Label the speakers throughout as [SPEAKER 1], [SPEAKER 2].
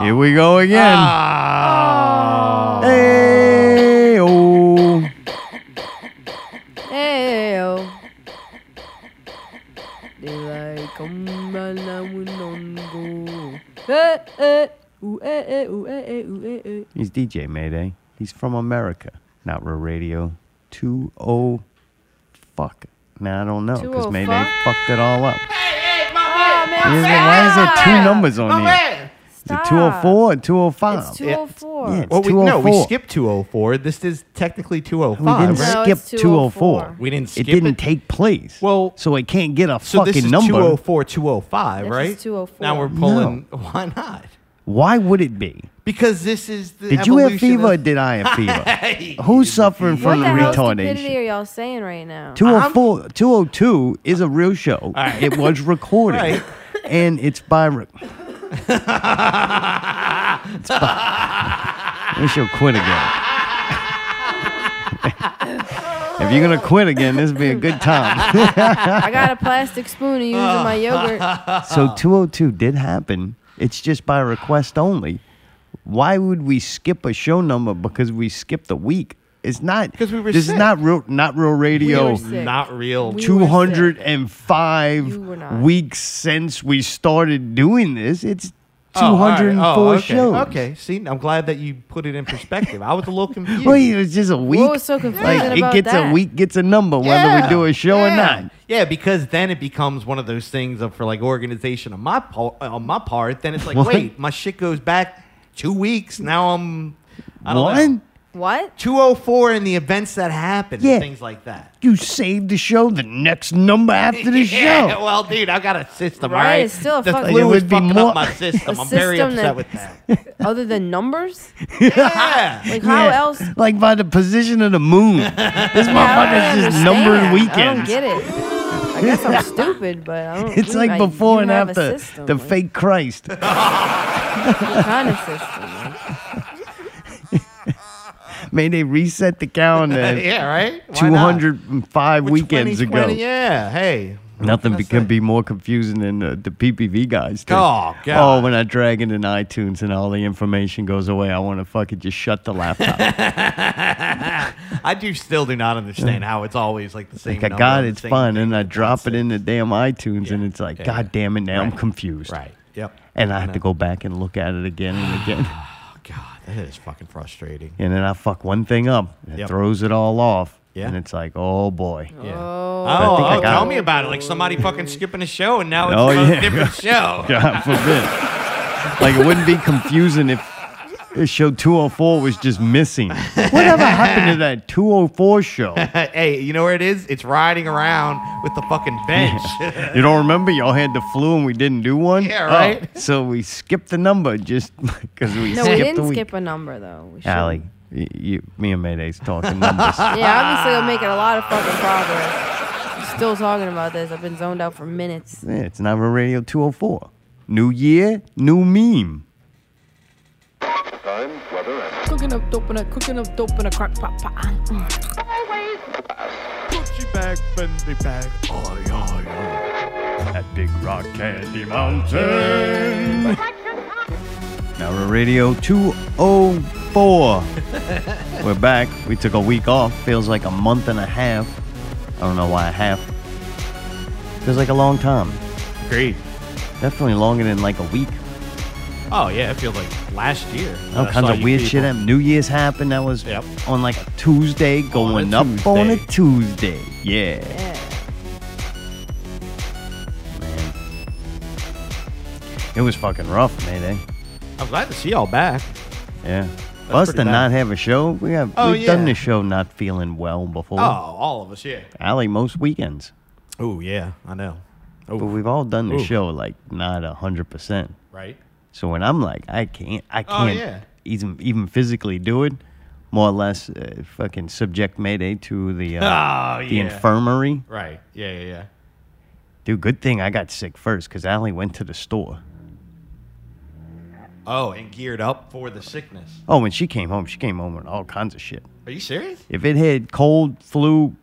[SPEAKER 1] Here we go again.
[SPEAKER 2] Ah.
[SPEAKER 1] Hey, oh.
[SPEAKER 2] Ayo. They like come round and we don't go. Eh, eh, ooh, eh, eh, ooh, eh, eh, ooh, eh, eh.
[SPEAKER 1] He's DJ Mayday. He's from America. Not real radio. 2 0. Fuck. Now I don't know because
[SPEAKER 2] 20
[SPEAKER 1] Mayday
[SPEAKER 2] fuck?
[SPEAKER 1] fucked it all up.
[SPEAKER 3] Hey, my man.
[SPEAKER 2] Ah, man,
[SPEAKER 3] my
[SPEAKER 1] Is it-
[SPEAKER 3] man,
[SPEAKER 1] why is there
[SPEAKER 3] my
[SPEAKER 1] two
[SPEAKER 3] man,
[SPEAKER 1] numbers on
[SPEAKER 3] my
[SPEAKER 1] here?
[SPEAKER 3] man.
[SPEAKER 1] Is it
[SPEAKER 2] Stop.
[SPEAKER 1] 204 and 205?
[SPEAKER 2] It's 204.
[SPEAKER 1] yeah, it's
[SPEAKER 3] Well, we, no, we
[SPEAKER 1] 204.
[SPEAKER 3] skipped 204. This is technically
[SPEAKER 1] We
[SPEAKER 3] 205.
[SPEAKER 1] didn't
[SPEAKER 3] right?
[SPEAKER 2] No,
[SPEAKER 1] skip
[SPEAKER 2] it's
[SPEAKER 1] 204.
[SPEAKER 3] We didn't skip
[SPEAKER 1] it. didn't
[SPEAKER 3] it?
[SPEAKER 1] take place.
[SPEAKER 3] Well-
[SPEAKER 1] so it can't get a
[SPEAKER 3] so
[SPEAKER 1] fucking
[SPEAKER 3] this is
[SPEAKER 1] number.
[SPEAKER 3] 204, 205,
[SPEAKER 2] This
[SPEAKER 3] right?
[SPEAKER 2] is 204.
[SPEAKER 3] Now we're pulling. Why not?
[SPEAKER 1] Why would it be?
[SPEAKER 3] Because this is the.
[SPEAKER 1] Did you have
[SPEAKER 3] evolution
[SPEAKER 1] fever
[SPEAKER 3] of-
[SPEAKER 1] or did I have fever?
[SPEAKER 3] Hey,
[SPEAKER 1] Who's suffering
[SPEAKER 2] What
[SPEAKER 1] from
[SPEAKER 2] the hell stupidity
[SPEAKER 1] retardation?
[SPEAKER 2] are y'all saying right now?
[SPEAKER 1] 204, 202 is a real show.
[SPEAKER 3] right.
[SPEAKER 1] It was recorded.
[SPEAKER 3] Right.
[SPEAKER 1] And it's by. Re- it's by. We should quit again. if you're going to quit again, this would be a good time.
[SPEAKER 2] I got a plastic spoon to use in my yogurt.
[SPEAKER 1] so 202 did happen. It's just by request only. Why would we skip a show number because we skipped a week? It's not
[SPEAKER 3] 'Cause we were
[SPEAKER 1] This
[SPEAKER 3] sick.
[SPEAKER 1] is not real not real radio.
[SPEAKER 2] sick.
[SPEAKER 3] Not real.
[SPEAKER 2] We- were sick.
[SPEAKER 1] 205
[SPEAKER 2] You were not.
[SPEAKER 1] weeks since we started doing this. It's
[SPEAKER 3] Oh, all right.
[SPEAKER 1] 204
[SPEAKER 3] Oh, okay.
[SPEAKER 1] shows.
[SPEAKER 3] Okay, see, I'm glad that you put it in perspective. I was a little confused.
[SPEAKER 1] Well, it was just a week.
[SPEAKER 2] was so confusing
[SPEAKER 1] like,
[SPEAKER 2] about
[SPEAKER 1] it gets
[SPEAKER 2] that?
[SPEAKER 1] a week, gets a number whether we do a show
[SPEAKER 3] yeah.
[SPEAKER 1] or not.
[SPEAKER 3] Yeah, because then it becomes one of those things of for like organization on my po- on my part. Then it's like,
[SPEAKER 1] What?
[SPEAKER 3] wait, my shit goes back two weeks. Now I'm I don't
[SPEAKER 1] One,
[SPEAKER 2] What?
[SPEAKER 3] two oh four and the events that happened,
[SPEAKER 1] Yeah.
[SPEAKER 3] and things like that.
[SPEAKER 1] you saved the show. The next number after the
[SPEAKER 3] yeah,
[SPEAKER 1] show.
[SPEAKER 3] well, dude, I got a system,
[SPEAKER 2] Right,
[SPEAKER 3] all right?
[SPEAKER 2] it's still a
[SPEAKER 3] the
[SPEAKER 2] fucking-
[SPEAKER 1] It
[SPEAKER 3] flu is
[SPEAKER 1] would be
[SPEAKER 3] fucking
[SPEAKER 1] more-
[SPEAKER 3] up my system.
[SPEAKER 2] A
[SPEAKER 3] I'm very
[SPEAKER 2] system
[SPEAKER 3] upset
[SPEAKER 2] that-
[SPEAKER 3] with that.
[SPEAKER 2] Other than numbers?
[SPEAKER 3] yeah.
[SPEAKER 2] Like how
[SPEAKER 1] Yeah.
[SPEAKER 2] else?
[SPEAKER 1] Like by the position of the moon. this
[SPEAKER 2] I
[SPEAKER 1] motherfucker's
[SPEAKER 2] don't
[SPEAKER 1] just numbering
[SPEAKER 2] understand.
[SPEAKER 1] weekends.
[SPEAKER 2] I don't get it. I guess I'm stupid, but I don't.
[SPEAKER 1] It's
[SPEAKER 2] you- I-
[SPEAKER 1] like before
[SPEAKER 2] you
[SPEAKER 1] and
[SPEAKER 2] have a
[SPEAKER 1] after
[SPEAKER 2] system,
[SPEAKER 1] the
[SPEAKER 2] like,
[SPEAKER 1] fake Christ.
[SPEAKER 2] what kind of system.
[SPEAKER 1] May they reset the calendar
[SPEAKER 3] yeah, right? Why not?
[SPEAKER 1] 205
[SPEAKER 3] With
[SPEAKER 1] weekends
[SPEAKER 3] 2020,
[SPEAKER 1] ago.
[SPEAKER 3] Yeah, hey.
[SPEAKER 1] Nothing
[SPEAKER 3] That's
[SPEAKER 1] be, can
[SPEAKER 3] it.
[SPEAKER 1] be more confusing than uh, the PPV guys. Do.
[SPEAKER 3] Oh, God.
[SPEAKER 1] Oh, when I drag it in iTunes and all the information goes away, I want to fucking just shut the laptop.
[SPEAKER 3] I do still do not understand how it's always like the same.
[SPEAKER 1] like, I
[SPEAKER 3] number
[SPEAKER 1] got it,
[SPEAKER 3] and the
[SPEAKER 1] it's
[SPEAKER 3] same
[SPEAKER 1] fun.
[SPEAKER 3] thing.
[SPEAKER 1] And I drop it
[SPEAKER 3] That's
[SPEAKER 1] in the damn iTunes, and
[SPEAKER 3] Yeah,
[SPEAKER 1] it's like,
[SPEAKER 3] yeah,
[SPEAKER 1] God damn it, now I'm
[SPEAKER 3] Right.
[SPEAKER 1] confused.
[SPEAKER 3] Right. Yep.
[SPEAKER 1] And I have to go back and look at it again and again.
[SPEAKER 3] Oh God, that is fucking frustrating.
[SPEAKER 1] and then I fuck one thing up, and it
[SPEAKER 3] Yep.
[SPEAKER 1] throws it all off.
[SPEAKER 3] Yeah.
[SPEAKER 1] And it's like, oh boy.
[SPEAKER 3] Yeah.
[SPEAKER 2] Oh.
[SPEAKER 3] Oh,
[SPEAKER 1] I think I
[SPEAKER 3] oh,
[SPEAKER 1] got
[SPEAKER 3] tell
[SPEAKER 1] it.
[SPEAKER 3] me about it. Like somebody fucking skipping a show and now it's
[SPEAKER 1] Oh,
[SPEAKER 3] a
[SPEAKER 1] yeah.
[SPEAKER 3] different show.
[SPEAKER 1] God forbid. like it wouldn't be confusing if if show 204 was just missing. Whatever happened to that 204 show?
[SPEAKER 3] hey, you know where it is? It's riding around with the fucking bench.
[SPEAKER 1] You don't remember? Y'all had the flu and we didn't do one?
[SPEAKER 3] Yeah, right.
[SPEAKER 1] Oh, so we skipped the number just because we
[SPEAKER 2] No,
[SPEAKER 1] skipped
[SPEAKER 2] we
[SPEAKER 1] the
[SPEAKER 2] didn't
[SPEAKER 1] week.
[SPEAKER 2] skip a number though. We shouldn't.
[SPEAKER 1] Allie, y- you, me and Mayday's talking numbers.
[SPEAKER 2] Yeah, obviously I'm making a lot of fucking progress. Still talking about this. I've been zoned out for minutes.
[SPEAKER 1] yeah, it's not Real Radio 204. New year, new meme.
[SPEAKER 4] Time, weather, and
[SPEAKER 5] Cooking up dope in a cooking up dope in a crock pot pot.
[SPEAKER 1] at Big Rock Candy Mountain. Now we're Radio 204. we're back. We took a week off. Feels like a month and a half. I don't know why a half. Feels like a long time.
[SPEAKER 3] Great.
[SPEAKER 1] Definitely longer than like a week.
[SPEAKER 3] Oh yeah, it feels like last year.
[SPEAKER 1] All
[SPEAKER 3] I
[SPEAKER 1] kinds
[SPEAKER 3] saw
[SPEAKER 1] of
[SPEAKER 3] you
[SPEAKER 1] weird
[SPEAKER 3] people.
[SPEAKER 1] shit happened. New Year's happened. That was
[SPEAKER 3] Yep.
[SPEAKER 1] on like a Tuesday, going up on a Tuesday. Yeah.
[SPEAKER 2] Yeah.
[SPEAKER 1] Man. It was fucking rough, man. Eh?
[SPEAKER 3] I'm glad to see y'all back.
[SPEAKER 1] Yeah. For us
[SPEAKER 3] pretty
[SPEAKER 1] to
[SPEAKER 3] bad.
[SPEAKER 1] not have a show, we have
[SPEAKER 3] Oh,
[SPEAKER 1] we've done
[SPEAKER 3] yeah.
[SPEAKER 1] the show not feeling well before.
[SPEAKER 3] Oh, all of us, yeah.
[SPEAKER 1] Allie, most weekends.
[SPEAKER 3] Oh yeah, I know. Oh,
[SPEAKER 1] But we've all done the
[SPEAKER 3] Oof.
[SPEAKER 1] show like not a hundred percent.
[SPEAKER 3] Right.
[SPEAKER 1] So when I'm like, I can't, I
[SPEAKER 3] Oh,
[SPEAKER 1] can't
[SPEAKER 3] yeah.
[SPEAKER 1] even even physically do it. More or less, uh, fucking subject Mayday to the uh,
[SPEAKER 3] Oh
[SPEAKER 1] the
[SPEAKER 3] yeah.
[SPEAKER 1] infirmary.
[SPEAKER 3] Right. Yeah, yeah, yeah.
[SPEAKER 1] Dude, good thing I got sick first because Allie went to the store.
[SPEAKER 3] Oh, and geared up for the sickness.
[SPEAKER 1] Oh, when she came home, she came home with all kinds of shit.
[SPEAKER 3] Are you serious?
[SPEAKER 1] If it had cold, flu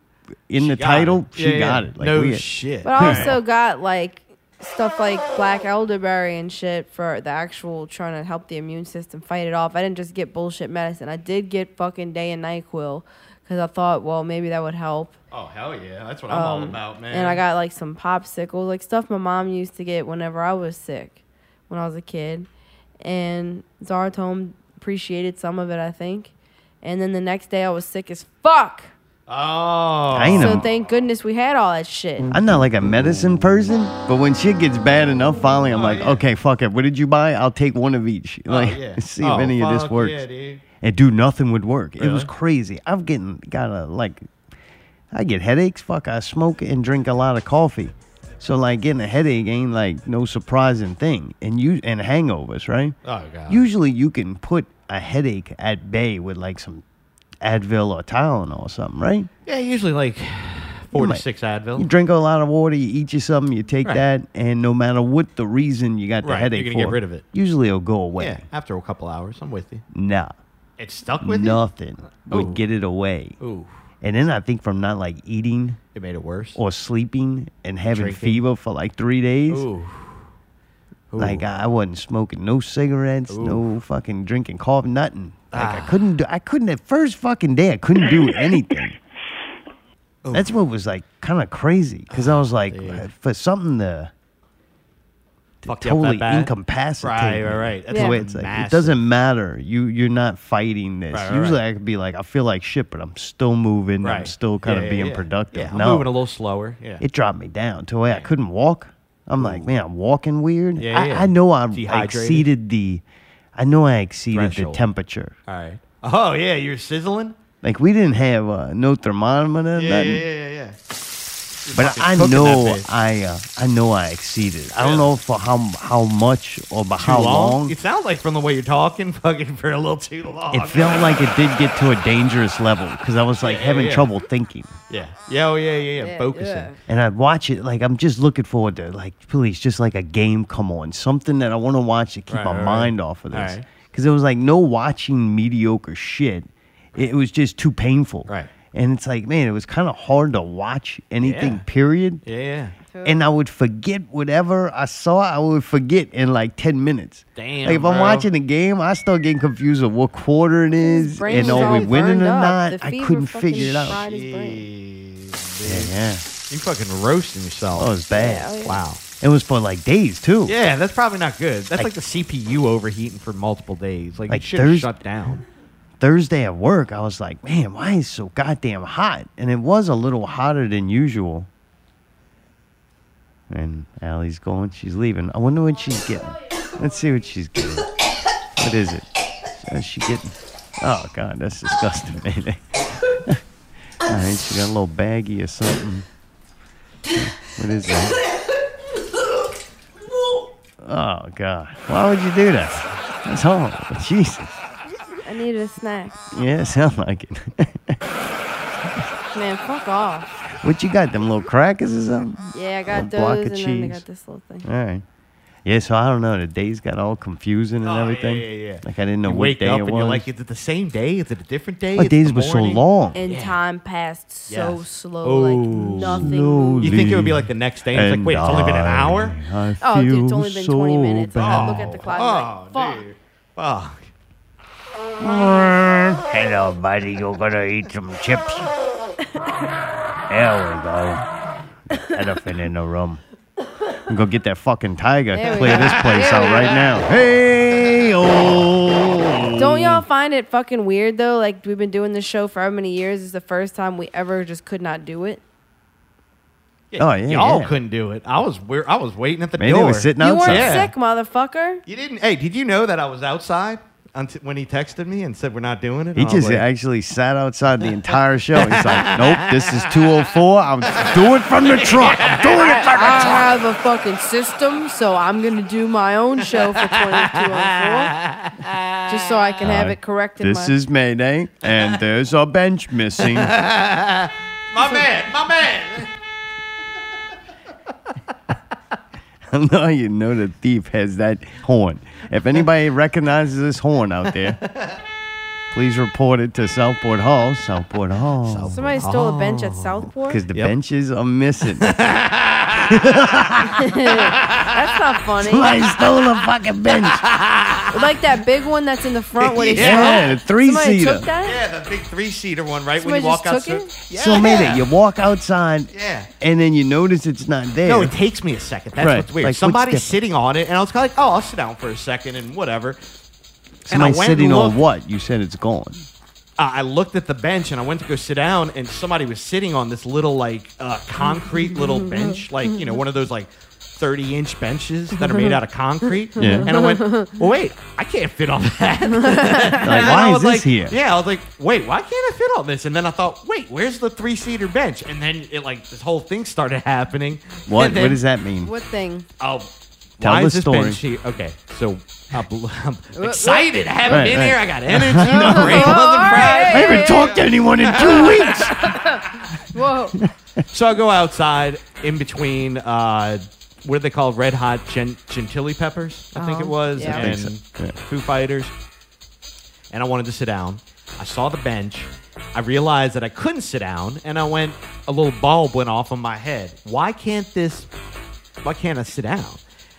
[SPEAKER 1] in the
[SPEAKER 3] Got
[SPEAKER 1] title,
[SPEAKER 3] it.
[SPEAKER 1] she
[SPEAKER 3] Yeah,
[SPEAKER 1] got
[SPEAKER 3] yeah.
[SPEAKER 1] it. Like
[SPEAKER 3] no
[SPEAKER 1] we had-
[SPEAKER 3] shit.
[SPEAKER 2] But I also got like stuff like black elderberry and shit for the actual trying to help the immune system fight it off. I didn't just get bullshit medicine. I did get fucking day and NyQuil because I thought, well, maybe that would help.
[SPEAKER 3] Oh hell yeah, that's what I'm
[SPEAKER 1] Um,
[SPEAKER 3] all about, man.
[SPEAKER 2] And I got like some popsicles, like stuff my mom used to get whenever I was sick when I was a kid. And Zaratome appreciated some of it, I think. And then the next day I was sick as fuck.
[SPEAKER 3] Oh,
[SPEAKER 1] I ain't
[SPEAKER 2] So
[SPEAKER 1] a-
[SPEAKER 2] thank goodness we had all that shit.
[SPEAKER 1] I'm not like a medicine person, but when shit gets bad enough, finally I'm
[SPEAKER 3] Oh,
[SPEAKER 1] like,
[SPEAKER 3] yeah.
[SPEAKER 1] okay, fuck it. What did you buy? I'll take one of each. Like,
[SPEAKER 3] yeah.
[SPEAKER 1] see
[SPEAKER 3] Oh,
[SPEAKER 1] if any of this
[SPEAKER 3] fuck
[SPEAKER 1] works.
[SPEAKER 3] yeah, dude.
[SPEAKER 1] And dude, nothing would work. It was
[SPEAKER 3] Really?
[SPEAKER 1] crazy. I'm getting got a like, I get headaches. Fuck, I smoke and drink a lot of coffee, so like getting a headache ain't like no surprising thing. And you and hangovers, right?
[SPEAKER 3] Oh god.
[SPEAKER 1] Usually you can put a headache at bay with like some Advil or Tylenol or something, right?
[SPEAKER 3] yeah, usually like four to
[SPEAKER 1] might-
[SPEAKER 3] six
[SPEAKER 1] You
[SPEAKER 3] Advil.
[SPEAKER 1] drink a lot of water, you eat you something, you take
[SPEAKER 3] Right.
[SPEAKER 1] that, and no matter what the reason you got the
[SPEAKER 3] Right, you're
[SPEAKER 1] headache
[SPEAKER 3] gonna
[SPEAKER 1] for,
[SPEAKER 3] get rid of it.
[SPEAKER 1] Usually it'll go away.
[SPEAKER 3] Yeah, after a couple hours, I'm with you.
[SPEAKER 1] Nah,
[SPEAKER 3] It stuck with
[SPEAKER 1] nothing
[SPEAKER 3] Ooh.
[SPEAKER 1] would get it away.
[SPEAKER 3] you. Ooh,
[SPEAKER 1] And then I think from not like eating
[SPEAKER 3] it made it worse.
[SPEAKER 1] or sleeping and having
[SPEAKER 3] Drinking.
[SPEAKER 1] fever for like three days.
[SPEAKER 3] Ooh. Ooh.
[SPEAKER 1] Like I wasn't smoking no cigarettes, no fucking drinking coffee, nothing. Like
[SPEAKER 3] Ah.
[SPEAKER 1] I couldn't do. I couldn't that first fucking day. I couldn't do anything. That's what was like kind of crazy because I was like,
[SPEAKER 3] dude.
[SPEAKER 1] for something to
[SPEAKER 3] Fucked you up that
[SPEAKER 1] totally
[SPEAKER 3] bad.
[SPEAKER 1] incapacitate.
[SPEAKER 3] Right,
[SPEAKER 1] me.
[SPEAKER 3] right, right. That's
[SPEAKER 1] The
[SPEAKER 2] Yeah.
[SPEAKER 1] way it's like, it
[SPEAKER 3] massive.
[SPEAKER 1] doesn't matter. You you're not fighting this.
[SPEAKER 3] Right, right,
[SPEAKER 1] Usually
[SPEAKER 3] right.
[SPEAKER 1] I could be like, I feel like shit, but I'm still moving. I'm
[SPEAKER 3] Right.
[SPEAKER 1] still kind
[SPEAKER 3] Yeah,
[SPEAKER 1] of
[SPEAKER 3] yeah,
[SPEAKER 1] being
[SPEAKER 3] yeah.
[SPEAKER 1] productive.
[SPEAKER 3] Yeah, I'm
[SPEAKER 1] no,
[SPEAKER 3] moving a little slower. Yeah.
[SPEAKER 1] it dropped me down to where I couldn't walk. I'm like, man, I'm walking weird.
[SPEAKER 3] Yeah,
[SPEAKER 1] I,
[SPEAKER 3] yeah.
[SPEAKER 1] I know I
[SPEAKER 3] Dehydrated.
[SPEAKER 1] exceeded the, I know I exceeded
[SPEAKER 3] Threshold.
[SPEAKER 1] the temperature.
[SPEAKER 3] All right. Oh yeah, you're sizzling.
[SPEAKER 1] Like we didn't have uh, no thermometer,
[SPEAKER 3] Yeah,
[SPEAKER 1] nothing.
[SPEAKER 3] yeah, yeah, yeah.
[SPEAKER 1] But I
[SPEAKER 3] cooking that
[SPEAKER 1] know
[SPEAKER 3] bitch.
[SPEAKER 1] I, uh, I know I exceeded. I don't
[SPEAKER 3] Yeah.
[SPEAKER 1] know for how how much or by how long.
[SPEAKER 3] It sounds like from the way you're talking, fucking for a little too long.
[SPEAKER 1] It felt like it did get to a dangerous level because I was like
[SPEAKER 3] Yeah,
[SPEAKER 1] having
[SPEAKER 3] yeah.
[SPEAKER 1] trouble thinking.
[SPEAKER 3] Yeah. Yeah. Oh, yeah, yeah, yeah.
[SPEAKER 2] Yeah,
[SPEAKER 3] Focusing.
[SPEAKER 2] yeah.
[SPEAKER 1] And I'd watch it like I'm just looking forward to like please just like a game come on something that I want to watch to keep
[SPEAKER 3] Right,
[SPEAKER 1] my
[SPEAKER 3] right, right.
[SPEAKER 1] mind off of this
[SPEAKER 3] Alright.
[SPEAKER 1] because it was like no watching mediocre shit it, it was just too painful
[SPEAKER 3] Right.
[SPEAKER 1] and it's like man it was kind of hard to watch anything
[SPEAKER 3] Yeah.
[SPEAKER 1] period
[SPEAKER 3] Yeah, yeah.
[SPEAKER 1] and I would forget whatever I saw I would forget in like ten minutes
[SPEAKER 3] Damn,
[SPEAKER 1] like if I'm
[SPEAKER 3] bro.
[SPEAKER 1] watching a game I start getting confused of what quarter it is
[SPEAKER 2] brain
[SPEAKER 1] and
[SPEAKER 2] was
[SPEAKER 1] are
[SPEAKER 2] all
[SPEAKER 1] we winning
[SPEAKER 2] burned
[SPEAKER 1] or
[SPEAKER 2] up.
[SPEAKER 1] not
[SPEAKER 2] The
[SPEAKER 1] I
[SPEAKER 2] fever
[SPEAKER 1] couldn't
[SPEAKER 2] fucking
[SPEAKER 1] figure it out
[SPEAKER 2] fried his brain.
[SPEAKER 1] yeah,
[SPEAKER 3] Jeez, dude.
[SPEAKER 1] yeah
[SPEAKER 3] You fucking roasting yourself.
[SPEAKER 1] oh it was
[SPEAKER 2] Yeah,
[SPEAKER 1] bad.
[SPEAKER 2] oh, yeah.
[SPEAKER 3] Wow.
[SPEAKER 1] It was for like days too.
[SPEAKER 3] Yeah, that's probably not good. That's
[SPEAKER 1] Like-
[SPEAKER 3] like, the CPU overheating for multiple days. Like,
[SPEAKER 1] Like
[SPEAKER 3] it should
[SPEAKER 1] Thurs-
[SPEAKER 3] shut down.
[SPEAKER 1] Thursday at work, I was like, man, why is it so goddamn hot? And it was a little hotter than usual. And Allie's going, she's leaving. I wonder what she's getting. Let's see what she's getting. What is it? What is she getting? Oh god, that's disgusting, man. Alright, she got a little baggie or something. What is that? Oh god. Why would you do that? That's horrible. Jesus.
[SPEAKER 2] I needed a snack.
[SPEAKER 1] Yeah, it sound like it.
[SPEAKER 2] Man, fuck off.
[SPEAKER 1] what you got? Them little crackers or something?
[SPEAKER 3] Mm-hmm.
[SPEAKER 2] Yeah, I
[SPEAKER 1] A
[SPEAKER 2] got
[SPEAKER 1] block
[SPEAKER 2] those,
[SPEAKER 1] of
[SPEAKER 2] and then I
[SPEAKER 1] cheese.
[SPEAKER 2] got this little thing.
[SPEAKER 1] All right. Yeah, so I don't know. The days got all confusing and
[SPEAKER 3] Oh, yeah,
[SPEAKER 1] everything.
[SPEAKER 3] yeah, yeah.
[SPEAKER 1] Like I didn't know
[SPEAKER 3] You
[SPEAKER 1] what
[SPEAKER 3] wake
[SPEAKER 1] day
[SPEAKER 3] up
[SPEAKER 1] it
[SPEAKER 3] and
[SPEAKER 1] was.
[SPEAKER 3] you're like, is it the same day? Is it a different day?
[SPEAKER 1] My
[SPEAKER 3] It's the
[SPEAKER 1] days were so
[SPEAKER 3] morning?"
[SPEAKER 1] long.
[SPEAKER 2] And time passed so
[SPEAKER 3] Yes.
[SPEAKER 2] slow,
[SPEAKER 3] Oh.
[SPEAKER 2] like nothing.
[SPEAKER 1] Slowly.
[SPEAKER 2] moved.
[SPEAKER 3] You think it would be like the next day? And it's like, wait, it's only
[SPEAKER 1] uh,
[SPEAKER 3] been an hour?
[SPEAKER 1] I
[SPEAKER 2] Oh, dude, it's
[SPEAKER 1] feel
[SPEAKER 2] only been
[SPEAKER 1] so
[SPEAKER 2] 20 minutes. and I
[SPEAKER 1] bad.
[SPEAKER 2] look at the clock.
[SPEAKER 3] Oh,
[SPEAKER 2] I'm like, fuck.
[SPEAKER 3] dude. Fuck.
[SPEAKER 1] Hello, buddy. You're gonna eat some chips. there we go. Elephant in the room. I'm gonna get that fucking tiger.
[SPEAKER 2] There we
[SPEAKER 1] Clear
[SPEAKER 2] go.
[SPEAKER 1] this place
[SPEAKER 2] There
[SPEAKER 1] out
[SPEAKER 2] we
[SPEAKER 1] right
[SPEAKER 2] go.
[SPEAKER 1] now. Hey, oh.
[SPEAKER 2] Don't y'all find it fucking weird though? Like we've been doing this show for how many years? It's the first time we ever just could not do it.
[SPEAKER 1] Oh, yeah,
[SPEAKER 3] Y'all
[SPEAKER 1] yeah.
[SPEAKER 3] couldn't do it. I was weir- I was waiting at the
[SPEAKER 1] Man, they
[SPEAKER 3] door.
[SPEAKER 1] were sitting
[SPEAKER 2] You weren't
[SPEAKER 1] outside.
[SPEAKER 3] Yeah.
[SPEAKER 2] sick, motherfucker.
[SPEAKER 3] You didn't. Hey, did you know that I was outside until when he texted me and said we're not doing it?
[SPEAKER 1] He
[SPEAKER 3] And I was
[SPEAKER 1] just
[SPEAKER 3] like,
[SPEAKER 1] actually sat outside the entire show. He's like, nope, this is 204. I'm doing it from the truck. I'm doing it from
[SPEAKER 2] I
[SPEAKER 1] the truck.
[SPEAKER 2] have a fucking system, so I'm gonna do my own show for 2204, just so I can have it corrected.
[SPEAKER 1] Uh, This is Mayday, and there's a bench missing.
[SPEAKER 3] my man, my man.
[SPEAKER 1] I know you know the thief has that horn. If anybody recognizes this horn out there, please report it to Southport Hall. Southport Hall. Oh.
[SPEAKER 2] Somebody stole a bench at Southport.
[SPEAKER 1] Because the
[SPEAKER 3] Yep.
[SPEAKER 1] benches are missing.
[SPEAKER 2] That's not funny.
[SPEAKER 1] I stole a fucking bench.
[SPEAKER 2] like that big one that's in the front where they
[SPEAKER 1] Yeah, the three
[SPEAKER 2] Somebody
[SPEAKER 1] seater.
[SPEAKER 2] took that?
[SPEAKER 3] Yeah, the big three seater one, right?
[SPEAKER 2] Somebody
[SPEAKER 3] when you walk
[SPEAKER 2] just took
[SPEAKER 3] outside.
[SPEAKER 2] it?
[SPEAKER 3] Yeah.
[SPEAKER 1] So minute, you walk outside,
[SPEAKER 3] Yeah.
[SPEAKER 1] and then you notice it's not there.
[SPEAKER 3] No, it takes me a second. That's
[SPEAKER 1] Right.
[SPEAKER 3] what's weird.
[SPEAKER 1] Like, what's
[SPEAKER 3] Somebody's
[SPEAKER 1] different?
[SPEAKER 3] sitting on it, and I was kind of like, oh, I'll sit down for a second and whatever. And I
[SPEAKER 1] Somebody
[SPEAKER 3] went
[SPEAKER 1] sitting
[SPEAKER 3] and
[SPEAKER 1] on
[SPEAKER 3] looked.
[SPEAKER 1] what? You said it's gone.
[SPEAKER 3] uh, I looked at the bench and I went to go sit down, and somebody was sitting on this little like uh, concrete little bench, like you know one of those like thirty inch benches that are made out of concrete.
[SPEAKER 1] Yeah.
[SPEAKER 3] And I went, well, wait, I can't fit on that. And
[SPEAKER 1] Like,
[SPEAKER 3] I
[SPEAKER 1] why
[SPEAKER 3] was
[SPEAKER 1] is this
[SPEAKER 3] like-
[SPEAKER 1] here?
[SPEAKER 3] Yeah, I was like, wait, why can't I fit on this? And then I thought, wait, where's the three seater bench? And then it like this whole thing started happening.
[SPEAKER 1] What?
[SPEAKER 3] And then-
[SPEAKER 1] what does that mean?
[SPEAKER 2] What thing?
[SPEAKER 3] Oh,
[SPEAKER 1] Tell
[SPEAKER 3] why
[SPEAKER 1] the
[SPEAKER 3] is this
[SPEAKER 1] story.
[SPEAKER 3] bench here? Okay, so I'm, I'm excited. I haven't
[SPEAKER 1] Right,
[SPEAKER 3] been
[SPEAKER 1] right.
[SPEAKER 3] here. I got energy. I'm ready.
[SPEAKER 1] I haven't talked to anyone in two weeks.
[SPEAKER 2] Whoa.
[SPEAKER 3] So I go outside in between uh, what are they called? Red Hot gen- Gentilly Peppers, I think it
[SPEAKER 2] Oh,
[SPEAKER 3] was,
[SPEAKER 2] yeah. I
[SPEAKER 3] and
[SPEAKER 1] think so, yeah.
[SPEAKER 3] Foo Fighters. And I wanted to sit down. I saw the bench. I realized that I couldn't sit down, and I went. A little bulb went off on my head. Why can't this? Why can't I sit down?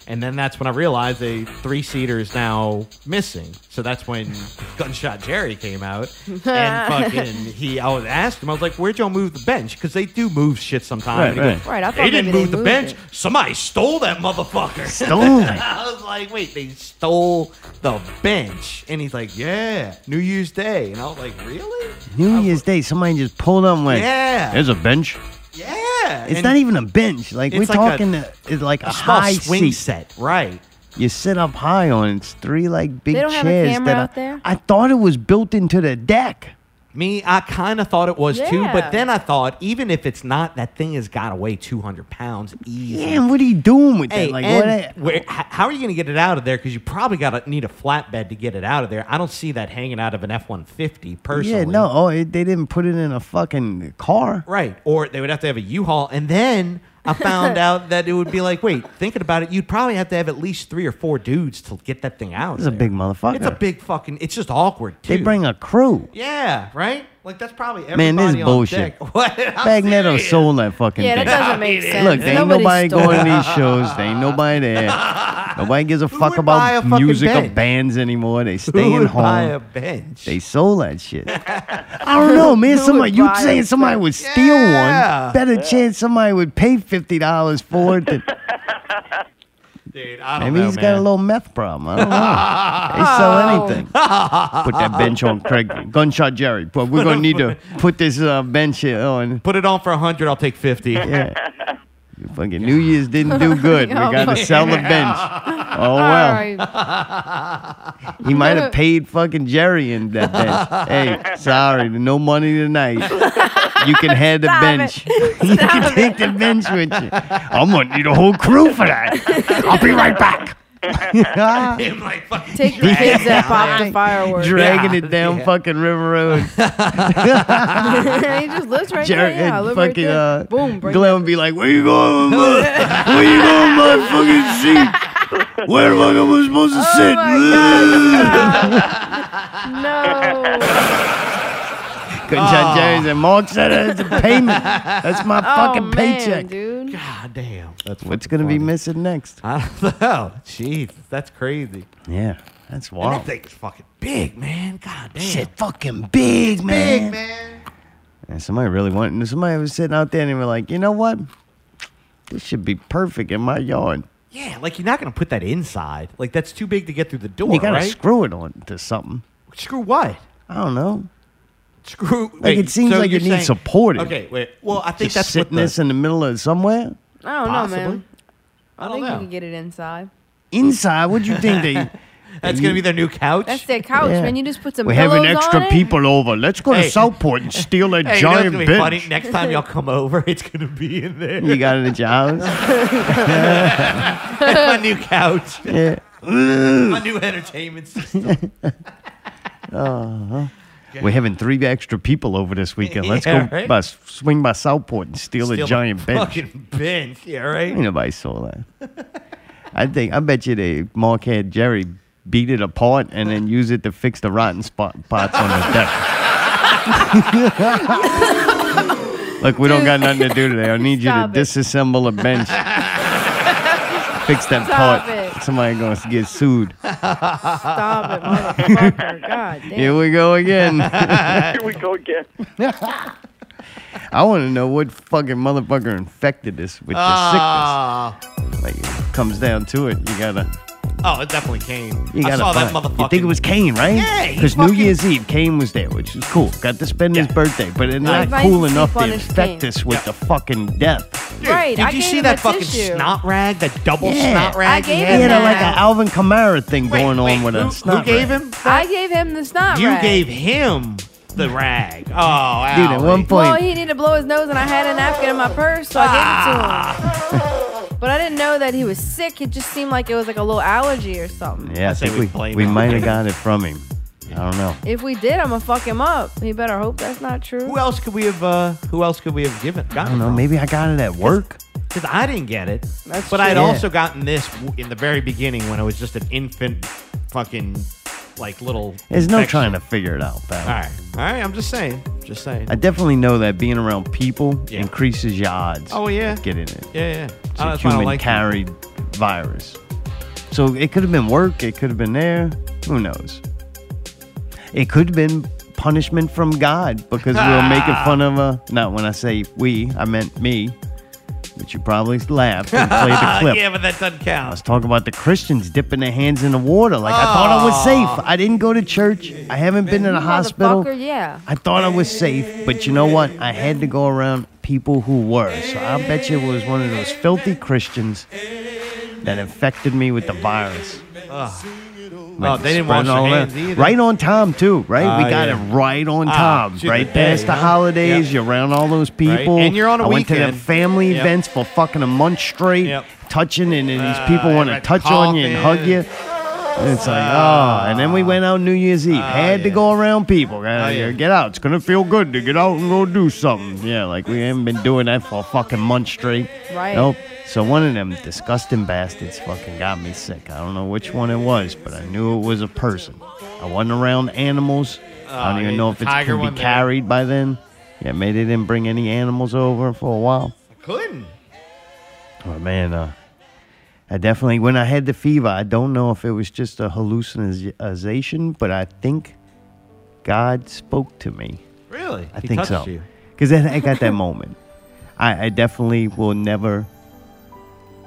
[SPEAKER 3] And then that's when I realized a three seater is now missing. So that's when Gunshot Jerry came out and fucking he. I was asked him. I was like, "Where'd y'all move the bench? Because they do move shit sometimes."
[SPEAKER 1] Right,
[SPEAKER 3] And he goes,
[SPEAKER 1] right.
[SPEAKER 2] Right, I thought
[SPEAKER 3] they didn't
[SPEAKER 2] maybe
[SPEAKER 3] move the
[SPEAKER 2] moved
[SPEAKER 3] bench.
[SPEAKER 2] it.
[SPEAKER 3] Somebody stole that motherfucker.
[SPEAKER 1] Stole it.
[SPEAKER 3] I was like, wait, they stole the bench. And he's like, yeah, New Year's Day. And I was like, really?
[SPEAKER 1] New Year's Day, somebody just pulled up and went,
[SPEAKER 3] Yeah.
[SPEAKER 1] there's a bench.
[SPEAKER 3] Yeah.
[SPEAKER 1] It's
[SPEAKER 3] And
[SPEAKER 1] not even a bench. Like, we're
[SPEAKER 3] It's like a-
[SPEAKER 1] talking, a, it's like a,
[SPEAKER 3] a small
[SPEAKER 1] high
[SPEAKER 3] swing
[SPEAKER 1] seat.
[SPEAKER 3] set. Right.
[SPEAKER 1] You sit up high on it. It's three, like, big
[SPEAKER 2] They don't have a
[SPEAKER 1] chairs
[SPEAKER 2] camera
[SPEAKER 1] that I,
[SPEAKER 2] out there?
[SPEAKER 1] I thought it was built into the deck.
[SPEAKER 3] Me, I kind of thought it was too,
[SPEAKER 2] Yeah.
[SPEAKER 3] but then I thought, even if it's not, that thing has got to weigh 200 pounds easy.
[SPEAKER 1] Yeah, and what are you doing with
[SPEAKER 3] Hey,
[SPEAKER 1] that? Like,
[SPEAKER 3] and
[SPEAKER 1] what?
[SPEAKER 3] where- h- how are you going to get it out of there? Because you probably got to need a flatbed to get it out of there. I don't see that hanging out of an F 150 personally.
[SPEAKER 1] Yeah, no. Oh, it, they didn't put it in a fucking car.
[SPEAKER 3] Right. Or they would have to have a U-Haul. And then I found out that it would be like, wait, thinking about it, you'd probably have to have at least three or four dudes to get that thing out.
[SPEAKER 1] It's a
[SPEAKER 3] there.
[SPEAKER 1] big motherfucker.
[SPEAKER 3] It's a big fucking. It's just awkward. Too.
[SPEAKER 1] They bring a crew.
[SPEAKER 3] Yeah. Right. Like that's probably everybody
[SPEAKER 1] Man, this is
[SPEAKER 3] on
[SPEAKER 1] bullshit.
[SPEAKER 3] deck. What? I'm
[SPEAKER 1] Magneto
[SPEAKER 3] serious.
[SPEAKER 1] sold that fucking
[SPEAKER 2] Yeah, that
[SPEAKER 1] thing.
[SPEAKER 2] doesn't make
[SPEAKER 3] Look,
[SPEAKER 2] sense.
[SPEAKER 1] Look, there ain't
[SPEAKER 2] Nobody
[SPEAKER 1] nobody
[SPEAKER 2] stole
[SPEAKER 1] going to
[SPEAKER 2] it.
[SPEAKER 1] these shows. There ain't nobody there. Nobody gives a fuck
[SPEAKER 3] would buy a
[SPEAKER 1] about
[SPEAKER 3] fucking
[SPEAKER 1] music or
[SPEAKER 3] bench?
[SPEAKER 1] bands anymore. They
[SPEAKER 3] Who
[SPEAKER 1] staying
[SPEAKER 3] would
[SPEAKER 1] home.
[SPEAKER 3] buy a bench?
[SPEAKER 1] they sold that shit. I don't know, man.
[SPEAKER 2] Who
[SPEAKER 1] Somebody
[SPEAKER 2] would
[SPEAKER 1] you
[SPEAKER 2] buy
[SPEAKER 1] saying
[SPEAKER 2] a
[SPEAKER 1] somebody would steal
[SPEAKER 3] Yeah.
[SPEAKER 1] one? Better chance somebody would pay fifty dollars for it. Than,
[SPEAKER 3] Dude, I don't
[SPEAKER 1] maybe
[SPEAKER 3] know,
[SPEAKER 1] he's
[SPEAKER 3] man.
[SPEAKER 1] got a little meth problem. I don't know. they
[SPEAKER 2] Oh.
[SPEAKER 1] sell anything. Put that bench on Craig. Gunshot Jerry. But we're gonna need to put this uh, bench here on.
[SPEAKER 3] Put it on for a hundred. I'll take fifty.
[SPEAKER 1] Yeah. Fucking New Year's didn't do good. We got to sell the bench. Oh well.
[SPEAKER 2] All right.
[SPEAKER 1] He might have paid fucking Jerry in that bench. hey, sorry, no money tonight. You can have the
[SPEAKER 2] Stop
[SPEAKER 1] bench.
[SPEAKER 2] it.
[SPEAKER 1] you
[SPEAKER 2] Stop
[SPEAKER 1] can
[SPEAKER 2] it.
[SPEAKER 1] take the bench with you. I'm gonna need a whole crew for that. I'll be right back.
[SPEAKER 3] Him, like, fucking
[SPEAKER 2] Take the
[SPEAKER 3] drag
[SPEAKER 2] kids
[SPEAKER 3] it
[SPEAKER 2] that
[SPEAKER 3] down
[SPEAKER 2] popped
[SPEAKER 3] there.
[SPEAKER 2] the fireworks.
[SPEAKER 1] Dragging
[SPEAKER 3] Yeah.
[SPEAKER 1] it down
[SPEAKER 3] Yeah.
[SPEAKER 1] fucking River Road.
[SPEAKER 2] he just lives right
[SPEAKER 1] Jerry
[SPEAKER 2] there. Yeah, I
[SPEAKER 1] and
[SPEAKER 2] live
[SPEAKER 1] fucking
[SPEAKER 2] right there.
[SPEAKER 1] uh,
[SPEAKER 2] Boom. Bring
[SPEAKER 1] Glenn would be like, "Where you going, with my, where you going, with my fucking seat? Where the fuck am I supposed to
[SPEAKER 2] Oh
[SPEAKER 1] sit?"
[SPEAKER 2] my God, stop. no.
[SPEAKER 1] Gunshot
[SPEAKER 3] Ah.
[SPEAKER 1] Jerry's and Mark said it's a payment. That's my fucking
[SPEAKER 2] oh,
[SPEAKER 1] paycheck.
[SPEAKER 2] Man, dude.
[SPEAKER 3] God damn. That's
[SPEAKER 1] What's gonna be missing next?
[SPEAKER 3] I don't know. Jeez, that's crazy.
[SPEAKER 1] Yeah, that's
[SPEAKER 3] And
[SPEAKER 1] wild.
[SPEAKER 3] That thing's fucking big, man. God damn.
[SPEAKER 1] Shit, fucking big man.
[SPEAKER 3] Big man.
[SPEAKER 1] And somebody really wanted. Somebody was sitting out there and they were like, "You know what? This should be perfect in my yard.
[SPEAKER 3] Yeah, like you're not gonna put that inside. Like that's too big to get through the door,
[SPEAKER 1] you gotta
[SPEAKER 3] right?
[SPEAKER 1] screw it on to something.
[SPEAKER 3] Screw what?
[SPEAKER 1] I don't know.
[SPEAKER 3] Screw. Like
[SPEAKER 1] it seems like it needs supporting.
[SPEAKER 3] Okay, wait. Well, I think
[SPEAKER 1] Just
[SPEAKER 3] that's what
[SPEAKER 1] sitting
[SPEAKER 3] the,
[SPEAKER 1] this in the middle of somewhere."
[SPEAKER 2] I don't
[SPEAKER 3] possibly.
[SPEAKER 2] know, man.
[SPEAKER 3] I
[SPEAKER 2] I
[SPEAKER 3] don't
[SPEAKER 2] think you
[SPEAKER 3] know.
[SPEAKER 2] can get it inside.
[SPEAKER 1] inside. What do you think they?
[SPEAKER 3] that's gonna be their new couch.
[SPEAKER 2] That's their couch,
[SPEAKER 1] Yeah.
[SPEAKER 2] man. You just put some
[SPEAKER 1] We're
[SPEAKER 2] pillows
[SPEAKER 1] having extra
[SPEAKER 2] on
[SPEAKER 1] people over. Let's go
[SPEAKER 3] Hey.
[SPEAKER 1] to Southport and steal that
[SPEAKER 3] Hey, you know what's
[SPEAKER 1] giant
[SPEAKER 3] gonna be
[SPEAKER 1] bench.
[SPEAKER 3] funny? Next time y'all come over, it's gonna be in there.
[SPEAKER 1] You got it at your house?
[SPEAKER 3] my new couch,
[SPEAKER 1] Yeah.
[SPEAKER 3] my new entertainment system.
[SPEAKER 1] We're having three extra people over this weekend. Let's
[SPEAKER 3] Yeah,
[SPEAKER 1] go
[SPEAKER 3] right?
[SPEAKER 1] by, swing by Southport and steal,
[SPEAKER 3] Still
[SPEAKER 1] a giant bench.
[SPEAKER 3] Fucking bench. Yeah, right.
[SPEAKER 1] Ain't nobody saw that. I think I bet you they Mark had Jerry beat it apart and then use it to fix the rotten spot, spots on his deck. Look, we don't
[SPEAKER 2] Dude.
[SPEAKER 1] got nothing to do today. I need you to
[SPEAKER 2] Stop it.
[SPEAKER 1] disassemble a bench. Fix that
[SPEAKER 2] Stop
[SPEAKER 1] part.
[SPEAKER 2] it.
[SPEAKER 1] Somebody gonna get sued.
[SPEAKER 2] Stop it, motherfucker. God damn.
[SPEAKER 1] Here we go again.
[SPEAKER 4] Here we go again.
[SPEAKER 1] I want to know what fucking motherfucker infected this with the
[SPEAKER 3] Ah.
[SPEAKER 1] sickness. Like, it comes down to it, you gotta.
[SPEAKER 3] oh, it definitely came.
[SPEAKER 1] You
[SPEAKER 3] I
[SPEAKER 1] gotta
[SPEAKER 3] saw that
[SPEAKER 1] find-
[SPEAKER 3] motherfucker.
[SPEAKER 1] You think it was Kane, right?
[SPEAKER 3] Yeah, he
[SPEAKER 1] Because New
[SPEAKER 3] fucking-
[SPEAKER 1] Year's Eve, Kane was there, which is cool. Got to spend his
[SPEAKER 3] Yeah.
[SPEAKER 1] birthday, but it's
[SPEAKER 2] I
[SPEAKER 1] not
[SPEAKER 2] like
[SPEAKER 1] cool
[SPEAKER 2] to
[SPEAKER 1] enough
[SPEAKER 2] sleep
[SPEAKER 1] to
[SPEAKER 2] on his
[SPEAKER 1] infect
[SPEAKER 2] cane.
[SPEAKER 1] us with the fucking death.
[SPEAKER 2] right.
[SPEAKER 3] Did
[SPEAKER 2] I
[SPEAKER 3] you
[SPEAKER 2] gave
[SPEAKER 3] see
[SPEAKER 2] him
[SPEAKER 3] that
[SPEAKER 2] a
[SPEAKER 3] fucking
[SPEAKER 2] tissue.
[SPEAKER 3] snot rag? That double
[SPEAKER 1] Yeah.
[SPEAKER 3] snot rag?
[SPEAKER 2] I gave
[SPEAKER 3] he
[SPEAKER 2] him
[SPEAKER 1] He
[SPEAKER 3] had?
[SPEAKER 1] had a,
[SPEAKER 2] that.
[SPEAKER 1] like an Alvin Kamara thing
[SPEAKER 3] Wait,
[SPEAKER 1] going
[SPEAKER 3] wait,
[SPEAKER 1] on with
[SPEAKER 3] who,
[SPEAKER 1] a snot.
[SPEAKER 3] Who gave
[SPEAKER 1] rag.
[SPEAKER 3] him?
[SPEAKER 2] I gave him the snot
[SPEAKER 3] You
[SPEAKER 2] rag.
[SPEAKER 3] gave him the rag. Oh, Allie.
[SPEAKER 1] Dude, at one
[SPEAKER 2] Well,
[SPEAKER 1] point,
[SPEAKER 2] he needed to blow his nose, and I had a napkin in my purse, so I gave
[SPEAKER 1] Ah.
[SPEAKER 2] it to him. But I didn't know that he was sick. It just seemed like it was like a little allergy or something.
[SPEAKER 1] yeah, I
[SPEAKER 3] I'd say
[SPEAKER 1] think
[SPEAKER 3] we
[SPEAKER 1] we,
[SPEAKER 3] blame
[SPEAKER 1] we
[SPEAKER 3] him.
[SPEAKER 1] might have got it from him. I don't know.
[SPEAKER 2] If we did, I'm gonna fuck him up. He better hope that's not true.
[SPEAKER 3] Who else could we have? Uh, who else could we have given?
[SPEAKER 1] I don't know. Maybe I got it at work.
[SPEAKER 3] because I didn't get it.
[SPEAKER 2] That's
[SPEAKER 3] but I had
[SPEAKER 1] true. Yeah.
[SPEAKER 3] also gotten this w- in the very beginning when I was just an infant, fucking like little.
[SPEAKER 1] There's no
[SPEAKER 3] infection.
[SPEAKER 1] trying to figure it out, pal.
[SPEAKER 3] All right, all right. I'm just saying, just saying.
[SPEAKER 1] I definitely know that being around people
[SPEAKER 3] Yeah.
[SPEAKER 1] increases your odds.
[SPEAKER 3] oh yeah,
[SPEAKER 1] of Getting it.
[SPEAKER 3] yeah, yeah.
[SPEAKER 1] It's
[SPEAKER 3] Oh,
[SPEAKER 1] a
[SPEAKER 3] that's why I don't
[SPEAKER 1] human
[SPEAKER 3] like
[SPEAKER 1] carried virus. So it could have been work. It could have been there. Who knows? It could have been punishment from God because we were making fun of a. Not when I say we, I meant me. But you probably laughed and played the
[SPEAKER 3] Ah,
[SPEAKER 1] clip.
[SPEAKER 3] yeah, but that doesn't
[SPEAKER 1] I
[SPEAKER 3] count.
[SPEAKER 1] was talking about the Christians dipping their hands in the water. Like, I thought I was safe. I didn't go to church. I haven't been in a
[SPEAKER 2] Motherfucker,
[SPEAKER 1] hospital.
[SPEAKER 2] Yeah.
[SPEAKER 1] I thought I was safe, but you know what? I had to go around people who were. So I bet you it was one of those filthy Christians that infected me with the virus.
[SPEAKER 3] Oh, they didn't
[SPEAKER 1] Spreading
[SPEAKER 3] wash their
[SPEAKER 1] all
[SPEAKER 3] hands
[SPEAKER 1] around.
[SPEAKER 3] either.
[SPEAKER 1] Right on time, too, right?
[SPEAKER 3] Ah,
[SPEAKER 1] we got
[SPEAKER 3] yeah.
[SPEAKER 1] it right on
[SPEAKER 3] Ah,
[SPEAKER 1] time.
[SPEAKER 3] to the
[SPEAKER 1] right
[SPEAKER 3] day,
[SPEAKER 1] past the
[SPEAKER 3] huh?
[SPEAKER 1] holidays,
[SPEAKER 3] Yep.
[SPEAKER 1] you're around all those people.
[SPEAKER 3] And you're on a
[SPEAKER 1] I went to their
[SPEAKER 3] weekend.
[SPEAKER 1] family
[SPEAKER 3] Yep.
[SPEAKER 1] events for fucking a month straight,
[SPEAKER 3] Yep.
[SPEAKER 1] touching, and then these people
[SPEAKER 3] Ah,
[SPEAKER 1] want to
[SPEAKER 3] right,
[SPEAKER 1] touch on you and hug
[SPEAKER 3] coughing. Uh,
[SPEAKER 1] you. And It's like, oh, and then we went out New Year's Eve. Had to
[SPEAKER 3] yeah. Oh,
[SPEAKER 1] go around people. Gotta
[SPEAKER 3] yeah.
[SPEAKER 1] Get out. It's gonna feel good to get out and go do something. Yeah, like we haven't been doing that for a fucking month straight.
[SPEAKER 2] Right.
[SPEAKER 1] Nope. So one of them disgusting bastards fucking got me sick. I don't know which one it was, but I knew it was a person. I wasn't around animals. I
[SPEAKER 3] Oh,
[SPEAKER 1] don't even
[SPEAKER 3] yeah,
[SPEAKER 1] know
[SPEAKER 3] the
[SPEAKER 1] if it
[SPEAKER 3] tiger
[SPEAKER 1] can
[SPEAKER 3] one
[SPEAKER 1] be
[SPEAKER 3] there.
[SPEAKER 1] carried by then. Yeah, maybe they didn't bring any animals over for a while.
[SPEAKER 3] Couldn't.
[SPEAKER 1] Oh man, uh, I definitely when I had the fever, I don't know if it was just a hallucination, but I think God spoke to me.
[SPEAKER 3] Really?
[SPEAKER 1] I
[SPEAKER 3] He
[SPEAKER 1] think
[SPEAKER 3] touched
[SPEAKER 1] so.
[SPEAKER 3] You.
[SPEAKER 1] Because then I got that moment. I, I definitely will never,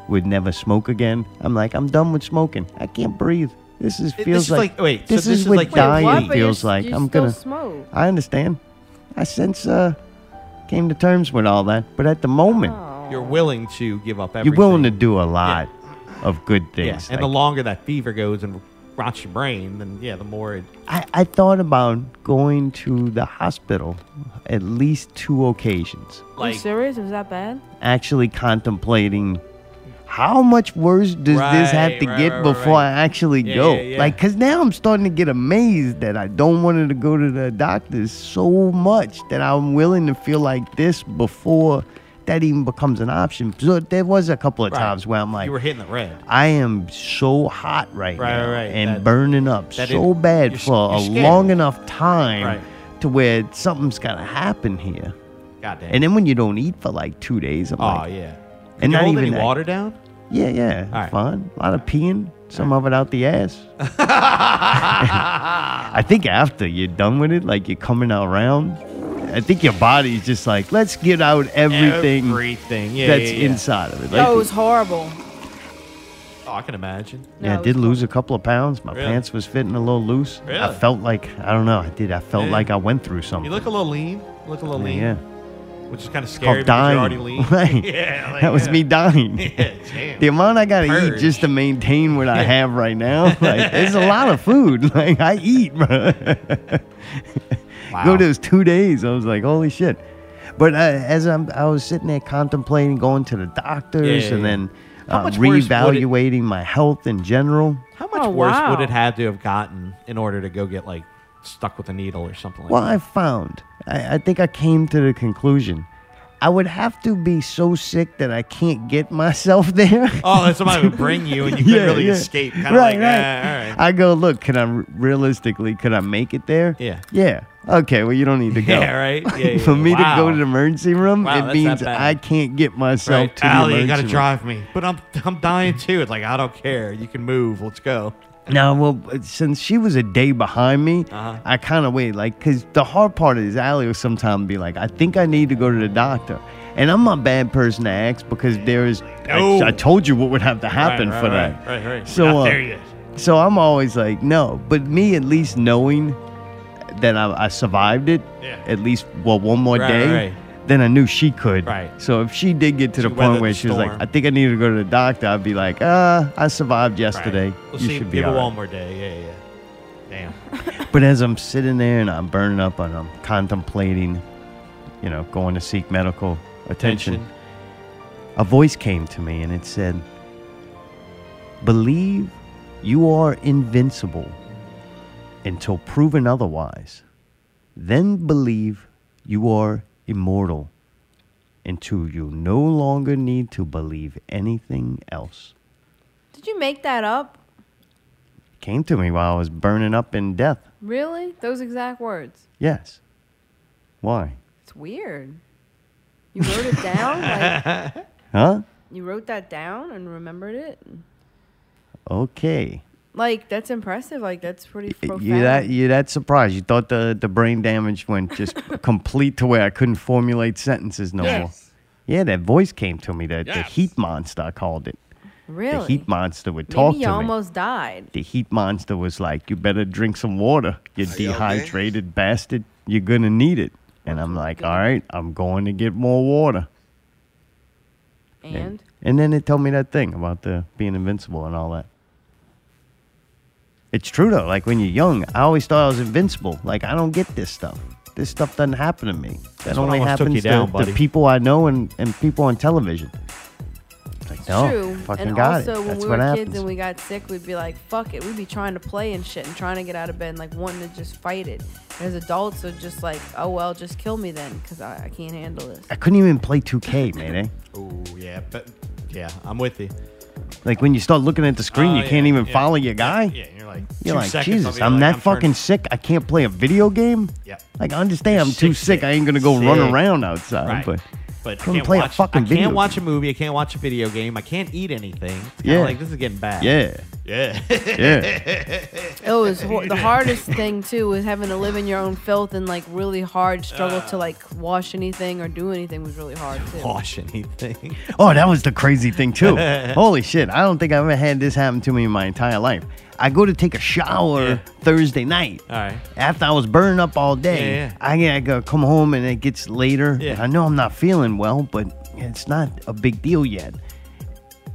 [SPEAKER 1] would never smoke again. I'm like, I'm done with smoking. I can't breathe. This is
[SPEAKER 3] It-
[SPEAKER 1] feels
[SPEAKER 3] this is
[SPEAKER 1] like,
[SPEAKER 3] like- wait, so
[SPEAKER 1] This
[SPEAKER 3] this
[SPEAKER 1] is,
[SPEAKER 3] is
[SPEAKER 1] what
[SPEAKER 3] like
[SPEAKER 2] Wait,
[SPEAKER 1] dying
[SPEAKER 2] what? But
[SPEAKER 1] feels
[SPEAKER 2] you're,
[SPEAKER 1] like.
[SPEAKER 2] You
[SPEAKER 1] I'm
[SPEAKER 2] still
[SPEAKER 1] gonna.
[SPEAKER 2] smoke.
[SPEAKER 1] I understand. I since uh, came to terms with all that, but at the moment,
[SPEAKER 3] You're willing to give up Oh. everything.
[SPEAKER 1] you're willing to do a lot of good
[SPEAKER 3] Yeah.
[SPEAKER 1] things.
[SPEAKER 3] And
[SPEAKER 1] Like,
[SPEAKER 3] the longer that fever goes and rots your brain, then yeah, the more it.
[SPEAKER 1] I, I thought about going to the hospital at least two occasions.
[SPEAKER 2] Are
[SPEAKER 3] Like,
[SPEAKER 2] you serious? Was that bad?
[SPEAKER 1] actually contemplating how much worse does this have
[SPEAKER 3] Right,
[SPEAKER 1] to
[SPEAKER 3] right,
[SPEAKER 1] get
[SPEAKER 3] right, right,
[SPEAKER 1] before
[SPEAKER 3] right.
[SPEAKER 1] I actually
[SPEAKER 3] Yeah,
[SPEAKER 1] go?
[SPEAKER 3] yeah, yeah.
[SPEAKER 1] Like, cause now I'm starting to get amazed that I don't want to go to the doctors so much that I'm willing to feel like this before that even becomes an option. So there was a couple of
[SPEAKER 3] Right.
[SPEAKER 1] times where I'm like,
[SPEAKER 3] you were hitting the red.
[SPEAKER 1] I am so hot right,
[SPEAKER 3] Right,
[SPEAKER 1] now
[SPEAKER 3] right, right.
[SPEAKER 1] and
[SPEAKER 3] That-
[SPEAKER 1] burning up
[SPEAKER 3] that
[SPEAKER 1] so
[SPEAKER 3] is-
[SPEAKER 1] bad
[SPEAKER 3] you're s-
[SPEAKER 1] for a
[SPEAKER 3] you're scared.
[SPEAKER 1] long enough time
[SPEAKER 3] Right.
[SPEAKER 1] to where something's gotta happen here.
[SPEAKER 3] Goddamn.
[SPEAKER 1] And then when you don't eat for like two days, I'm
[SPEAKER 3] Oh
[SPEAKER 1] like,
[SPEAKER 3] yeah.
[SPEAKER 1] And
[SPEAKER 3] Did you
[SPEAKER 1] not
[SPEAKER 3] hold
[SPEAKER 1] even
[SPEAKER 3] any
[SPEAKER 1] that-
[SPEAKER 3] water down?
[SPEAKER 1] Yeah, yeah.
[SPEAKER 3] All right.
[SPEAKER 1] Fun. A lot of peeing. Some of it out the ass. I think after you're done with it, like you're coming out round, I think your body's just like, let's get out everything
[SPEAKER 3] Everything. Yeah.
[SPEAKER 1] that's
[SPEAKER 3] yeah, yeah.
[SPEAKER 1] inside of it. Like,
[SPEAKER 2] That was horrible.
[SPEAKER 3] Oh, I can imagine.
[SPEAKER 1] yeah,
[SPEAKER 2] No,
[SPEAKER 1] I
[SPEAKER 2] it
[SPEAKER 1] did
[SPEAKER 2] was
[SPEAKER 1] lose a couple of pounds. My
[SPEAKER 3] Really?
[SPEAKER 1] pants was fitting a little loose. I
[SPEAKER 3] Really?
[SPEAKER 1] felt like I don't know. I did. I felt
[SPEAKER 3] Yeah.
[SPEAKER 1] like I went through something.
[SPEAKER 3] You look a little lean. You Look a little lean.
[SPEAKER 1] yeah,
[SPEAKER 3] Which is kind of scary
[SPEAKER 1] called
[SPEAKER 3] because
[SPEAKER 1] dying.
[SPEAKER 3] you're already lean.
[SPEAKER 1] Right.
[SPEAKER 3] Yeah. like,
[SPEAKER 1] that was
[SPEAKER 3] yeah.
[SPEAKER 1] me dying.
[SPEAKER 3] Yeah. Damn.
[SPEAKER 1] The amount I gotta eat
[SPEAKER 3] Purge.
[SPEAKER 1] just to maintain what I have right now, like it's a lot of food. Like I eat, bro.
[SPEAKER 3] Wow.
[SPEAKER 1] Go those two days, I was like, holy shit. But uh, as I'm, I was sitting there contemplating going to the doctors
[SPEAKER 3] Yeah, yeah,
[SPEAKER 1] and
[SPEAKER 3] yeah.
[SPEAKER 1] then
[SPEAKER 3] How
[SPEAKER 1] uh,
[SPEAKER 3] much worse would it-
[SPEAKER 1] reevaluating my health in general.
[SPEAKER 3] How much
[SPEAKER 2] Oh,
[SPEAKER 3] worse
[SPEAKER 2] wow.
[SPEAKER 3] would it have to have gotten in order to go get like stuck with a needle or something like
[SPEAKER 1] Well,
[SPEAKER 3] that?
[SPEAKER 1] I found, I, I think I came to the conclusion I would have to be so sick that I can't get myself there.
[SPEAKER 3] Oh, that's somebody would bring you and you couldn't really escape. Kind of
[SPEAKER 1] right,
[SPEAKER 3] like,
[SPEAKER 1] right.
[SPEAKER 3] eh, all right.
[SPEAKER 1] I go, look, could I r- realistically, could I make it there?
[SPEAKER 3] Yeah.
[SPEAKER 1] Yeah. Okay, well, you don't need to go.
[SPEAKER 3] Yeah, right? Yeah, yeah,
[SPEAKER 1] For me to
[SPEAKER 3] wow.
[SPEAKER 1] go to the emergency room,
[SPEAKER 3] Wow,
[SPEAKER 1] it
[SPEAKER 3] that's
[SPEAKER 1] means
[SPEAKER 3] that bad.
[SPEAKER 1] I can't get myself
[SPEAKER 3] Right.
[SPEAKER 1] to the
[SPEAKER 3] Allie,
[SPEAKER 1] emergency
[SPEAKER 3] you gotta
[SPEAKER 1] room.
[SPEAKER 3] drive me. But I'm I'm dying too. It's like I don't care. You can move. Let's go.
[SPEAKER 1] Now, well, uh, since she was a day behind me,
[SPEAKER 3] Uh-huh.
[SPEAKER 1] I kind of waited. Like, because the hard part is Allie will sometimes be like, I think I need to go to the doctor. And I'm a bad person to ask because there is, I-
[SPEAKER 3] No.
[SPEAKER 1] I, told you what would have to happen
[SPEAKER 3] right,
[SPEAKER 1] for
[SPEAKER 3] right,
[SPEAKER 1] that.
[SPEAKER 3] right, right.
[SPEAKER 1] So,
[SPEAKER 3] Not
[SPEAKER 1] uh,
[SPEAKER 3] there yet.
[SPEAKER 1] so I'm always like, no. But me at least knowing that I, I survived it,
[SPEAKER 3] Yeah.
[SPEAKER 1] at least, well, one more
[SPEAKER 3] Right,
[SPEAKER 1] day.
[SPEAKER 3] right.
[SPEAKER 1] Then I knew she could.
[SPEAKER 3] Right.
[SPEAKER 1] So if she did get to the
[SPEAKER 3] weathered
[SPEAKER 1] point where
[SPEAKER 3] the
[SPEAKER 1] she was like,
[SPEAKER 3] storm.
[SPEAKER 1] "I think I need to go to the doctor," I'd be like, "Uh, I survived yesterday.
[SPEAKER 3] Right.
[SPEAKER 1] You
[SPEAKER 3] We'll see.
[SPEAKER 1] should be
[SPEAKER 3] Give it
[SPEAKER 1] all right."
[SPEAKER 3] one more day. Yeah, yeah. yeah. Damn.
[SPEAKER 1] But as I'm sitting there and I'm burning up and I'm contemplating, you know, going to seek medical attention,
[SPEAKER 3] Tension.
[SPEAKER 1] a voice came to me and it said, Believe you are invincible until proven otherwise. Then believe you are immortal until you no longer need to believe anything else.
[SPEAKER 2] Did you make that up?
[SPEAKER 1] Came to me while I was burning up in death.
[SPEAKER 2] Really? Those exact words.
[SPEAKER 1] Yes. Why?
[SPEAKER 2] It's weird. You wrote it down? Like,
[SPEAKER 1] Huh?
[SPEAKER 2] you wrote that down and remembered it?
[SPEAKER 1] Okay.
[SPEAKER 2] Like, that's impressive. Like, that's pretty profound.
[SPEAKER 1] You that you that surprised? You thought the the brain damage went just complete to where I couldn't formulate sentences no more.
[SPEAKER 2] Yes.
[SPEAKER 1] Yeah, that voice came to me. The, the
[SPEAKER 3] Yes.
[SPEAKER 1] heat monster, I called it.
[SPEAKER 2] Really?
[SPEAKER 1] The heat monster would talk
[SPEAKER 2] Maybe you
[SPEAKER 1] to
[SPEAKER 2] almost died.
[SPEAKER 1] me. The heat monster was like, "You better drink some water. You
[SPEAKER 6] you okay?
[SPEAKER 1] dehydrated bastard. You're gonna need it." And I'm like, "All right, I'm going to get more water."
[SPEAKER 2] And?
[SPEAKER 1] And then it told me that thing about the being invincible and all that. It's true though. Like when you're young, I always thought I was invincible. Like I don't get this stuff. This stuff doesn't happen to me. That
[SPEAKER 3] what
[SPEAKER 1] only
[SPEAKER 3] almost took you
[SPEAKER 1] happens
[SPEAKER 3] down,
[SPEAKER 1] to, to
[SPEAKER 3] buddy.
[SPEAKER 1] people I know and, and people on television. It's like, no,
[SPEAKER 2] True.
[SPEAKER 1] fucking
[SPEAKER 2] and
[SPEAKER 1] got
[SPEAKER 2] also,
[SPEAKER 1] it.
[SPEAKER 2] when
[SPEAKER 1] That's
[SPEAKER 2] we
[SPEAKER 1] what
[SPEAKER 2] were
[SPEAKER 1] happens.
[SPEAKER 2] kids and we got sick, we'd be like, fuck it. We'd be trying to play and shit and trying to get out of bed and, like, wanting to just fight it. And as adults, are just like, oh, well, just kill me then because I, I can't handle this.
[SPEAKER 1] I couldn't even play 2K, man. eh?
[SPEAKER 3] Oh yeah, but yeah, I'm with you.
[SPEAKER 1] Like when you start looking at the screen,
[SPEAKER 3] Oh,
[SPEAKER 1] you can't
[SPEAKER 3] yeah,
[SPEAKER 1] even
[SPEAKER 3] yeah,
[SPEAKER 1] follow your guy.
[SPEAKER 3] Yeah, you're like
[SPEAKER 1] You're
[SPEAKER 3] two
[SPEAKER 1] like,
[SPEAKER 3] seconds, I'll
[SPEAKER 1] Jesus,
[SPEAKER 3] be
[SPEAKER 1] I'm
[SPEAKER 3] like,
[SPEAKER 1] that
[SPEAKER 3] turning-
[SPEAKER 1] fucking sick. I can't play a video game.
[SPEAKER 3] Yep.
[SPEAKER 1] Like I understand, I'm
[SPEAKER 3] You're
[SPEAKER 1] too
[SPEAKER 3] sick,
[SPEAKER 1] sick. I ain't gonna go run
[SPEAKER 3] sick.
[SPEAKER 1] around outside.
[SPEAKER 3] Right.
[SPEAKER 1] But
[SPEAKER 3] But I
[SPEAKER 1] Couldn't
[SPEAKER 3] can't
[SPEAKER 1] play a
[SPEAKER 3] watch,
[SPEAKER 1] fucking
[SPEAKER 3] I can't
[SPEAKER 1] video
[SPEAKER 3] watch a movie. I can't watch a video game. I can't eat anything. It's kinda
[SPEAKER 1] Yeah.
[SPEAKER 3] like this is getting bad.
[SPEAKER 1] yeah,
[SPEAKER 3] yeah.
[SPEAKER 1] yeah.
[SPEAKER 2] It was Oh, hor- the hardest thing too was having to live in your own filth and like really hard struggle to like wash anything or do anything was really hard too.
[SPEAKER 3] Wash anything.
[SPEAKER 1] oh, that was the crazy thing too. Holy shit! I don't think I've ever had this happen to me in my entire life. I go to take a shower
[SPEAKER 3] Yeah.
[SPEAKER 1] Thursday night.
[SPEAKER 3] All right.
[SPEAKER 1] After I was burning up all day,
[SPEAKER 3] Yeah, yeah.
[SPEAKER 1] I gotta go come home and it gets later.
[SPEAKER 3] Yeah.
[SPEAKER 1] And I know I'm not feeling well, but it's not a big deal yet.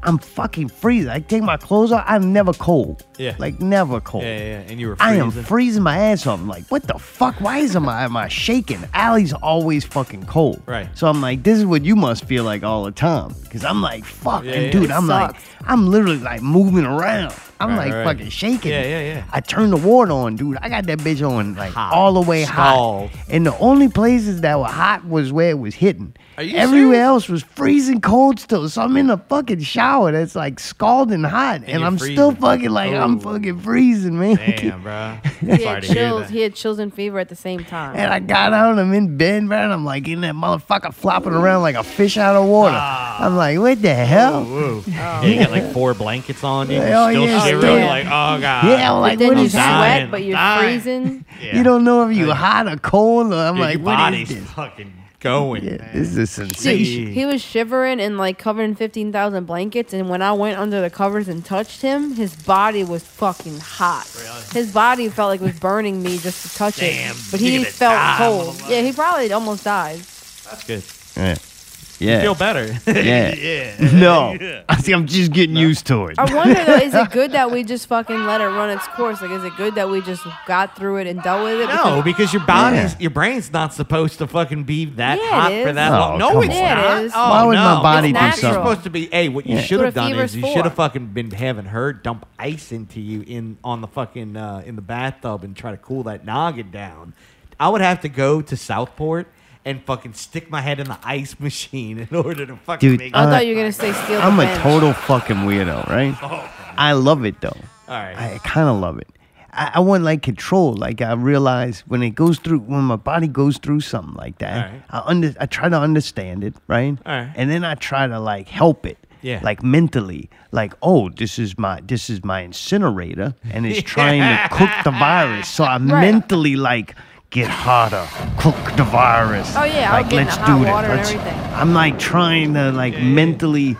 [SPEAKER 1] I'm fucking freezing. I take my clothes off. I'm never cold.
[SPEAKER 3] Yeah.
[SPEAKER 1] Like never cold.
[SPEAKER 3] Yeah, yeah, yeah. And you were
[SPEAKER 1] I
[SPEAKER 3] freezing.
[SPEAKER 1] am freezing my ass off. I'm like, what the fuck? Why is my am I shaking? Allie's always fucking cold.
[SPEAKER 3] Right.
[SPEAKER 1] So I'm like, this is what you must feel like all the time. Cause I'm like, fuck,
[SPEAKER 3] Yeah,
[SPEAKER 1] and
[SPEAKER 3] yeah.
[SPEAKER 1] dude,
[SPEAKER 3] It
[SPEAKER 1] I'm like,
[SPEAKER 2] sucks.
[SPEAKER 1] I'm literally like moving around. I'm
[SPEAKER 3] Right,
[SPEAKER 1] like
[SPEAKER 3] right.
[SPEAKER 1] fucking shaking.
[SPEAKER 3] Yeah, yeah, yeah.
[SPEAKER 1] I turned the water on, dude. I got that bitch on like
[SPEAKER 3] Hot.
[SPEAKER 1] all the way
[SPEAKER 3] Scald.
[SPEAKER 1] hot. And the only places that were hot was where it was hitting.
[SPEAKER 3] Are you
[SPEAKER 1] Everywhere
[SPEAKER 3] serious?
[SPEAKER 1] else was freezing cold still. So I'm in a fucking shower that's like scalding hot. And,
[SPEAKER 3] you're
[SPEAKER 1] I'm still
[SPEAKER 3] freezing.
[SPEAKER 1] fucking like, I'm
[SPEAKER 3] Oh.
[SPEAKER 1] fucking freezing, man.
[SPEAKER 3] Damn, bro.
[SPEAKER 2] He had chills. He had chills and fever at the same time.
[SPEAKER 1] And I got out, I'm in bed, man. I'm like in that motherfucker flopping around like a fish out of water.
[SPEAKER 3] Ah.
[SPEAKER 1] I'm like, what the hell?
[SPEAKER 3] Woo. Yeah, you got like four blankets on you.
[SPEAKER 1] Oh,
[SPEAKER 3] You're still
[SPEAKER 1] yeah,
[SPEAKER 3] shivering.
[SPEAKER 2] yeah.
[SPEAKER 3] You're like, oh god.
[SPEAKER 1] yeah, I'm
[SPEAKER 2] but
[SPEAKER 1] like,
[SPEAKER 2] then
[SPEAKER 1] what
[SPEAKER 2] you
[SPEAKER 1] is
[SPEAKER 2] sweat,
[SPEAKER 1] that?
[SPEAKER 3] dying,
[SPEAKER 2] but
[SPEAKER 3] I'm
[SPEAKER 2] you're
[SPEAKER 3] dying.
[SPEAKER 2] freezing.
[SPEAKER 3] Yeah.
[SPEAKER 1] You don't know if you hot or cold. Or I'm
[SPEAKER 3] Dude,
[SPEAKER 1] like,
[SPEAKER 3] your
[SPEAKER 1] what
[SPEAKER 3] body's
[SPEAKER 1] is this?
[SPEAKER 3] fucking going.
[SPEAKER 1] Yeah,
[SPEAKER 3] man.
[SPEAKER 1] this is a
[SPEAKER 2] Dude,
[SPEAKER 1] sensation.
[SPEAKER 3] Jeez.
[SPEAKER 2] he was shivering and like covered in fifteen thousand blankets. And when I went under the covers and touched him, his body was fucking hot. His body felt like it was burning me just to touch
[SPEAKER 3] Damn,
[SPEAKER 2] it, but
[SPEAKER 3] you're
[SPEAKER 2] he
[SPEAKER 3] gonna
[SPEAKER 2] felt
[SPEAKER 3] die,
[SPEAKER 2] cold.
[SPEAKER 3] motherfucker.
[SPEAKER 2] Yeah, he probably almost died.
[SPEAKER 3] That's good.
[SPEAKER 1] Yeah.
[SPEAKER 3] Feel
[SPEAKER 1] Yeah.
[SPEAKER 3] better.
[SPEAKER 1] Yeah.
[SPEAKER 3] yeah. Oh,
[SPEAKER 1] No. I see, I'm just getting used to it.
[SPEAKER 2] I wonder though, is it good that we just fucking let it run its course? Like, is it good that we just got through it and dealt with it?
[SPEAKER 3] No,
[SPEAKER 2] Because-
[SPEAKER 3] because your body's,
[SPEAKER 1] Yeah.
[SPEAKER 3] your brain's not supposed to fucking be that
[SPEAKER 2] Yeah, it
[SPEAKER 3] hot for
[SPEAKER 2] is.
[SPEAKER 3] that
[SPEAKER 1] Oh,
[SPEAKER 3] long. No,
[SPEAKER 1] come
[SPEAKER 3] it's
[SPEAKER 1] on.
[SPEAKER 2] Yeah, it
[SPEAKER 3] not.
[SPEAKER 2] is.
[SPEAKER 3] Oh,
[SPEAKER 1] Why would my
[SPEAKER 3] no.
[SPEAKER 1] body
[SPEAKER 2] It's
[SPEAKER 1] do
[SPEAKER 2] natural.
[SPEAKER 3] You're
[SPEAKER 1] something?
[SPEAKER 3] supposed to be. Hey, what you
[SPEAKER 1] Yeah.
[SPEAKER 3] should have
[SPEAKER 2] That's what a
[SPEAKER 3] done is
[SPEAKER 2] fever's
[SPEAKER 3] you should have
[SPEAKER 2] for.
[SPEAKER 3] fucking been having her dump ice into you in on the fucking uh, in the bathtub and try to cool that noggin down. I would have to go to Southport and fucking stick my head in the ice machine in order to fucking
[SPEAKER 1] Dude,
[SPEAKER 3] make
[SPEAKER 2] I
[SPEAKER 1] Uh,
[SPEAKER 2] thought you were gonna say steal.
[SPEAKER 1] I'm
[SPEAKER 2] the
[SPEAKER 1] a
[SPEAKER 2] bench.
[SPEAKER 1] total fucking weirdo, right? I love it though.
[SPEAKER 3] Oh, All right.
[SPEAKER 1] I kind of love it. I, I want like control. Like I realize when it goes through, when my body goes through something like that,
[SPEAKER 3] Alright.
[SPEAKER 1] I under, I try to understand it, right?
[SPEAKER 3] Alright.
[SPEAKER 1] And then I try to like help it.
[SPEAKER 3] Yeah.
[SPEAKER 1] Like mentally, like oh, this is my this is my incinerator, and it's trying to cook the virus. So I
[SPEAKER 2] Right.
[SPEAKER 1] mentally like get hotter, cook the virus.
[SPEAKER 2] Oh, yeah, I'll
[SPEAKER 1] like
[SPEAKER 2] get in
[SPEAKER 1] let's
[SPEAKER 2] the hot
[SPEAKER 1] do that.
[SPEAKER 2] water and
[SPEAKER 1] Let's-
[SPEAKER 2] everything.
[SPEAKER 1] I'm like trying to like mentally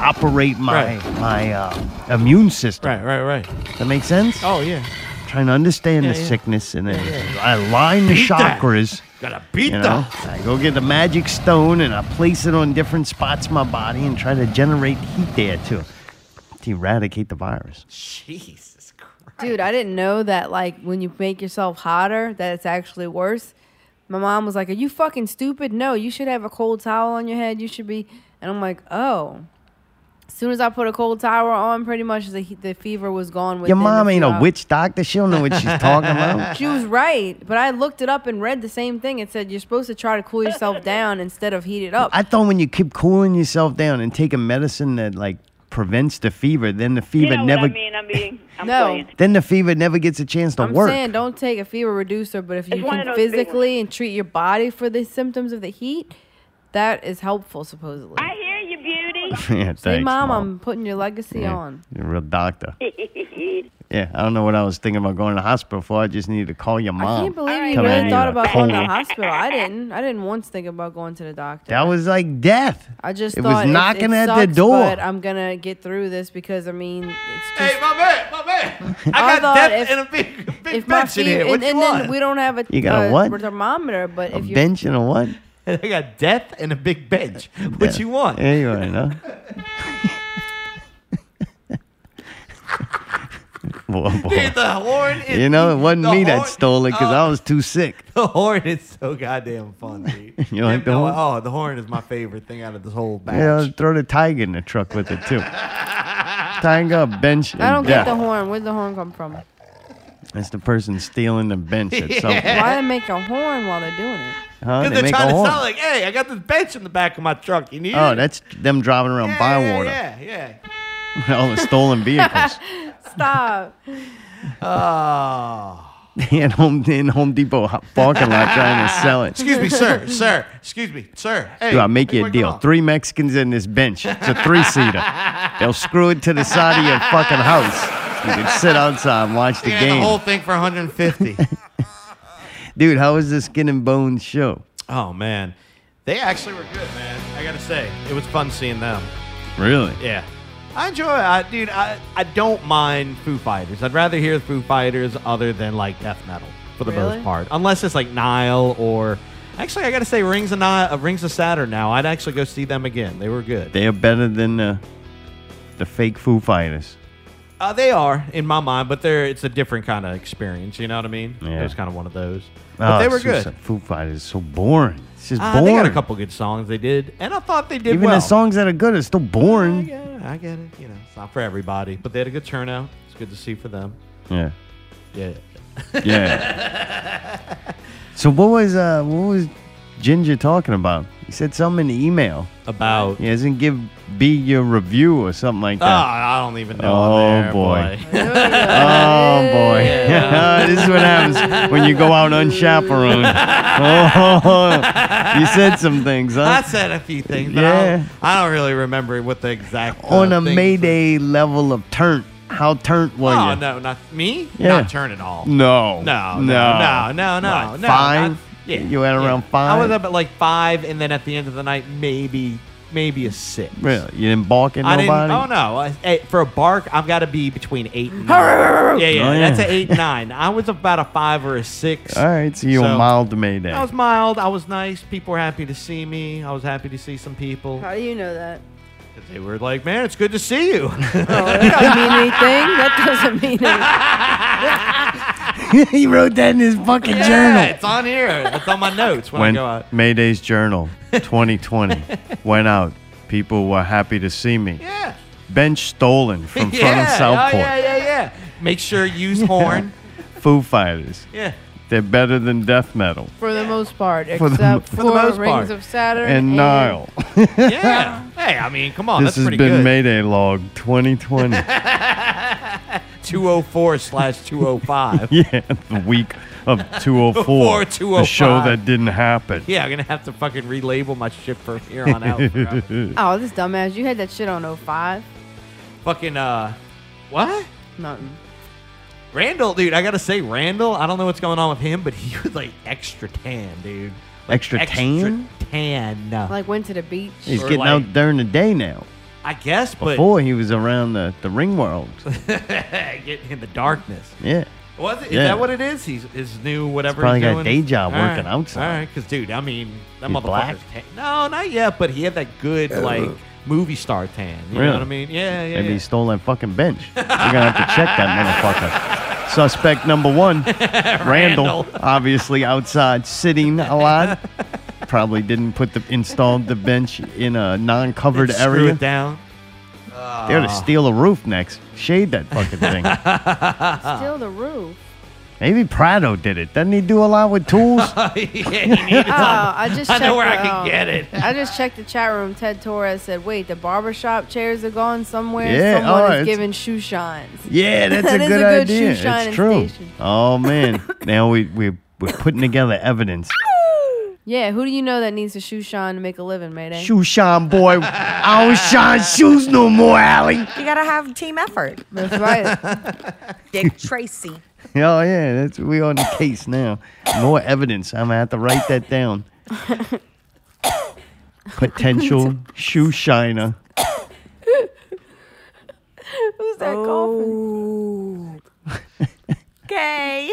[SPEAKER 1] operate my
[SPEAKER 3] Right.
[SPEAKER 1] my uh, immune system.
[SPEAKER 3] Right, right, right.
[SPEAKER 1] That makes sense.
[SPEAKER 3] Oh yeah.
[SPEAKER 1] Trying to understand the
[SPEAKER 3] yeah.
[SPEAKER 1] sickness and then I line the
[SPEAKER 3] Beat that.
[SPEAKER 1] chakras.
[SPEAKER 3] Gotta beat
[SPEAKER 1] You
[SPEAKER 3] the
[SPEAKER 1] know, I go get the magic stone and I place it on different spots in my body and try to generate heat there too, to eradicate the virus.
[SPEAKER 3] Jesus Christ.
[SPEAKER 2] Dude, I didn't know that like when you make yourself hotter, that it's actually worse. My mom was like, "Are you fucking stupid? No, you should have a cold towel on your head. You should be." And I'm like, "Oh." As soon as I put a cold towel on, pretty much the he- the fever was gone.
[SPEAKER 1] Your
[SPEAKER 2] within
[SPEAKER 1] mom
[SPEAKER 2] a few
[SPEAKER 1] ain't a
[SPEAKER 2] hours.
[SPEAKER 1] witch doctor. She don't know what she's talking about.
[SPEAKER 2] She was right, but I looked it up and read the same thing. It said you're supposed to try to cool yourself down instead of heat it up.
[SPEAKER 1] I thought when you keep cooling yourself down and taking medicine that like prevents the fever, then the fever
[SPEAKER 6] You know
[SPEAKER 1] never
[SPEAKER 6] what I mean? I'm being, I'm
[SPEAKER 2] No.
[SPEAKER 6] playing.
[SPEAKER 1] then the fever never gets a chance to
[SPEAKER 2] I'm
[SPEAKER 1] work.
[SPEAKER 2] saying don't take a fever reducer, but if you
[SPEAKER 6] It's one
[SPEAKER 2] can
[SPEAKER 6] of those big
[SPEAKER 2] physically and treat your body for the symptoms of the heat, that is helpful supposedly.
[SPEAKER 6] I hear you, beauty.
[SPEAKER 1] yeah,
[SPEAKER 2] See,
[SPEAKER 1] thanks,
[SPEAKER 2] mom, I'm putting your legacy
[SPEAKER 1] Yeah,
[SPEAKER 2] on.
[SPEAKER 1] You're a real doctor. Yeah, I don't know what I was thinking about going to the hospital for. I just needed to call your
[SPEAKER 2] I
[SPEAKER 1] mom.
[SPEAKER 2] can't believe you
[SPEAKER 1] Come in
[SPEAKER 2] really
[SPEAKER 1] here
[SPEAKER 2] thought about going to the
[SPEAKER 1] cold.
[SPEAKER 2] hospital. I didn't. I didn't once think about going to the doctor.
[SPEAKER 1] that was like death.
[SPEAKER 2] I just
[SPEAKER 1] it
[SPEAKER 2] thought
[SPEAKER 1] was knocking
[SPEAKER 2] it, it
[SPEAKER 1] at
[SPEAKER 2] sucks,
[SPEAKER 1] the door.
[SPEAKER 2] But um, I'm gonna get through this because I mean, it's just
[SPEAKER 3] Hey, my man, my man.
[SPEAKER 2] I
[SPEAKER 3] I got
[SPEAKER 2] thought
[SPEAKER 3] death
[SPEAKER 2] if-
[SPEAKER 3] and a big, big
[SPEAKER 2] if my
[SPEAKER 3] bench in
[SPEAKER 2] feet
[SPEAKER 3] here.
[SPEAKER 2] and,
[SPEAKER 3] What you
[SPEAKER 2] and
[SPEAKER 3] want?
[SPEAKER 2] then we don't have a,
[SPEAKER 1] You got a
[SPEAKER 2] a
[SPEAKER 1] what?
[SPEAKER 2] thermometer, but
[SPEAKER 1] a
[SPEAKER 2] if you
[SPEAKER 1] bench and a what?
[SPEAKER 3] I got death and a big bench. What you want?
[SPEAKER 1] There you are, no? boy, boy.
[SPEAKER 3] Dude, the horn is.
[SPEAKER 1] You know, it wasn't
[SPEAKER 3] the
[SPEAKER 1] me that
[SPEAKER 3] horn- Oh,
[SPEAKER 1] stole it because I was too sick.
[SPEAKER 3] The horn is so goddamn fun, dude.
[SPEAKER 1] You like the
[SPEAKER 3] No,
[SPEAKER 1] horn?
[SPEAKER 3] Oh, the horn is my favorite thing out of this whole
[SPEAKER 2] Uh,
[SPEAKER 3] batch.
[SPEAKER 1] Yeah, I'll throw the tiger in the truck with it too. tiger, bench, and
[SPEAKER 2] I don't
[SPEAKER 1] death.
[SPEAKER 2] get the horn, where'd the horn come from? Why
[SPEAKER 1] That's the person stealing the bench at some point.
[SPEAKER 2] they make a horn while they're doing it?
[SPEAKER 1] Huh?
[SPEAKER 3] Because
[SPEAKER 1] They
[SPEAKER 3] they're
[SPEAKER 1] make a
[SPEAKER 3] trying to
[SPEAKER 1] horn.
[SPEAKER 3] sound like, hey, I got this bench in the back of my truck. You need it?
[SPEAKER 1] Oh, that's them driving around
[SPEAKER 3] yeah, yeah,
[SPEAKER 1] Bywater.
[SPEAKER 3] Yeah, yeah.
[SPEAKER 1] all the stolen vehicles.
[SPEAKER 2] Stop.
[SPEAKER 3] Oh.
[SPEAKER 1] in Home in Home Depot ho- parking lot trying to sell it.
[SPEAKER 3] Excuse me, sir. sir. Excuse me, sir. Hey,
[SPEAKER 1] Do I make you a
[SPEAKER 3] wait,
[SPEAKER 1] deal?
[SPEAKER 3] come on.
[SPEAKER 1] Three Mexicans in this bench. It's a three seater. They'll screw it to the side of your fucking house. You can sit outside and watch the
[SPEAKER 3] You can have
[SPEAKER 1] game.
[SPEAKER 3] the whole thing for 150.
[SPEAKER 1] Dude, how was the Skin and Bones show?
[SPEAKER 3] oh, man. They actually were good, man. I got to say, it was fun seeing them.
[SPEAKER 1] Really?
[SPEAKER 3] Yeah. I enjoy it. I, dude, I, I don't mind Foo Fighters. I'd rather hear Foo Fighters other than like death metal for the
[SPEAKER 2] Really?
[SPEAKER 3] most part. Unless it's like Nile or actually I got to say Rings of Nile, uh, Rings of Saturn now. I'd actually go see them again. They were good.
[SPEAKER 1] They are better than the, the fake Foo Fighters.
[SPEAKER 3] Uh, they are in my mind, but they're it's a different kind of experience, you know what I mean?
[SPEAKER 1] Yeah.
[SPEAKER 3] It was kind of one of those.
[SPEAKER 1] Oh,
[SPEAKER 3] But they were
[SPEAKER 1] it's just-
[SPEAKER 3] good.
[SPEAKER 1] Foo Fighters is so boring. It's just
[SPEAKER 3] Uh,
[SPEAKER 1] boring.
[SPEAKER 3] they got a couple good songs they did, and I thought they did
[SPEAKER 1] Even
[SPEAKER 3] well.
[SPEAKER 1] the songs that are good are still
[SPEAKER 3] I
[SPEAKER 1] boring.
[SPEAKER 3] get it. I get it. You know, it's not for everybody, but they had a good turnout. It's good to see for them.
[SPEAKER 1] Yeah.
[SPEAKER 3] Yeah.
[SPEAKER 1] Yeah. so what was uh what was Ginger talking about? He said something in the email.
[SPEAKER 3] about.
[SPEAKER 1] He doesn't give B your review or something like
[SPEAKER 3] Oh,
[SPEAKER 1] that.
[SPEAKER 3] I don't even know.
[SPEAKER 1] Oh,
[SPEAKER 3] on there,
[SPEAKER 1] boy.
[SPEAKER 3] boy.
[SPEAKER 1] Oh boy. this is what happens when you go out unchaperoned. oh, you said some things,
[SPEAKER 3] I
[SPEAKER 1] huh?
[SPEAKER 3] said a few things, but I,
[SPEAKER 1] Yeah.
[SPEAKER 3] don't, I don't really remember what the exact. uh,
[SPEAKER 1] On a
[SPEAKER 3] things-
[SPEAKER 1] Mayday level of turnt. How turnt were
[SPEAKER 3] Oh
[SPEAKER 1] you?
[SPEAKER 3] no, not me.
[SPEAKER 1] Yeah. Mm.
[SPEAKER 3] Not turn at all.
[SPEAKER 1] No.
[SPEAKER 3] No, no,
[SPEAKER 1] No.
[SPEAKER 3] no, no, no,
[SPEAKER 1] What,
[SPEAKER 3] no,
[SPEAKER 1] five?
[SPEAKER 3] not- yeah,
[SPEAKER 1] You had
[SPEAKER 3] yeah.
[SPEAKER 1] around five?
[SPEAKER 3] I was up at like five, and then at the end of the night, maybe, maybe a six.
[SPEAKER 1] Really? You didn't balk at
[SPEAKER 3] I
[SPEAKER 1] nobody?
[SPEAKER 3] didn't. Oh no! I, hey, for a bark, I've got to be between eight. and nine. yeah, yeah,
[SPEAKER 1] Oh, yeah.
[SPEAKER 3] that's an eight nine. I was about a five or a six.
[SPEAKER 1] All right, so you were
[SPEAKER 3] So-
[SPEAKER 1] mild to Mayday.
[SPEAKER 3] I was mild. I was nice. People were happy to see me. I was happy to see some people.
[SPEAKER 2] How do you know that?
[SPEAKER 3] 'Cause They were like, "Man, it's good to see you."
[SPEAKER 2] Oh, that doesn't mean anything. That doesn't mean anything.
[SPEAKER 1] he wrote that in his fucking
[SPEAKER 3] yeah,
[SPEAKER 1] journal.
[SPEAKER 3] it's on here. It's on my notes when,
[SPEAKER 1] When
[SPEAKER 3] I go out.
[SPEAKER 1] Mayday's journal 2020 went out, people were happy to see me.
[SPEAKER 3] Yeah,
[SPEAKER 1] Bench stolen from
[SPEAKER 3] yeah.
[SPEAKER 1] front of
[SPEAKER 3] Oh,
[SPEAKER 1] Southport.
[SPEAKER 3] yeah, yeah, yeah. Make sure you use horn.
[SPEAKER 1] Foo Fighters.
[SPEAKER 3] Yeah,
[SPEAKER 1] They're better than death metal
[SPEAKER 2] for the most part,
[SPEAKER 1] For the-
[SPEAKER 2] except
[SPEAKER 1] for
[SPEAKER 2] for,
[SPEAKER 1] the most
[SPEAKER 2] Rings
[SPEAKER 1] part.
[SPEAKER 2] of Saturn
[SPEAKER 1] and Nile.
[SPEAKER 3] yeah. Hey, I mean, come on.
[SPEAKER 1] this
[SPEAKER 3] Oh, that's
[SPEAKER 1] has
[SPEAKER 3] pretty
[SPEAKER 1] been
[SPEAKER 3] good.
[SPEAKER 1] Mayday Log 2020.
[SPEAKER 3] 204 slash 205.
[SPEAKER 1] yeah, the week of 204.
[SPEAKER 3] Before
[SPEAKER 1] The show
[SPEAKER 3] 205.
[SPEAKER 1] that didn't happen.
[SPEAKER 3] Yeah, I'm gonna have to fucking relabel my shit from here on out. bro.
[SPEAKER 2] Oh, this dumbass! You had that shit on 05?
[SPEAKER 3] fucking uh, what?
[SPEAKER 2] Nothing.
[SPEAKER 3] Randall, dude, I gotta say, Randall, I don't know what's going on with him, but he was like extra tan, dude. Like,
[SPEAKER 1] Extra tan?
[SPEAKER 3] tan.
[SPEAKER 2] Like went to the beach.
[SPEAKER 1] He's
[SPEAKER 3] Or
[SPEAKER 1] getting
[SPEAKER 3] like-
[SPEAKER 1] out during the day now.
[SPEAKER 3] I guess, but
[SPEAKER 1] Before he was around the, the ring world.
[SPEAKER 3] getting in the darkness.
[SPEAKER 1] Yeah.
[SPEAKER 3] Was it? Is
[SPEAKER 1] Yeah.
[SPEAKER 3] that what it is? He's his new whatever.
[SPEAKER 1] probably
[SPEAKER 3] he's
[SPEAKER 1] got a
[SPEAKER 3] doing?
[SPEAKER 1] day job
[SPEAKER 3] All
[SPEAKER 1] working
[SPEAKER 3] right,
[SPEAKER 1] outside.
[SPEAKER 3] All right, because dude, I mean, that
[SPEAKER 1] He's
[SPEAKER 3] motherfucker's
[SPEAKER 1] black?
[SPEAKER 3] tan. No, not yet, but he had that good like movie star tan. You
[SPEAKER 1] Really?
[SPEAKER 3] know what I mean? Yeah, yeah.
[SPEAKER 1] Maybe
[SPEAKER 3] yeah.
[SPEAKER 1] he stole that fucking bench. We're going to have to check that motherfucker. Suspect number one, Randall,
[SPEAKER 3] Randall.
[SPEAKER 1] obviously outside sitting a lot. Probably didn't put the installed the bench in a non-covered
[SPEAKER 3] Screw
[SPEAKER 1] area.
[SPEAKER 3] it down.
[SPEAKER 1] They're to steal a roof next. Shade that fucking thing.
[SPEAKER 2] Still the roof.
[SPEAKER 1] Maybe Prado did it. Doesn't he do a lot with tools?
[SPEAKER 2] Oh, I just
[SPEAKER 3] I
[SPEAKER 2] checked
[SPEAKER 3] know where I
[SPEAKER 2] the,
[SPEAKER 3] can
[SPEAKER 2] um,
[SPEAKER 3] get it.
[SPEAKER 2] I just checked the chat room. Ted Torres said, "Wait, the barbershop chairs are gone somewhere.
[SPEAKER 1] Yeah,
[SPEAKER 2] Someone
[SPEAKER 1] oh,
[SPEAKER 2] is
[SPEAKER 1] it's-
[SPEAKER 2] giving shoe shines."
[SPEAKER 1] yeah, that's
[SPEAKER 2] That
[SPEAKER 1] a
[SPEAKER 2] is
[SPEAKER 1] good
[SPEAKER 2] a good shoe
[SPEAKER 1] idea.
[SPEAKER 2] shining
[SPEAKER 1] it's true.
[SPEAKER 2] station.
[SPEAKER 1] Oh man, now we we we're putting together evidence.
[SPEAKER 2] Yeah, who do you know that needs a shoe shine to make a living, Mayday?
[SPEAKER 1] Shoe shine boy, I don't shine shoes no more, Allie.
[SPEAKER 7] You gotta have team effort.
[SPEAKER 2] That's right.
[SPEAKER 7] Dick Tracy.
[SPEAKER 1] Oh yeah, that's we on the case now. More evidence. I'm gonna have to write that down. Potential shoe shiner.
[SPEAKER 2] Who's that coughing?
[SPEAKER 7] Oh. Okay.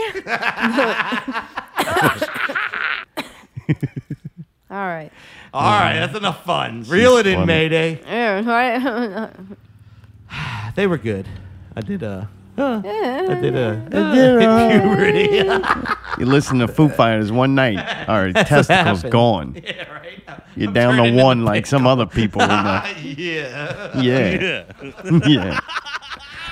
[SPEAKER 2] All right.
[SPEAKER 3] All right, that's enough fun. Reel it in,
[SPEAKER 1] funny.
[SPEAKER 3] Mayday.
[SPEAKER 2] Yeah, right.
[SPEAKER 3] They were good. I did uh, uh, I did a
[SPEAKER 1] You
[SPEAKER 3] puberty.
[SPEAKER 1] listen to Foo Fighters one night. Our testicles
[SPEAKER 3] happened.
[SPEAKER 1] gone.
[SPEAKER 3] yeah, right.
[SPEAKER 1] You're
[SPEAKER 3] I'm
[SPEAKER 1] down
[SPEAKER 3] turning
[SPEAKER 1] to
[SPEAKER 3] into
[SPEAKER 1] one like some other people. in the-
[SPEAKER 3] yeah.
[SPEAKER 1] yeah, yeah.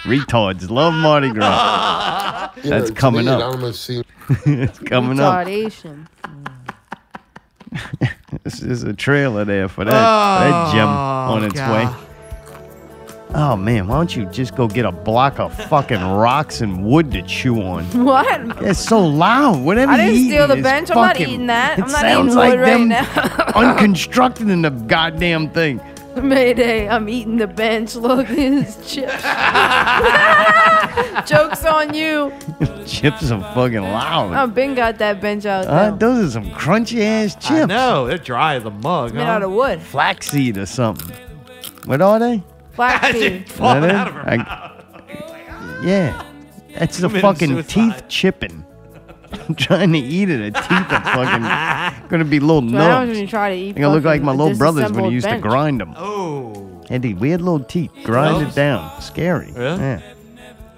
[SPEAKER 1] Retards love Mardi Gras. That's coming up. It's coming up.
[SPEAKER 2] Retardation.
[SPEAKER 1] This is a trailer there for that, that gem on its
[SPEAKER 3] God.
[SPEAKER 1] way. Oh man, why don't you just go get a block of fucking rocks and wood to chew on?
[SPEAKER 2] What?
[SPEAKER 1] It's so loud. Whatever
[SPEAKER 2] I
[SPEAKER 1] you
[SPEAKER 2] didn't
[SPEAKER 1] eat
[SPEAKER 2] steal the
[SPEAKER 1] is
[SPEAKER 2] bench. I'm not
[SPEAKER 1] fucking-
[SPEAKER 2] eating that.
[SPEAKER 1] It
[SPEAKER 2] I'm not
[SPEAKER 1] sounds
[SPEAKER 2] eating
[SPEAKER 1] like
[SPEAKER 2] wood right
[SPEAKER 1] them
[SPEAKER 2] now.
[SPEAKER 1] unconstructed in the goddamn thing.
[SPEAKER 2] Mayday, I'm eating the bench. Look, his chips. Joke's on you.
[SPEAKER 1] Chips are fucking loud.
[SPEAKER 2] I've been got that bench out there.
[SPEAKER 1] Uh, those are some crunchy ass
[SPEAKER 3] I
[SPEAKER 1] chips.
[SPEAKER 3] know they're dry as a mug.
[SPEAKER 2] made
[SPEAKER 3] huh?
[SPEAKER 2] out of wood.
[SPEAKER 1] Flaxseed or something. What are they? Is
[SPEAKER 2] Flaxseed.
[SPEAKER 3] Falling
[SPEAKER 1] that it?
[SPEAKER 3] out of her
[SPEAKER 1] I- Yeah. That's the
[SPEAKER 3] Committed
[SPEAKER 1] fucking
[SPEAKER 3] suicide.
[SPEAKER 1] teeth chipping. I'm trying to eat it. A teeth are fucking gonna be little
[SPEAKER 2] What happens when
[SPEAKER 1] nubs.
[SPEAKER 2] you try to eat
[SPEAKER 1] I'm gonna look like
[SPEAKER 2] fucking
[SPEAKER 1] my little brothers when he
[SPEAKER 2] disassembled
[SPEAKER 1] used
[SPEAKER 2] bench.
[SPEAKER 1] to grind them.
[SPEAKER 3] Oh,
[SPEAKER 1] Had these weird little teeth. Grind it
[SPEAKER 3] Nubs?
[SPEAKER 1] down. Scary.
[SPEAKER 3] Really?
[SPEAKER 1] Yeah.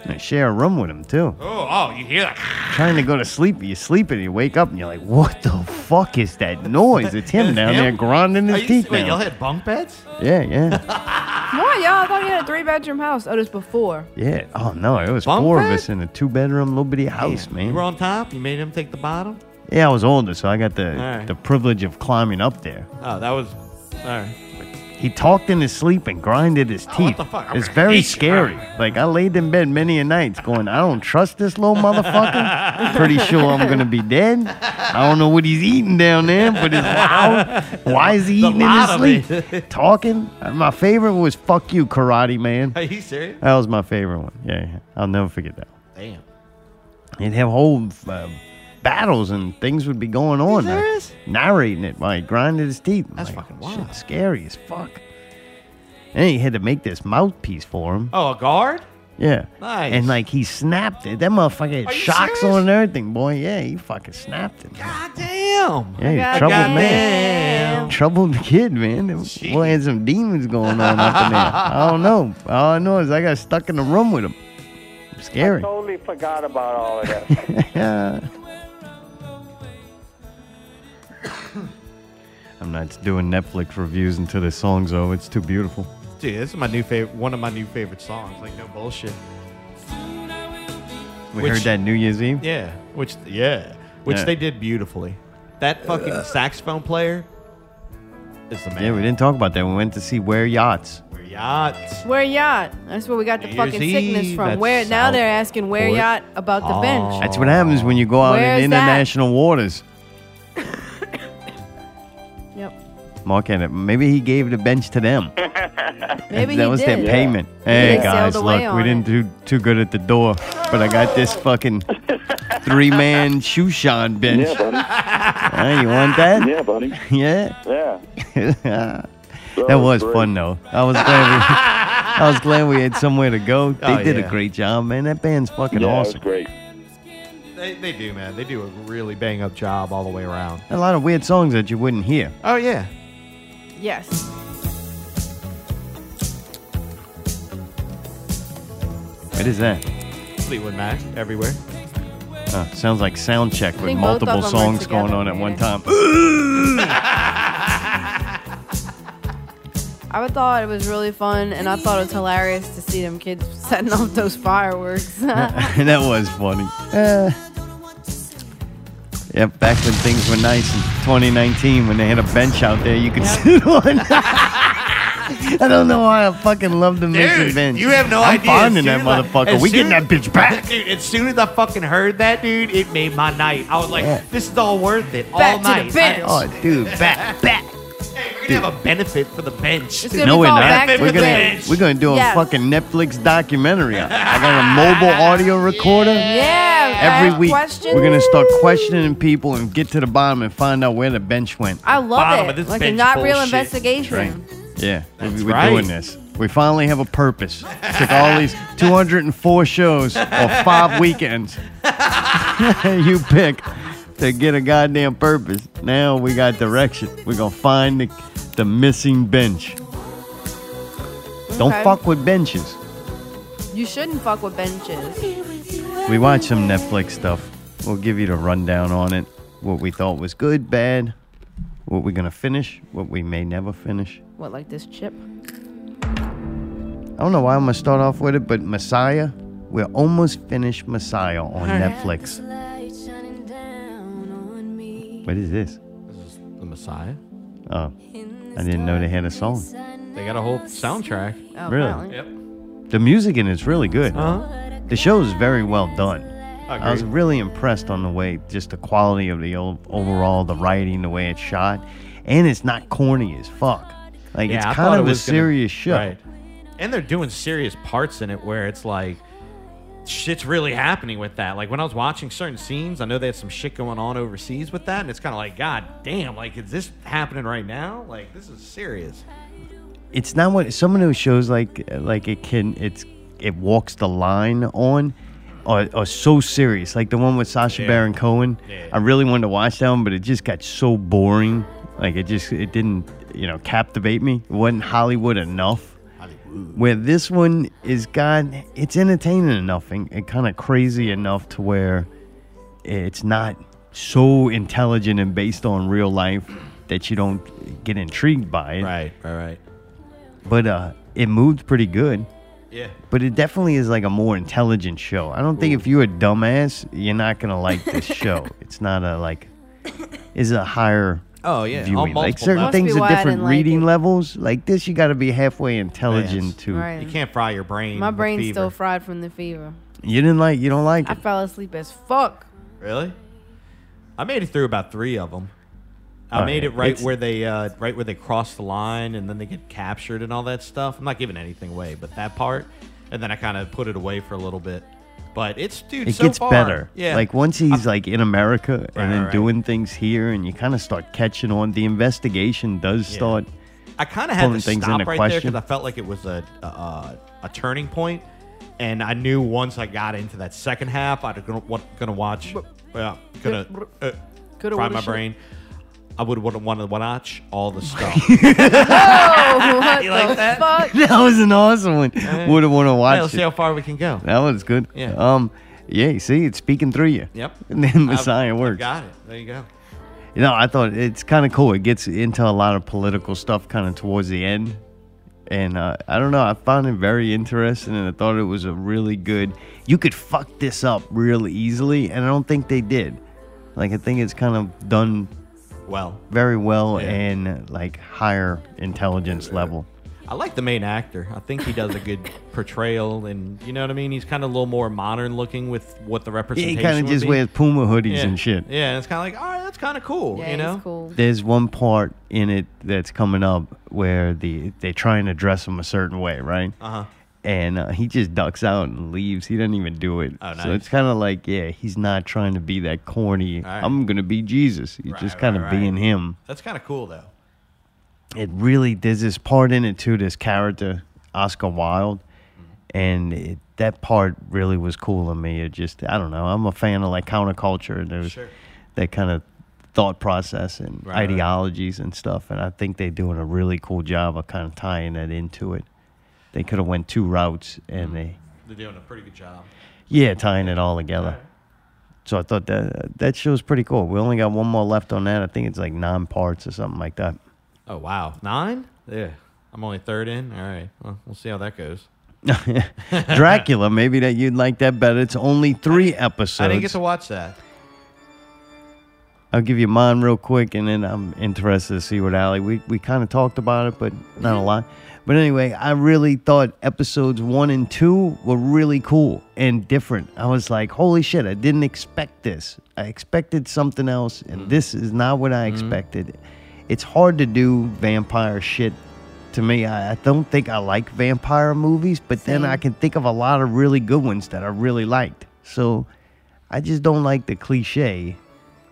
[SPEAKER 1] And I share a room with him too.
[SPEAKER 3] oh, oh! You hear that?
[SPEAKER 1] Trying to go to sleep, you sleep and you wake up and you're like, "What the fuck is that noise?" It's him
[SPEAKER 3] It's
[SPEAKER 1] down
[SPEAKER 3] him?
[SPEAKER 1] there grinding
[SPEAKER 3] Are
[SPEAKER 1] his
[SPEAKER 3] you,
[SPEAKER 1] teeth.
[SPEAKER 3] wait, y'all
[SPEAKER 1] down.
[SPEAKER 3] had bunk beds?
[SPEAKER 1] Yeah, yeah.
[SPEAKER 2] What, y'all? I thought you had a three bedroom house. Oh, this before.
[SPEAKER 1] Yeah. Oh no, it was
[SPEAKER 3] Bunk
[SPEAKER 1] four of
[SPEAKER 3] bed?
[SPEAKER 1] us in a two bedroom little bitty house,
[SPEAKER 3] You
[SPEAKER 1] man.
[SPEAKER 3] were on top. You made him take the bottom.
[SPEAKER 1] Yeah, I was older, so I got the
[SPEAKER 3] Alright.
[SPEAKER 1] the privilege of climbing up there.
[SPEAKER 3] Oh, that was. All right.
[SPEAKER 1] He talked in his sleep and grinded his teeth.
[SPEAKER 3] Oh, what the fuck? I'm
[SPEAKER 1] It's
[SPEAKER 3] gonna
[SPEAKER 1] very
[SPEAKER 3] eat you.
[SPEAKER 1] scary. Like I laid in bed many a nights going, I don't trust this little motherfucker. Pretty sure I'm gonna be dead. I don't know what he's eating down there, but it's loud. Why is he
[SPEAKER 3] The
[SPEAKER 1] eating in his
[SPEAKER 3] lot of
[SPEAKER 1] sleep? Talking. Uh, My favorite was "fuck you, karate man."
[SPEAKER 3] Are you serious?
[SPEAKER 1] That was my favorite one. Yeah, yeah. I'll never forget that. one.
[SPEAKER 3] Damn.
[SPEAKER 1] They'd have whole uh, battles and things would be going on. uh,
[SPEAKER 3] serious?
[SPEAKER 1] narrating it while he grinded his teeth. I'm
[SPEAKER 3] That's fucking wild.
[SPEAKER 1] "Shit, scary as fuck. And he had to make this mouthpiece for him.
[SPEAKER 3] Oh, a guard?
[SPEAKER 1] Yeah.
[SPEAKER 3] Nice.
[SPEAKER 1] And like he snapped it. That motherfucker had
[SPEAKER 3] Are you
[SPEAKER 1] shocks
[SPEAKER 3] serious?
[SPEAKER 1] on and everything, boy. Yeah, he fucking snapped it.
[SPEAKER 3] God damn.
[SPEAKER 1] Yeah, he's a
[SPEAKER 2] God
[SPEAKER 1] troubled man.
[SPEAKER 3] Damn.
[SPEAKER 1] Troubled kid, man. Boy had some demons going on up in there. I don't know. All I know is I got stuck in the room with him. Scary.
[SPEAKER 4] Totally forgot about all of that.
[SPEAKER 1] Yeah. I'm not doing Netflix reviews until this song's over. It's too beautiful.
[SPEAKER 3] Dude, this is my new favorite. One of my new favorite songs. Like no bullshit.
[SPEAKER 1] We
[SPEAKER 3] Which-
[SPEAKER 1] heard that New Year's Eve.
[SPEAKER 3] Yeah. Which yeah. which
[SPEAKER 1] Yeah.
[SPEAKER 3] they did beautifully. That fucking saxophone player is the man.
[SPEAKER 1] Yeah, we didn't talk about that. We went to see Where Yachts.
[SPEAKER 3] We're yachts.
[SPEAKER 2] Where yacht? That's where we got the
[SPEAKER 3] New Year's
[SPEAKER 2] fucking sickness
[SPEAKER 3] Eve
[SPEAKER 2] from.
[SPEAKER 3] at
[SPEAKER 2] Where now
[SPEAKER 3] South
[SPEAKER 2] they're asking where
[SPEAKER 3] Port.
[SPEAKER 2] yacht about the
[SPEAKER 3] Oh.
[SPEAKER 2] bench.
[SPEAKER 1] That's what happens when you go out
[SPEAKER 2] Where
[SPEAKER 1] in
[SPEAKER 2] is that?
[SPEAKER 1] international waters.
[SPEAKER 2] Yep.
[SPEAKER 1] Mark had it. Maybe he gave the bench to them.
[SPEAKER 2] Maybe
[SPEAKER 1] that
[SPEAKER 2] he
[SPEAKER 1] was
[SPEAKER 2] did.
[SPEAKER 1] their payment. Hey
[SPEAKER 2] They sailed
[SPEAKER 1] guys,
[SPEAKER 2] away
[SPEAKER 1] look, we
[SPEAKER 2] on
[SPEAKER 1] didn't
[SPEAKER 2] it.
[SPEAKER 1] do too good at the door, but I got this fucking three man shoe shine bench.
[SPEAKER 4] Yeah, buddy.
[SPEAKER 1] Hey, you want that?
[SPEAKER 4] Yeah, buddy.
[SPEAKER 1] Yeah.
[SPEAKER 4] Yeah.
[SPEAKER 1] that was
[SPEAKER 4] great.
[SPEAKER 1] fun though. I was glad we, I was glad we had somewhere to go. They
[SPEAKER 3] Oh,
[SPEAKER 1] did
[SPEAKER 3] yeah.
[SPEAKER 1] a great job, man. That band's fucking
[SPEAKER 4] Yeah, it was
[SPEAKER 1] awesome.
[SPEAKER 4] great.
[SPEAKER 3] They, they do, man. They do a really bang up job all the way around.
[SPEAKER 1] A lot of weird songs that you wouldn't hear.
[SPEAKER 3] Oh yeah.
[SPEAKER 2] Yes.
[SPEAKER 1] What is that?
[SPEAKER 3] Fleetwood Mac everywhere.
[SPEAKER 1] Uh, sounds like sound check with
[SPEAKER 2] think both of
[SPEAKER 1] multiple
[SPEAKER 2] them are
[SPEAKER 1] songs going
[SPEAKER 2] together,
[SPEAKER 1] on at one
[SPEAKER 2] man.
[SPEAKER 1] time.
[SPEAKER 2] I would thought it was really fun, and I thought it was hilarious to see them kids setting off those fireworks.
[SPEAKER 1] that was funny. Uh, yep, back when things were nice in 2019, when they had a bench out there you could sit on. I don't know why I fucking love the missing bench. I'm finding that motherfucker. We getting that bitch back.
[SPEAKER 3] dude. As soon as I fucking heard that, dude, it made my night. I was like,
[SPEAKER 1] Yeah.
[SPEAKER 3] this is all worth it.
[SPEAKER 2] Back
[SPEAKER 3] all
[SPEAKER 2] to the
[SPEAKER 3] night.
[SPEAKER 2] bench.
[SPEAKER 3] I-
[SPEAKER 1] Oh, dude, back, back.
[SPEAKER 3] hey, we're gonna have a benefit for the bench.
[SPEAKER 2] It's gonna
[SPEAKER 1] No,
[SPEAKER 2] be
[SPEAKER 1] we're
[SPEAKER 2] called
[SPEAKER 1] not.
[SPEAKER 2] Back to
[SPEAKER 1] We're
[SPEAKER 2] the
[SPEAKER 1] gonna
[SPEAKER 2] Bench.
[SPEAKER 1] we're gonna do a
[SPEAKER 2] Yes.
[SPEAKER 1] fucking Netflix documentary. I got a mobile audio recorder.
[SPEAKER 2] Yeah.
[SPEAKER 1] Every
[SPEAKER 2] ask
[SPEAKER 1] week,
[SPEAKER 2] questions.
[SPEAKER 1] we're gonna start questioning people and get to the bottom and find out where the bench went.
[SPEAKER 2] I love
[SPEAKER 3] bottom
[SPEAKER 2] it.
[SPEAKER 3] of this
[SPEAKER 2] Like a
[SPEAKER 3] bench
[SPEAKER 2] not real
[SPEAKER 3] bullshit.
[SPEAKER 2] investigation.
[SPEAKER 1] Right. Yeah, we-
[SPEAKER 3] That's
[SPEAKER 1] we're
[SPEAKER 3] right.
[SPEAKER 1] doing this. We finally have a purpose. Took all these 204 shows or five weekends you pick to get a goddamn purpose. Now we got direction. We're gonna find the, the missing bench. Don't
[SPEAKER 2] Okay.
[SPEAKER 1] fuck with benches.
[SPEAKER 2] You shouldn't fuck with benches.
[SPEAKER 1] We watched some Netflix stuff. We'll give you the rundown on it. What we thought was good, bad, what we're gonna finish, what we may never finish.
[SPEAKER 2] What, like this chip?
[SPEAKER 1] I don't know why I'm gonna start off with it, but Messiah, we're almost finished Messiah on Netflix. What is this?
[SPEAKER 3] The Messiah.
[SPEAKER 1] Oh, I didn't know they had a song.
[SPEAKER 3] They got a whole soundtrack.
[SPEAKER 2] Oh,
[SPEAKER 1] Really?
[SPEAKER 2] apparently.
[SPEAKER 3] Yep.
[SPEAKER 1] The music in it's really good.
[SPEAKER 3] Huh?
[SPEAKER 1] The show is very well done. I was
[SPEAKER 3] Agreed.
[SPEAKER 1] really impressed on the way, just the quality of the o- overall, the writing, the way it's shot, and it's not corny as fuck. Like
[SPEAKER 3] Yeah, I
[SPEAKER 1] it's
[SPEAKER 3] thought
[SPEAKER 1] kind
[SPEAKER 3] it
[SPEAKER 1] of a
[SPEAKER 3] was gonna-
[SPEAKER 1] serious show.
[SPEAKER 3] Right. And they're doing serious parts in it where it's like shit's really happening with that. Like when I was watching certain scenes, I know they had some shit going on overseas with that, and it's kind of like, God damn, like is this happening right now? Like this is serious.
[SPEAKER 1] it's not what some of those shows like like it can it's it walks the line on are, are so serious like the one with sasha baron cohen
[SPEAKER 3] Yeah.
[SPEAKER 1] i really wanted to watch that one but it just got so boring like it just it didn't you know captivate me it wasn't hollywood enough where this one is got it's entertaining enough and, and kind of crazy enough to where it's not so intelligent and based on real life that you don't get intrigued by it
[SPEAKER 3] Right, right, right.
[SPEAKER 1] but uh, it moved pretty good.
[SPEAKER 3] Yeah.
[SPEAKER 1] But it definitely is like a more intelligent show. I don't think if you're a dumbass, you're not gonna like this show. it's not a like, is a higher
[SPEAKER 3] Oh yeah. On
[SPEAKER 1] viewing. Like
[SPEAKER 3] multiple
[SPEAKER 1] certain
[SPEAKER 2] Must
[SPEAKER 3] levels.
[SPEAKER 2] be why
[SPEAKER 1] things are
[SPEAKER 2] I
[SPEAKER 1] different
[SPEAKER 2] didn't like
[SPEAKER 1] reading
[SPEAKER 2] it.
[SPEAKER 1] levels. Like this, you got to be halfway intelligent
[SPEAKER 3] Yes.
[SPEAKER 1] to.
[SPEAKER 2] Right.
[SPEAKER 3] You can't fry your brain.
[SPEAKER 2] My
[SPEAKER 3] with
[SPEAKER 2] brain's
[SPEAKER 3] fever.
[SPEAKER 2] still fried from the fever.
[SPEAKER 1] You didn't like. You don't like
[SPEAKER 2] I
[SPEAKER 1] it.
[SPEAKER 2] fell asleep as fuck.
[SPEAKER 3] Really? I made it through about three of them. I
[SPEAKER 1] Oh,
[SPEAKER 3] made
[SPEAKER 1] yeah.
[SPEAKER 3] it right
[SPEAKER 1] It's-
[SPEAKER 3] where they uh, right where they cross the line and then they get captured and all that stuff. I'm not giving anything away, but that part, and then I kind of put it away for a little bit. But it's dude,
[SPEAKER 1] It
[SPEAKER 3] so
[SPEAKER 1] gets
[SPEAKER 3] far-
[SPEAKER 1] better.
[SPEAKER 3] Yeah,
[SPEAKER 1] Like once he's like in America
[SPEAKER 3] Right,
[SPEAKER 1] and then
[SPEAKER 3] right, right.
[SPEAKER 1] doing things here, and you kind of start catching on. The investigation does
[SPEAKER 3] Yeah.
[SPEAKER 1] start.
[SPEAKER 3] I kind of had
[SPEAKER 1] pulling
[SPEAKER 3] to
[SPEAKER 1] things
[SPEAKER 3] stop
[SPEAKER 1] into
[SPEAKER 3] right there
[SPEAKER 1] question.
[SPEAKER 3] because I felt like it was a a, a a turning point, and I knew once I got into that second half, I'd gonna wa- gonna watch, yeah, gonna uh,
[SPEAKER 2] Coulda,
[SPEAKER 3] fry
[SPEAKER 2] woulda,
[SPEAKER 3] my
[SPEAKER 2] shoulda.
[SPEAKER 3] brain. I would want to watch all the stuff.
[SPEAKER 2] Oh, what
[SPEAKER 3] You like
[SPEAKER 2] the
[SPEAKER 3] that?
[SPEAKER 2] fuck?
[SPEAKER 1] That was an awesome one. Would have want to watch
[SPEAKER 3] Hey,
[SPEAKER 1] it.
[SPEAKER 3] let's see how far we can go.
[SPEAKER 1] That one's good.
[SPEAKER 3] Yeah.
[SPEAKER 1] Um. Yeah. you See, it's speaking through you.
[SPEAKER 3] Yep.
[SPEAKER 1] And then
[SPEAKER 3] I've-
[SPEAKER 1] Messiah
[SPEAKER 3] I've
[SPEAKER 1] works.
[SPEAKER 3] Got it. There you go.
[SPEAKER 1] You know, I thought it's kind of cool. It gets into a lot of political stuff kind of towards the end, and uh, I don't know. I found it very interesting, and I thought it was a really good. You could fuck this up really easily, and I don't think they did. Like I think it's kind of done
[SPEAKER 3] Well,
[SPEAKER 1] very well
[SPEAKER 3] Yeah.
[SPEAKER 1] in like higher intelligence level.
[SPEAKER 3] I like the main actor. I think he does a good portrayal, and you know what I mean. He's kind of a little more modern looking with what the
[SPEAKER 1] Yeah,
[SPEAKER 3] representation.
[SPEAKER 1] he kind
[SPEAKER 3] would
[SPEAKER 1] of just
[SPEAKER 3] be.
[SPEAKER 1] wears Puma hoodies
[SPEAKER 3] yeah.
[SPEAKER 1] and shit.
[SPEAKER 3] Yeah, and it's kind of like, all right, that's kind of cool.
[SPEAKER 2] Yeah,
[SPEAKER 3] you know,
[SPEAKER 2] he's cool.
[SPEAKER 1] There's one part in it that's coming up where the they try and address him a certain way, right?
[SPEAKER 3] Uh huh.
[SPEAKER 1] And uh, he just ducks out and leaves. He doesn't even do it.
[SPEAKER 3] Oh,
[SPEAKER 1] So
[SPEAKER 3] nice.
[SPEAKER 1] it's kind of like, yeah, he's not trying to be that corny.
[SPEAKER 3] Right.
[SPEAKER 1] I'm gonna be Jesus. He's
[SPEAKER 3] Right,
[SPEAKER 1] just kind of
[SPEAKER 3] right, right.
[SPEAKER 1] being him.
[SPEAKER 3] That's kind of cool though.
[SPEAKER 1] it really there's this part in it too this character oscar wilde
[SPEAKER 3] Mm-hmm.
[SPEAKER 1] and it, that part really was cool to me it just i don't know i'm a fan of like counterculture and there's
[SPEAKER 3] Sure.
[SPEAKER 1] that kind of thought process and
[SPEAKER 3] Right, right.
[SPEAKER 1] ideologies and stuff and i think they're doing a really cool job of kind of tying that into it they could have went two routes and
[SPEAKER 3] Mm-hmm.
[SPEAKER 1] they
[SPEAKER 3] They're doing a pretty good job.
[SPEAKER 1] yeah tying it all together so i thought that that show's pretty cool we only got one more left on that i think it's like nine parts or something like that
[SPEAKER 3] Oh wow, nine? Yeah, I'm only third in. All right, well, we'll see how that goes.
[SPEAKER 1] Dracula, maybe that you'd like that better. It's only three episodes.
[SPEAKER 3] I didn't get to watch that.
[SPEAKER 1] I'll give you mine real quick, and then I'm interested to see what Allie. We we kind of talked about it, but not a lot. But anyway, I really thought episodes one and two were really cool and different. I was like, holy shit, I didn't expect this. I expected something else, and this is not what I expected. It's hard to do vampire shit. To me, I, I don't think I like vampire movies, but then I can think of a lot of really good ones that I really liked. So I just don't like the cliche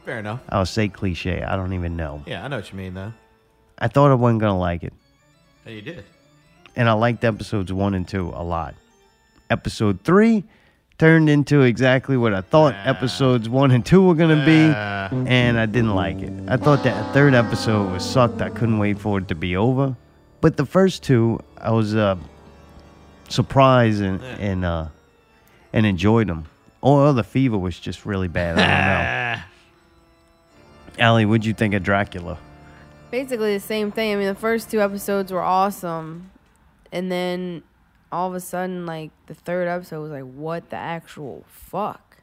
[SPEAKER 3] Fair enough.
[SPEAKER 1] I'll say cliche. I don't even know.
[SPEAKER 3] Yeah, I know what you mean though.
[SPEAKER 1] I thought I wasn't gonna like it,
[SPEAKER 3] Hey, you did.
[SPEAKER 1] and I liked episodes one and two a lot. Episode three turned into exactly what I thought episodes one and two were gonna be, and I didn't like it. I thought that third episode was sucked. I couldn't wait for it to be over. But the first two, I was uh, surprised and and uh, and enjoyed them. All the fever was just really bad. I don't know. Allie, what'd you think of Dracula?
[SPEAKER 2] basically the same thing. I mean, the first two episodes were awesome, and then all of a sudden, like the third episode was like, what the actual fuck?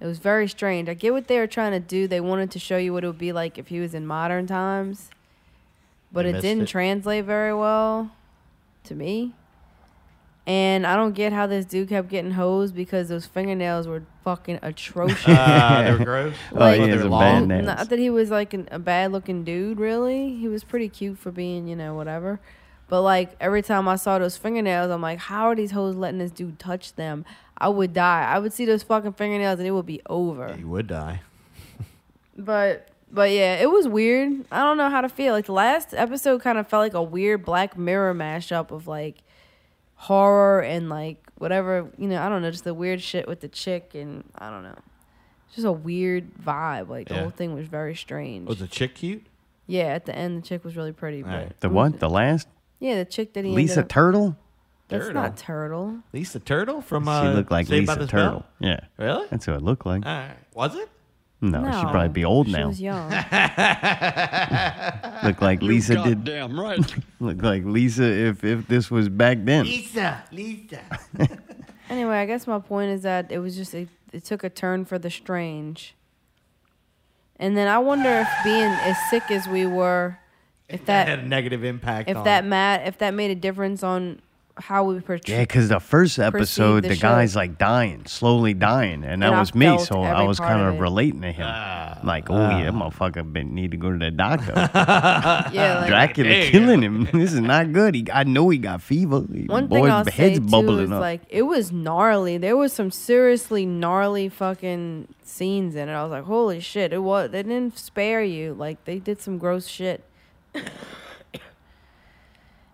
[SPEAKER 2] It was very strange. I get what they were trying to do. They wanted to show you what it would be like if he was in modern times, but
[SPEAKER 3] They
[SPEAKER 2] it
[SPEAKER 3] missed
[SPEAKER 2] didn't
[SPEAKER 3] it.
[SPEAKER 2] translate very well to me. And I don't get how this dude kept getting hosed because those fingernails were fucking atrocious.
[SPEAKER 3] Uh, they were gross.
[SPEAKER 1] Oh, he
[SPEAKER 3] Well, they
[SPEAKER 1] has
[SPEAKER 3] were
[SPEAKER 1] a
[SPEAKER 3] long.
[SPEAKER 1] bad name.
[SPEAKER 2] Not that he was like an, a bad looking dude, really. He was pretty cute for being, you know, whatever. But like every time I saw those fingernails, I'm like, how are these hoes letting this dude touch them? I would die. I would see those fucking fingernails and it would be over.
[SPEAKER 3] You would die.
[SPEAKER 2] But but yeah, it was weird. I don't know how to feel. Like the last episode kind of felt like a weird Black Mirror mashup of like horror and like whatever, you know, I don't know, just the weird shit with the chick and I don't know. It's Just a weird vibe. Like the
[SPEAKER 3] Yeah.
[SPEAKER 2] whole thing was very strange.
[SPEAKER 3] Was the chick cute?
[SPEAKER 2] Yeah, at the end, the chick was really pretty. But
[SPEAKER 3] Right.
[SPEAKER 1] The what? The last?
[SPEAKER 2] yeah, the chick that he
[SPEAKER 1] Lisa
[SPEAKER 2] ended up,
[SPEAKER 1] Turtle?
[SPEAKER 2] that's
[SPEAKER 3] Turtle.
[SPEAKER 2] not turtle.
[SPEAKER 3] Lisa Turtle from uh,
[SPEAKER 1] she looked like
[SPEAKER 3] Saved by
[SPEAKER 1] Lisa
[SPEAKER 3] the Bell?
[SPEAKER 1] Turtle. Yeah.
[SPEAKER 3] Really?
[SPEAKER 1] That's who it looked like.
[SPEAKER 3] All right. Was it?
[SPEAKER 1] No,
[SPEAKER 2] Uh, No,
[SPEAKER 1] she'd probably be old
[SPEAKER 2] she
[SPEAKER 1] now.
[SPEAKER 2] was young.
[SPEAKER 1] Look like Lisa did.
[SPEAKER 8] Damn right.
[SPEAKER 1] Look like Lisa if if this was back then.
[SPEAKER 3] Lisa. Lisa.
[SPEAKER 2] anyway, I guess my point is that it was just it, it took a turn for the strange. And then I wonder if being as sick as we were, if
[SPEAKER 3] That had a
[SPEAKER 2] that
[SPEAKER 3] negative impact.
[SPEAKER 2] if
[SPEAKER 3] on
[SPEAKER 2] that mat if that made a difference on how we portray.
[SPEAKER 1] Yeah, because the first episode,
[SPEAKER 2] the
[SPEAKER 1] the,
[SPEAKER 2] show.
[SPEAKER 1] guy's like dying, slowly dying, and that
[SPEAKER 2] And I
[SPEAKER 1] was me.
[SPEAKER 2] felt
[SPEAKER 1] So I
[SPEAKER 2] every
[SPEAKER 1] was
[SPEAKER 2] part
[SPEAKER 1] kind
[SPEAKER 2] of
[SPEAKER 1] of
[SPEAKER 2] it.
[SPEAKER 1] relating to him, like, oh yeah, that motherfucker been need to go to the doctor.
[SPEAKER 2] Yeah, like,
[SPEAKER 1] Dracula
[SPEAKER 3] Dang.
[SPEAKER 1] killing him. this is not good. He, I know he got fever.
[SPEAKER 2] One
[SPEAKER 1] Boy,
[SPEAKER 2] thing I'll
[SPEAKER 1] head's
[SPEAKER 2] say too
[SPEAKER 1] bubbling
[SPEAKER 2] is
[SPEAKER 1] up.
[SPEAKER 2] like it was gnarly. There was some seriously gnarly fucking scenes in it. I was like, holy shit! It was they didn't spare you. Like they did some gross shit.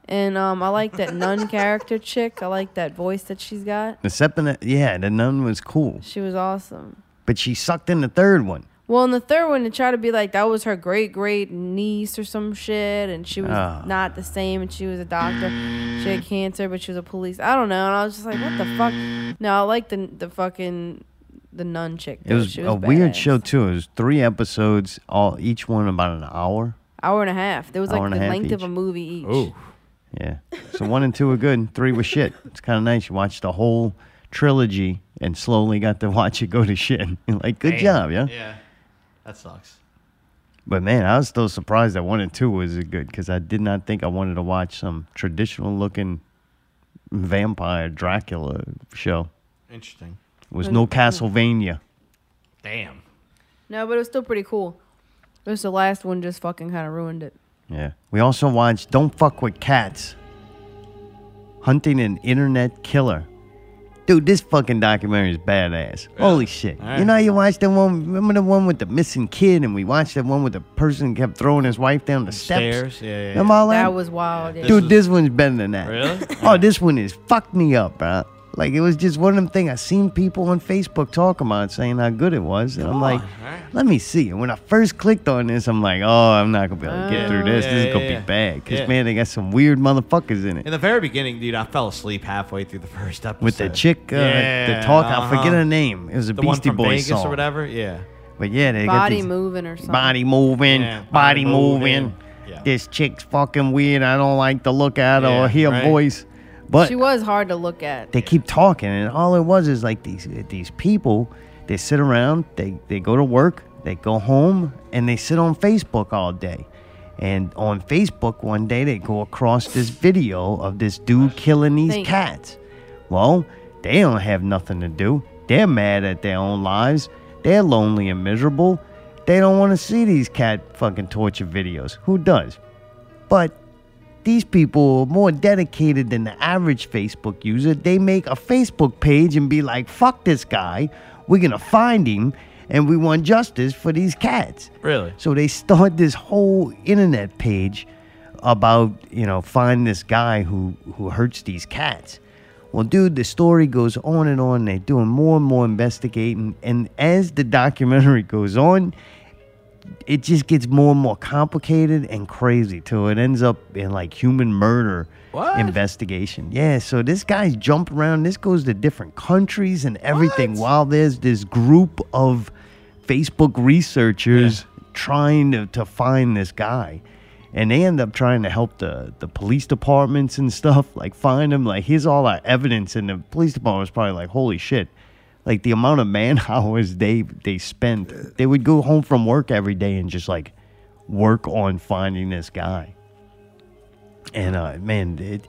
[SPEAKER 2] and um, I like that nun character chick. I like that voice that she's got.
[SPEAKER 1] the septa, yeah, the nun was cool,
[SPEAKER 2] She was awesome.
[SPEAKER 1] but she sucked in the third one.
[SPEAKER 2] Well, in the third one, it tried to be like that was her great great niece or some shit, and she was
[SPEAKER 1] Ah.
[SPEAKER 2] not the same, and she was a doctor. She had cancer, but she was a police. I don't know, and I was just like, what the fuck? No, I like the the fucking the nun chick.
[SPEAKER 1] It
[SPEAKER 2] though.
[SPEAKER 1] was,
[SPEAKER 2] Oh, She
[SPEAKER 1] a weird
[SPEAKER 2] badass.
[SPEAKER 1] show too. It was three episodes, all each one about an hour.
[SPEAKER 2] Hour and a half. There was
[SPEAKER 1] Hour
[SPEAKER 2] like
[SPEAKER 1] and
[SPEAKER 2] the
[SPEAKER 1] a half
[SPEAKER 2] length of
[SPEAKER 1] each.
[SPEAKER 2] a movie each.
[SPEAKER 3] Ooh.
[SPEAKER 1] Yeah. So one and two were good, and three was shit. It's kind of nice. You watched the whole trilogy and slowly got to watch it go to shit. You're like, good job, yeah.
[SPEAKER 3] Yeah. That sucks.
[SPEAKER 1] But man, I was still surprised that one and two was good because I did not think I wanted to watch some traditional looking vampire Dracula show.
[SPEAKER 3] Interesting.
[SPEAKER 1] It was no Castlevania.
[SPEAKER 3] Damn.
[SPEAKER 2] No, but it was still pretty cool. It was the last one just fucking kind of ruined it.
[SPEAKER 1] Yeah. We also watched Don't Fuck with Cats Hunting an Internet Killer. Dude, this fucking documentary is badass. Holy shit.
[SPEAKER 3] All right.
[SPEAKER 1] You know how you watched the one, remember the one with the missing kid, and we watched the one with the person kept throwing his wife down the steps?
[SPEAKER 3] Stairs. Yeah, yeah,
[SPEAKER 1] Remember all that?
[SPEAKER 2] That was wild. Yeah.
[SPEAKER 1] Dude,
[SPEAKER 3] was-
[SPEAKER 1] this one's better than that.
[SPEAKER 3] Really?
[SPEAKER 1] oh, this one is fucked me up, bro. Like it was just one of them things. I seen people on Facebook talking about it, saying how good it was, and I'm like, let me see. And when I first clicked on this, I'm like, oh, I'm not gonna be able to get through this.
[SPEAKER 3] Yeah,
[SPEAKER 1] this is
[SPEAKER 3] Ah, yeah,
[SPEAKER 1] gonna
[SPEAKER 3] yeah.
[SPEAKER 1] be bad, cause
[SPEAKER 3] Yeah.
[SPEAKER 1] man, they got some weird motherfuckers in
[SPEAKER 3] In
[SPEAKER 1] it.
[SPEAKER 3] the very beginning, dude, I fell asleep halfway through the first episode.
[SPEAKER 1] With the chick, uh,
[SPEAKER 3] Yeah,
[SPEAKER 1] the talk, I
[SPEAKER 3] uh-huh.
[SPEAKER 1] forget her name. It was a
[SPEAKER 3] The one
[SPEAKER 1] Beastie
[SPEAKER 3] from
[SPEAKER 1] Boys
[SPEAKER 3] Vegas
[SPEAKER 1] song,
[SPEAKER 3] or whatever. Yeah.
[SPEAKER 1] But yeah, they got
[SPEAKER 2] Body
[SPEAKER 1] these,
[SPEAKER 2] moving or something.
[SPEAKER 1] body moving,
[SPEAKER 3] Yeah,
[SPEAKER 1] body
[SPEAKER 3] body
[SPEAKER 1] moving.
[SPEAKER 3] moving. Yeah.
[SPEAKER 1] This chick's fucking weird. I don't like to look at
[SPEAKER 3] Yeah,
[SPEAKER 1] or hear
[SPEAKER 3] right.
[SPEAKER 1] voice. But
[SPEAKER 2] She was hard to look at.
[SPEAKER 1] they keep talking and all it was is like these these people they sit around they, they go to work they go home and they sit on facebook all day and on facebook one day they go across this video of this dude killing these
[SPEAKER 2] Thank you.
[SPEAKER 1] cats well they don't have nothing to do they're mad at their own lives they're lonely and miserable they don't want to see these cat fucking torture videos who does but these people are more dedicated than the average Facebook user. They make a Facebook page and be like, fuck this guy. We're going to find him and we want justice for these cats.
[SPEAKER 3] Really?
[SPEAKER 1] So they start this whole internet page about, you know, find this guy who, who hurts these cats. Well, dude, the story goes on and on. They're doing more and more investigating. And as the documentary goes on, it just gets more and more complicated and crazy till it ends up in like human murder
[SPEAKER 3] What?
[SPEAKER 1] investigation. Yeah, so this guy's jumped around. This goes to different countries and everything while there's this group of Facebook researchers trying to, to find this guy. And they end up trying to help the, the police departments and stuff, like find him. Like, here's all our evidence. And the police department was probably like, holy shit. Like, the amount of man hours they, they spent, they would go home from work every day and just like work on finding this guy. And uh, man, it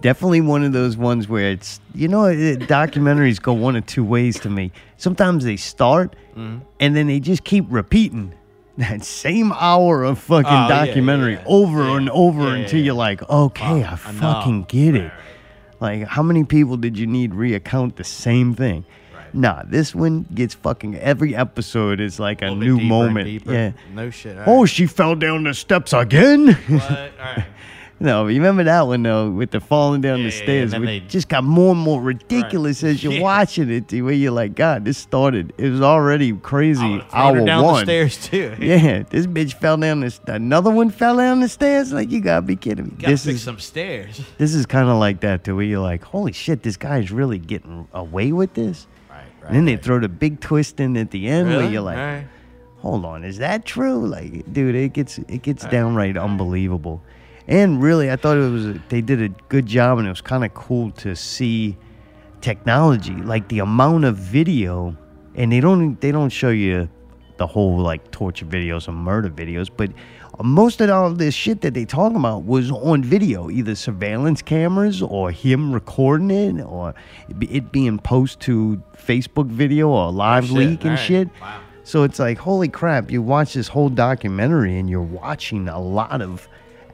[SPEAKER 1] definitely one of those ones where it's you know it, documentaries go one of two ways to me. Sometimes they start
[SPEAKER 3] Mm-hmm.
[SPEAKER 1] and then they just keep repeating that same hour of fucking
[SPEAKER 3] Oh, yeah, yeah,
[SPEAKER 1] documentary
[SPEAKER 3] yeah.
[SPEAKER 1] over
[SPEAKER 3] Yeah,
[SPEAKER 1] and over
[SPEAKER 3] yeah,
[SPEAKER 1] until
[SPEAKER 3] yeah.
[SPEAKER 1] you're like, okay, I
[SPEAKER 3] enough.
[SPEAKER 1] fucking get it.
[SPEAKER 3] Right,
[SPEAKER 1] Like, how many people did you need reaccount the same thing?
[SPEAKER 3] Right.
[SPEAKER 1] Nah, this one gets fucking every episode is like a,
[SPEAKER 3] little bit
[SPEAKER 1] new
[SPEAKER 3] deeper and
[SPEAKER 1] moment.
[SPEAKER 3] deeper.
[SPEAKER 1] Yeah.
[SPEAKER 3] No shit. all
[SPEAKER 1] Oh,
[SPEAKER 3] right.
[SPEAKER 1] she fell down the steps again.
[SPEAKER 3] What? All right.
[SPEAKER 1] No, but you remember that one though, with the falling down the
[SPEAKER 3] yeah, yeah,
[SPEAKER 1] stairs.
[SPEAKER 3] then
[SPEAKER 1] which
[SPEAKER 3] they-
[SPEAKER 1] just got more and more ridiculous as you're
[SPEAKER 3] Yeah.
[SPEAKER 1] watching it. To where you're like, God, this started. It was already crazy.
[SPEAKER 3] Throw
[SPEAKER 1] Hour
[SPEAKER 3] her Oh, down
[SPEAKER 1] one.
[SPEAKER 3] the stairs too.
[SPEAKER 1] Yeah, this bitch fell down this. Another one fell down the stairs. Like you gotta be kidding me.
[SPEAKER 3] Gotta
[SPEAKER 1] this
[SPEAKER 3] fix
[SPEAKER 1] is
[SPEAKER 3] some stairs.
[SPEAKER 1] this is kind of like that. To where you're like, Holy shit, this guy's really getting away with this.
[SPEAKER 3] Right.
[SPEAKER 1] and then they throw the big twist in at the end where
[SPEAKER 3] Really?
[SPEAKER 1] you're like,
[SPEAKER 3] All right.
[SPEAKER 1] hold on, is that true? Like, dude, it gets it gets
[SPEAKER 3] Uh,
[SPEAKER 1] downright unbelievable. And really, I thought it was they did a good job, and it was kind of cool to see technology, like the amount of video, and they don't they don't show you the whole like torture videos or murder videos, but most of all this shit that they talking about was on video, either surveillance cameras or him recording it, or it be- it being posted to Facebook video or live
[SPEAKER 3] Oh, shit.
[SPEAKER 1] leak and
[SPEAKER 3] All right.
[SPEAKER 1] shit.
[SPEAKER 3] Wow.
[SPEAKER 1] So it's like, holy crap, you watch this whole documentary and you're watching a lot of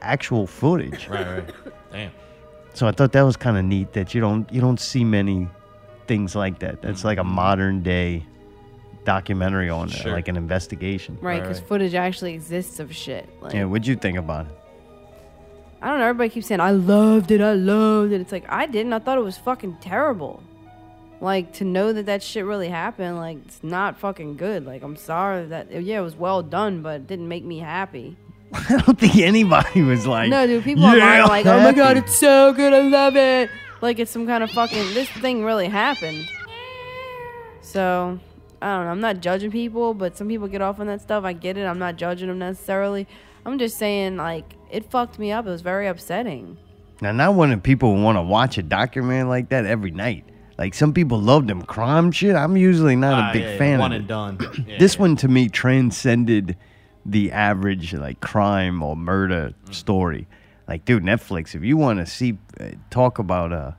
[SPEAKER 1] actual footage.
[SPEAKER 3] Right. Right. Damn.
[SPEAKER 1] So I thought that was kind of neat that you don't you don't see many things like that. That's
[SPEAKER 2] Mm-hmm.
[SPEAKER 1] like a modern day documentary on it,
[SPEAKER 3] Sure.
[SPEAKER 1] like an investigation.
[SPEAKER 2] Right, because
[SPEAKER 3] Right.
[SPEAKER 2] footage actually exists of shit. Like,
[SPEAKER 1] Yeah, what'd you think about it?
[SPEAKER 2] I don't know. Everybody keeps saying, I loved it. I loved it. It's like, I didn't. I thought it was fucking terrible. Like, to know that that shit really happened, like, it's not fucking good. Like, I'm sorry that, yeah, it was well done, but it didn't make me happy.
[SPEAKER 1] I don't think anybody was like,
[SPEAKER 2] No, dude, people online
[SPEAKER 1] yeah,
[SPEAKER 2] are like, oh my god,
[SPEAKER 1] happy."
[SPEAKER 2] it's so good. I love it. Like, it's some kind of fucking, this thing really happened. So, I don't know. I'm not judging people, but some people get off on that stuff. I get it. I'm not judging them necessarily. I'm just saying, like, it fucked me up. It was very upsetting.
[SPEAKER 1] Now, not one of the people want to watch a documentary like that every night. Like some people love them crime shit. I'm usually not
[SPEAKER 3] Ah,
[SPEAKER 1] a big
[SPEAKER 3] yeah,
[SPEAKER 1] fan.
[SPEAKER 3] One
[SPEAKER 1] of
[SPEAKER 3] and
[SPEAKER 1] it.
[SPEAKER 3] done. Yeah,
[SPEAKER 1] This
[SPEAKER 3] yeah.
[SPEAKER 1] one to me transcended the average like crime or murder
[SPEAKER 3] Mm.
[SPEAKER 1] story. Like, dude, Netflix. If you want to see uh, talk about uh,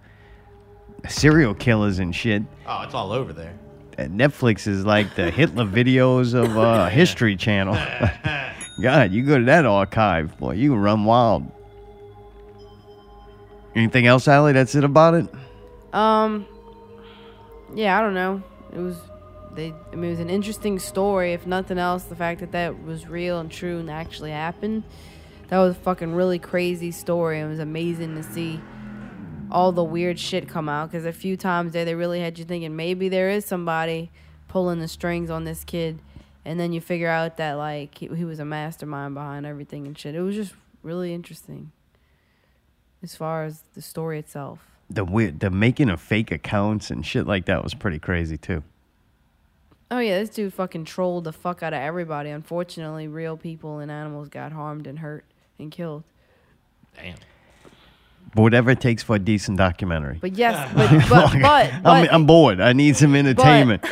[SPEAKER 1] serial killers and shit,
[SPEAKER 3] Oh, it's all over there.
[SPEAKER 1] uh, Netflix is like the Hitler videos of uh, History Channel. God, you go to that archive, boy, you run wild. Anything else, Allie? That's it about it.
[SPEAKER 2] Um. Yeah, I don't know. It was they. I mean, it was an interesting story. If nothing else, the fact that that was real and true and actually happened. That was a fucking really crazy story. It was amazing to see all the weird shit come out because a few times there they really had you thinking maybe there is somebody pulling the strings on this kid, and then you figure out that like he, he was a mastermind behind everything and shit. It was just really interesting as far as the story itself.
[SPEAKER 1] The weird, the making of fake accounts and shit like that was pretty crazy too.
[SPEAKER 2] Oh yeah, this dude fucking trolled the fuck out of everybody. Unfortunately, real people and animals got harmed and hurt and killed.
[SPEAKER 3] Damn.
[SPEAKER 1] But whatever it takes for a decent documentary.
[SPEAKER 2] But yes, but but but
[SPEAKER 1] I'm,
[SPEAKER 2] but,
[SPEAKER 1] I'm bored. I need some entertainment.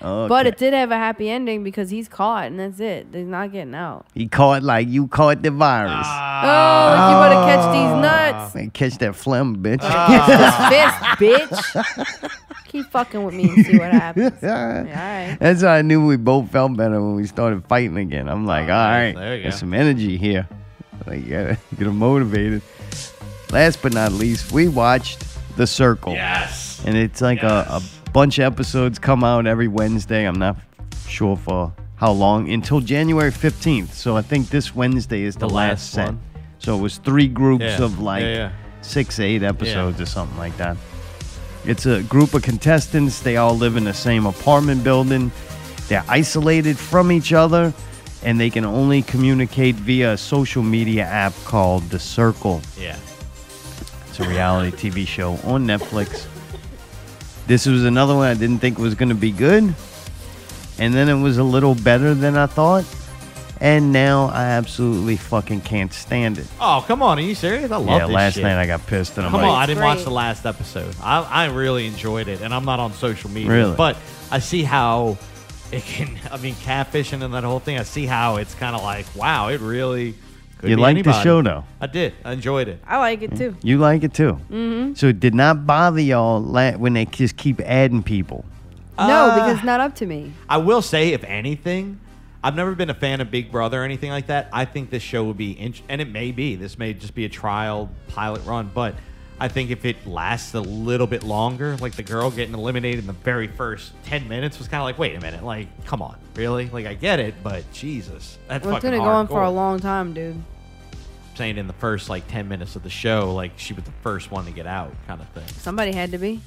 [SPEAKER 2] but it did have a happy ending because he's caught and that's it. They're not getting out.
[SPEAKER 1] he caught like you caught the virus.
[SPEAKER 2] Oh, you
[SPEAKER 3] Ah.
[SPEAKER 2] better catch these nuts,
[SPEAKER 1] Man, catch that phlegm, bitch.
[SPEAKER 2] Ah.
[SPEAKER 1] Ah.
[SPEAKER 2] this bitch. Keep fucking with me and see what happens. Yeah, all right.
[SPEAKER 1] That's how I knew we both felt better when we started fighting again. I'm like, all right,
[SPEAKER 3] nice. There you
[SPEAKER 1] there's
[SPEAKER 3] go.
[SPEAKER 1] some energy here. Like, yeah, get 'em motivated. Last but not least, we watched The Circle.
[SPEAKER 3] Yes.
[SPEAKER 1] And it's like a,
[SPEAKER 3] Yes.
[SPEAKER 1] a bunch of episodes come out every Wednesday. I'm not sure for how long until January 15th. So I think this Wednesday is the,
[SPEAKER 3] The
[SPEAKER 1] last,
[SPEAKER 3] last
[SPEAKER 1] set.
[SPEAKER 3] one.
[SPEAKER 1] So it was three groups
[SPEAKER 3] Yeah.
[SPEAKER 1] of like
[SPEAKER 3] Yeah, yeah.
[SPEAKER 1] six, eight episodes or something like that. It's a group of contestants. They all live in the same apartment building. They're isolated from each other and they can only communicate via a social media app called The Circle.
[SPEAKER 3] Yeah.
[SPEAKER 1] It's a reality TV show on Netflix. This was another one I didn't think was going to be good. And then it was a little better than I thought. And now I absolutely fucking can't stand it.
[SPEAKER 3] Oh, come on. Are you serious? I love
[SPEAKER 1] yeah,
[SPEAKER 3] this
[SPEAKER 1] last
[SPEAKER 3] shit.
[SPEAKER 1] night I got pissed and I'm
[SPEAKER 3] Come
[SPEAKER 1] like,
[SPEAKER 3] on, I didn't watch
[SPEAKER 2] great.
[SPEAKER 3] the last episode. I, I really enjoyed it, and I'm not on social media.
[SPEAKER 1] Really?
[SPEAKER 3] But I see how it can, I mean, catfishing and that whole thing, I see how it's kind of like, wow, it really could
[SPEAKER 1] You
[SPEAKER 3] be
[SPEAKER 1] liked the
[SPEAKER 3] anybody.
[SPEAKER 1] show, though.
[SPEAKER 3] I did. I enjoyed it.
[SPEAKER 2] I like it too.
[SPEAKER 1] you like it too. Mm-hmm. So it did not bother y'all la- when they just keep adding people.
[SPEAKER 3] Uh,
[SPEAKER 2] no, because it's not up to me.
[SPEAKER 3] I will say, if anything, I've never been a fan of Big Brother or anything like that. I think this show would be, int- and it may be, this may just be a trial pilot run, but I think if it lasts a little bit longer, like the girl getting eliminated in the very first 10 minutes was kind of like, wait a minute, like, come on, really? Like, I get it, but Jesus. That's
[SPEAKER 2] Well, it's
[SPEAKER 3] fucking
[SPEAKER 2] gonna go on for a
[SPEAKER 3] hardcore.
[SPEAKER 2] long time, dude.
[SPEAKER 3] Saying in the first, like, 10 minutes of the show, like, she was the first one to get out, kind of thing.
[SPEAKER 2] Somebody had to be.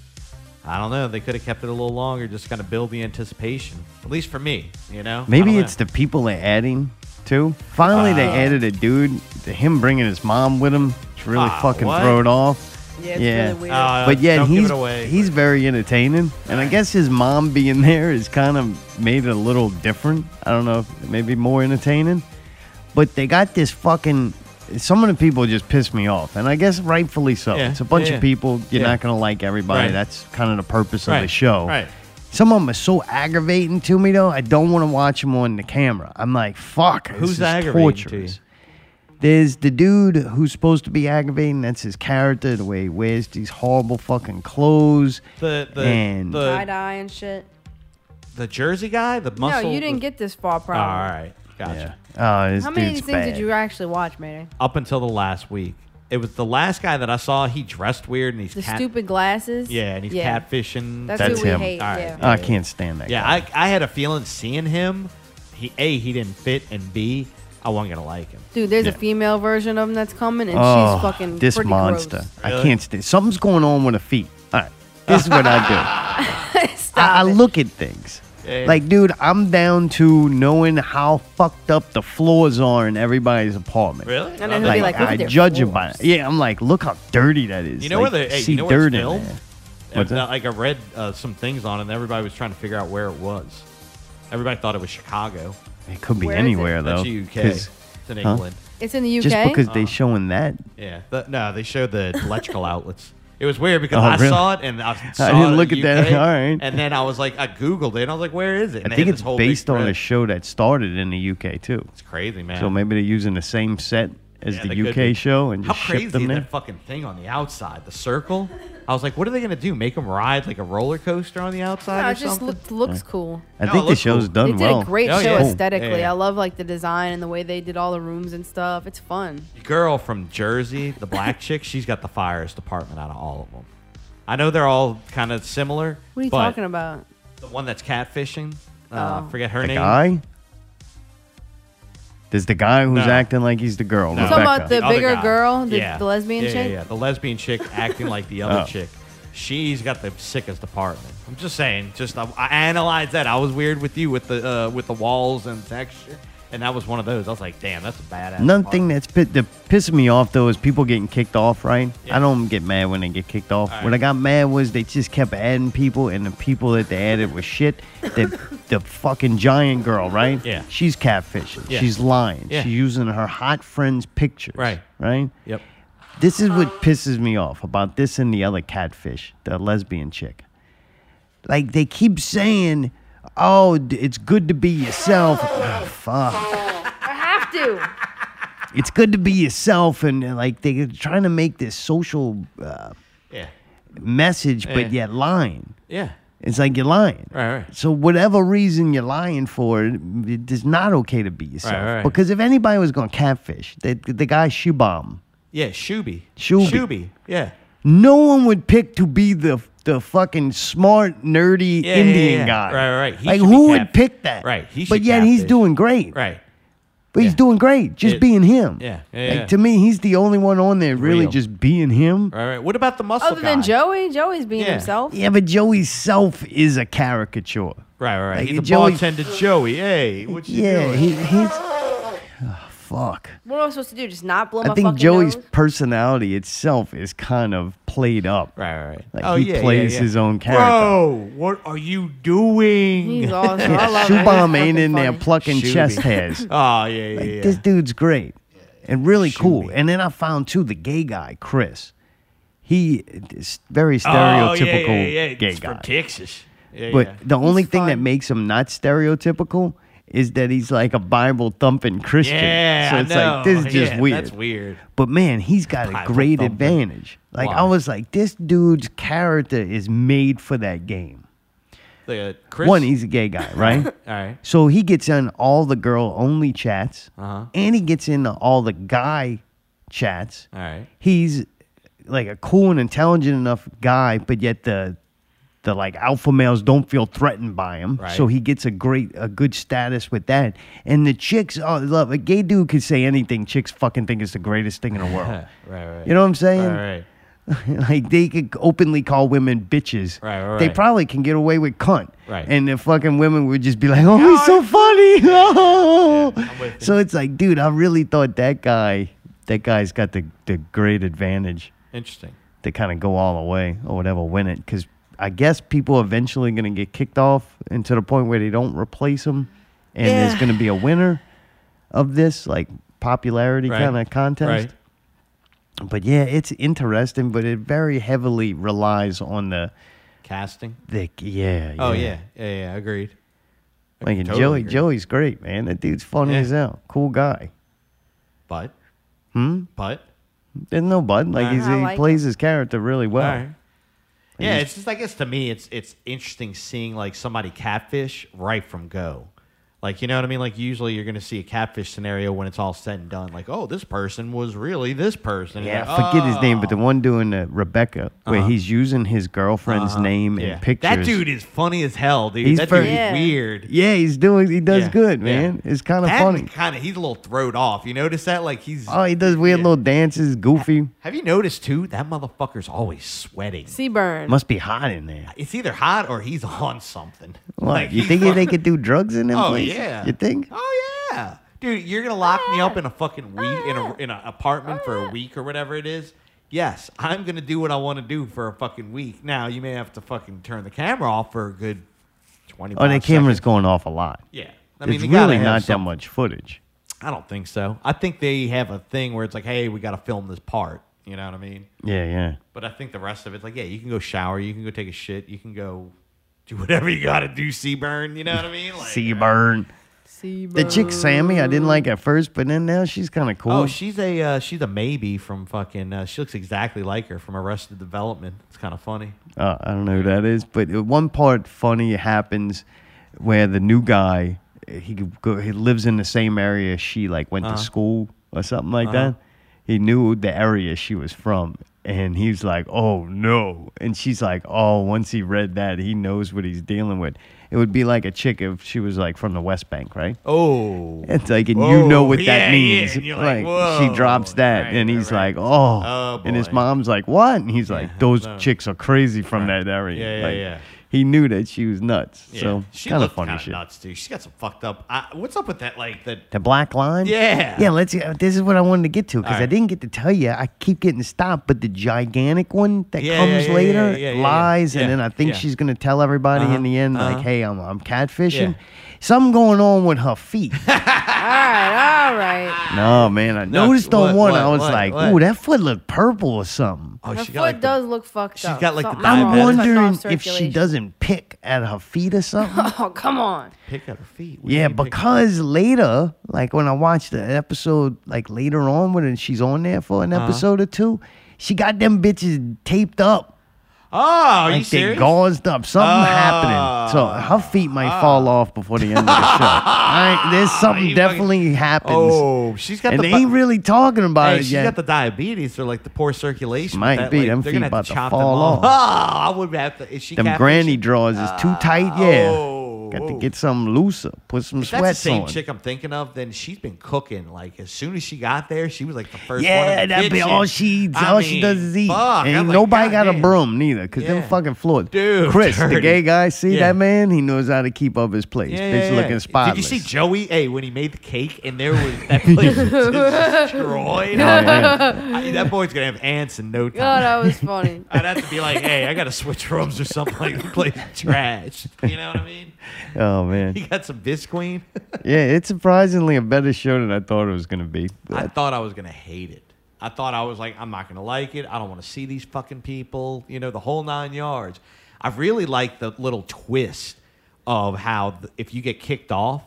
[SPEAKER 3] I don't know. They could have kept it a little longer, just kind of build the anticipation, at least for me, you know? I
[SPEAKER 1] Maybe
[SPEAKER 3] don't
[SPEAKER 1] it's
[SPEAKER 3] know. Uh.
[SPEAKER 1] the people they're adding too. Finally, they added a dude. Him bringing his mom with him. It's really
[SPEAKER 3] Ah,
[SPEAKER 1] fucking
[SPEAKER 3] what?
[SPEAKER 1] thrown off.
[SPEAKER 7] Yeah, it's
[SPEAKER 1] Yeah.
[SPEAKER 7] really weird.
[SPEAKER 3] Uh,
[SPEAKER 1] but yeah,
[SPEAKER 3] don't
[SPEAKER 1] he's
[SPEAKER 3] give it away.
[SPEAKER 1] he's very entertaining, and I guess his mom being there has kind of made it a little different. I don't know, if maybe more entertaining. But they got this fucking. Some of the people just piss me off, and I guess rightfully so.
[SPEAKER 3] Yeah,
[SPEAKER 1] It's a bunch
[SPEAKER 3] yeah, yeah.
[SPEAKER 1] of people. You're
[SPEAKER 3] Yeah.
[SPEAKER 1] not gonna like everybody.
[SPEAKER 3] Right.
[SPEAKER 1] That's kind of the purpose of the
[SPEAKER 3] Right,
[SPEAKER 1] show.
[SPEAKER 3] right.
[SPEAKER 1] Some of them are so aggravating to me, though. I don't want to watch them on the camera. I'm like, fuck. this
[SPEAKER 3] Who's
[SPEAKER 1] is
[SPEAKER 3] aggravating to you?
[SPEAKER 1] torturous. There's the dude who's supposed to be aggravating. That's his character. The way he wears these horrible fucking clothes.
[SPEAKER 3] the the
[SPEAKER 1] And-
[SPEAKER 2] Tie
[SPEAKER 3] the,
[SPEAKER 2] dye and shit.
[SPEAKER 3] the Jersey guy, the muscle.
[SPEAKER 2] no, you didn't get this far,
[SPEAKER 3] All
[SPEAKER 2] probably.
[SPEAKER 3] right, gotcha.
[SPEAKER 1] Oh, this
[SPEAKER 2] How
[SPEAKER 1] dude's
[SPEAKER 2] many of these things
[SPEAKER 1] bad.
[SPEAKER 2] did you actually watch, Mayday?
[SPEAKER 3] Up until the last week, it was the last guy that I saw. He dressed weird and he's
[SPEAKER 2] The
[SPEAKER 3] cat-
[SPEAKER 2] stupid glasses.
[SPEAKER 3] Yeah, and he's catfishing.
[SPEAKER 2] That's,
[SPEAKER 1] That's
[SPEAKER 2] who we
[SPEAKER 1] him.
[SPEAKER 2] hate.
[SPEAKER 3] All right.
[SPEAKER 2] Yeah.
[SPEAKER 1] Oh, I can't stand that.
[SPEAKER 3] yeah,
[SPEAKER 1] guy.
[SPEAKER 3] I, I had a feeling seeing him. He a he didn't fit, and b I wasn't gonna like him.
[SPEAKER 2] Dude, there's
[SPEAKER 1] Yeah.
[SPEAKER 2] a female version of him that's coming, and
[SPEAKER 1] oh,
[SPEAKER 2] she's fucking
[SPEAKER 1] this
[SPEAKER 2] pretty
[SPEAKER 1] monster. I
[SPEAKER 3] Really?
[SPEAKER 1] can't stand. Something's going on with her feet. All right, this is what I do.
[SPEAKER 2] Gross.
[SPEAKER 1] I, I
[SPEAKER 2] Stop it.
[SPEAKER 1] look at things.
[SPEAKER 3] Yeah.
[SPEAKER 1] Like, dude, I'm down to knowing how fucked up the floors are in everybody's apartment.
[SPEAKER 3] Really?
[SPEAKER 2] And then he'll
[SPEAKER 1] Like,
[SPEAKER 2] be like, look
[SPEAKER 1] I
[SPEAKER 2] at their
[SPEAKER 1] judge them by
[SPEAKER 2] floors.
[SPEAKER 1] Yeah, I'm like, look how dirty that is.
[SPEAKER 3] You know
[SPEAKER 1] Like,
[SPEAKER 3] where the hey,
[SPEAKER 1] see
[SPEAKER 3] you know where
[SPEAKER 1] dirt
[SPEAKER 3] it's
[SPEAKER 1] in
[SPEAKER 3] filmed?
[SPEAKER 1] there.
[SPEAKER 3] And
[SPEAKER 1] What's
[SPEAKER 3] that-
[SPEAKER 1] that?
[SPEAKER 3] Like I read uh, some things on it, and everybody was trying to figure out where it was. Everybody thought it was Chicago.
[SPEAKER 1] It could be
[SPEAKER 2] Where is it?
[SPEAKER 1] anywhere though.
[SPEAKER 3] That's UK.
[SPEAKER 1] 'cause
[SPEAKER 3] It's in England.
[SPEAKER 2] It's in the Oh, UK.
[SPEAKER 1] Just because they showing that,
[SPEAKER 3] Yeah. The- no, they showed the electrical outlets. It was weird because
[SPEAKER 1] Oh,
[SPEAKER 3] I
[SPEAKER 1] really?
[SPEAKER 3] saw it and I saw
[SPEAKER 1] didn't
[SPEAKER 3] it in
[SPEAKER 1] look
[SPEAKER 3] the
[SPEAKER 1] at that.
[SPEAKER 3] UK,
[SPEAKER 1] All right.
[SPEAKER 3] And then I was like, I googled it and I was like, where is it? And
[SPEAKER 1] I
[SPEAKER 3] they
[SPEAKER 1] think
[SPEAKER 3] had this
[SPEAKER 1] it's
[SPEAKER 3] whole big
[SPEAKER 1] based on a
[SPEAKER 3] trip.
[SPEAKER 1] show that started in the UK too.
[SPEAKER 3] It's crazy, man.
[SPEAKER 1] So maybe they're using the same set as
[SPEAKER 3] Yeah, they
[SPEAKER 1] the
[SPEAKER 3] could
[SPEAKER 1] UK
[SPEAKER 3] be.
[SPEAKER 1] show and
[SPEAKER 3] How
[SPEAKER 1] just
[SPEAKER 3] crazy
[SPEAKER 1] ship
[SPEAKER 3] is
[SPEAKER 1] them there.
[SPEAKER 3] that fucking thing on the outside, the circle? I was like, what are they gonna do? Make them ride like a roller coaster on the outside
[SPEAKER 2] No,
[SPEAKER 3] or
[SPEAKER 2] it just
[SPEAKER 3] something?
[SPEAKER 2] look, looks cool.
[SPEAKER 1] I
[SPEAKER 3] No, it
[SPEAKER 1] think the
[SPEAKER 3] looks
[SPEAKER 1] show's
[SPEAKER 3] cool.
[SPEAKER 1] done
[SPEAKER 2] They did
[SPEAKER 1] well.
[SPEAKER 2] a great
[SPEAKER 3] Oh,
[SPEAKER 2] show
[SPEAKER 3] yeah.
[SPEAKER 2] aesthetically.
[SPEAKER 3] Yeah.
[SPEAKER 2] I love like the design and the way they did all the rooms and stuff. It's fun.
[SPEAKER 3] Girl from Jersey, the black chick, she's got the fires department out of all of them. I know they're all kind of similar.
[SPEAKER 2] What are you
[SPEAKER 3] but
[SPEAKER 2] talking about?
[SPEAKER 3] The one that's catfishing, uh,
[SPEAKER 2] Oh.
[SPEAKER 3] forget her
[SPEAKER 1] The
[SPEAKER 3] name.
[SPEAKER 1] guy? There's the guy who's
[SPEAKER 3] No.
[SPEAKER 1] acting like he's the girl.
[SPEAKER 3] No.
[SPEAKER 2] Talking about
[SPEAKER 1] Rebecca.
[SPEAKER 2] the-
[SPEAKER 3] other
[SPEAKER 2] bigger
[SPEAKER 3] guy.
[SPEAKER 2] girl, the- the lesbian
[SPEAKER 3] yeah, yeah,
[SPEAKER 2] chick?
[SPEAKER 3] Yeah, the lesbian chick acting like the other
[SPEAKER 1] Oh.
[SPEAKER 3] chick. She's got the sickest apartment. I'm just saying. Just I, I analyzed that. I was weird with you with the uh, with the walls and texture, and that was one of those. I was like, damn, that's a badass.
[SPEAKER 1] Another
[SPEAKER 3] apartment.
[SPEAKER 1] thing that's pit, that pissing me off though is people getting kicked off, right?
[SPEAKER 3] Yeah.
[SPEAKER 1] I don't get mad when they get kicked off. What I got mad was they just kept adding people, and the people that they added was shit. The the fucking giant girl, right?
[SPEAKER 3] Yeah.
[SPEAKER 1] She's catfishing.
[SPEAKER 3] Yeah.
[SPEAKER 1] She's lying.
[SPEAKER 3] Yeah.
[SPEAKER 1] She's using her hot friend's pictures.
[SPEAKER 3] Right.
[SPEAKER 1] Right.
[SPEAKER 3] Yep.
[SPEAKER 1] This is what pisses me off about this and the other catfish, the lesbian chick. Like they keep saying, "Oh, d- it's good to be yourself." Oh, fuck
[SPEAKER 2] I have to.
[SPEAKER 1] it's good to be yourself and uh, like they're trying to make this social uh,
[SPEAKER 3] Yeah.
[SPEAKER 1] message
[SPEAKER 3] Yeah.
[SPEAKER 1] but yet lying
[SPEAKER 3] Yeah.
[SPEAKER 1] it's like you're lying
[SPEAKER 3] Right, right.
[SPEAKER 1] so whatever reason you're lying for it it is not okay to be yourself
[SPEAKER 3] Right, right.
[SPEAKER 1] because if anybody was going to catfish the, the guy Shubam,
[SPEAKER 3] Yeah. Shuby.
[SPEAKER 1] Shuby.
[SPEAKER 3] Shuby. Yeah.
[SPEAKER 1] no one would pick to be the the fucking smart nerdy
[SPEAKER 3] Yeah, yeah,
[SPEAKER 1] indian
[SPEAKER 3] yeah.
[SPEAKER 1] guy
[SPEAKER 3] Right, right. He
[SPEAKER 1] like
[SPEAKER 3] should be
[SPEAKER 1] who would
[SPEAKER 3] catfish.
[SPEAKER 1] pick that
[SPEAKER 3] Right, he
[SPEAKER 1] but
[SPEAKER 3] should
[SPEAKER 1] yet he's
[SPEAKER 3] catfish.
[SPEAKER 1] doing great
[SPEAKER 3] Right.
[SPEAKER 1] But he's
[SPEAKER 3] Yeah.
[SPEAKER 1] doing great, just
[SPEAKER 3] It-
[SPEAKER 1] being him.
[SPEAKER 3] Yeah, yeah,
[SPEAKER 1] Like,
[SPEAKER 3] yeah.
[SPEAKER 1] To me, he's the only one on there really
[SPEAKER 3] Real.
[SPEAKER 1] just being him.
[SPEAKER 3] Right. Right. What about the muscle
[SPEAKER 2] Other than
[SPEAKER 3] guy?
[SPEAKER 2] Joey, Joey's being
[SPEAKER 3] Yeah.
[SPEAKER 2] himself.
[SPEAKER 1] Yeah, but Joey's self is a caricature.
[SPEAKER 3] Right. Right. right.
[SPEAKER 1] Like,
[SPEAKER 3] He's the
[SPEAKER 1] Joey-
[SPEAKER 3] bartender Joey. Hey, what you
[SPEAKER 1] Yeah,
[SPEAKER 3] doing?
[SPEAKER 1] he, he's. Ah, fuck.
[SPEAKER 2] What am I supposed to do? Just not blow my
[SPEAKER 1] I think
[SPEAKER 2] fucking
[SPEAKER 1] Joey's
[SPEAKER 2] nose?
[SPEAKER 1] personality itself is kind of played up.
[SPEAKER 3] Right, right, right.
[SPEAKER 1] Like
[SPEAKER 3] oh,
[SPEAKER 1] he
[SPEAKER 3] yeah, yeah,
[SPEAKER 1] plays
[SPEAKER 3] yeah.
[SPEAKER 1] his own character.
[SPEAKER 3] Bro, what are you doing?
[SPEAKER 2] He's awesome. I love him. He's
[SPEAKER 1] Shubham ain't
[SPEAKER 2] fucking
[SPEAKER 1] in there
[SPEAKER 2] funny.
[SPEAKER 1] plucking
[SPEAKER 3] Shooby.
[SPEAKER 1] chest hairs.
[SPEAKER 3] Oh yeah, yeah, yeah.
[SPEAKER 1] This dude's great and really cool.
[SPEAKER 3] Shooby.
[SPEAKER 1] And then I found too the gay guy, Chris. He is very
[SPEAKER 3] Oh, yeah,
[SPEAKER 1] stereotypical
[SPEAKER 3] yeah, yeah.
[SPEAKER 1] gay
[SPEAKER 3] It's
[SPEAKER 1] guy.
[SPEAKER 3] from Texas. Yeah,
[SPEAKER 1] But
[SPEAKER 3] yeah.
[SPEAKER 1] the only thing that
[SPEAKER 2] fun.
[SPEAKER 1] makes him not stereotypical is that he's like a Bible thumping Christian.
[SPEAKER 3] yeah,
[SPEAKER 1] so
[SPEAKER 3] I
[SPEAKER 1] it's like this
[SPEAKER 3] know.
[SPEAKER 1] is just
[SPEAKER 3] Yeah,
[SPEAKER 1] weird.
[SPEAKER 3] That's weird.
[SPEAKER 1] But man, he's got a
[SPEAKER 3] Bible
[SPEAKER 1] great
[SPEAKER 3] thumping.
[SPEAKER 1] advantage. Like I
[SPEAKER 3] Why?
[SPEAKER 1] was like, this dude's character is made for that game.
[SPEAKER 3] The, uh, Chris.
[SPEAKER 1] One, he's a gay guy, right?
[SPEAKER 3] All right.
[SPEAKER 1] so he gets in all the girl only chats,
[SPEAKER 3] Uh-huh.
[SPEAKER 1] and he gets into all the guy chats.
[SPEAKER 3] All right.
[SPEAKER 1] He's like a cool and intelligent enough guy, but yet the the like alpha males don't feel threatened by him.
[SPEAKER 3] Right.
[SPEAKER 1] So he gets a great a good status with that. And the chicks oh love a gay dude could say anything. Chicks fucking think it's the greatest thing in the world.
[SPEAKER 3] Right, right.
[SPEAKER 1] You know what I'm saying?
[SPEAKER 3] All right.
[SPEAKER 1] like they could openly call women bitches.
[SPEAKER 3] Right, right,
[SPEAKER 1] They
[SPEAKER 3] right.
[SPEAKER 1] probably can get away with cunt.
[SPEAKER 3] Right.
[SPEAKER 1] And the fucking women would just be like, "Oh, he's so funny." Oh.
[SPEAKER 3] Yeah, I'm with you.
[SPEAKER 1] so it's like, dude, I really thought that guy, that guy's got the the great advantage
[SPEAKER 3] Interesting.
[SPEAKER 1] to kind of go all the way or whatever, win it. Because I guess people eventually going to get kicked off, and to the point where they don't replace him, and there's
[SPEAKER 7] Yeah.
[SPEAKER 1] going to be a winner of this like popularity
[SPEAKER 3] Right.
[SPEAKER 1] kind of contest
[SPEAKER 3] Right.
[SPEAKER 1] but yeah, it's interesting, but it very heavily relies on the
[SPEAKER 3] Casting.
[SPEAKER 1] the yeah.
[SPEAKER 3] Oh yeah, yeah, yeah. Agreed.
[SPEAKER 1] Like and
[SPEAKER 3] Totally
[SPEAKER 1] Joey,
[SPEAKER 3] agree.
[SPEAKER 1] Joey's great, man. That dude's funny
[SPEAKER 3] Yeah.
[SPEAKER 1] as hell. Cool guy.
[SPEAKER 3] But. Hmm. But.
[SPEAKER 1] There's no bud. Like he's,
[SPEAKER 2] I
[SPEAKER 1] he
[SPEAKER 2] like
[SPEAKER 1] plays his character really well.
[SPEAKER 3] All right. Yeah, it's just I guess to me it's it's interesting seeing like somebody catfish right from go. Like you know what I mean? Like usually you're gonna see a catfish scenario when it's all said and done. Like, oh, this person was really this person.
[SPEAKER 1] Yeah,
[SPEAKER 3] Like,
[SPEAKER 1] I forget his name, but
[SPEAKER 3] oh. Uh-huh.
[SPEAKER 1] the one doing uh, Rebecca, where he's using his girlfriend's name
[SPEAKER 3] Yeah.
[SPEAKER 1] and pictures.
[SPEAKER 3] That dude is funny as hell, dude.
[SPEAKER 1] He's
[SPEAKER 3] that
[SPEAKER 1] very-
[SPEAKER 3] dude is
[SPEAKER 2] Yeah.
[SPEAKER 3] weird.
[SPEAKER 1] Yeah, he's doing. He does
[SPEAKER 3] Yeah,
[SPEAKER 1] good,
[SPEAKER 3] yeah.
[SPEAKER 1] man. It's kind of
[SPEAKER 3] That
[SPEAKER 1] funny.
[SPEAKER 3] Kind of, he's a little throwed off. You notice that? Like he's.
[SPEAKER 1] Oh, he does weird
[SPEAKER 3] Yeah.
[SPEAKER 1] little dances, goofy.
[SPEAKER 3] Have you noticed too? That motherfucker's always sweating.
[SPEAKER 2] Seaburn.
[SPEAKER 1] Must be hot in there.
[SPEAKER 3] It's either hot or he's on something.
[SPEAKER 1] What? you
[SPEAKER 3] he's
[SPEAKER 1] think
[SPEAKER 3] fucking-
[SPEAKER 1] they could do drugs in them?
[SPEAKER 3] Oh
[SPEAKER 1] places?
[SPEAKER 3] yeah.
[SPEAKER 1] You think?
[SPEAKER 3] Oh yeah, dude, you're gonna lock me up in a fucking week in a in an apartment for a week or whatever it is. Yes, I'm gonna do what I want to do for a fucking week. Now you may have to fucking turn the camera off for a good twenty.
[SPEAKER 1] Oh, that camera's going off a lot.
[SPEAKER 3] Yeah, I mean,
[SPEAKER 1] it's
[SPEAKER 3] they gotta
[SPEAKER 1] really
[SPEAKER 3] have
[SPEAKER 1] not that
[SPEAKER 3] some-
[SPEAKER 1] much footage.
[SPEAKER 3] I don't think so. I think they have a thing where it's like, hey, we gotta film this part. You You know what I mean?
[SPEAKER 1] Yeah, yeah.
[SPEAKER 3] But I think the rest of it's like, yeah, you can go shower, you can go take a shit, you can go do whatever you gotta do, sea burn. You know what I mean? Like,
[SPEAKER 1] Sea burn.
[SPEAKER 2] See,
[SPEAKER 1] The chick Sammy, I didn't like at first, but then now she's kind of cool.
[SPEAKER 3] Oh, she's a uh, she's a maybe from fucking. Uh, she looks exactly like her from Arrested Development. It's kind of funny.
[SPEAKER 1] uh, I don't know who that is, but uh, one part funny happens where the new guy uh, he could go, he lives in the same area she like
[SPEAKER 3] Uh-huh.
[SPEAKER 1] went to school or something like that. He knew the area she was from, and he's like, "Oh no!" And she's like, "Oh." Once he read that, he knows what he's dealing with. It would be like a chick if she was like from the West Bank, right?
[SPEAKER 3] Oh,
[SPEAKER 1] It's like, and you know
[SPEAKER 3] Whoa,
[SPEAKER 1] what
[SPEAKER 3] yeah, yeah,
[SPEAKER 1] that means.
[SPEAKER 3] and you're like, whoa.
[SPEAKER 1] she drops that,
[SPEAKER 3] Right,
[SPEAKER 1] and he's like,
[SPEAKER 3] right, right.
[SPEAKER 1] oh.
[SPEAKER 3] Oh,
[SPEAKER 1] and his
[SPEAKER 3] boy.
[SPEAKER 1] mom's like, what? And he's like, those chicks are crazy from that area.
[SPEAKER 3] Yeah, yeah,
[SPEAKER 1] Like,
[SPEAKER 3] yeah.
[SPEAKER 1] He knew that she was nuts.
[SPEAKER 3] yeah.
[SPEAKER 1] So
[SPEAKER 3] she
[SPEAKER 1] kind of
[SPEAKER 3] looked
[SPEAKER 1] funny
[SPEAKER 3] kinda
[SPEAKER 1] shit.
[SPEAKER 3] nuts too. She's got some fucked up. I, what's up with that? Like that.
[SPEAKER 1] The black line.
[SPEAKER 3] Yeah.
[SPEAKER 1] Yeah. Let's. uh, This is what I wanted to get to because I
[SPEAKER 3] Alright.
[SPEAKER 1] didn't get to tell you. I keep getting stopped, but the gigantic one that
[SPEAKER 3] Yeah, yeah,
[SPEAKER 1] comes
[SPEAKER 3] yeah, yeah,
[SPEAKER 1] later
[SPEAKER 3] yeah, yeah, yeah.
[SPEAKER 1] lies,
[SPEAKER 3] Yeah,
[SPEAKER 1] and then I think
[SPEAKER 3] yeah.
[SPEAKER 1] she's gonna tell everybody in the end,
[SPEAKER 3] uh-huh.
[SPEAKER 1] like, hey, I'm I'm catfishing.
[SPEAKER 3] Yeah.
[SPEAKER 1] Something going on with her feet.
[SPEAKER 2] All right, all right.
[SPEAKER 1] No, man. I
[SPEAKER 3] No,
[SPEAKER 1] noticed
[SPEAKER 3] what-
[SPEAKER 1] on one,
[SPEAKER 3] what-
[SPEAKER 1] I was
[SPEAKER 3] what-
[SPEAKER 1] like,
[SPEAKER 3] what?
[SPEAKER 1] ooh, that foot looked purple or something.
[SPEAKER 3] Oh,
[SPEAKER 2] Her
[SPEAKER 3] she
[SPEAKER 2] foot
[SPEAKER 3] got like the-
[SPEAKER 2] does look fucked
[SPEAKER 3] she's
[SPEAKER 2] up.
[SPEAKER 3] got, like, the
[SPEAKER 2] Something
[SPEAKER 3] I'm
[SPEAKER 2] wrong
[SPEAKER 1] I'm
[SPEAKER 2] with her
[SPEAKER 1] wondering
[SPEAKER 2] soft
[SPEAKER 1] if she
[SPEAKER 2] circulation.
[SPEAKER 1] doesn't pick at her feet or something.
[SPEAKER 2] Oh, come on.
[SPEAKER 3] pick at her feet. What do you
[SPEAKER 1] yeah,
[SPEAKER 3] mean pick-
[SPEAKER 1] because later, like when I watched the episode, like later on when she's on there for
[SPEAKER 3] Uh-huh.
[SPEAKER 1] an episode or two, she got them bitches taped up.
[SPEAKER 3] Oh, are you
[SPEAKER 1] Like they
[SPEAKER 3] serious? Ah.
[SPEAKER 1] gauzed up. Something happening. So her feet might fall off before the end of the show. I, there's something
[SPEAKER 3] You fucking-
[SPEAKER 1] definitely happens.
[SPEAKER 3] Oh, she's got
[SPEAKER 1] and
[SPEAKER 3] the.
[SPEAKER 1] they
[SPEAKER 3] bu-
[SPEAKER 1] ain't really talking about
[SPEAKER 3] Hey,
[SPEAKER 1] it
[SPEAKER 3] she's
[SPEAKER 1] yet.
[SPEAKER 3] got the diabetes or like the poor circulation. with
[SPEAKER 1] Oh, Might
[SPEAKER 3] that,
[SPEAKER 1] be.
[SPEAKER 3] like,
[SPEAKER 1] Them
[SPEAKER 3] they're
[SPEAKER 1] feet
[SPEAKER 3] gonna have
[SPEAKER 1] about
[SPEAKER 3] to
[SPEAKER 1] to
[SPEAKER 3] chop them
[SPEAKER 1] fall off.
[SPEAKER 3] off. Oh, I would have to. Is she
[SPEAKER 1] Them
[SPEAKER 3] catfishing?
[SPEAKER 1] granny drawers is too tight. Yeah, got to
[SPEAKER 3] oh.
[SPEAKER 1] get some looser. Put some
[SPEAKER 3] If that's
[SPEAKER 1] sweats
[SPEAKER 3] the same
[SPEAKER 1] on.
[SPEAKER 3] chick I'm thinking of, then she's been cooking. Like as soon as she got there, she was like the first one.
[SPEAKER 1] yeah,
[SPEAKER 3] in the
[SPEAKER 1] that be
[SPEAKER 3] kitchen.
[SPEAKER 1] all she
[SPEAKER 3] I
[SPEAKER 1] all she
[SPEAKER 3] mean,
[SPEAKER 1] does is eat.
[SPEAKER 3] fuck,
[SPEAKER 1] Ain't
[SPEAKER 3] I'm like,
[SPEAKER 1] nobody got a
[SPEAKER 3] goddamn.
[SPEAKER 1] broom neither, cause
[SPEAKER 3] Yeah.
[SPEAKER 1] them fucking floors.
[SPEAKER 3] Dude,
[SPEAKER 1] Chris, the
[SPEAKER 3] dirty.
[SPEAKER 1] gay guy, see
[SPEAKER 3] Yeah.
[SPEAKER 1] that man? He knows how to keep up his place.
[SPEAKER 3] Yeah,
[SPEAKER 1] Bitch
[SPEAKER 3] yeah, yeah.
[SPEAKER 1] looking spotless.
[SPEAKER 3] Did you see Joey? Hey, when he made the cake and there was that place was destroyed.
[SPEAKER 1] Oh, yeah.
[SPEAKER 3] I- that boy's gonna have ants in no time.
[SPEAKER 2] Oh, that was funny.
[SPEAKER 3] I'd have to be like, hey, I gotta switch rooms or something. Like the place is trash. You know what I mean?
[SPEAKER 1] oh man,
[SPEAKER 3] He got some Bisqueen.
[SPEAKER 1] yeah, it's surprisingly a better show than I thought it was gonna be.
[SPEAKER 3] I
[SPEAKER 1] But
[SPEAKER 3] thought I was gonna hate it. I thought I was like, I'm not gonna like it. I don't want to see these fucking people. You know, the whole nine yards. I really like the little twist of how th- if you get kicked off,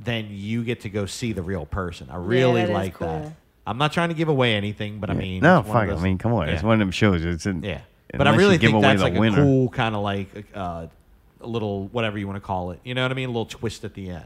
[SPEAKER 3] then you get to go see the real person. I really
[SPEAKER 2] that is
[SPEAKER 3] like that.
[SPEAKER 2] cool.
[SPEAKER 3] I'm not trying to give away anything, but I mean,
[SPEAKER 1] no,
[SPEAKER 3] it's one of
[SPEAKER 1] fuck. I
[SPEAKER 3] those-
[SPEAKER 1] mean, come on,
[SPEAKER 3] Yeah.
[SPEAKER 1] it's one of them shows. It's an,
[SPEAKER 3] Yeah. But I
[SPEAKER 1] unless you
[SPEAKER 3] really
[SPEAKER 1] give
[SPEAKER 3] think
[SPEAKER 1] away
[SPEAKER 3] that's
[SPEAKER 1] the
[SPEAKER 3] like
[SPEAKER 1] winner.
[SPEAKER 3] a cool kind of like uh, a little whatever you want to call it. You know what I mean? A little twist at the end.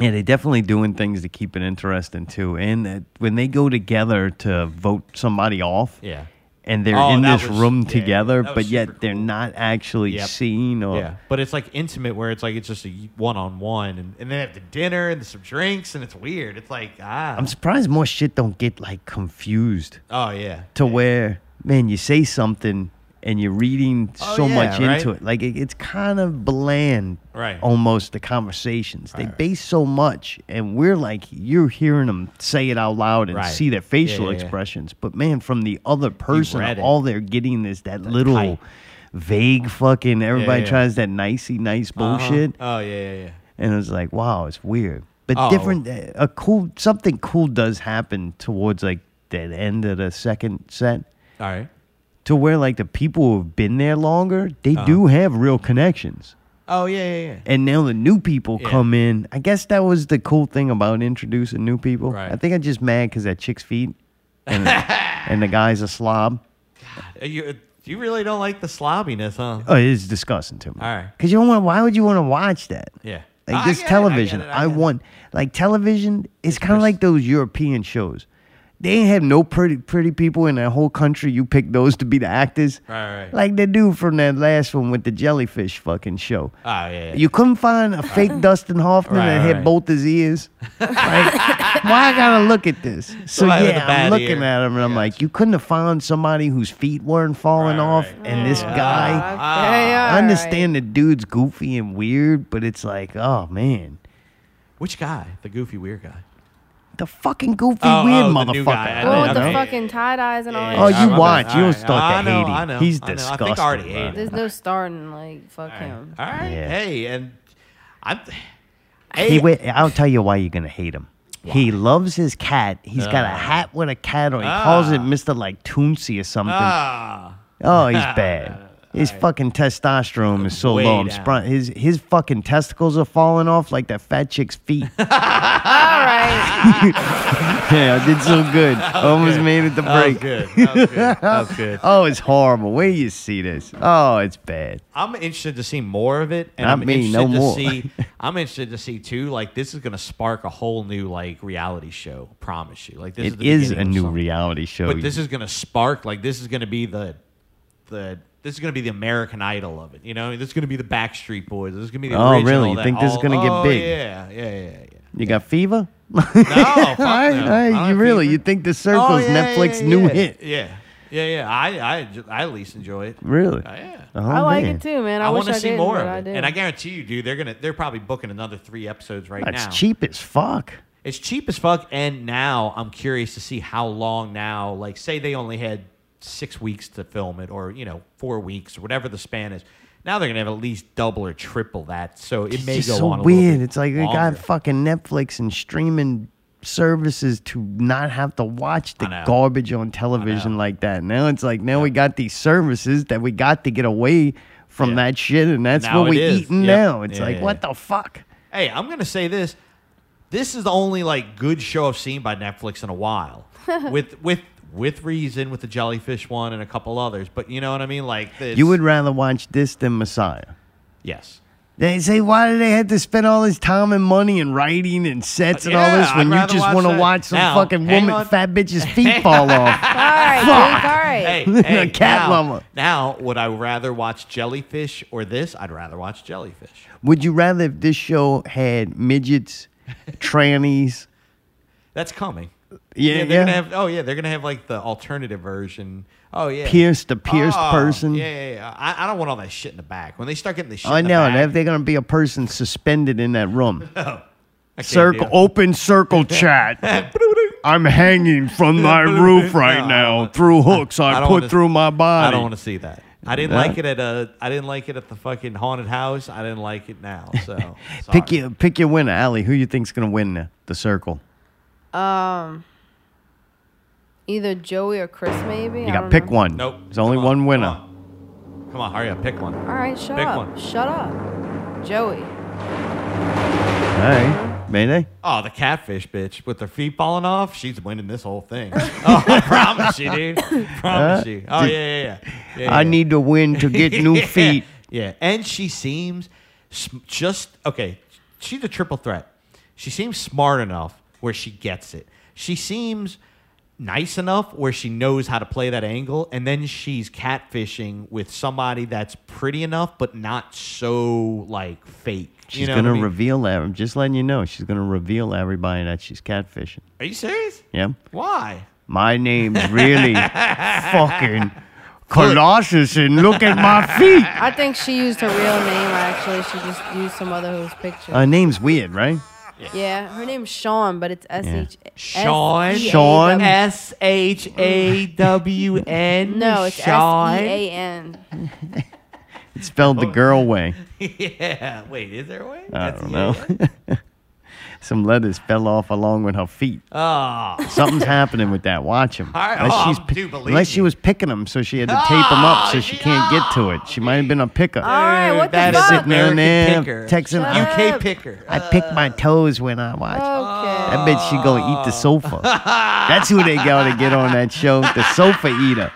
[SPEAKER 1] Yeah, they definitely doing things to keep it interesting too. And uh, when they go together to vote somebody off,
[SPEAKER 3] Yeah.
[SPEAKER 1] and they're
[SPEAKER 3] Oh,
[SPEAKER 1] in
[SPEAKER 3] that
[SPEAKER 1] this
[SPEAKER 3] was-
[SPEAKER 1] room
[SPEAKER 3] yeah,
[SPEAKER 1] together,
[SPEAKER 3] that was
[SPEAKER 1] but yet
[SPEAKER 3] super
[SPEAKER 1] they're
[SPEAKER 3] cool.
[SPEAKER 1] not actually
[SPEAKER 3] Yep.
[SPEAKER 1] seen. Or
[SPEAKER 3] Yeah, but it's like intimate where it's like it's just a one on one, and and then have the dinner and some drinks, and it's weird. It's like ah,
[SPEAKER 1] I'm surprised more shit don't get like confused
[SPEAKER 3] oh yeah,
[SPEAKER 1] to where man, you say something and you're reading
[SPEAKER 3] Oh,
[SPEAKER 1] so
[SPEAKER 3] yeah,
[SPEAKER 1] much
[SPEAKER 3] right?
[SPEAKER 1] into it. Like it, it's kind of bland,
[SPEAKER 3] Right.
[SPEAKER 1] Almost the conversations they base so much, and we're like you're hearing them say it out loud and
[SPEAKER 3] Right.
[SPEAKER 1] see their facial
[SPEAKER 3] yeah, yeah.
[SPEAKER 1] expressions. But man, from the other person,
[SPEAKER 3] read it.
[SPEAKER 1] all they're getting is that, little.
[SPEAKER 3] type.
[SPEAKER 1] Vague fucking everybody
[SPEAKER 3] yeah.
[SPEAKER 1] tries that nicey nice bullshit.
[SPEAKER 3] Oh yeah, yeah, yeah.
[SPEAKER 1] and it was like, wow, it's weird. But
[SPEAKER 3] Oh.
[SPEAKER 1] different, uh, a cool something cool does happen towards like the end of the second set,
[SPEAKER 3] All right.
[SPEAKER 1] to where like the people who've been there longer, they
[SPEAKER 3] Uh-huh.
[SPEAKER 1] do have real connections.
[SPEAKER 3] Oh yeah, yeah, yeah.
[SPEAKER 1] And now the new people
[SPEAKER 3] Yeah.
[SPEAKER 1] come in. I guess that was the cool thing about introducing new people.
[SPEAKER 3] Right.
[SPEAKER 1] I think I'm just mad because that chick's feet, and, and the guy's a slob.
[SPEAKER 3] Uh, You you really don't like the slobbiness, huh?
[SPEAKER 1] Oh, it is disgusting to me.
[SPEAKER 3] All right.
[SPEAKER 1] Because you don't want. Why would you want to watch that?
[SPEAKER 3] Yeah.
[SPEAKER 1] Like
[SPEAKER 3] I
[SPEAKER 1] this
[SPEAKER 3] get it, I get
[SPEAKER 1] television,
[SPEAKER 3] it,
[SPEAKER 1] I,
[SPEAKER 3] I get it.
[SPEAKER 1] want like television. It's kind of
[SPEAKER 3] just-
[SPEAKER 1] like those European shows. They ain't have no pretty pretty people in that whole country. You pick those to be the actors,
[SPEAKER 3] Right, right.
[SPEAKER 1] Like the dude from that last one with the jellyfish fucking show.
[SPEAKER 3] Oh yeah, yeah.
[SPEAKER 1] You couldn't find a fake Dustin Hoffman
[SPEAKER 3] Right,
[SPEAKER 1] that
[SPEAKER 3] right,
[SPEAKER 1] had
[SPEAKER 3] right.
[SPEAKER 1] both his ears. Like, why I gotta look at this? So
[SPEAKER 3] Somebody with a
[SPEAKER 1] yeah,
[SPEAKER 3] bad
[SPEAKER 1] I'm looking
[SPEAKER 3] ear.
[SPEAKER 1] at him and I'm like, you couldn't have found somebody whose feet weren't falling
[SPEAKER 3] Right,
[SPEAKER 1] off,
[SPEAKER 3] right.
[SPEAKER 1] and this guy.
[SPEAKER 2] Okay, all
[SPEAKER 1] I
[SPEAKER 2] right.
[SPEAKER 1] understand the dude's goofy and weird, but it's like, oh man,
[SPEAKER 3] Which guy? The goofy weird guy.
[SPEAKER 1] the fucking goofy
[SPEAKER 3] Oh,
[SPEAKER 1] weird
[SPEAKER 3] oh, the new
[SPEAKER 1] motherfucker.
[SPEAKER 3] guy. I
[SPEAKER 2] Well,
[SPEAKER 3] know,
[SPEAKER 2] with the
[SPEAKER 3] okay.
[SPEAKER 2] fucking tie dyes and all
[SPEAKER 1] Oh,
[SPEAKER 2] that. shit.
[SPEAKER 1] you watch. You'll
[SPEAKER 3] right.
[SPEAKER 1] start
[SPEAKER 3] I
[SPEAKER 1] to
[SPEAKER 3] know,
[SPEAKER 1] hate
[SPEAKER 3] I
[SPEAKER 1] him.
[SPEAKER 3] know,
[SPEAKER 1] He's
[SPEAKER 3] I know. I think I already
[SPEAKER 1] disgusting,
[SPEAKER 3] hate
[SPEAKER 1] bro.
[SPEAKER 3] him.
[SPEAKER 2] There's no starting. Like, fuck him.
[SPEAKER 3] All right.
[SPEAKER 1] Yeah.
[SPEAKER 3] Hey, and I.
[SPEAKER 1] He went, I'll tell you why you're gonna hate him. He loves his cat. He's got
[SPEAKER 3] Uh.
[SPEAKER 1] a hat with a cat, or he calls it Mister like Toonsy or something.
[SPEAKER 3] Ah.
[SPEAKER 1] Oh, he's bad. His fucking testosterone is so
[SPEAKER 3] Way
[SPEAKER 1] low. I'm
[SPEAKER 3] down.
[SPEAKER 1] sprung. His his fucking testicles are falling off like that fat chick's feet. All right. yeah, I did so good. Almost made it the break.
[SPEAKER 3] Oh, Good. That was good. That was good.
[SPEAKER 1] Oh, it's horrible. Where you see this? Oh, it's bad.
[SPEAKER 3] I'm interested to see more of it, and
[SPEAKER 1] Not
[SPEAKER 3] I'm
[SPEAKER 1] me,
[SPEAKER 3] interested
[SPEAKER 1] no
[SPEAKER 3] to
[SPEAKER 1] more.
[SPEAKER 3] see. I'm interested to see too. Like this is gonna spark a whole new like reality show. I promise you. Like this
[SPEAKER 1] it
[SPEAKER 3] the
[SPEAKER 1] is
[SPEAKER 3] beginning
[SPEAKER 1] a
[SPEAKER 3] of
[SPEAKER 1] new
[SPEAKER 3] something.
[SPEAKER 1] reality show.
[SPEAKER 3] But this is gonna spark. Like this is gonna be the, the. This is gonna be the American Idol of it. You know, this is gonna be the Backstreet Boys. This is gonna be the.
[SPEAKER 1] Oh,
[SPEAKER 3] original,
[SPEAKER 1] really? You
[SPEAKER 3] that
[SPEAKER 1] think this is
[SPEAKER 3] all-
[SPEAKER 1] gonna get
[SPEAKER 3] oh,
[SPEAKER 1] big?
[SPEAKER 3] Yeah, yeah, yeah, yeah.
[SPEAKER 1] you got fever?
[SPEAKER 3] No, fuck
[SPEAKER 1] Hey,
[SPEAKER 3] no.
[SPEAKER 1] hey,
[SPEAKER 3] I don't
[SPEAKER 1] you
[SPEAKER 3] have
[SPEAKER 1] really?
[SPEAKER 3] fever.
[SPEAKER 1] You think the
[SPEAKER 3] Oh,
[SPEAKER 1] circles
[SPEAKER 3] yeah,
[SPEAKER 1] Netflix
[SPEAKER 3] yeah,
[SPEAKER 1] new
[SPEAKER 3] yeah.
[SPEAKER 1] hit?
[SPEAKER 3] Yeah, yeah, yeah. I, I, ju- I at least enjoy it.
[SPEAKER 1] Really?
[SPEAKER 3] Uh, yeah.
[SPEAKER 1] Oh,
[SPEAKER 2] I like
[SPEAKER 1] man.
[SPEAKER 2] it too, man. I,
[SPEAKER 3] I,
[SPEAKER 2] wish
[SPEAKER 3] want to
[SPEAKER 2] I
[SPEAKER 3] see
[SPEAKER 2] didn't,
[SPEAKER 3] more
[SPEAKER 2] but
[SPEAKER 3] of
[SPEAKER 2] I
[SPEAKER 3] it,
[SPEAKER 2] did.
[SPEAKER 3] and I guarantee you, dude, they're gonna they're probably booking another three episodes right
[SPEAKER 1] That's
[SPEAKER 3] now.
[SPEAKER 1] cheap as fuck.
[SPEAKER 3] It's cheap as fuck, and now I'm curious to see how long now. Like, say they only had six weeks to film it, or you know, four weeks, or whatever the span is. Now they're gonna have at least double or triple that, so it may
[SPEAKER 1] it's
[SPEAKER 3] go
[SPEAKER 1] just so
[SPEAKER 3] on. A
[SPEAKER 1] weird.
[SPEAKER 3] Little bit
[SPEAKER 1] It's like they
[SPEAKER 3] longer.
[SPEAKER 1] got fucking Netflix and streaming services to not have to watch the
[SPEAKER 3] know.
[SPEAKER 1] garbage on television like that. Now it's like now we got these services that we got to get away from
[SPEAKER 3] Yeah.
[SPEAKER 1] that shit, and that's
[SPEAKER 3] Now
[SPEAKER 1] what
[SPEAKER 3] it
[SPEAKER 1] we're
[SPEAKER 3] is.
[SPEAKER 1] eating
[SPEAKER 3] Yep.
[SPEAKER 1] now. It's
[SPEAKER 3] Yeah,
[SPEAKER 1] like
[SPEAKER 3] yeah,
[SPEAKER 1] what the fuck.
[SPEAKER 3] Hey, I'm gonna say this. This is the only like good show I've seen by Netflix in a while. with with with reason, with the jellyfish one and a couple others. But you know what I mean? Like this
[SPEAKER 1] You would rather watch this than Messiah.
[SPEAKER 3] Yes.
[SPEAKER 1] They say, why do they have to spend all this time and money and writing and sets and all
[SPEAKER 3] Yeah,
[SPEAKER 1] this when
[SPEAKER 3] I'd
[SPEAKER 1] you
[SPEAKER 3] rather
[SPEAKER 1] just
[SPEAKER 3] watch
[SPEAKER 1] want to
[SPEAKER 3] that.
[SPEAKER 1] watch some
[SPEAKER 3] Now,
[SPEAKER 1] fucking
[SPEAKER 3] hang
[SPEAKER 1] woman,
[SPEAKER 3] on.
[SPEAKER 1] fat bitch's feet fall off?
[SPEAKER 2] all right, Duke, all right.
[SPEAKER 3] Hey,
[SPEAKER 1] The
[SPEAKER 3] hey,
[SPEAKER 1] cat
[SPEAKER 3] now,
[SPEAKER 1] lover.
[SPEAKER 3] Now, would I rather watch jellyfish or this? I'd rather watch jellyfish.
[SPEAKER 1] Would you rather if this show had midgets, trannies?
[SPEAKER 3] That's coming.
[SPEAKER 1] Yeah,
[SPEAKER 3] they're
[SPEAKER 1] yeah.
[SPEAKER 3] gonna have oh yeah, they're gonna have like the alternative version. Oh yeah.
[SPEAKER 1] Pierced the pierced
[SPEAKER 3] Oh,
[SPEAKER 1] person.
[SPEAKER 3] Yeah, yeah, yeah. I, I don't want all that shit in the back. When they start getting the shit
[SPEAKER 1] I
[SPEAKER 3] in the
[SPEAKER 1] know.
[SPEAKER 3] back,
[SPEAKER 1] and if they're going to be a person suspended in that room.
[SPEAKER 3] I can't
[SPEAKER 1] circle,
[SPEAKER 3] do it.
[SPEAKER 1] open circle chat. I'm hanging from my roof right
[SPEAKER 3] No, I
[SPEAKER 1] now
[SPEAKER 3] don't-
[SPEAKER 1] through hooks
[SPEAKER 3] I
[SPEAKER 1] I,
[SPEAKER 3] don't
[SPEAKER 1] put
[SPEAKER 3] wanna-
[SPEAKER 1] through my body.
[SPEAKER 3] I don't want to see that. I didn't
[SPEAKER 1] Yeah.
[SPEAKER 3] like it at a. I didn't like it at the fucking haunted house. I didn't like it now. So sorry.
[SPEAKER 1] pick your pick your winner, Allie. Who you think's going to win the, the circle?
[SPEAKER 2] Um, either Joey or Chris, maybe.
[SPEAKER 1] You got to pick one.
[SPEAKER 3] Nope.
[SPEAKER 1] There's only
[SPEAKER 3] Come on,
[SPEAKER 1] one winner.
[SPEAKER 3] Come on. Come on, hurry up. Pick one.
[SPEAKER 2] All right, shut
[SPEAKER 3] Pick
[SPEAKER 2] up.
[SPEAKER 3] one.
[SPEAKER 2] Shut up, Joey.
[SPEAKER 1] All right. Mayday.
[SPEAKER 3] Oh, the catfish bitch with her feet falling off. She's winning this whole thing. oh, I promise you, dude. Promise you. Oh yeah, yeah, yeah. yeah, yeah.
[SPEAKER 1] I need to win to get new
[SPEAKER 3] Yeah.
[SPEAKER 1] feet.
[SPEAKER 3] Yeah, and she seems sm- just okay. She's a triple threat. She seems smart enough where she gets it. She seems nice enough where she knows how to play that angle, and then she's catfishing with somebody that's pretty enough but not so like fake.
[SPEAKER 1] She's
[SPEAKER 3] you know
[SPEAKER 1] gonna
[SPEAKER 3] what I mean?
[SPEAKER 1] reveal that. I'm just letting you know. She's gonna reveal everybody that she's catfishing.
[SPEAKER 3] Are you serious?
[SPEAKER 1] Yeah.
[SPEAKER 3] Why?
[SPEAKER 1] My name's really fucking Colossus, and look at my feet.
[SPEAKER 2] I think she used her real name. Actually, she just used some other whose picture.
[SPEAKER 3] Uh,
[SPEAKER 1] Her name's weird, right?
[SPEAKER 2] yeah, her name's Sean, but it's S H.
[SPEAKER 3] Sean?
[SPEAKER 2] S E A
[SPEAKER 1] Sean?
[SPEAKER 2] W-
[SPEAKER 3] S H A W N.
[SPEAKER 2] No, it's S E A N.
[SPEAKER 1] It's spelled
[SPEAKER 3] Oh.
[SPEAKER 1] the girl way.
[SPEAKER 2] E
[SPEAKER 3] Yeah. Wait, is there E a way?
[SPEAKER 1] I don't know. Some letters fell off along with her feet.
[SPEAKER 3] Oh.
[SPEAKER 1] Something's happening with that. Watch him.
[SPEAKER 3] All right.
[SPEAKER 1] Unless,
[SPEAKER 3] Oh,
[SPEAKER 1] she's,
[SPEAKER 3] I'm-
[SPEAKER 1] pi-
[SPEAKER 3] dude, believe
[SPEAKER 1] unless she
[SPEAKER 3] me.
[SPEAKER 1] was picking them, so she had to tape them up so she can't get to it. She might have been a picker.
[SPEAKER 2] All right, what the
[SPEAKER 3] That is
[SPEAKER 2] fuck?
[SPEAKER 1] Sitting there and
[SPEAKER 3] American
[SPEAKER 1] there,
[SPEAKER 3] picker.
[SPEAKER 1] texting.
[SPEAKER 2] Shut
[SPEAKER 1] I,
[SPEAKER 2] up.
[SPEAKER 3] UK picker.
[SPEAKER 1] I pick my toes when I watch.
[SPEAKER 2] Okay.
[SPEAKER 1] I bet she gonna eat the sofa. That's who they gotta get on that show, the sofa eater.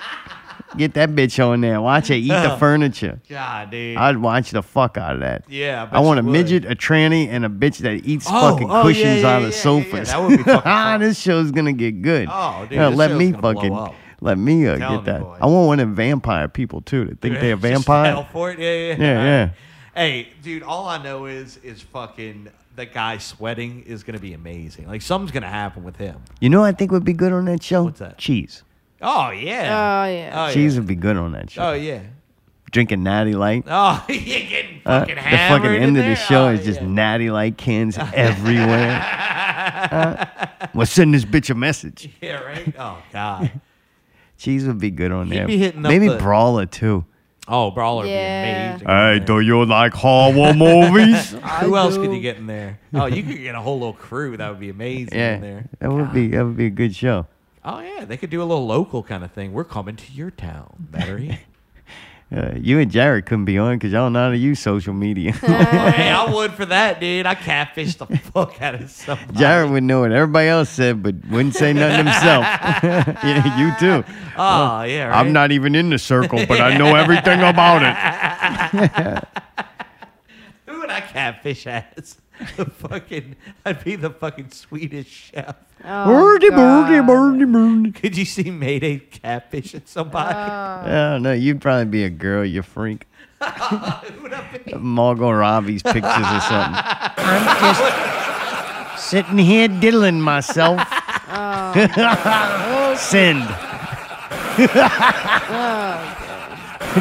[SPEAKER 1] Get that bitch on there. Watch her eat the furniture.
[SPEAKER 3] God, dude.
[SPEAKER 1] I'd watch the fuck out of that.
[SPEAKER 3] Yeah, I bet
[SPEAKER 1] I want a
[SPEAKER 3] you would.
[SPEAKER 1] midget, a tranny, and a bitch that eats
[SPEAKER 3] Oh,
[SPEAKER 1] fucking
[SPEAKER 3] oh, yeah,
[SPEAKER 1] cushions
[SPEAKER 3] yeah,
[SPEAKER 1] out
[SPEAKER 3] yeah,
[SPEAKER 1] of
[SPEAKER 3] yeah, yeah.
[SPEAKER 1] sofas.
[SPEAKER 3] That would be fucking
[SPEAKER 1] ah,
[SPEAKER 3] fun.
[SPEAKER 1] this show's gonna get good.
[SPEAKER 3] Oh, dude,
[SPEAKER 1] Yeah,
[SPEAKER 3] this
[SPEAKER 1] let
[SPEAKER 3] show's
[SPEAKER 1] me
[SPEAKER 3] gonna blow
[SPEAKER 1] fucking
[SPEAKER 3] up.
[SPEAKER 1] let me uh,
[SPEAKER 3] telling
[SPEAKER 1] get
[SPEAKER 3] you,
[SPEAKER 1] that.
[SPEAKER 3] boy.
[SPEAKER 1] I want one of them vampire people too that think they're a
[SPEAKER 3] Just
[SPEAKER 1] vampire.
[SPEAKER 3] fell for it. Yeah, yeah,
[SPEAKER 1] Yeah, yeah.
[SPEAKER 3] Hey, dude, all I know is is fucking that guy sweating is gonna be amazing. Like something's gonna happen with him.
[SPEAKER 1] You know, what I think would be good on that show.
[SPEAKER 3] What's that?
[SPEAKER 1] Cheese.
[SPEAKER 3] Oh yeah.
[SPEAKER 2] Oh, yeah.
[SPEAKER 3] Oh,
[SPEAKER 1] Cheese would be good on that show.
[SPEAKER 3] Oh yeah.
[SPEAKER 1] Drinking natty light.
[SPEAKER 3] Oh, you're getting
[SPEAKER 1] Uh,
[SPEAKER 3] fucking
[SPEAKER 1] the
[SPEAKER 3] hammered
[SPEAKER 1] fucking
[SPEAKER 3] in
[SPEAKER 1] end of the
[SPEAKER 3] there?
[SPEAKER 1] show
[SPEAKER 3] Oh,
[SPEAKER 1] is just
[SPEAKER 3] yeah.
[SPEAKER 1] natty light cans everywhere. Uh, well, send this bitch a message.
[SPEAKER 3] Yeah, right. Oh god.
[SPEAKER 1] Cheese would be good on there.
[SPEAKER 3] be hitting up
[SPEAKER 1] Maybe
[SPEAKER 3] the-
[SPEAKER 1] Brawler too.
[SPEAKER 3] Oh, Brawler
[SPEAKER 2] Yeah.
[SPEAKER 3] would be amazing.
[SPEAKER 1] Hey, do you like horror movies?
[SPEAKER 3] Who else could you get in there? Oh, you could get a whole little crew. That would be amazing in
[SPEAKER 1] yeah,
[SPEAKER 3] there.
[SPEAKER 1] that would be that would be a good show.
[SPEAKER 3] Oh yeah, they could do a little local kind of thing. We're coming to your town, Battery.
[SPEAKER 1] Uh, you and Jared couldn't be on because y'all know how to use social media.
[SPEAKER 3] Oh, hey, I would for that, dude. I catfish the fuck out of somebody.
[SPEAKER 1] Jared would know what everybody else said, but wouldn't say nothing himself. yeah, you too.
[SPEAKER 3] Oh yeah, right?
[SPEAKER 1] I'm not even in the circle, but I know everything about it.
[SPEAKER 3] Who would I catfish as? The fucking, I'd be the fucking Swedish chef.
[SPEAKER 2] Oh,
[SPEAKER 1] Birdie, birdie,
[SPEAKER 2] God.
[SPEAKER 1] birdie, birdie.
[SPEAKER 3] Could you see Mayday catfishing somebody?
[SPEAKER 1] Oh no, you'd probably be a girl, you freak.
[SPEAKER 3] Who would I be?
[SPEAKER 1] Margot Robbie's pictures or something. I'm just sitting here diddling myself.
[SPEAKER 2] Oh.
[SPEAKER 1] Send.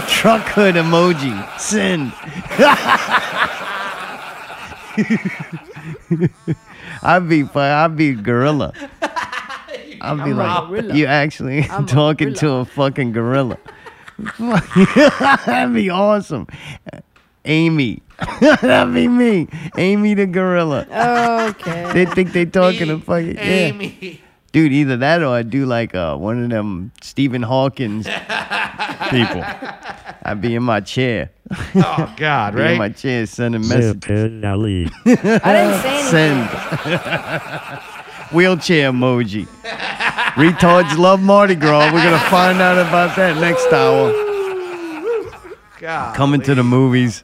[SPEAKER 1] Truck hood emoji. Send. I'd be fu- I'd be gorilla. I'd be
[SPEAKER 2] I'm a
[SPEAKER 1] like,
[SPEAKER 2] gorilla.
[SPEAKER 1] you actually
[SPEAKER 2] I'm a
[SPEAKER 1] talking to
[SPEAKER 2] gorilla."
[SPEAKER 1] a fucking gorilla. That'd be awesome. Amy. That'd be me. Amy the gorilla.
[SPEAKER 2] Okay.
[SPEAKER 1] They think they talking to fucking yeah.
[SPEAKER 3] Amy.
[SPEAKER 1] Dude, either that or I do like uh, one of them Stephen Hawkins people. I'd be in my chair.
[SPEAKER 3] Oh God,
[SPEAKER 1] Be in my
[SPEAKER 3] right?
[SPEAKER 1] chair sending messages.
[SPEAKER 8] now leave.
[SPEAKER 2] I didn't say anything.
[SPEAKER 1] Send. Wheelchair emoji. Retards love Mardi Gras. We're going to find out about that next hour.
[SPEAKER 3] God.
[SPEAKER 1] Coming to the movies,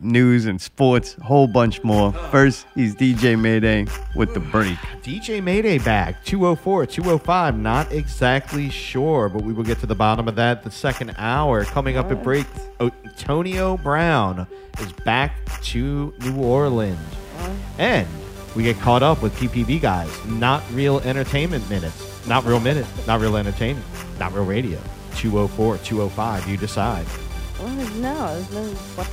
[SPEAKER 1] news, and sports. Whole bunch more. First, he's DJ Mayday with the break.
[SPEAKER 3] DJ Mayday back 204, 205. Not exactly sure, but we will get to the bottom of that the second hour. Coming up at break, O- Antonio Brown is back to New Orleans. And we get caught up with PPV guys. Not real entertainment minutes. Not real minutes. Not real entertainment. Not real radio. 204, 205. You decide.
[SPEAKER 2] Well, No, there's no. What?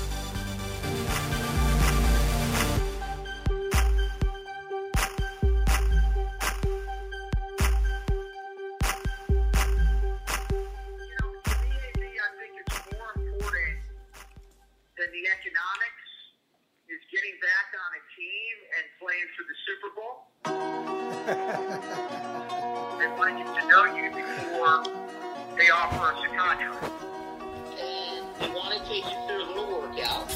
[SPEAKER 9] To me, AD, I think it's more important than the economics is getting back on a team and playing for the Super Bowl. they want to get to know you before they offer us a contract. And they want to take you through a little workout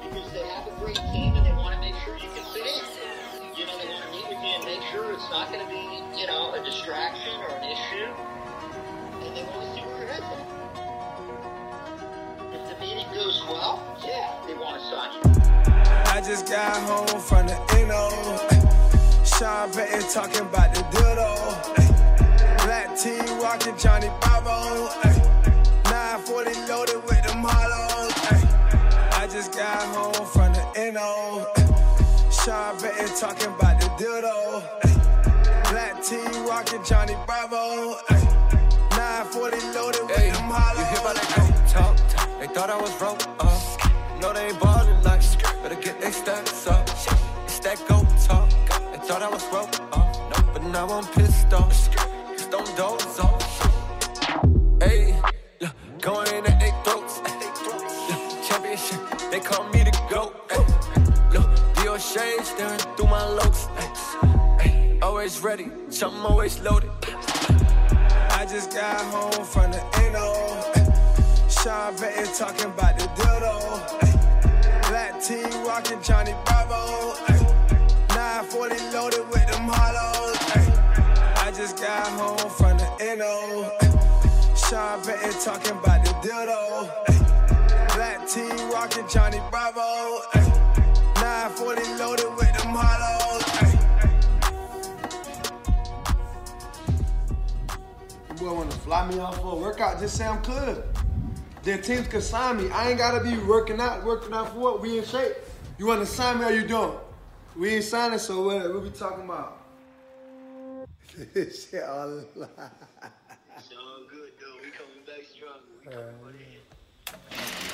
[SPEAKER 9] because they have a great team and they want to make sure you can fit in. You know, they want to meet with you and make sure it's not going to be, you know, a distraction or an issue and they want to see where your head's at. If the meeting goes well, yeah, they want to sign you.
[SPEAKER 10] I just got home from the NO. Sean Payton talking about the doodle. ay. Black tee rocking Johnny Bravo. ay. 940 loaded with them hollows. ay. I just got home from the NO. Sean Payton talking about the doodle. ay. Black tee rocking Johnny Bravo. ay. 940 loaded with them hollows. You hear about that talk? They thought I was broke up. No, they ain't ballin' like Better get their stats up. It's that go talk. They thought I was broke up. No, but now I'm pissed off. Just don't doze off. Hey, yeah, going in at eight throats. Yeah, championship, they call me the GOAT. Ay, Look, the shade staring through my looks. Always ready, something always loaded. I just got home from the NO. Sean Payton talking about the dildo. ay. Black tee rocking Johnny Bravo. ay. 940 loaded with them hollows. ay. I just got home from the NO. ay. Sean Payton talking about the dildo. ay. Black tee rocking Johnny Bravo. ay. 940 loaded with them hollows. ay. boy want to fly me off for a workout, just say I'm good. Then teams can sign me. I ain't gotta be working out, working out for what? We in shape. You want to sign me? How you doing? We ain't signing, so what? What we talking about? Shit, all lie.
[SPEAKER 9] It's all good, though. We coming back stronger. We coming for the end.
[SPEAKER 3] We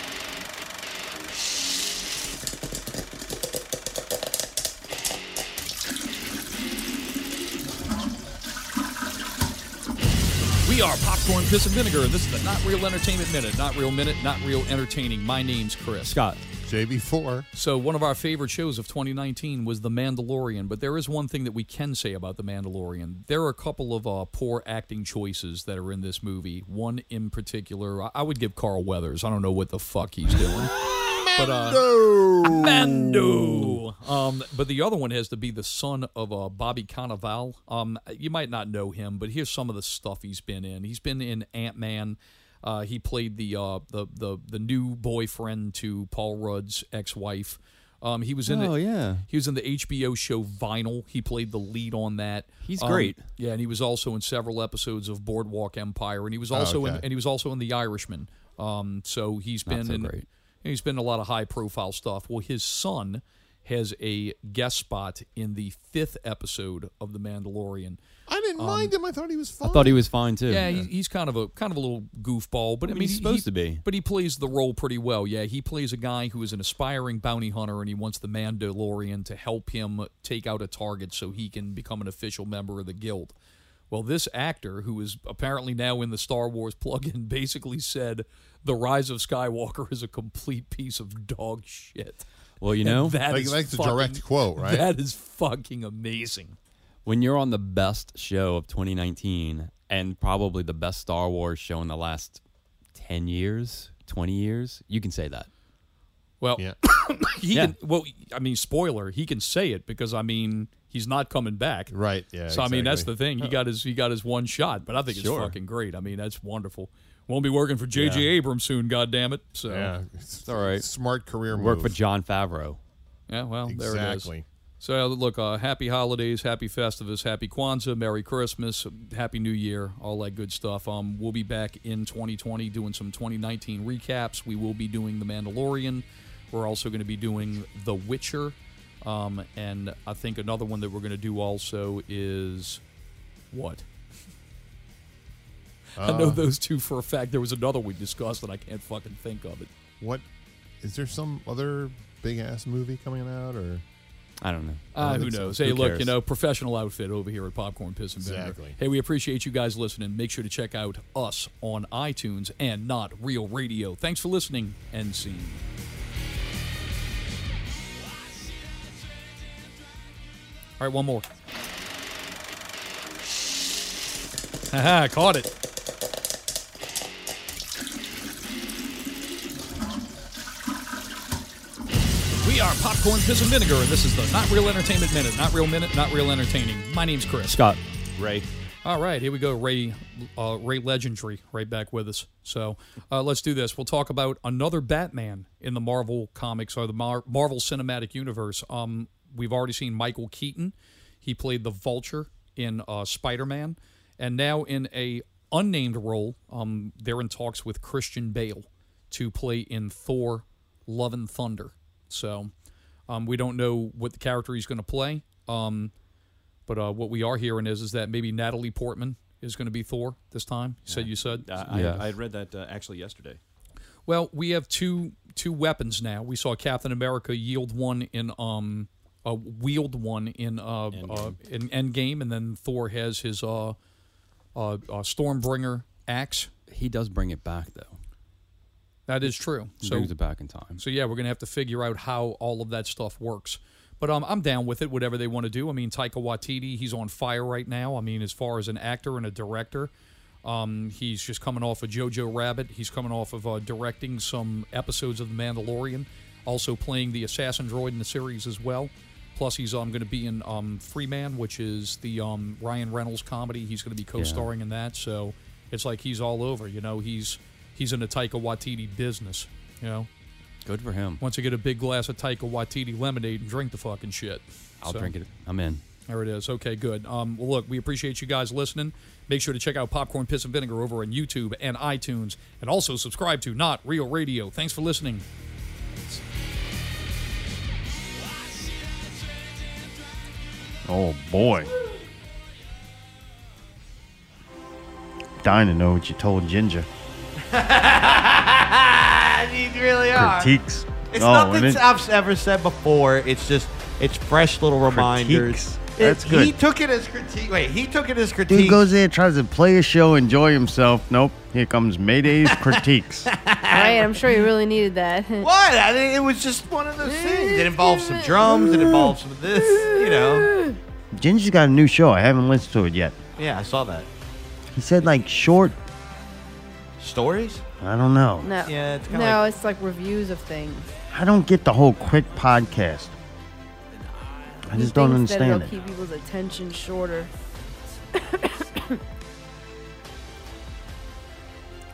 [SPEAKER 8] We are Popcorn, Piss, and Vinegar, and this is the Not Real Entertainment Minute. Not Real Minute, Not Real Entertaining. My name's Chris. Scott.
[SPEAKER 11] JB4.
[SPEAKER 8] So, one of our favorite shows of 2019 was The Mandalorian, but there is one thing that we can say about The Mandalorian. There are a couple of uh, poor acting choices that are in this movie. One in particular, I- I would give Carl Weathers. I don't know what the fuck he's doing. But, uh, Mando. Um, but the other one has to be the son of uh, Bobby Cannavale. Um, you might not know him, but here's some of the stuff he's been in. He's been in Ant Man. Uh, he played the, uh, the the the new boyfriend to Paul Rudd's ex-wife. Um, he was in
[SPEAKER 11] Oh,
[SPEAKER 8] the,
[SPEAKER 11] yeah.
[SPEAKER 8] he was in the HBO show Vinyl. He played the lead on that.
[SPEAKER 11] He's great.
[SPEAKER 8] Yeah, and he was also in several episodes of Boardwalk Empire, and he was
[SPEAKER 11] Oh,
[SPEAKER 8] also in,
[SPEAKER 11] okay.
[SPEAKER 8] and he was also in The Irishman. Um, so he's
[SPEAKER 11] Not
[SPEAKER 8] been
[SPEAKER 11] so
[SPEAKER 8] in
[SPEAKER 11] great.
[SPEAKER 8] he's been in a lot of high profile stuff. Well, his son has a guest spot in the fifth episode of The Mandalorian.
[SPEAKER 11] I didn't
[SPEAKER 8] Um,
[SPEAKER 11] mind him. I thought he was fine.
[SPEAKER 12] I thought he was fine too.
[SPEAKER 8] Yeah, he- he's kind of a kind of a little goofball, but
[SPEAKER 12] I
[SPEAKER 8] I
[SPEAKER 12] mean,
[SPEAKER 8] mean,
[SPEAKER 12] he's
[SPEAKER 8] he-
[SPEAKER 12] supposed
[SPEAKER 8] he-
[SPEAKER 12] to be.
[SPEAKER 8] But he plays the role pretty well. Yeah, he plays a guy who is an aspiring bounty hunter, and he wants the Mandalorian to help him take out a target so he can become an official member of the guild. Well, this actor, who is apparently now in the Star Wars plug-in, basically said the Rise of Skywalker is a complete piece of dog shit.
[SPEAKER 12] Well, you
[SPEAKER 8] And
[SPEAKER 12] know-
[SPEAKER 8] that
[SPEAKER 12] Like-
[SPEAKER 8] is
[SPEAKER 12] like the
[SPEAKER 8] fucking-
[SPEAKER 12] direct quote, right?
[SPEAKER 8] That is fucking amazing.
[SPEAKER 12] when you're on the best show of 2019 and probably the best Star Wars show in the last 10 years, 20 years, you can say that.
[SPEAKER 8] Well, he can. Well, I mean, spoiler. He can say it because I mean he's not coming back. Right.
[SPEAKER 11] yeah,
[SPEAKER 8] So I mean that's
[SPEAKER 11] exactly.
[SPEAKER 8] the
[SPEAKER 1] Uh.
[SPEAKER 8] thing. He got his he got his one shot, but I think
[SPEAKER 11] Sure.
[SPEAKER 8] it's fucking great. I mean that's wonderful. Won't be working for J.J.
[SPEAKER 11] Yeah.
[SPEAKER 8] Abrams soon. God damn it. So
[SPEAKER 11] Yeah,
[SPEAKER 12] It's all right.
[SPEAKER 11] Smart career
[SPEAKER 12] Work
[SPEAKER 11] move.
[SPEAKER 12] for John Favreau.
[SPEAKER 8] Yeah, well, there it is.
[SPEAKER 11] Exactly.
[SPEAKER 8] So look, uh, happy holidays, happy Festivus, happy Kwanzaa, Merry Christmas, Happy New Year, all that good stuff. Um, we'll be back in 2020 doing some 2019 recaps. We will be doing The Mandalorian. We're also going to be doing The Witcher, um, and I think another one that we're going to do also is what? I know
[SPEAKER 11] Uh.
[SPEAKER 8] those two for a fact. There was another we discussed, and I can't fucking think of it.
[SPEAKER 11] What is there some other big ass movie coming out or
[SPEAKER 12] I don't know.
[SPEAKER 8] Uh, who knows? Hey, look, you know, professional outfit over here at Popcorn Piss and Vinegar.
[SPEAKER 11] Exactly.
[SPEAKER 8] Hey, we appreciate you guys listening. Make sure to check out us on iTunes and not Real Radio. Thanks for listening and seeing. All right, one more. Haha, caught it. We are Popcorn Piss and Vinegar, and this is the Not Real Entertainment Minute. Not Real Minute, Not Real Entertaining. My name's Chris.
[SPEAKER 12] Scott. Ray.
[SPEAKER 8] All right, here we go. Ray, uh, Ray Legendary, right back with us. So uh, let's do this. We'll talk about another Batman in the Marvel comics or the Mar- Marvel Cinematic Universe. Um, we've already seen Michael Keaton. He played the Vulture in uh, Spider Man, and now in a unnamed role, um, they're in talks with Christian Bale to play in Thor: Love and Thunder. So um, we don't know what the character he's going to play. Um, but uh, what we are hearing is is that maybe Natalie Portman is going to be Thor this time. You said you said.
[SPEAKER 13] Uh, I, I had read that uh, actually yesterday.
[SPEAKER 8] well, we have two two weapons now. We saw Captain America yield one in um uh, wield one in uh, uh in Endgame, and then Thor has his uh uh, uh Stormbringer axe.
[SPEAKER 12] He does bring it back though.
[SPEAKER 8] That is true.
[SPEAKER 12] He
[SPEAKER 8] So
[SPEAKER 12] brings it back in time.
[SPEAKER 8] So yeah, we're gonna have to figure out how all of that stuff works. But um, I'm down with it. Whatever they want to do. I mean, Taika Waititi, he's on fire right now. I mean, as far as an actor and a director, um, he's just coming off of Jojo Rabbit. He's coming off of uh, directing some episodes of The Mandalorian, also playing the assassin droid in the series as well. Plus, he's um, going to be in um, Free Man, which is the um, Ryan Reynolds comedy. He's going to be co-starring in that. So it's like he's all over. You know, he's he's in the Taika Waititi business. You know.
[SPEAKER 12] Good for him.
[SPEAKER 8] Once you get a big glass of Taika Waititi lemonade and drink the fucking shit.
[SPEAKER 12] I'll
[SPEAKER 8] So,
[SPEAKER 12] drink it. I'm in.
[SPEAKER 8] There it is. Okay, good. Um, well, look, we appreciate you guys listening. Make sure to check out Popcorn Piss and Vinegar over on YouTube and iTunes, and also subscribe to Not Real Radio. Thanks for listening.
[SPEAKER 1] Oh boy. Dying to know what you told Ginger.
[SPEAKER 3] you really
[SPEAKER 1] are. Critiques.
[SPEAKER 3] It's
[SPEAKER 1] Oh,
[SPEAKER 3] nothing
[SPEAKER 1] and it-
[SPEAKER 3] I've ever said before. It's just it's fresh little reminders.
[SPEAKER 1] That's
[SPEAKER 3] He
[SPEAKER 1] good.
[SPEAKER 3] took it as critique. Wait, he took it as critique.
[SPEAKER 1] Dude goes there, tries to play a show, enjoy himself. Nope. Here comes Mayday's critiques.
[SPEAKER 2] right, I'm sure you really needed that.
[SPEAKER 3] What? I mean, it was just one of those things. It involves some drums. It involves some of this. You know.
[SPEAKER 1] Ginger's got a new show. I haven't listened to it yet.
[SPEAKER 3] Yeah, I saw that.
[SPEAKER 1] He said like short.
[SPEAKER 3] Stories?
[SPEAKER 1] I don't know.
[SPEAKER 2] No.
[SPEAKER 3] Yeah, it's kinda
[SPEAKER 2] no, it's like reviews of things.
[SPEAKER 1] I don't get the whole quick podcast. I
[SPEAKER 2] He
[SPEAKER 1] just don't
[SPEAKER 2] thinks that it'll
[SPEAKER 1] understand it.
[SPEAKER 2] keep people's attention shorter.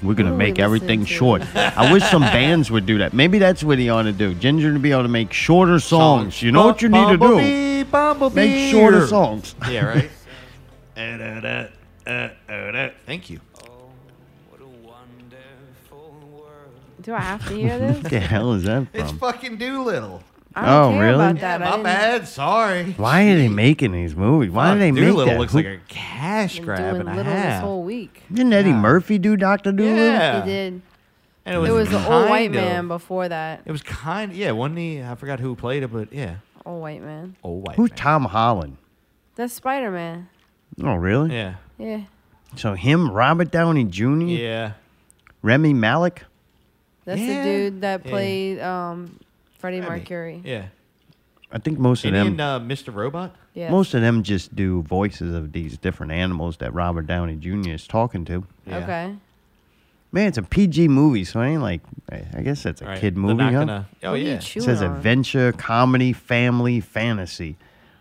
[SPEAKER 1] We're gonna
[SPEAKER 2] What are we
[SPEAKER 1] make everything
[SPEAKER 2] listening to?
[SPEAKER 1] short. I wish some bands would do that. Maybe that's what he ought to do. Ginger to be able to make shorter songs. You know what you need to do.
[SPEAKER 3] Bumblebee, bumblebee.
[SPEAKER 1] Make shorter songs.
[SPEAKER 3] Yeah, right. Uh, uh, uh, uh, uh. Thank you.
[SPEAKER 1] Um,
[SPEAKER 2] Do I have to hear this?
[SPEAKER 1] What the hell is that
[SPEAKER 3] It's
[SPEAKER 1] from?
[SPEAKER 3] fucking Doolittle.
[SPEAKER 2] I don't
[SPEAKER 1] Oh,
[SPEAKER 2] care
[SPEAKER 1] really?
[SPEAKER 2] about that.
[SPEAKER 3] Yeah,
[SPEAKER 2] I
[SPEAKER 3] my
[SPEAKER 2] didn't-
[SPEAKER 3] bad. Sorry.
[SPEAKER 1] Why are they making these movies? Why do they make
[SPEAKER 3] Doolittle
[SPEAKER 1] that?
[SPEAKER 3] looks
[SPEAKER 1] Who-
[SPEAKER 3] like a cash grab and a
[SPEAKER 2] Little this
[SPEAKER 3] half.
[SPEAKER 2] whole week.
[SPEAKER 1] Didn't Eddie Murphy do Doctor Doolittle?
[SPEAKER 3] Yeah.
[SPEAKER 2] He did.
[SPEAKER 3] And
[SPEAKER 2] it was the old white
[SPEAKER 3] kind of-
[SPEAKER 2] man before that.
[SPEAKER 3] It was kind. Yeah, one knee. I forgot who played it, but yeah,
[SPEAKER 2] Old white man.
[SPEAKER 3] old white.
[SPEAKER 1] Who's Tom Holland?
[SPEAKER 2] That's Spider Man.
[SPEAKER 1] Oh, really?
[SPEAKER 3] Yeah.
[SPEAKER 2] Yeah.
[SPEAKER 1] So him, Robert Downey Jr.
[SPEAKER 3] Yeah.
[SPEAKER 1] Remy Malik.
[SPEAKER 2] That's
[SPEAKER 3] Yeah.
[SPEAKER 2] the dude that
[SPEAKER 3] Yeah.
[SPEAKER 2] played um, Freddie Mercury.
[SPEAKER 3] Yeah.
[SPEAKER 1] I think most of
[SPEAKER 3] And,
[SPEAKER 1] them.
[SPEAKER 3] in uh, Mr. Robot.
[SPEAKER 2] Yeah.
[SPEAKER 1] Most of them just do voices of these different animals that Robert Downey Jr. is talking to.
[SPEAKER 2] Okay.
[SPEAKER 1] Man, it's a PG movie, so I ain't like. I I guess that's a
[SPEAKER 3] Right.
[SPEAKER 1] kid
[SPEAKER 3] They're
[SPEAKER 1] movie,
[SPEAKER 3] not
[SPEAKER 1] huh?
[SPEAKER 3] gonna- oh, What are you yeah.
[SPEAKER 1] It
[SPEAKER 3] chewing
[SPEAKER 1] says
[SPEAKER 3] on?
[SPEAKER 1] adventure, comedy, family, fantasy.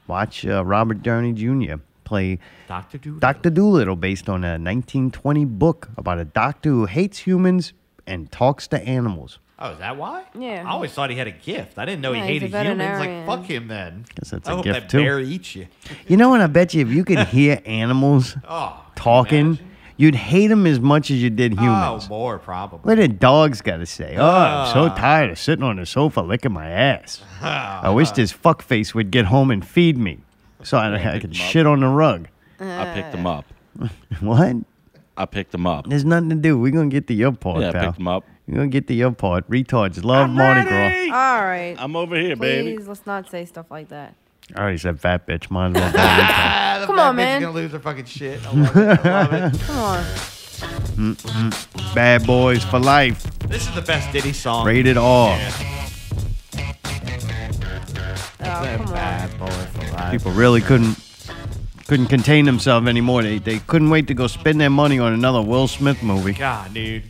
[SPEAKER 1] Watch uh, Robert Downey Jr. play
[SPEAKER 3] Doctor Doolittle.
[SPEAKER 1] Doctor Doolittle, based on a 1920 book about a doctor who hates humans and talks to animals.
[SPEAKER 3] Oh, is that why?
[SPEAKER 2] Yeah.
[SPEAKER 3] I always thought he had a gift. I didn't know
[SPEAKER 2] Yeah,
[SPEAKER 3] he
[SPEAKER 2] he's a
[SPEAKER 3] hated humans. Like
[SPEAKER 2] veterinarian.
[SPEAKER 3] fuck him then.
[SPEAKER 1] Guess that's
[SPEAKER 3] I
[SPEAKER 1] a
[SPEAKER 3] hope
[SPEAKER 1] gift,
[SPEAKER 3] that
[SPEAKER 1] too.
[SPEAKER 3] bear eats you.
[SPEAKER 1] You know what? I bet you if you could hear animals
[SPEAKER 3] Oh,
[SPEAKER 1] talking, you'd hate them as much as you did humans.
[SPEAKER 3] Oh, more probably.
[SPEAKER 1] What did dogs got to say? Oh, I'm so
[SPEAKER 3] Ah.
[SPEAKER 1] tired of sitting on the sofa licking my ass.
[SPEAKER 3] Ah.
[SPEAKER 1] I wish this fuckface would get home and feed me so I, I could shit on the rug.
[SPEAKER 14] I picked them up.
[SPEAKER 1] What?
[SPEAKER 14] I picked them up.
[SPEAKER 1] There's nothing to do. We're going to get to your part,
[SPEAKER 14] Yeah, I
[SPEAKER 1] pal.
[SPEAKER 14] picked them up.
[SPEAKER 1] You're going to get to your part. Retards love Mardi Gras.
[SPEAKER 2] All right.
[SPEAKER 14] I'm over here,
[SPEAKER 2] Please,
[SPEAKER 14] baby.
[SPEAKER 2] let's not say stuff like that.
[SPEAKER 1] I already said fat bitch. Might as well call it retard.
[SPEAKER 3] Ah, the
[SPEAKER 2] Come
[SPEAKER 3] fat
[SPEAKER 2] on,
[SPEAKER 3] bitch
[SPEAKER 2] man.
[SPEAKER 3] Is gonna lose her fucking shit. I love it. I love it.
[SPEAKER 2] Come on. Oh,
[SPEAKER 1] Mm-mm. Bad boys for life.
[SPEAKER 3] This is the best Diddy song.
[SPEAKER 1] Rated R.
[SPEAKER 2] Oh, come on.
[SPEAKER 3] Bad boy for life.
[SPEAKER 1] People really couldn't couldn't contain themselves anymore. They, they couldn't wait to go spend their money on another Will Smith movie.
[SPEAKER 3] God, dude.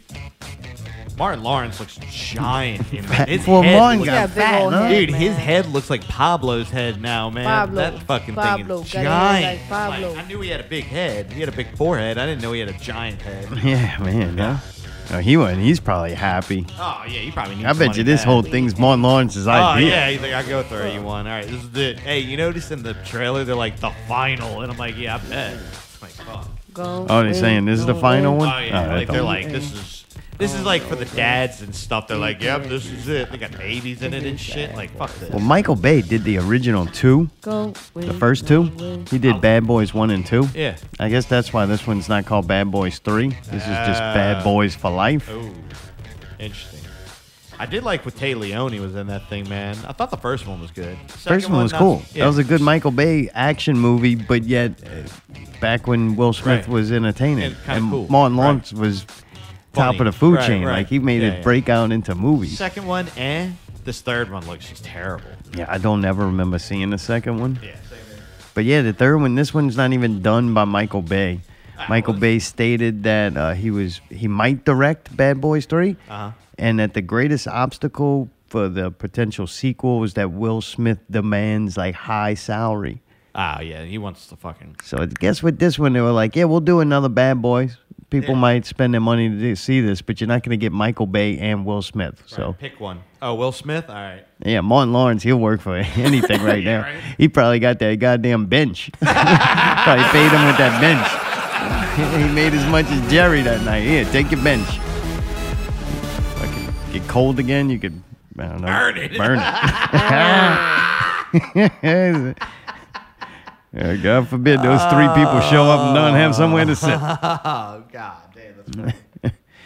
[SPEAKER 3] Martin Lawrence looks giant. in
[SPEAKER 1] Fat-
[SPEAKER 3] that. His
[SPEAKER 1] Well,
[SPEAKER 3] head
[SPEAKER 1] Martin
[SPEAKER 3] looks
[SPEAKER 1] got Yeah, big
[SPEAKER 3] fat,
[SPEAKER 1] old head,
[SPEAKER 3] dude. His head looks like Pablo's head now, man.
[SPEAKER 2] Pablo.
[SPEAKER 3] that fucking
[SPEAKER 2] Pablo.
[SPEAKER 3] thing is
[SPEAKER 2] got a head
[SPEAKER 3] giant.
[SPEAKER 2] Like Pablo.
[SPEAKER 3] I knew he had a big head. He had a big forehead. I didn't know he had a giant head.
[SPEAKER 1] Yeah, man. Huh? No, he wasn't. He's probably happy.
[SPEAKER 3] Oh yeah, you probably need.
[SPEAKER 1] I bet
[SPEAKER 3] somebody
[SPEAKER 1] you this
[SPEAKER 3] bad.
[SPEAKER 1] whole thing's Martin Lawrence's
[SPEAKER 3] Oh
[SPEAKER 1] idea.
[SPEAKER 3] yeah, he's like, I go throw you one. All right, this is it. Hey, you notice in the trailer they're like the final, and I'm like, yeah, I bet. It's like, fuck.
[SPEAKER 2] Go.
[SPEAKER 1] Oh, they're saying this is the final one?
[SPEAKER 3] Oh yeah,
[SPEAKER 1] Oh, that
[SPEAKER 3] like they're
[SPEAKER 1] don't-
[SPEAKER 3] like, this is this is like for the dads and stuff. They're like, yep, this is it. They got babies in it and shit. Like, fuck this.
[SPEAKER 1] Well, Michael Bay did the original two,
[SPEAKER 2] Go.
[SPEAKER 1] the first two. He did Bad Boys 1 and 2.
[SPEAKER 3] Yeah.
[SPEAKER 1] I guess that's why this one's not called Bad Boys 3. This is just Bad
[SPEAKER 3] Ah.
[SPEAKER 1] Boys for Life.
[SPEAKER 3] Oh, interesting. I did like what Tay Leone was in that thing, man. I thought the first one was good. The second
[SPEAKER 1] First one was
[SPEAKER 3] not-
[SPEAKER 1] cool.
[SPEAKER 3] yeah.
[SPEAKER 1] That was a good Michael Bay action movie, but yet uh, back when Will Smith
[SPEAKER 3] Right.
[SPEAKER 1] was entertaining.
[SPEAKER 3] And kinda cool.
[SPEAKER 1] Martin Lawrence was top of the
[SPEAKER 3] Funny.
[SPEAKER 1] food
[SPEAKER 3] Right,
[SPEAKER 1] chain.
[SPEAKER 3] right.
[SPEAKER 1] Like he made
[SPEAKER 3] Yeah,
[SPEAKER 1] it
[SPEAKER 3] yeah.
[SPEAKER 1] break out into movies.
[SPEAKER 3] Second one, eh. This third one looks just terrible.
[SPEAKER 1] Yeah, I don't ever remember seeing the second one.
[SPEAKER 3] Yeah,
[SPEAKER 1] But yeah, the third one, this one's not even done by Michael Bay.
[SPEAKER 3] Ah,
[SPEAKER 1] Michael Bay stated that uh, he was he might direct Bad Boys 3
[SPEAKER 3] Uh-huh.
[SPEAKER 1] and that the greatest obstacle for the potential sequel was that Will Smith demands like high salary.
[SPEAKER 3] Oh yeah, he wants to fucking.
[SPEAKER 1] So I guess with this one, they were like, yeah, we'll do another Bad Boys. People might spend their money to do- see this, but you're not going to get Michael Bay and Will Smith. So
[SPEAKER 3] Pick one. Oh, Will Smith. All right.
[SPEAKER 1] yeah, Martin Lawrence, he'll work for anything right now.
[SPEAKER 3] right.
[SPEAKER 1] He probably got that goddamn bench. probably paid him with that bench. he made as much as Jerry that night. Here, take your bench. Fucking get cold again, you could I don't know, burn
[SPEAKER 3] it.
[SPEAKER 1] Burn it. Yeah, God forbid those three people show up and don't have somewhere to sit.
[SPEAKER 3] Oh god damn. That's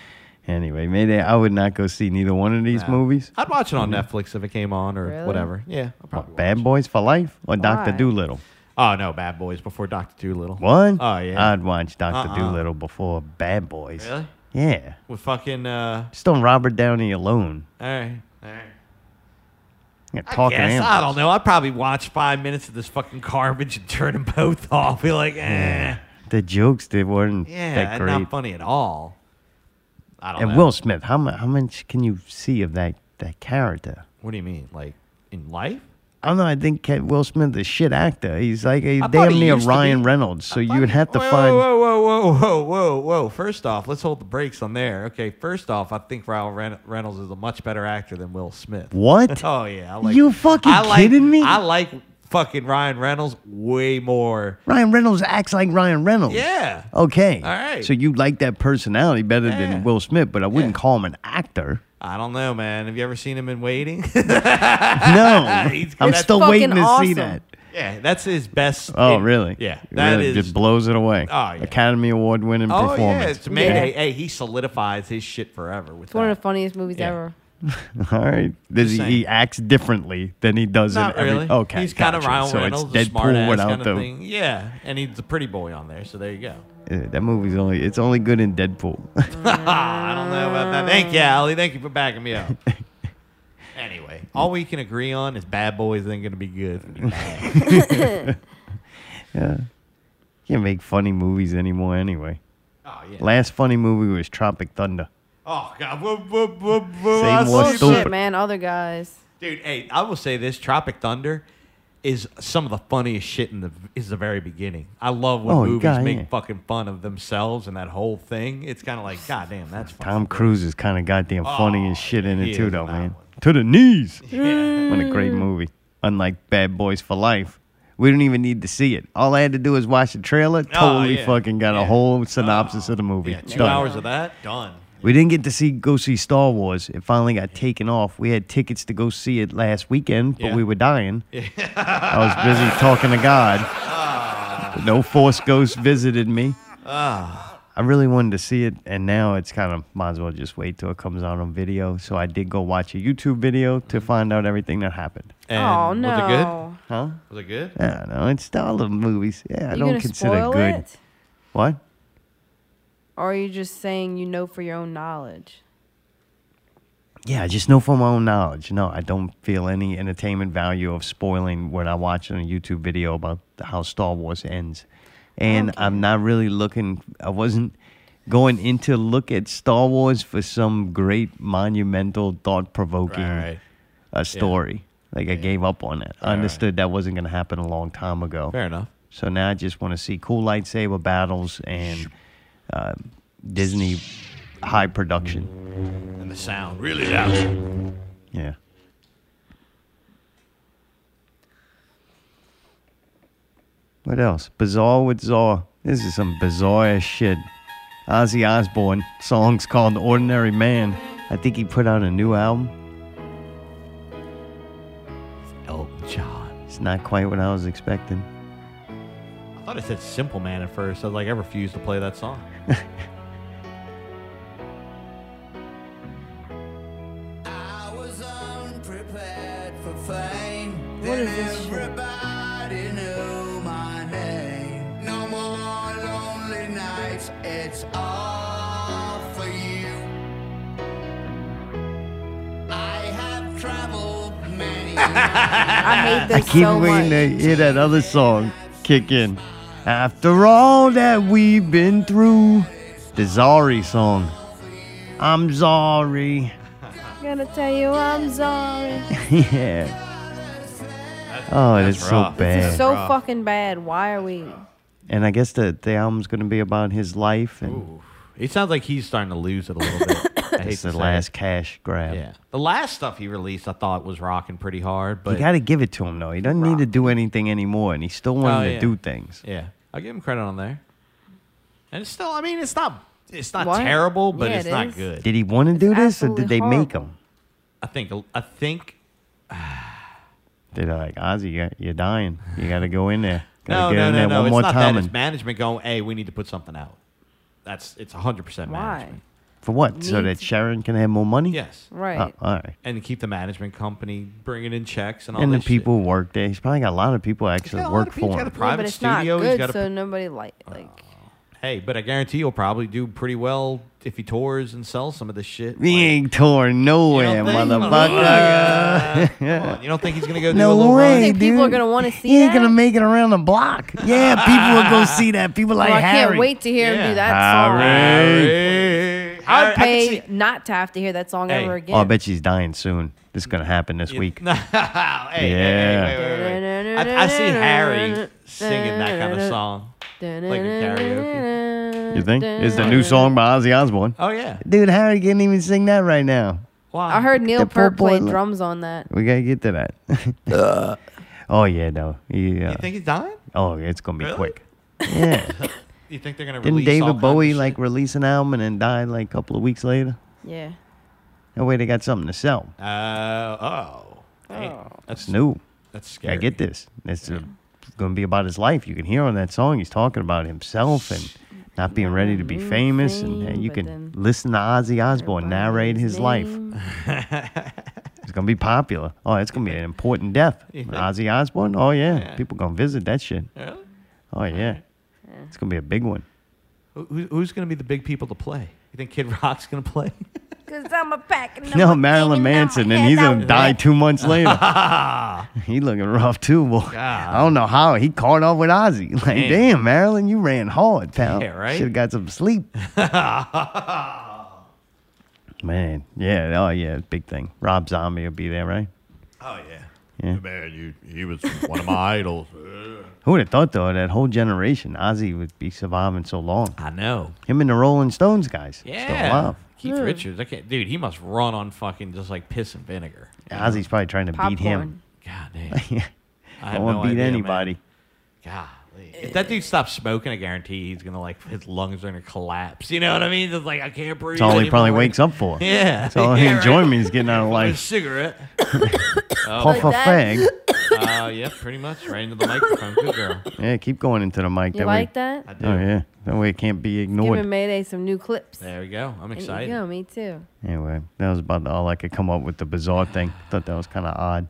[SPEAKER 1] anyway, maybe I would not go see neither one of these movies.
[SPEAKER 3] I'd watch it on Netflix if it came on or whatever. Yeah.
[SPEAKER 1] What, Mm-hmm. Bad Boys for Life or
[SPEAKER 3] Why?
[SPEAKER 1] Doctor Doolittle?
[SPEAKER 3] Oh no, Bad Boys before Doctor Doolittle.
[SPEAKER 1] What?
[SPEAKER 3] Oh yeah.
[SPEAKER 1] I'd watch Doctor
[SPEAKER 3] Uh-uh.
[SPEAKER 1] Doolittle before Bad Boys.
[SPEAKER 3] Really?
[SPEAKER 1] Yeah.
[SPEAKER 3] With fucking uh.
[SPEAKER 1] Just on Robert Downey alone.
[SPEAKER 3] All right. All right.
[SPEAKER 1] Yeah,
[SPEAKER 3] I
[SPEAKER 1] talking
[SPEAKER 3] guess.
[SPEAKER 1] animals.
[SPEAKER 3] I don't know. I'd probably watch five minutes of this fucking garbage and turn them both off. Be like, eh.
[SPEAKER 1] Yeah. The jokes they weren't
[SPEAKER 3] Yeah,
[SPEAKER 1] that
[SPEAKER 3] and
[SPEAKER 1] great.
[SPEAKER 3] not funny at all. I don't
[SPEAKER 1] and
[SPEAKER 3] know.
[SPEAKER 1] Will Smith, how much how much can you see of that that character?
[SPEAKER 3] What do you mean, like in life?
[SPEAKER 1] I don't know. I think Cat- Will Smith is a shit actor. He's like a
[SPEAKER 3] I thought
[SPEAKER 1] damn
[SPEAKER 3] he
[SPEAKER 1] near
[SPEAKER 3] used to
[SPEAKER 1] Ryan
[SPEAKER 3] be.
[SPEAKER 1] Reynolds. So you would have to
[SPEAKER 3] whoa,
[SPEAKER 1] find.
[SPEAKER 3] Whoa, whoa, whoa, whoa, whoa, whoa! First off, let's hold the brakes on there. Okay, first off, I think Ryan Ren- Reynolds is a much better actor than Will Smith.
[SPEAKER 1] What?
[SPEAKER 3] Oh yeah, I like,
[SPEAKER 1] You fucking
[SPEAKER 3] I like,
[SPEAKER 1] kidding me?
[SPEAKER 3] I like fucking Ryan Reynolds way more.
[SPEAKER 1] Ryan Reynolds acts like Ryan Reynolds.
[SPEAKER 3] Yeah.
[SPEAKER 1] Okay.
[SPEAKER 3] All right.
[SPEAKER 1] So you like that personality better than Will Smith, but I wouldn't call him an actor.
[SPEAKER 3] I don't know, man. Have you ever seen him in Waiting?
[SPEAKER 1] No.
[SPEAKER 3] He's-
[SPEAKER 1] I'm
[SPEAKER 3] that's
[SPEAKER 1] still
[SPEAKER 3] fucking
[SPEAKER 1] waiting to see
[SPEAKER 3] awesome.
[SPEAKER 1] that.
[SPEAKER 3] Yeah, that's his best.
[SPEAKER 1] Oh,
[SPEAKER 3] it-
[SPEAKER 1] really?
[SPEAKER 3] Yeah,
[SPEAKER 1] It
[SPEAKER 3] that
[SPEAKER 1] really
[SPEAKER 3] is-
[SPEAKER 1] just blows it away.
[SPEAKER 3] Oh, yeah.
[SPEAKER 1] Academy Award winning
[SPEAKER 3] Oh yeah,
[SPEAKER 1] performance.
[SPEAKER 3] it's Mayday. Hey, he solidifies his shit forever with
[SPEAKER 2] It's one
[SPEAKER 3] that.
[SPEAKER 2] of the funniest movies ever.
[SPEAKER 1] All right. Does he, he acts differently than he does
[SPEAKER 3] Not
[SPEAKER 1] in every.
[SPEAKER 3] really.
[SPEAKER 1] Okay.
[SPEAKER 3] he's kind
[SPEAKER 1] gotcha.
[SPEAKER 3] of Ryan
[SPEAKER 1] so
[SPEAKER 3] Reynolds,
[SPEAKER 1] it's
[SPEAKER 3] a smart
[SPEAKER 1] Deadpool
[SPEAKER 3] ass
[SPEAKER 1] without
[SPEAKER 3] kind of
[SPEAKER 1] the.
[SPEAKER 3] thing. Yeah, and he's the pretty boy on there, so there you go.
[SPEAKER 1] Yeah, that movie's only it's only good in Deadpool.
[SPEAKER 3] I don't know about that. Thank you,
[SPEAKER 1] Ah.
[SPEAKER 3] Allie. Thank you for backing me up. anyway, all we can agree on is Bad Boys ain't gonna be good. It's gonna be bad.
[SPEAKER 1] yeah. Can't make funny movies anymore anyway.
[SPEAKER 3] Oh, yeah.
[SPEAKER 1] Last funny movie was Tropic Thunder.
[SPEAKER 3] oh God, whoa, whoa, whoa, whoa.
[SPEAKER 1] Same
[SPEAKER 3] I
[SPEAKER 1] one
[SPEAKER 3] see-
[SPEAKER 1] stupid.
[SPEAKER 2] Oh, Shit, man, other guys.
[SPEAKER 3] Dude, hey, I will say this: Tropic Thunder is some of the funniest shit in the is the very beginning. I love when
[SPEAKER 1] Oh,
[SPEAKER 3] movies
[SPEAKER 1] God,
[SPEAKER 3] make
[SPEAKER 1] yeah.
[SPEAKER 3] fucking fun of themselves and that whole thing. It's kind of like, God damn, that's funny.
[SPEAKER 1] Tom Cruise is kind of goddamn funny and shit in
[SPEAKER 3] he
[SPEAKER 1] it too,
[SPEAKER 3] is
[SPEAKER 1] though,
[SPEAKER 3] in
[SPEAKER 1] man. To the knees. What a great
[SPEAKER 3] Mm.
[SPEAKER 1] movie. Unlike Bad Boys for Life, we don't even need to see it. All I had to do was watch the trailer. Totally
[SPEAKER 3] Oh, yeah. Uh,
[SPEAKER 1] fucking got a whole synopsis of the movie.
[SPEAKER 3] Yeah, two
[SPEAKER 1] Done.
[SPEAKER 3] hours of that done.
[SPEAKER 1] We didn't get to see go see Star Wars. It finally got taken off. We had tickets to go see it last weekend, but
[SPEAKER 3] Yeah.
[SPEAKER 1] we were dying. I was busy talking to God. No force ghost visited me.
[SPEAKER 3] Ah.
[SPEAKER 1] I really wanted to see it, and now it's kind of might as well just wait till it comes out on video. So I did go watch a YouTube video to
[SPEAKER 3] Mm-hmm.
[SPEAKER 1] find out everything that happened.
[SPEAKER 3] And
[SPEAKER 2] Oh,
[SPEAKER 3] Was it good?
[SPEAKER 2] no.
[SPEAKER 1] Huh?
[SPEAKER 3] Was it good?
[SPEAKER 1] I don't know. It's all the movies. Yeah, I
[SPEAKER 2] You
[SPEAKER 1] don't
[SPEAKER 2] gonna
[SPEAKER 1] consider
[SPEAKER 2] spoil
[SPEAKER 1] good.
[SPEAKER 2] it?
[SPEAKER 1] What?
[SPEAKER 2] Or are you just saying you know for your own knowledge?
[SPEAKER 1] Yeah, I just know from my own knowledge. No, I don't feel any entertainment value of spoiling what I watch on a YouTube video about how Star Wars ends. And I'm not really looking, I wasn't going in to look at Star Wars for some great, monumental, thought provoking uh, story. Like, I gave up on that. I
[SPEAKER 3] Right,
[SPEAKER 1] understood that wasn't going to happen a long time ago.
[SPEAKER 3] Fair enough.
[SPEAKER 1] So now I just want to see cool lightsaber battles and uh, Disney high production.
[SPEAKER 3] And the sound really loud.
[SPEAKER 1] Yeah. What else? Bizarre with Czar. This is some bizarre ass shit. Ozzy Osbourne songs called Ordinary Man. I think he put out a new album.
[SPEAKER 3] Elton John.
[SPEAKER 1] It's not quite what I was expecting.
[SPEAKER 3] I thought it said Simple Man at first. I was like, I refuse to play that song.
[SPEAKER 15] What is this everybody knew my name. No more lonely nights, it's all for you. I have traveled many I
[SPEAKER 1] Ah, I keep waiting to hear that other song kick in. After all that we've been through, the Zari song. I'm Zari.
[SPEAKER 2] gonna tell you I'm sorry.
[SPEAKER 1] yeah. Oh,
[SPEAKER 3] that's
[SPEAKER 1] it's so
[SPEAKER 3] rough.
[SPEAKER 1] bad.
[SPEAKER 2] This is so fucking bad. Why are we?
[SPEAKER 1] and I guess the, the album's going to be about his life and
[SPEAKER 3] It sounds like he's starting to lose it a little bit. I hate
[SPEAKER 1] it's
[SPEAKER 3] to
[SPEAKER 1] the
[SPEAKER 3] say
[SPEAKER 1] last
[SPEAKER 3] it.
[SPEAKER 1] cash grab.
[SPEAKER 3] Yeah. The last stuff he released, I thought was rocking pretty hard, but
[SPEAKER 1] you got to give it to him though. He doesn't need to do anything anymore, and he's still wanting
[SPEAKER 3] Oh,
[SPEAKER 1] to
[SPEAKER 3] yeah.
[SPEAKER 1] do things.
[SPEAKER 3] Yeah, I give him credit on there. And it's still, I mean, it's not, it's not
[SPEAKER 2] What?
[SPEAKER 3] terrible, but
[SPEAKER 2] Yeah,
[SPEAKER 3] it's
[SPEAKER 2] it
[SPEAKER 3] not
[SPEAKER 2] is.
[SPEAKER 3] good.
[SPEAKER 1] Did he want to do this, or did they make him?
[SPEAKER 3] I think, I think.
[SPEAKER 1] They're like, Ozzy, you're, you're dying. You got to go in there.
[SPEAKER 3] No,
[SPEAKER 1] Gotta get
[SPEAKER 3] no,
[SPEAKER 1] in
[SPEAKER 3] no,
[SPEAKER 1] there
[SPEAKER 3] no.
[SPEAKER 1] One
[SPEAKER 3] It's
[SPEAKER 1] more
[SPEAKER 3] not
[SPEAKER 1] time
[SPEAKER 3] that.
[SPEAKER 1] and
[SPEAKER 3] It's management going, hey, we need to put something out. That's it's
[SPEAKER 2] Why?
[SPEAKER 3] 100% management.
[SPEAKER 1] For what? So
[SPEAKER 3] Needs-
[SPEAKER 1] that Sharon can have more money?
[SPEAKER 3] Yes.
[SPEAKER 1] Oh, all right.
[SPEAKER 3] And keep the management company bringing in checks and all
[SPEAKER 1] And the
[SPEAKER 3] this shit.
[SPEAKER 1] people work there. He's probably got a lot of people actually work for him.
[SPEAKER 3] a private
[SPEAKER 2] but it's
[SPEAKER 3] studio,
[SPEAKER 2] Not
[SPEAKER 3] he's
[SPEAKER 2] good,
[SPEAKER 3] got a-
[SPEAKER 2] so nobody like like.
[SPEAKER 3] Hey, but I guarantee you'll probably do pretty well if he tours and sells some of this shit.
[SPEAKER 1] We ain't torn nowhere,
[SPEAKER 3] You don't think- Oh
[SPEAKER 1] motherfucker.
[SPEAKER 3] Come on, You don't think he's gonna go do a
[SPEAKER 1] no
[SPEAKER 3] little
[SPEAKER 1] way,
[SPEAKER 3] run?
[SPEAKER 1] dude.
[SPEAKER 2] want to
[SPEAKER 1] he ain't gonna make it around the block. Yeah, people will go see that. People
[SPEAKER 2] Well,
[SPEAKER 1] like
[SPEAKER 2] I
[SPEAKER 1] Harry.
[SPEAKER 2] can't wait to hear him do that song.
[SPEAKER 1] Harry.
[SPEAKER 2] I'd pay not to have to hear that song
[SPEAKER 1] Hey.
[SPEAKER 2] ever again.
[SPEAKER 1] Oh, I bet she's dying soon. This is gonna happen this week. yeah.
[SPEAKER 3] I, I see Harry singing that kind of song, like in karaoke.
[SPEAKER 1] You think? It's the new song by Ozzy Osbourne.
[SPEAKER 3] Oh yeah.
[SPEAKER 1] Dude, Harry can't even sing that right now.
[SPEAKER 2] I heard Neil
[SPEAKER 1] The poor
[SPEAKER 2] Peart
[SPEAKER 1] boy
[SPEAKER 2] play
[SPEAKER 1] lo-
[SPEAKER 2] drums on that.
[SPEAKER 1] We gotta get to that. oh yeah, no. Yeah.
[SPEAKER 3] You think he's dying?
[SPEAKER 1] Oh, yeah, it's gonna be quick. Yeah.
[SPEAKER 3] You think they're gonna
[SPEAKER 1] Didn't
[SPEAKER 3] release
[SPEAKER 1] David
[SPEAKER 3] all kinds
[SPEAKER 1] Bowie like release an album and then die like a couple of weeks later?
[SPEAKER 2] Yeah.
[SPEAKER 1] That way they got something to sell.
[SPEAKER 3] Uh, oh. Hey,
[SPEAKER 1] It's new.
[SPEAKER 3] That's
[SPEAKER 1] I
[SPEAKER 3] scary.
[SPEAKER 1] get this. It's going to be about his life. You can hear on that song he's talking about himself and not being ready to be famous, and uh, you can listen to Ozzy Osbourne narrate his life. It's going to be popular. Oh, it's going to be an important death.
[SPEAKER 3] You think?
[SPEAKER 1] Ozzy Osbourne. Oh yeah, people going to visit that shit.
[SPEAKER 3] Really?
[SPEAKER 1] Oh yeah, it's going to be a big one.
[SPEAKER 3] Who, who- who's gonna be the big people to play? You think Kid Rock's gonna play?
[SPEAKER 7] Cause I'm a pack. and
[SPEAKER 1] No,
[SPEAKER 7] I'm a-
[SPEAKER 1] Marilyn Manson, and he's gonna die two months later. he looking rough too, boy. I don't know how he caught off with Ozzy. Like,
[SPEAKER 3] Damn.
[SPEAKER 1] damn, Marilyn, you ran hard, pal.
[SPEAKER 3] Yeah, right?
[SPEAKER 1] Should have got some sleep, man. Yeah, oh yeah, big thing. Rob Zombie will be there, right?
[SPEAKER 16] Oh yeah.
[SPEAKER 1] Yeah.
[SPEAKER 16] Man, you he was one of my idols. Ugh.
[SPEAKER 1] Who would have thought though that whole generation Ozzy would be surviving so long?
[SPEAKER 3] I know.
[SPEAKER 1] Him and the Rolling Stones guys. Still alive.
[SPEAKER 3] Keith Richards. I can't, dude, he must run on fucking just like piss and vinegar.
[SPEAKER 1] Ozzy's probably trying to beat him.
[SPEAKER 3] God damn.
[SPEAKER 1] I
[SPEAKER 3] have
[SPEAKER 1] don't want
[SPEAKER 3] no
[SPEAKER 1] to beat
[SPEAKER 3] idea, man.
[SPEAKER 1] anybody.
[SPEAKER 3] Golly. If that dude stops smoking, I guarantee he's gonna like his lungs are gonna collapse. You know what I mean? Just like I can't breathe.
[SPEAKER 1] That's all he probably
[SPEAKER 3] anymore.
[SPEAKER 1] wakes up for.
[SPEAKER 3] Yeah.
[SPEAKER 1] That's all
[SPEAKER 3] Yeah,
[SPEAKER 1] he
[SPEAKER 3] right.
[SPEAKER 1] enjoyment is getting out of
[SPEAKER 3] A
[SPEAKER 1] life.
[SPEAKER 3] cigarette.
[SPEAKER 1] Puff a fag.
[SPEAKER 3] Uh, yeah, pretty much. Right into the microphone. Good girl.
[SPEAKER 1] Yeah, keep going into the mic.
[SPEAKER 2] You
[SPEAKER 1] way-
[SPEAKER 2] like that? I do.
[SPEAKER 1] Oh yeah, that way it can't be
[SPEAKER 2] Give
[SPEAKER 1] ignored.
[SPEAKER 2] him Mayday some new clips.
[SPEAKER 3] There we go. I'm
[SPEAKER 2] There you
[SPEAKER 3] excited.
[SPEAKER 2] go, me too.
[SPEAKER 1] Anyway, that was about all I could come up with the bizarre thing. Thought that was kind of odd.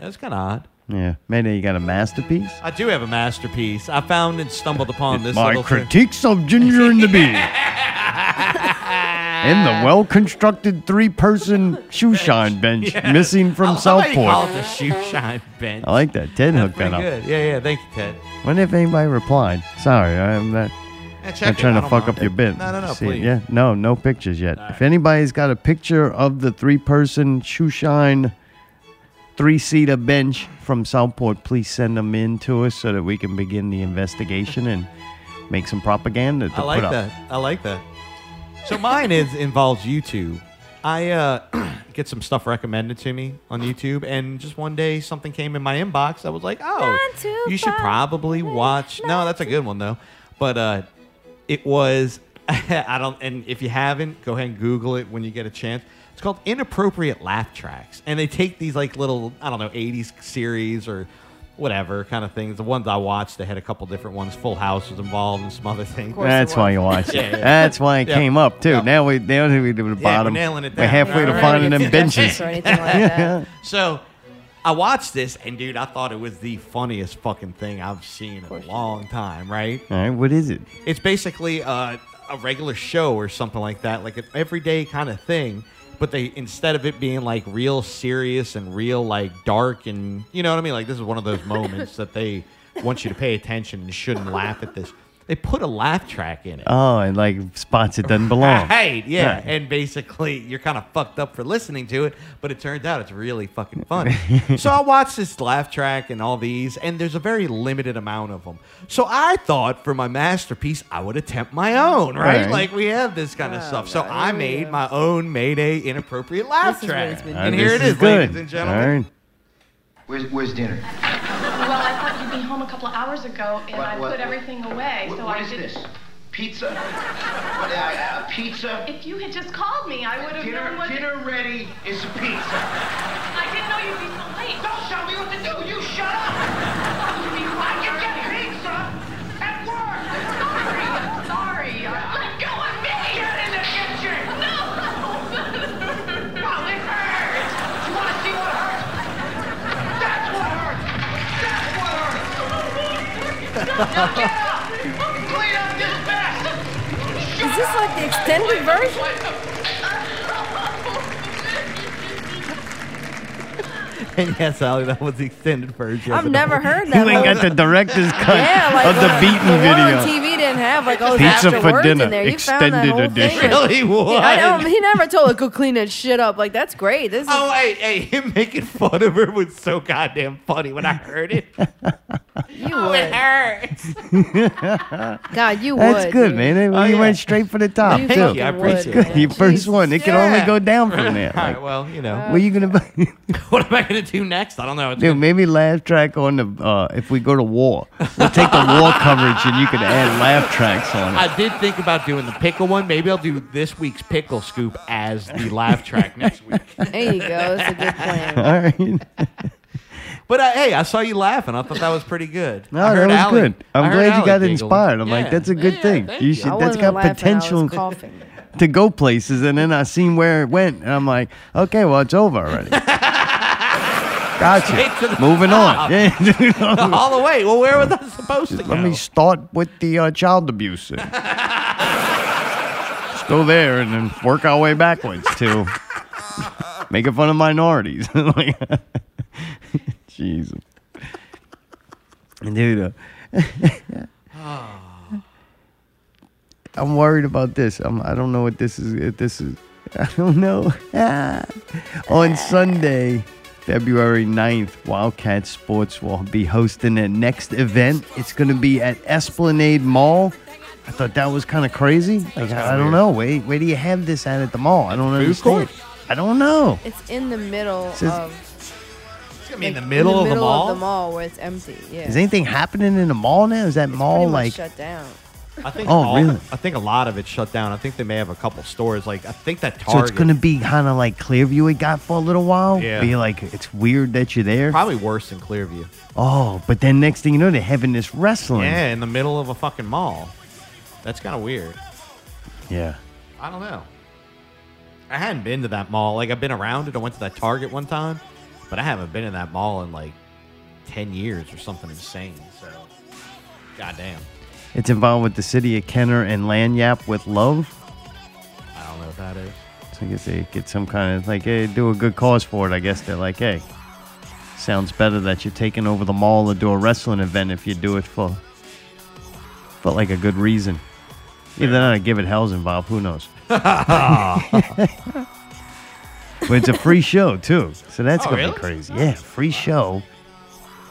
[SPEAKER 3] That's kind of odd.
[SPEAKER 1] Yeah, maybe you got a masterpiece.
[SPEAKER 3] I do have a masterpiece. I found and stumbled upon this
[SPEAKER 1] My
[SPEAKER 3] little thing.
[SPEAKER 1] critiques of Ginger and the Bee. In the well-constructed three-person shoe shine bench
[SPEAKER 3] Yeah.
[SPEAKER 1] missing from
[SPEAKER 3] I like how you Call it
[SPEAKER 1] Southport.
[SPEAKER 3] the shoe shine bench.
[SPEAKER 1] I like that. Ted hooked
[SPEAKER 3] Pretty
[SPEAKER 1] that up.
[SPEAKER 3] good. Yeah, yeah. Thank you, Ted.
[SPEAKER 1] Wonder if anybody replied. Sorry, I'm not.
[SPEAKER 3] Yeah, check
[SPEAKER 1] I'm
[SPEAKER 3] it.
[SPEAKER 1] trying to
[SPEAKER 3] I don't
[SPEAKER 1] fuck
[SPEAKER 3] mind.
[SPEAKER 1] up your bit.
[SPEAKER 3] No, no, no,
[SPEAKER 1] See it.
[SPEAKER 3] please.
[SPEAKER 1] Yeah, no, no pictures yet. If anybody's got a picture of the three-person shoe shine, three-seater bench from Southport, please send them in to us so that we can begin the investigation and make some propaganda to
[SPEAKER 3] I like
[SPEAKER 1] put up.
[SPEAKER 3] that. I like that. So mine is involves YouTube. I uh, get some stuff recommended to me on YouTube, and just one day something came in my inbox. I was like, "Oh, you should probably watch." No, that's a good one though. But uh, it was I don't. And if you haven't, go ahead and Google it when you get a chance. It's called inappropriate laugh tracks, and they take these like little I don't know '80s series or whatever kind of things. The ones I watched, they had a couple different ones. Full House was involved and some other things.
[SPEAKER 1] That's why you watched it. That's why it
[SPEAKER 3] Yeah.
[SPEAKER 1] came up too. Now we now we to the
[SPEAKER 3] Yeah,
[SPEAKER 1] bottom.
[SPEAKER 3] We're nailing it down.
[SPEAKER 1] We're halfway to finding them benches.
[SPEAKER 3] So I watched this, and dude, I thought it was the funniest fucking thing I've seen in a long time, right?
[SPEAKER 1] All right, what is it?
[SPEAKER 3] It's basically uh, a regular show or something like that, like an everyday kind of thing. But they instead of it being like real serious and real like dark and you know what I mean, like this is one of those moments that they want you to pay attention and shouldn't laugh at this. They put a laugh track in it.
[SPEAKER 1] Oh, and like spots it doesn't belong.
[SPEAKER 3] Right, yeah.
[SPEAKER 1] Right.
[SPEAKER 3] And basically, you're kind of fucked up for listening to it, but it turns out it's really fucking funny. so I watched this laugh track and all these, and there's a very limited amount of them. So I thought for my masterpiece, I would attempt my own, right?
[SPEAKER 1] Right.
[SPEAKER 3] Like we have this kind
[SPEAKER 2] Oh,
[SPEAKER 3] of stuff. So I made my own Mayday inappropriate laugh track.
[SPEAKER 1] All right,
[SPEAKER 3] and here
[SPEAKER 1] Uh, this
[SPEAKER 3] it is,
[SPEAKER 1] good.
[SPEAKER 3] ladies and gentlemen.
[SPEAKER 1] All right.
[SPEAKER 17] Where's, where's dinner?
[SPEAKER 18] Well, I thought you'd been home a couple of hours ago, and
[SPEAKER 17] What-
[SPEAKER 18] I
[SPEAKER 17] what-
[SPEAKER 18] put everything away,
[SPEAKER 17] What-
[SPEAKER 18] so
[SPEAKER 17] what
[SPEAKER 18] I
[SPEAKER 17] is
[SPEAKER 18] did.
[SPEAKER 17] this? Pizza? What, uh, a pizza?
[SPEAKER 18] If you had just called me, I would have
[SPEAKER 17] Dinner-
[SPEAKER 18] known what.
[SPEAKER 17] dinner ready is pizza.
[SPEAKER 18] I didn't know you'd be so late.
[SPEAKER 17] Don't tell me what to do. You shut up. I can get pizza at work.
[SPEAKER 18] Sorry. Let go of me.
[SPEAKER 17] Get in the kitchen. Clean up this mess!
[SPEAKER 2] Is this like the extended version?
[SPEAKER 3] And yes, Allie, that was the extended version.
[SPEAKER 2] I've never heard that.
[SPEAKER 1] You ain't got the director's cut
[SPEAKER 2] Yeah, like
[SPEAKER 1] of the
[SPEAKER 2] uh,
[SPEAKER 1] beaten
[SPEAKER 2] the one on
[SPEAKER 1] video.
[SPEAKER 2] TV didn't have like all those
[SPEAKER 1] Pizza
[SPEAKER 2] extra
[SPEAKER 1] for
[SPEAKER 2] words
[SPEAKER 1] dinner,
[SPEAKER 2] in there. You found that
[SPEAKER 1] extended
[SPEAKER 2] whole
[SPEAKER 1] edition.
[SPEAKER 2] Thing.
[SPEAKER 1] Really?
[SPEAKER 2] Yeah, I
[SPEAKER 1] What?
[SPEAKER 2] know, he never told her go clean that shit up. Like that's great. This is
[SPEAKER 3] Oh, hey, hey, him making fun of her was so goddamn funny when I heard it.
[SPEAKER 2] you would.
[SPEAKER 17] hurts.
[SPEAKER 2] God, you
[SPEAKER 1] That's
[SPEAKER 2] would,
[SPEAKER 1] good,
[SPEAKER 2] dude.
[SPEAKER 1] man. It,
[SPEAKER 2] Oh,
[SPEAKER 1] you
[SPEAKER 2] yeah.
[SPEAKER 1] went straight for the top,
[SPEAKER 2] You
[SPEAKER 1] too.
[SPEAKER 2] fucking
[SPEAKER 3] I
[SPEAKER 1] That's
[SPEAKER 3] appreciate
[SPEAKER 1] good.
[SPEAKER 3] that.
[SPEAKER 1] Your first one. It can only
[SPEAKER 3] Yeah.
[SPEAKER 1] go down from there.
[SPEAKER 3] All right,
[SPEAKER 1] Like,
[SPEAKER 3] well, you know.
[SPEAKER 1] Where you gonna buy?
[SPEAKER 3] what am I gonna do next? I don't know. It's
[SPEAKER 1] Dude, maybe laugh track on the uh, if we go to war, we'll take the war coverage and you can add laugh tracks on it.
[SPEAKER 3] I did think about doing the pickle one. Maybe I'll do this week's pickle scoop as the laugh track next week.
[SPEAKER 2] There you go. That's a good plan.
[SPEAKER 1] All right.
[SPEAKER 3] But uh, hey, I saw you laughing. I thought that was pretty good.
[SPEAKER 1] No,
[SPEAKER 3] I
[SPEAKER 1] that
[SPEAKER 3] heard
[SPEAKER 1] was
[SPEAKER 3] Allie-
[SPEAKER 1] good. I'm
[SPEAKER 3] I heard
[SPEAKER 1] glad you
[SPEAKER 3] Allie
[SPEAKER 1] got
[SPEAKER 3] giggling.
[SPEAKER 1] inspired. I'm like,
[SPEAKER 3] Yeah.
[SPEAKER 1] that's a good
[SPEAKER 3] Yeah,
[SPEAKER 1] thing.
[SPEAKER 3] thank
[SPEAKER 1] You should.
[SPEAKER 2] I
[SPEAKER 1] that's
[SPEAKER 2] wasn't
[SPEAKER 1] got
[SPEAKER 2] laughing, I was
[SPEAKER 1] potential
[SPEAKER 2] coughing.
[SPEAKER 1] to go places. And then I seen where it went, and I'm like, okay, well, it's over already.
[SPEAKER 3] Straight to
[SPEAKER 1] gotcha.
[SPEAKER 3] the
[SPEAKER 1] Moving
[SPEAKER 3] top.
[SPEAKER 1] on. Yeah,
[SPEAKER 3] All the way. Well, where was I supposed to
[SPEAKER 1] Just
[SPEAKER 3] go?
[SPEAKER 1] Let me start with the uh, child abuse. thing. Just go there and then work our way backwards to making fun of minorities. Like, Jeez. Dude, uh, I'm worried about this. I'm, I don't know what this is. If this is, I don't know. On Sunday, February 9th, Wildcat Sports will be hosting their next event. It's going to be at Esplanade Mall. I thought that was kind of crazy. Like, I, I don't know. Wait, where do you have this at at the mall? I don't understand. I don't know.
[SPEAKER 2] It's in the middle
[SPEAKER 1] Says-
[SPEAKER 2] of. It's
[SPEAKER 3] gonna be in the middle of the mall?
[SPEAKER 2] Of the mall where it's empty. Yeah.
[SPEAKER 1] Is anything happening in the mall now? Is that
[SPEAKER 2] Pretty
[SPEAKER 1] mall
[SPEAKER 2] much
[SPEAKER 1] like?
[SPEAKER 2] shut down?
[SPEAKER 3] I think
[SPEAKER 1] Oh,
[SPEAKER 3] all,
[SPEAKER 1] really?
[SPEAKER 3] I think a lot of it shut down. I think they may have a couple stores. Like I think that
[SPEAKER 1] So it's
[SPEAKER 3] Target
[SPEAKER 1] going to be kind of like Clearview it got for a little while.
[SPEAKER 3] Yeah.
[SPEAKER 1] Be like, it's weird that you're there.
[SPEAKER 3] probably worse than Clearview.
[SPEAKER 1] Oh, but then next thing you know, they're having this wrestling.
[SPEAKER 3] Yeah, in the middle of a fucking mall. That's kind of weird.
[SPEAKER 1] Yeah.
[SPEAKER 3] I don't know. I hadn't been to that mall. Like I've been around it. I went to that Target one time, but I haven't been in that mall in like ten years or something insane. So, goddamn,
[SPEAKER 1] It's involved with the city of Kenner and Lanyap with love.
[SPEAKER 3] I don't know what that is.
[SPEAKER 1] So I guess they get some kind of like, hey, do a good cause for it. I guess they're like, hey, sounds better that you're taking over the mall to do a wrestling event if you do it for, for like a good reason. Either that or give it hell's involved. Who knows? but it's a free show too, so that's
[SPEAKER 3] Oh,
[SPEAKER 1] gonna
[SPEAKER 3] really?
[SPEAKER 1] be crazy. Yeah, free show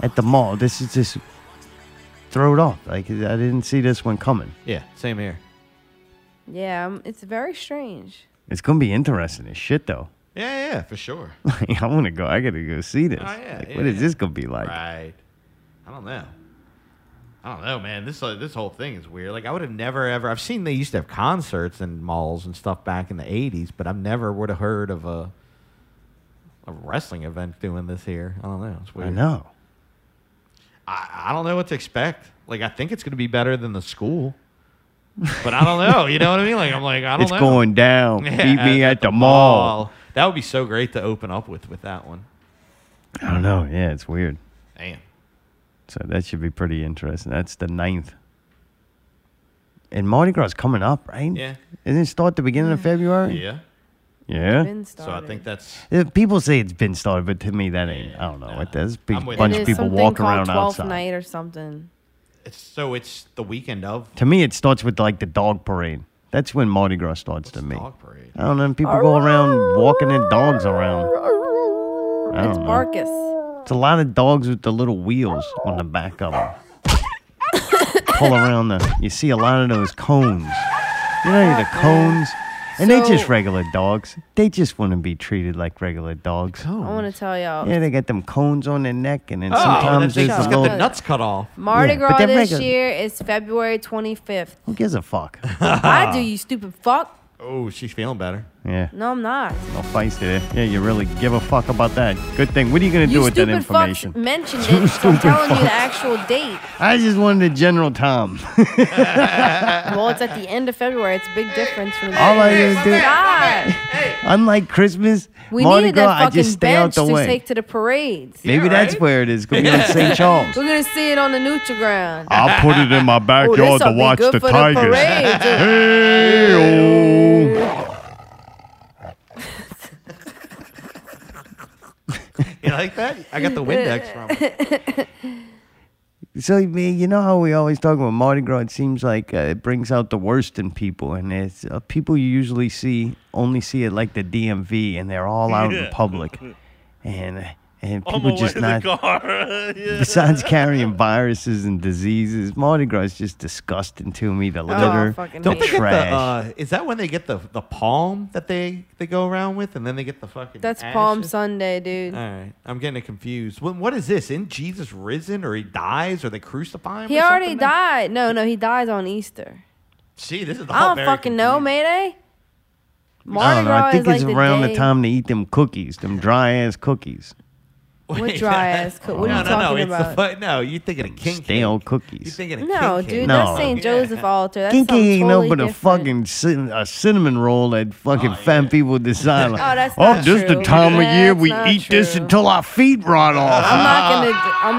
[SPEAKER 1] at the mall. This is just throw it off. Like I didn't see this one coming.
[SPEAKER 3] Yeah, same here.
[SPEAKER 2] Yeah, um, it's very strange.
[SPEAKER 1] It's gonna be interesting as shit though.
[SPEAKER 3] Yeah, yeah, for sure.
[SPEAKER 1] Like, I want to go. I gotta go see this.
[SPEAKER 3] Oh, yeah,
[SPEAKER 1] Like,
[SPEAKER 3] yeah,
[SPEAKER 1] what is
[SPEAKER 3] yeah.
[SPEAKER 1] this gonna be like?
[SPEAKER 3] Right. I don't know. I don't know, man. This uh, this whole thing is weird. Like I would have never ever. I've seen they used to have concerts in malls and stuff back in the '80s, but I've never would have heard of a a wrestling event doing this here. I don't know. It's weird.
[SPEAKER 1] I know.
[SPEAKER 3] I, I don't know what to expect. Like I think it's going to be better than the school, but I don't know. You know what I mean? Like I'm like I don't
[SPEAKER 1] It's
[SPEAKER 3] know.
[SPEAKER 1] going down.
[SPEAKER 3] Yeah,
[SPEAKER 1] Meet me at, the mall.
[SPEAKER 3] That would be so great to open up with with that one.
[SPEAKER 1] I don't know. Yeah, it's weird.
[SPEAKER 3] Damn.
[SPEAKER 1] So that should be pretty interesting. That's the ninth. And Mardi Gras is coming up, right?
[SPEAKER 3] Yeah.
[SPEAKER 1] Isn't it start the beginning of February?
[SPEAKER 3] Yeah.
[SPEAKER 1] Yeah.
[SPEAKER 3] So I think that's
[SPEAKER 1] Uh, People say it's been started, but to me that ain't. I don't know what that is. Big
[SPEAKER 3] I'm with
[SPEAKER 1] bunch
[SPEAKER 3] you.
[SPEAKER 1] of
[SPEAKER 2] There's
[SPEAKER 1] people
[SPEAKER 2] something
[SPEAKER 1] walking
[SPEAKER 2] called
[SPEAKER 1] around
[SPEAKER 2] 12th
[SPEAKER 1] outside.
[SPEAKER 2] night or something.
[SPEAKER 3] it's so it's the weekend of
[SPEAKER 1] To me, it starts with like the dog parade. That's when Mardi Gras starts to me. Dog
[SPEAKER 3] parade.
[SPEAKER 1] I don't know. People go around walking their dogs around. I don't
[SPEAKER 2] It's
[SPEAKER 1] know.
[SPEAKER 2] Barkus.
[SPEAKER 1] It's a lot of dogs with the little wheels on the back of them. Pull around the. You see a lot of those cones. You know the cones, and they just
[SPEAKER 2] So-
[SPEAKER 1] regular dogs. They just want to be treated like regular dogs.
[SPEAKER 2] I want to tell y'all.
[SPEAKER 1] Oh. Yeah, they got them cones on their neck, and then
[SPEAKER 3] Oh,
[SPEAKER 1] sometimes
[SPEAKER 3] that
[SPEAKER 1] there's a
[SPEAKER 3] thing's just got
[SPEAKER 1] little.
[SPEAKER 3] the nuts cut off.
[SPEAKER 2] Mardi
[SPEAKER 1] Yeah, but
[SPEAKER 2] Gras
[SPEAKER 1] they're
[SPEAKER 2] this
[SPEAKER 1] regular.
[SPEAKER 2] year is February 25th.
[SPEAKER 1] Who gives a fuck?
[SPEAKER 2] I do, you stupid fuck.
[SPEAKER 3] Oh, she's feeling better.
[SPEAKER 1] Yeah.
[SPEAKER 2] No, I'm not.
[SPEAKER 1] No feisty there. Yeah, you really give a fuck about that. Good thing. What are you going to do
[SPEAKER 2] You
[SPEAKER 1] with that
[SPEAKER 2] stupid
[SPEAKER 1] information?
[SPEAKER 2] fucks mentioned
[SPEAKER 1] You
[SPEAKER 2] it. So I'm
[SPEAKER 1] stupid
[SPEAKER 2] telling you
[SPEAKER 1] fuck.
[SPEAKER 2] the actual date.
[SPEAKER 1] I just wanted a General Tom.
[SPEAKER 2] well, it's at the end of February. It's a big difference from the
[SPEAKER 1] All I did do-
[SPEAKER 2] God.
[SPEAKER 1] Unlike Christmas,
[SPEAKER 2] We
[SPEAKER 1] Mardi
[SPEAKER 2] needed
[SPEAKER 1] Gras,
[SPEAKER 2] that
[SPEAKER 1] I
[SPEAKER 2] fucking
[SPEAKER 1] just stay out
[SPEAKER 2] bench
[SPEAKER 1] the
[SPEAKER 2] to
[SPEAKER 1] way.
[SPEAKER 2] take to the parades.
[SPEAKER 1] Maybe that's where it is. Could be on St.
[SPEAKER 2] We're
[SPEAKER 1] Charles.
[SPEAKER 2] gonna see it on the neutral ground.
[SPEAKER 1] I'll put it in my
[SPEAKER 2] backyard to be watch good the for the Tigers. parade.
[SPEAKER 3] You like that? I got the Windex from it.
[SPEAKER 1] So, man, you know how we always talk about Mardi Gras? It seems like uh, it brings out the worst in people. And it's uh, people you usually see only see it like the DMV, and they're all out in public. And and
[SPEAKER 17] On
[SPEAKER 1] people
[SPEAKER 17] my
[SPEAKER 1] just
[SPEAKER 17] way
[SPEAKER 1] not.
[SPEAKER 17] to the car. Yeah.
[SPEAKER 1] Besides carrying viruses and diseases, Mardi Gras is just disgusting to me. The litter, the
[SPEAKER 3] Don't they get
[SPEAKER 1] trash.
[SPEAKER 3] the? Uh, is that when they get the the palm that they they go around with, and then they get the fucking?
[SPEAKER 2] That's
[SPEAKER 3] ashes?
[SPEAKER 2] Palm Sunday, dude.
[SPEAKER 3] All right, I'm getting it confused. When, what is this? In Jesus risen, or he dies, or they crucify him?
[SPEAKER 2] He
[SPEAKER 3] or
[SPEAKER 2] already
[SPEAKER 3] something?
[SPEAKER 2] died. No, no, he dies on Easter.
[SPEAKER 3] See, this is the
[SPEAKER 2] I
[SPEAKER 3] whole
[SPEAKER 2] don't fucking know, Mayday.
[SPEAKER 1] I
[SPEAKER 2] Mardi
[SPEAKER 1] don't know.
[SPEAKER 2] Gras
[SPEAKER 1] I think
[SPEAKER 2] is
[SPEAKER 1] it's
[SPEAKER 2] like
[SPEAKER 1] around
[SPEAKER 2] the,
[SPEAKER 1] the,
[SPEAKER 2] day-
[SPEAKER 1] time to eat them cookies, them dry ass cookies,
[SPEAKER 2] What dry ass? Co- what
[SPEAKER 3] no,
[SPEAKER 2] are you
[SPEAKER 3] no,
[SPEAKER 2] talking
[SPEAKER 3] no. It's
[SPEAKER 2] about?
[SPEAKER 3] the fu- no. You're thinking of king.
[SPEAKER 1] stale cookies.
[SPEAKER 3] You're thinking of
[SPEAKER 2] no,
[SPEAKER 3] king cake.
[SPEAKER 2] dude,
[SPEAKER 1] No.
[SPEAKER 2] that's St. Joseph altar. That's
[SPEAKER 1] Kinky
[SPEAKER 2] something
[SPEAKER 1] ain't
[SPEAKER 2] totally
[SPEAKER 1] no but a
[SPEAKER 2] different.
[SPEAKER 1] fucking cin- a cinnamon roll that
[SPEAKER 3] Oh,
[SPEAKER 1] fucking fat people decide. Like,
[SPEAKER 2] Oh, that's
[SPEAKER 1] oh
[SPEAKER 2] not
[SPEAKER 1] this is the
[SPEAKER 2] true.
[SPEAKER 1] time of year
[SPEAKER 2] That's
[SPEAKER 1] we
[SPEAKER 2] not
[SPEAKER 1] eat this
[SPEAKER 2] true.
[SPEAKER 1] until our feet rot off.
[SPEAKER 2] I'm not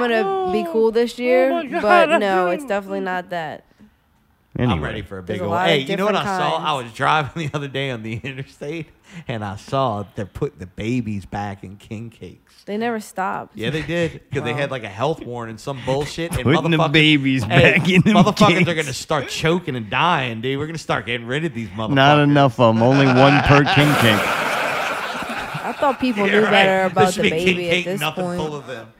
[SPEAKER 2] gonna. I'm gonna be cool this year, but no, it's definitely not that.
[SPEAKER 3] I'm ready for a big
[SPEAKER 2] There's a
[SPEAKER 3] old.
[SPEAKER 2] lot of
[SPEAKER 3] Hey, you know what I
[SPEAKER 2] different
[SPEAKER 3] saw?
[SPEAKER 2] kinds.
[SPEAKER 3] I was driving the other day on the interstate, and I saw they're putting the babies back in king cakes.
[SPEAKER 2] They never stop.
[SPEAKER 3] Yeah, they did because they had like a health warning, some bullshit, and
[SPEAKER 1] Putting the
[SPEAKER 3] motherfuckers-
[SPEAKER 1] babies
[SPEAKER 3] Hey,
[SPEAKER 1] back in them
[SPEAKER 3] Motherfuckers are
[SPEAKER 1] cakes.
[SPEAKER 3] gonna start choking and dying, dude. We're gonna start getting rid of these motherfuckers.
[SPEAKER 1] Not enough of them. Only one per king cake.
[SPEAKER 2] I thought people
[SPEAKER 3] Yeah,
[SPEAKER 2] knew
[SPEAKER 3] right.
[SPEAKER 2] better about
[SPEAKER 3] This should
[SPEAKER 2] the
[SPEAKER 3] be king
[SPEAKER 2] baby
[SPEAKER 3] cake,
[SPEAKER 2] at this
[SPEAKER 3] nothing
[SPEAKER 2] point.
[SPEAKER 3] full of them.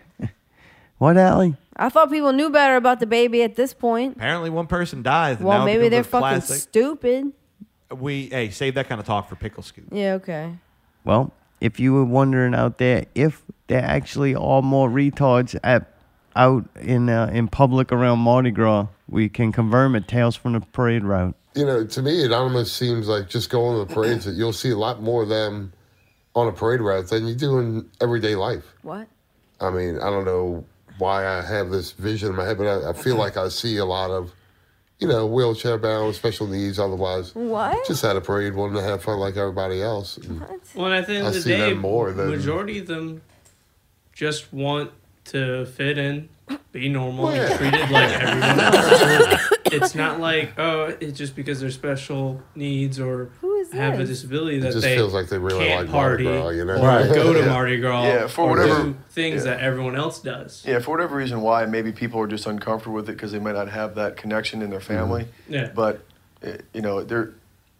[SPEAKER 1] What, Allie?
[SPEAKER 2] I thought people knew better about the baby at this point.
[SPEAKER 3] Apparently, one person dies. and
[SPEAKER 2] Well,
[SPEAKER 3] now it
[SPEAKER 2] maybe
[SPEAKER 3] becomes
[SPEAKER 2] they're
[SPEAKER 3] a
[SPEAKER 2] fucking
[SPEAKER 3] classic.
[SPEAKER 2] stupid.
[SPEAKER 3] we hey, save that kind of talk for pickle scoop.
[SPEAKER 2] Yeah, okay.
[SPEAKER 1] Well, if you were wondering out there if there actually are more retards at out in uh, in public around Mardi Gras, we can confirm it. Tales from the Parade route.
[SPEAKER 19] You know, to me, it almost seems like just going to the parades that you'll see a lot more of them on a parade route than you do in everyday life.
[SPEAKER 2] What?
[SPEAKER 19] I mean, I don't know why I have this vision in my head, but I, I feel like I see a lot of, you know, wheelchair bound, special needs, otherwise.
[SPEAKER 2] What?
[SPEAKER 19] Just at a parade, wanting to have fun like everybody else. And
[SPEAKER 20] Well, and at the end
[SPEAKER 19] I
[SPEAKER 20] of the
[SPEAKER 19] see
[SPEAKER 20] day,
[SPEAKER 19] them more than-
[SPEAKER 20] majority of them just want to fit in, be normal,
[SPEAKER 19] Well, yeah.
[SPEAKER 20] and treated like everyone else. it's not like oh, it's just because they're special needs or have a
[SPEAKER 19] this?
[SPEAKER 20] disability
[SPEAKER 19] It
[SPEAKER 20] that
[SPEAKER 19] just
[SPEAKER 20] they
[SPEAKER 19] feels like they really
[SPEAKER 20] can't
[SPEAKER 19] like Mardi
[SPEAKER 20] party
[SPEAKER 19] Gras, you know?
[SPEAKER 20] or
[SPEAKER 19] Right.
[SPEAKER 20] go to
[SPEAKER 19] Yeah.
[SPEAKER 20] Mardi Gras
[SPEAKER 21] Yeah, for
[SPEAKER 20] or
[SPEAKER 21] whatever-
[SPEAKER 20] do things
[SPEAKER 21] yeah.
[SPEAKER 20] that everyone else does.
[SPEAKER 3] Oh.
[SPEAKER 21] Yeah, for whatever reason why, maybe people are just uncomfortable with it because they might not have that connection in their
[SPEAKER 3] Mm-hmm.
[SPEAKER 21] family.
[SPEAKER 20] Yeah.
[SPEAKER 21] But eh, you know, they're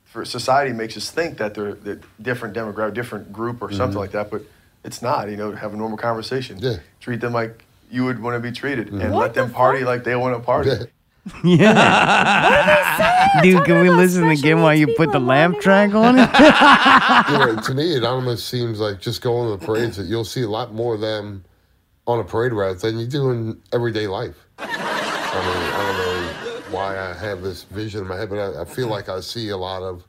[SPEAKER 21] for society makes us think that they're, they're different demographic, different group, or
[SPEAKER 3] Mm-hmm.
[SPEAKER 21] something
[SPEAKER 19] Mhm.
[SPEAKER 21] like that. But it's not. You know, have a normal conversation.
[SPEAKER 19] Yeah.
[SPEAKER 21] Treat them like you would want to be treated, and
[SPEAKER 19] What
[SPEAKER 21] let them party like they want to party.
[SPEAKER 1] Yeah. Dude, can we listen again while you put the lamp track on it?
[SPEAKER 19] you know, to me, it almost seems like just going to the parades that you'll see a lot more of them on a parade route than you do in everyday life. I mean, I don't know why I have this vision in my head, but I, I feel like I see a lot of,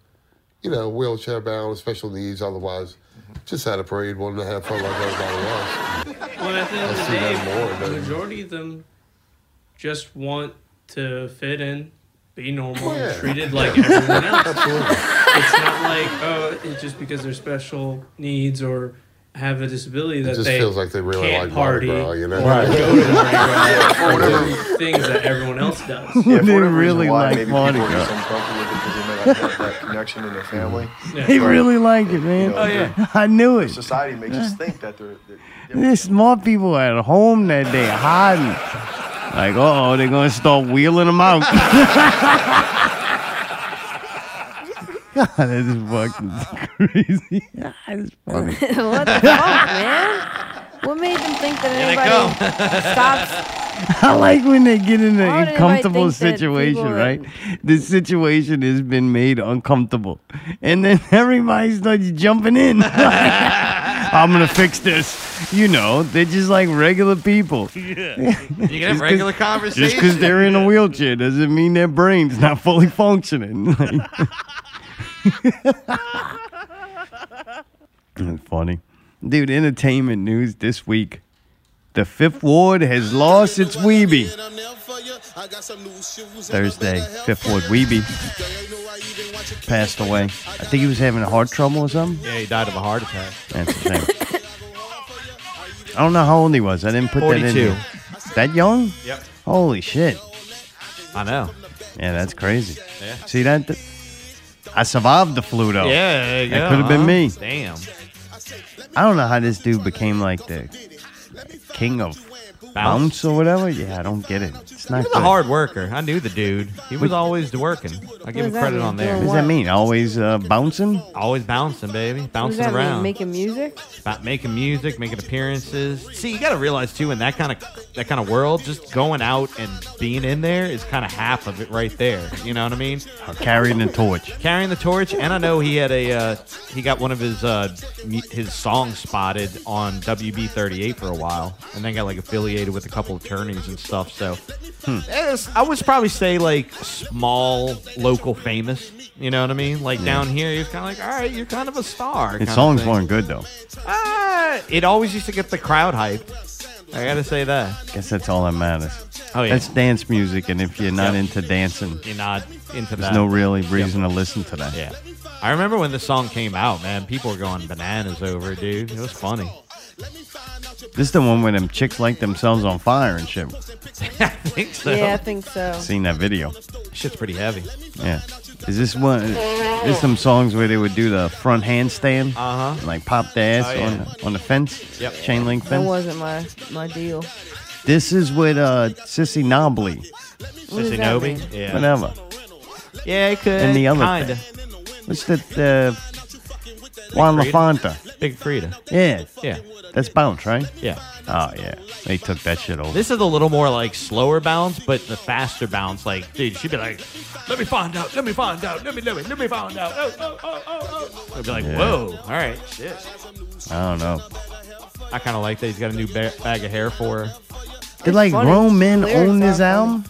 [SPEAKER 19] you know, wheelchair bound, special needs, otherwise, just at a parade, wanting to have fun like everybody else.
[SPEAKER 20] Well, at the end of
[SPEAKER 19] I
[SPEAKER 20] the
[SPEAKER 19] see that
[SPEAKER 20] day,
[SPEAKER 19] more
[SPEAKER 20] the
[SPEAKER 19] than-
[SPEAKER 20] majority of them just want to fit in, be normal,
[SPEAKER 21] Well,
[SPEAKER 20] and
[SPEAKER 21] yeah.
[SPEAKER 20] treated like
[SPEAKER 21] Yeah.
[SPEAKER 20] everyone else.
[SPEAKER 21] Absolutely.
[SPEAKER 20] It's not like oh, it's just because they're special needs or have a disability
[SPEAKER 19] It
[SPEAKER 20] that
[SPEAKER 19] just
[SPEAKER 20] they
[SPEAKER 19] feels like they really
[SPEAKER 20] can't
[SPEAKER 19] like Mardi
[SPEAKER 20] party
[SPEAKER 19] Gras, you know?
[SPEAKER 20] or
[SPEAKER 19] Right.
[SPEAKER 20] go to Mardi
[SPEAKER 19] Yeah,
[SPEAKER 20] Gras
[SPEAKER 19] for
[SPEAKER 20] or
[SPEAKER 19] whatever-
[SPEAKER 20] do things that everyone else does.
[SPEAKER 1] Yeah, for They whatever reason really why, like
[SPEAKER 21] Maybe
[SPEAKER 1] Mardi
[SPEAKER 21] people are just
[SPEAKER 1] Gras.
[SPEAKER 21] uncomfortable with it because they might not have that connection in their family.
[SPEAKER 1] They really like it, man.
[SPEAKER 21] Oh, yeah.
[SPEAKER 1] I knew it.
[SPEAKER 21] Society makes us think that they're. they're
[SPEAKER 1] There's smart people at home that day hiding. Like, oh, they're gonna start wheeling them out. God, this is fucking crazy. It's funny.
[SPEAKER 2] what the fuck, man? What made them think that anybody stops?
[SPEAKER 1] I like when they get in
[SPEAKER 2] Why
[SPEAKER 1] an
[SPEAKER 2] would anybody
[SPEAKER 1] uncomfortable
[SPEAKER 2] think that
[SPEAKER 1] situation,
[SPEAKER 2] people
[SPEAKER 1] right? The situation has been made uncomfortable, and then everybody starts jumping in. I'm gonna fix this. You know, they're just like regular people.
[SPEAKER 3] Yeah. You can have
[SPEAKER 1] Just 'cause-
[SPEAKER 3] regular
[SPEAKER 1] Just because
[SPEAKER 3] conversation.
[SPEAKER 1] they're in a wheelchair doesn't mean their brain's not fully functioning. That's funny. Dude, entertainment news this week. The Fifth Ward has lost its Weeby. Thursday, Fifth Ward Weeby passed away. I think he was having heart trouble or something.
[SPEAKER 3] Yeah, he died of a heart attack.
[SPEAKER 1] That's the thing. I don't know how old he was. I didn't put that in
[SPEAKER 3] 42.
[SPEAKER 1] here. That young?
[SPEAKER 3] Yep.
[SPEAKER 1] Holy shit.
[SPEAKER 3] I know.
[SPEAKER 1] Yeah, that's crazy.
[SPEAKER 3] Yeah.
[SPEAKER 1] See that? th- I survived the flu though.
[SPEAKER 3] Yeah, there you
[SPEAKER 1] Oh. that
[SPEAKER 3] go,
[SPEAKER 1] could have
[SPEAKER 3] huh?
[SPEAKER 1] been me.
[SPEAKER 3] Damn.
[SPEAKER 1] I don't know how this dude became like the king of bounce or whatever. Yeah, I don't get it. It's not
[SPEAKER 3] He was a
[SPEAKER 1] good.
[SPEAKER 3] hard worker. I knew the dude. He was
[SPEAKER 1] What-
[SPEAKER 3] always working. I give
[SPEAKER 2] does
[SPEAKER 3] him
[SPEAKER 2] that
[SPEAKER 3] credit
[SPEAKER 2] mean?
[SPEAKER 3] on
[SPEAKER 1] What
[SPEAKER 3] there.
[SPEAKER 1] does that mean? Always uh, bouncing?
[SPEAKER 3] Always bouncing, baby.
[SPEAKER 2] What does
[SPEAKER 3] Bouncing
[SPEAKER 2] that mean,
[SPEAKER 3] around.
[SPEAKER 2] Making music?
[SPEAKER 3] about making music, making appearances. See, you got to realize too, in that kind of that kind of world, just going out and being in there is kind of half of it right there. You know what I mean?
[SPEAKER 1] carrying the torch.
[SPEAKER 3] Carrying the torch, and I know he had a uh, he got one of his uh, mu- his songs spotted on WB38 for a while, and then got like affiliated with a couple of attorneys and stuff. So
[SPEAKER 1] Hmm.
[SPEAKER 3] eh, it's- I would probably say like small local famous. You know what I mean? Like
[SPEAKER 1] Yeah.
[SPEAKER 3] down here, he was kind of like, all right, you're kind of a star.
[SPEAKER 1] His
[SPEAKER 3] kinda
[SPEAKER 1] songs
[SPEAKER 3] thing.
[SPEAKER 1] weren't good though.
[SPEAKER 3] Ah, it always used to get the crowd hyped. I gotta say that.
[SPEAKER 1] Guess that's all that matters.
[SPEAKER 3] Oh, yeah.
[SPEAKER 1] That's dance music, and if you're not
[SPEAKER 3] Yep.
[SPEAKER 1] into dancing,
[SPEAKER 3] You're not into
[SPEAKER 1] there's
[SPEAKER 3] that.
[SPEAKER 1] no really reason to listen to that.
[SPEAKER 3] Yeah. I remember when the song came out, man. People were going bananas over it, dude. It was funny.
[SPEAKER 1] This is the one where them chicks light themselves on fire and shit.
[SPEAKER 3] I think so.
[SPEAKER 2] Yeah, I think so.
[SPEAKER 1] Seen that video.
[SPEAKER 3] Shit's pretty heavy.
[SPEAKER 1] Yeah. Is this one? Is this some songs where they would do the front handstand?
[SPEAKER 3] Uh-huh.
[SPEAKER 1] and, Like pop their ass
[SPEAKER 2] Oh, yeah.
[SPEAKER 1] on, the, on the fence?
[SPEAKER 2] Yep.
[SPEAKER 1] Chain link
[SPEAKER 2] That
[SPEAKER 1] fence?
[SPEAKER 2] wasn't my my deal.
[SPEAKER 1] This is with uh, Sissy Knobley.
[SPEAKER 2] What does that Nobi? mean?
[SPEAKER 3] Yeah.
[SPEAKER 1] Whatever.
[SPEAKER 3] Yeah, it could.
[SPEAKER 1] And the other
[SPEAKER 3] Kinda.
[SPEAKER 1] thing. What's that? Uh, Juan
[SPEAKER 3] Frida?
[SPEAKER 1] LaFonta.
[SPEAKER 3] Big Frida.
[SPEAKER 1] Yeah.
[SPEAKER 3] Yeah.
[SPEAKER 1] That's Bounce, right?
[SPEAKER 3] Yeah.
[SPEAKER 1] Oh, yeah. They took that shit over.
[SPEAKER 3] This is a little more like slower bounce, but the faster bounce, like, dude, she'd be like,
[SPEAKER 17] Let me find out. Let me find out. Let me let me let me find out. Oh oh oh oh oh.
[SPEAKER 3] I'd be like,
[SPEAKER 1] Yeah.
[SPEAKER 3] whoa, all right, shit.
[SPEAKER 1] I don't know.
[SPEAKER 3] I kind of like that. He's got a new ba- bag of hair for her.
[SPEAKER 1] Did like
[SPEAKER 3] funny.
[SPEAKER 1] grown men
[SPEAKER 3] Lyrics
[SPEAKER 1] own
[SPEAKER 3] are
[SPEAKER 1] this album?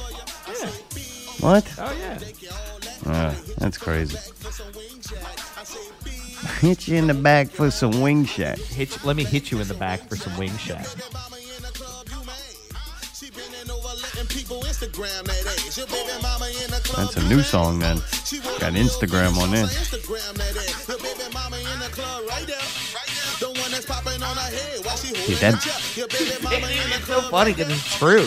[SPEAKER 1] What?
[SPEAKER 3] Oh, yeah.
[SPEAKER 1] Uh, that's crazy. Hit you in the back for some wing shack.
[SPEAKER 3] Hit you, let me hit you in the back for some wing shack.
[SPEAKER 1] That's a new song then. Got Instagram on there. Dude, that,
[SPEAKER 3] it's so funny because it's true.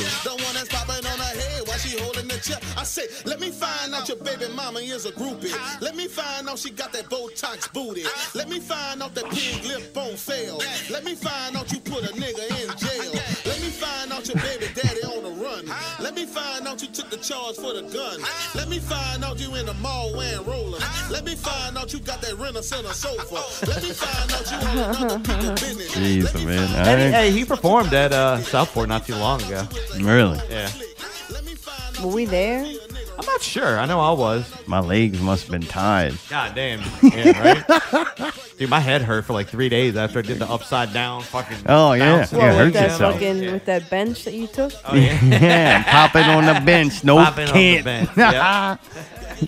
[SPEAKER 5] I say, let me find out your baby mama is a groupie. Let me find out she got that Botox booty. Let me find out that pig lip on fail. Let me find out you put a nigga in jail. Let me find out your baby daddy on the run. Let me find out you took the charge for the gun. Let me find out you in the mall wearing rollers. Let me find out you got that rent a sofa. Let me find out you on another people business.
[SPEAKER 1] jeez, man. All
[SPEAKER 3] And he-
[SPEAKER 1] right.
[SPEAKER 3] hey, he performed at uh, Southport not too long ago.
[SPEAKER 1] Really?
[SPEAKER 3] Yeah.
[SPEAKER 2] Were we there?
[SPEAKER 3] I'm not sure. I know I was.
[SPEAKER 1] My legs must have been tied.
[SPEAKER 3] God damn. Yeah, right? Dude, my head hurt for like three days after I did the upside down fucking.
[SPEAKER 1] Oh, yeah.
[SPEAKER 3] bounce.
[SPEAKER 1] You Well, hurt
[SPEAKER 2] With that
[SPEAKER 1] yourself.
[SPEAKER 2] fucking with that bench that you took.
[SPEAKER 3] Oh, yeah.
[SPEAKER 1] yeah, popping on the bench. No,
[SPEAKER 3] Popping on the
[SPEAKER 1] can't.
[SPEAKER 3] bench. Yeah.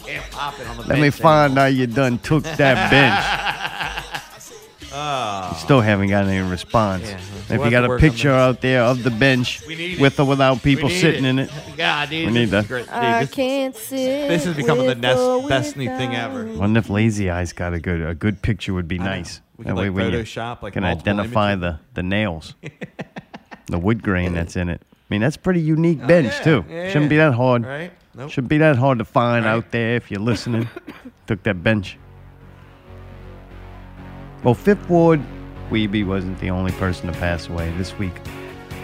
[SPEAKER 3] Yeah, popping on the
[SPEAKER 1] Let me
[SPEAKER 3] bench.
[SPEAKER 1] find out you done took that bench. You still haven't gotten any response.
[SPEAKER 3] Oh. Yeah.
[SPEAKER 1] if
[SPEAKER 3] We'll
[SPEAKER 1] you
[SPEAKER 3] have
[SPEAKER 1] got
[SPEAKER 3] to
[SPEAKER 1] a
[SPEAKER 3] work on
[SPEAKER 1] picture out there of the bench
[SPEAKER 3] We need it.
[SPEAKER 1] with or without people
[SPEAKER 3] We need
[SPEAKER 1] sitting in it,
[SPEAKER 3] God, dude.
[SPEAKER 1] we need
[SPEAKER 3] this
[SPEAKER 1] that.
[SPEAKER 3] is great. Dude,
[SPEAKER 2] I
[SPEAKER 3] this-
[SPEAKER 2] can't sit.
[SPEAKER 3] this is becoming the
[SPEAKER 2] with
[SPEAKER 3] nest,
[SPEAKER 2] or
[SPEAKER 3] best new
[SPEAKER 2] without
[SPEAKER 3] thing ever.
[SPEAKER 1] Wonder if Lazy Eyes got a good a good picture would be
[SPEAKER 3] I know.
[SPEAKER 1] nice.
[SPEAKER 3] We
[SPEAKER 1] That
[SPEAKER 3] could,
[SPEAKER 1] way
[SPEAKER 3] like,
[SPEAKER 1] we
[SPEAKER 3] Photoshop, like,
[SPEAKER 1] can
[SPEAKER 3] multiple
[SPEAKER 1] identify the the nails, the wood grain that's in it. I mean that's pretty unique bench
[SPEAKER 3] Oh, yeah,
[SPEAKER 1] too.
[SPEAKER 3] yeah,
[SPEAKER 1] Shouldn't be
[SPEAKER 3] yeah.
[SPEAKER 1] that hard.
[SPEAKER 3] Right? Nope.
[SPEAKER 1] Shouldn't be that hard to find out there if you're listening. Took that bench. Well, Fifth Ward Weeby wasn't the only person to pass away this week.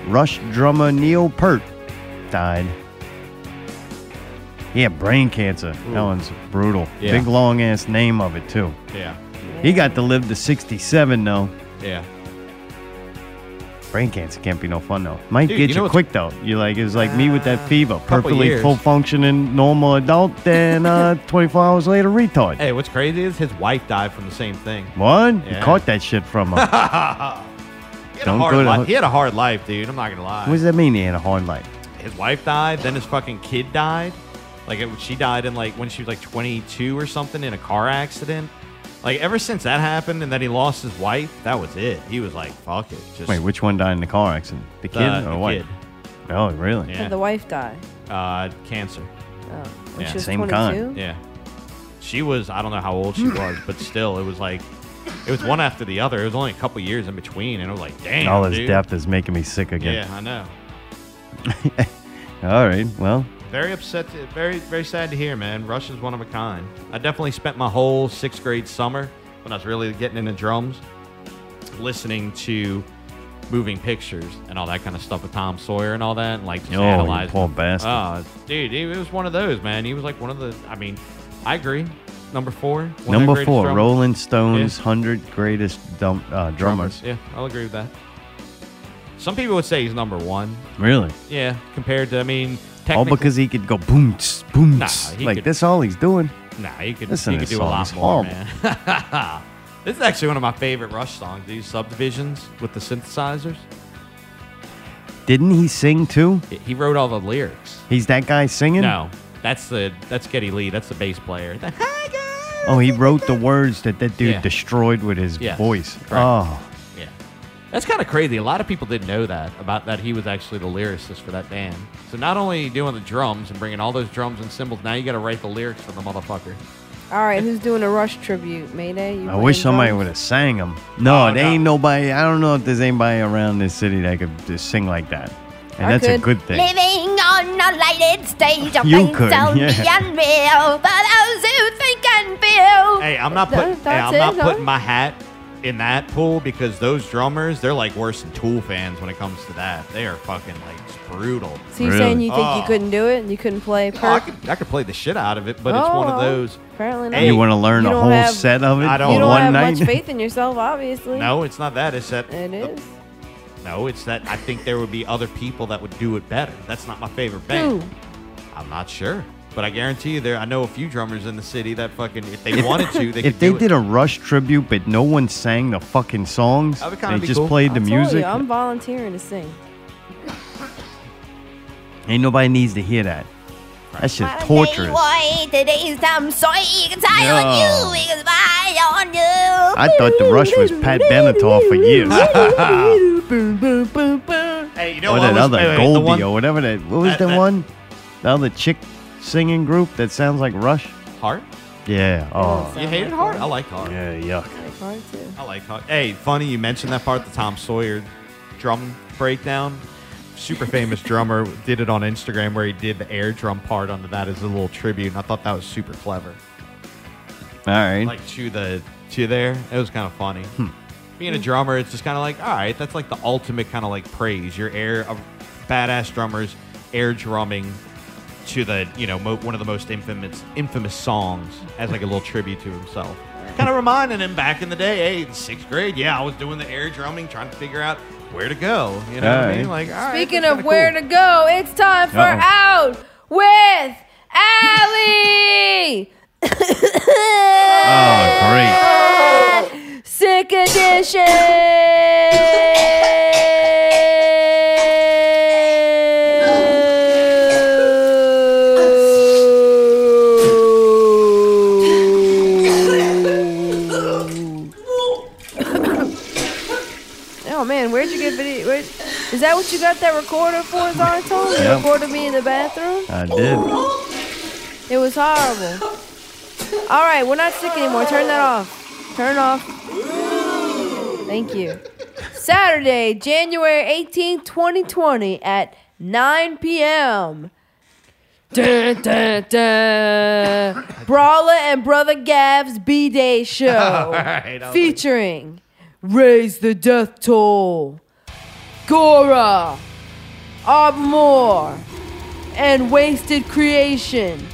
[SPEAKER 1] Rush drummer Neil Peart died. He had brain cancer. That
[SPEAKER 3] Ooh.
[SPEAKER 1] one's brutal.
[SPEAKER 3] Yeah.
[SPEAKER 1] Big long ass name of it too.
[SPEAKER 3] Yeah.
[SPEAKER 1] He got to live to 67 though.
[SPEAKER 3] Yeah.
[SPEAKER 1] Brain cancer can't be no fun though. Might
[SPEAKER 3] Dude,
[SPEAKER 1] get
[SPEAKER 3] you
[SPEAKER 1] you,
[SPEAKER 3] know what's- Uh,
[SPEAKER 1] quick though. You like it was like me with that fever, perfectly
[SPEAKER 3] years.
[SPEAKER 1] full functioning normal adult, then uh, 24 hours later retard.
[SPEAKER 3] Hey, what's crazy is his wife died from the same thing.
[SPEAKER 1] What? You
[SPEAKER 3] Yeah.
[SPEAKER 1] caught that shit from
[SPEAKER 3] he,
[SPEAKER 1] him.
[SPEAKER 3] had a
[SPEAKER 1] Don't
[SPEAKER 3] hard
[SPEAKER 1] go to-
[SPEAKER 3] li- he had a hard life, dude. I'm not gonna lie.
[SPEAKER 1] what does that mean? He had a hard life.
[SPEAKER 3] his wife died, then his fucking kid died. Like it, she died in like when she was like 22 or something in a car accident, Like ever since that happened and then he lost his wife, that was it. He was like, "Fuck it." Just
[SPEAKER 1] Wait, which one died in the car accident? The kid
[SPEAKER 3] Uh,
[SPEAKER 1] or
[SPEAKER 3] the
[SPEAKER 1] what?
[SPEAKER 3] kid.
[SPEAKER 1] Oh, really?
[SPEAKER 2] Did the wife die?
[SPEAKER 3] uh, cancer.
[SPEAKER 2] Oh. When
[SPEAKER 3] Yeah.
[SPEAKER 2] she was Same kind. 22?
[SPEAKER 3] Yeah. She was, I don't know how old she was, but still, it was like, it was one after the other. It was only a couple years in between, and it was like, damn.
[SPEAKER 1] All this
[SPEAKER 3] dude.
[SPEAKER 1] depth is making me sick
[SPEAKER 3] Yeah,
[SPEAKER 1] again.
[SPEAKER 3] I know.
[SPEAKER 1] All right. Well,
[SPEAKER 3] Very upset, to, very, very sad to hear, man. Rush is one of a kind. I definitely spent my whole sixth grade summer when I was really getting into drums, listening to moving pictures and all that kind of stuff with Tom Sawyer and all that, and like just
[SPEAKER 1] Oh, you
[SPEAKER 3] analyzing.
[SPEAKER 1] poor bastard.
[SPEAKER 3] Oh, dude, he was one of those, man. He was like one of the, I mean, I agree. Number four. one of the
[SPEAKER 1] number
[SPEAKER 3] greatest
[SPEAKER 1] four,
[SPEAKER 3] drummers.
[SPEAKER 1] Rolling Stones' hundred greatest dump, uh, drummers.
[SPEAKER 3] Yeah, I'll agree with that. Some people would say he's number one.
[SPEAKER 1] Really?
[SPEAKER 3] Yeah, compared to, I mean,
[SPEAKER 1] All
[SPEAKER 3] technically.
[SPEAKER 1] because he could go boom, tss, boom,
[SPEAKER 3] Nah,
[SPEAKER 1] tss.
[SPEAKER 3] he
[SPEAKER 1] like
[SPEAKER 3] could-
[SPEAKER 1] that's all he's doing.
[SPEAKER 3] Nah, he could,
[SPEAKER 1] Listen
[SPEAKER 3] he
[SPEAKER 1] to
[SPEAKER 3] could
[SPEAKER 1] this
[SPEAKER 3] do a
[SPEAKER 1] song,
[SPEAKER 3] lot
[SPEAKER 1] it's
[SPEAKER 3] more,
[SPEAKER 1] horrible.
[SPEAKER 3] man. this is actually one of my favorite Rush songs, these subdivisions with the synthesizers.
[SPEAKER 1] Didn't he sing too?
[SPEAKER 3] He- He wrote all the lyrics.
[SPEAKER 1] He's that guy singing.
[SPEAKER 3] No, that's the that's Getty Lee. That's the bass player.
[SPEAKER 1] Oh, he wrote the words that that dude
[SPEAKER 3] Yeah.
[SPEAKER 1] destroyed with his
[SPEAKER 3] Yes,
[SPEAKER 1] voice.
[SPEAKER 3] correct.
[SPEAKER 1] Oh,
[SPEAKER 3] Yeah, that's kind of crazy. A lot of people didn't know that about that he was actually the lyricist for that band. So not only doing the drums and bringing all those drums and cymbals, now you got to write the lyrics for the motherfucker.
[SPEAKER 2] All right, who's doing a Rush tribute? Mayday. You
[SPEAKER 1] I wish
[SPEAKER 2] playing
[SPEAKER 1] somebody
[SPEAKER 2] drums?
[SPEAKER 1] would have sang him. No, there ain't nobody. I don't know if there's anybody around this city that could just sing like that, and
[SPEAKER 2] I
[SPEAKER 1] that's a
[SPEAKER 2] could.
[SPEAKER 1] good thing.
[SPEAKER 6] Living on a lighted stage of
[SPEAKER 1] You
[SPEAKER 6] things
[SPEAKER 1] could,
[SPEAKER 6] so
[SPEAKER 1] yeah.
[SPEAKER 6] unreal. For those who think and feel.
[SPEAKER 3] Hey, I'm not
[SPEAKER 6] Th-
[SPEAKER 3] putting. Hey,
[SPEAKER 6] that's
[SPEAKER 3] I'm not
[SPEAKER 6] it, huh?
[SPEAKER 3] putting my hat in that pool because those drummers, they're like worse than Tool fans when it comes to that. They are fucking like it's brutal.
[SPEAKER 2] So you're saying you think you
[SPEAKER 3] Oh.
[SPEAKER 2] couldn't do it and you couldn't play?
[SPEAKER 3] Oh, I
[SPEAKER 2] Perk?
[SPEAKER 3] could, I could play the shit out of it, but it's one of
[SPEAKER 2] Oh,
[SPEAKER 3] those.
[SPEAKER 2] Apparently not.
[SPEAKER 1] you want to learn
[SPEAKER 2] You
[SPEAKER 1] a
[SPEAKER 2] don't
[SPEAKER 1] whole
[SPEAKER 2] have-
[SPEAKER 1] set of it
[SPEAKER 3] I
[SPEAKER 2] You
[SPEAKER 1] in
[SPEAKER 2] don't
[SPEAKER 1] one
[SPEAKER 2] have
[SPEAKER 1] night?
[SPEAKER 2] much faith in yourself, obviously.
[SPEAKER 3] No, it's not that. It's that.
[SPEAKER 2] It is.
[SPEAKER 3] No, it's that. I think there would be other people that would do it better. That's not my favorite band.
[SPEAKER 2] Who?
[SPEAKER 3] I'm not sure, but I guarantee you, there. I know a few drummers in the city that fucking, if they wanted to, they
[SPEAKER 1] if
[SPEAKER 3] could
[SPEAKER 1] they
[SPEAKER 3] do
[SPEAKER 1] did
[SPEAKER 3] it.
[SPEAKER 1] a Rush tribute, but no one sang the fucking songs,
[SPEAKER 3] That would kinda
[SPEAKER 1] they
[SPEAKER 3] be
[SPEAKER 1] just
[SPEAKER 3] cool.
[SPEAKER 1] played the
[SPEAKER 2] I told
[SPEAKER 1] music.
[SPEAKER 2] You, I'm volunteering to sing.
[SPEAKER 1] Ain't nobody needs to hear that. That's just torturous.
[SPEAKER 6] Why today's time so excited on
[SPEAKER 1] No.
[SPEAKER 6] you, because why on you?
[SPEAKER 1] I thought the Rush was Pat Benatar for years.
[SPEAKER 3] Hey, you know
[SPEAKER 1] or
[SPEAKER 3] what
[SPEAKER 1] that
[SPEAKER 3] was-
[SPEAKER 1] other
[SPEAKER 3] wait, wait, the
[SPEAKER 1] Goldie
[SPEAKER 3] one-
[SPEAKER 1] or whatever that. What was
[SPEAKER 3] That-
[SPEAKER 1] the
[SPEAKER 3] that-
[SPEAKER 1] one? The other chick singing group that sounds like Rush.
[SPEAKER 3] Heart.
[SPEAKER 1] Yeah. Oh.
[SPEAKER 3] You hated Heart? I like Heart.
[SPEAKER 1] Yeah, yuck.
[SPEAKER 3] I like Heart. Hey, funny you mentioned that part, the Tom Sawyer drum breakdown. Super famous drummer did it on Instagram where he did the air drum part onto that as a little tribute, and I thought that was super clever.
[SPEAKER 1] All right.
[SPEAKER 3] Like to the to there, it was kind of funny. Being a drummer, it's just kind of like, all right, that's like the ultimate kind of like praise. Your air, of badass drummers, air drumming to the you know mo- one of the most infamous infamous songs as like a little tribute to himself. Kind of reminding him back in the day, hey, in sixth grade, yeah, I was doing the air drumming, trying to figure out where to go. You know what I
[SPEAKER 1] Alright.
[SPEAKER 3] mean? Like, all right,
[SPEAKER 2] Speaking of where to go, it's time for
[SPEAKER 3] Uh-oh.
[SPEAKER 2] Out with Allie!
[SPEAKER 1] Oh, great.
[SPEAKER 2] Sick Edition! Oh man, where'd you get video? Where, is that what you got that recorder for, Zartone? You
[SPEAKER 1] Yeah.
[SPEAKER 2] recorded me in the bathroom?
[SPEAKER 1] I did.
[SPEAKER 2] It was horrible. All right, we're not sick anymore. Turn that off. Turn off. Thank you. Saturday, January 18, 2020 at 9 p.m. Dun, dun, dun. Brawler and Brother Gav's B Day Show.
[SPEAKER 17] All right, I'll-
[SPEAKER 2] featuring Raise the Death Toll, Gora, Arbmore, and Wasted Creation.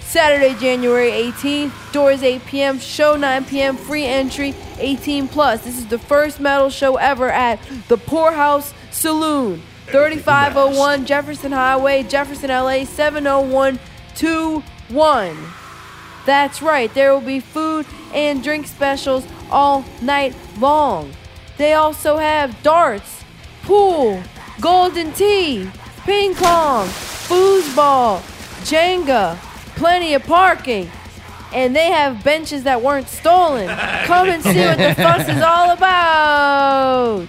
[SPEAKER 2] Saturday, January 18th, doors 8 p.m., show 9 p.m., free entry 18 plus. This is the first metal show ever at the Poorhouse Saloon, 3501 Jefferson Highway, Jefferson, LA 70121. That's right, there will be food and drink specials all night long. They also have darts, pool, golden tea, ping pong, foosball, Jenga, plenty of parking, and they have benches that weren't stolen. Come and see what the fuss is all about.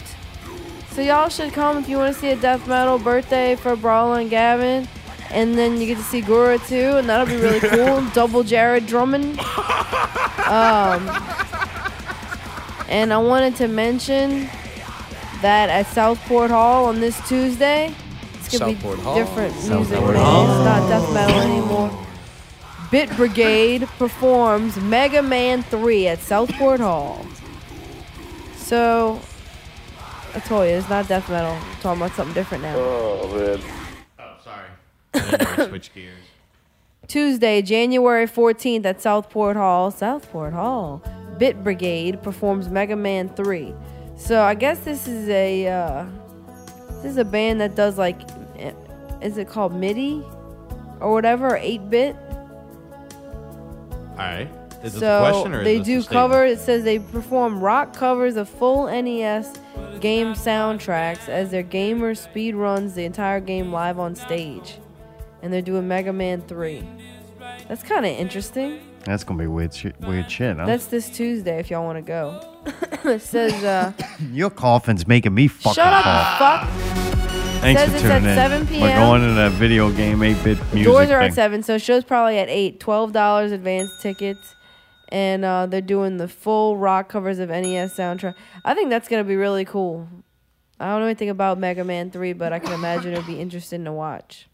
[SPEAKER 2] So y'all should come if you want to see a death metal birthday for Brawl and Gavin, and then you get to see Gura too, and that'll be really cool. Double Jared Drummond. Um, and I wanted to mention that at Southport Hall on this Tuesday, it's gonna
[SPEAKER 4] Southport
[SPEAKER 2] be
[SPEAKER 4] Hall.
[SPEAKER 2] different music.
[SPEAKER 4] Southport
[SPEAKER 2] man. It's not
[SPEAKER 4] Hall.
[SPEAKER 2] death metal anymore. Bit Brigade performs Mega Man 3 at Southport Hall. So, I told you, it's not death metal. I'm talking about something different now.
[SPEAKER 21] Oh man.
[SPEAKER 3] Oh, sorry. I didn't know I switched gears.
[SPEAKER 2] Tuesday, January 14th at Southport Hall. Southport Hall. Bit Brigade performs Mega Man 3. So I guess this is a uh, this is a band that does like eh, is it called MIDI or whatever, 8-bit?
[SPEAKER 3] All right. Is this
[SPEAKER 2] so
[SPEAKER 3] a question or
[SPEAKER 2] they
[SPEAKER 3] is this
[SPEAKER 2] do
[SPEAKER 3] a statement?
[SPEAKER 2] cover. It says they perform rock covers of full NES game soundtracks as their gamer speed runs the entire game live on stage, and they're doing Mega Man Three. That's kind of interesting.
[SPEAKER 1] That's gonna be weird shit. Weird shit. Huh?
[SPEAKER 2] That's this Tuesday if y'all want to go. it says, uh,
[SPEAKER 1] Your coughing's making me fucking
[SPEAKER 2] "Shut up,
[SPEAKER 1] cough.
[SPEAKER 2] fuck."
[SPEAKER 1] Thanks
[SPEAKER 2] says
[SPEAKER 1] for
[SPEAKER 2] it's
[SPEAKER 1] tuning
[SPEAKER 2] at
[SPEAKER 1] in.
[SPEAKER 2] 7
[SPEAKER 1] We're
[SPEAKER 2] p.m.
[SPEAKER 1] going to that video game eight bit music
[SPEAKER 2] Doors are
[SPEAKER 1] thing.
[SPEAKER 2] at seven, so show's probably at eight. Twelve dollars advance tickets, and uh, they're doing the full rock covers of NES soundtrack. I think that's gonna be really cool. I don't know anything about Mega Man Three, but I can imagine it'd be interesting to watch.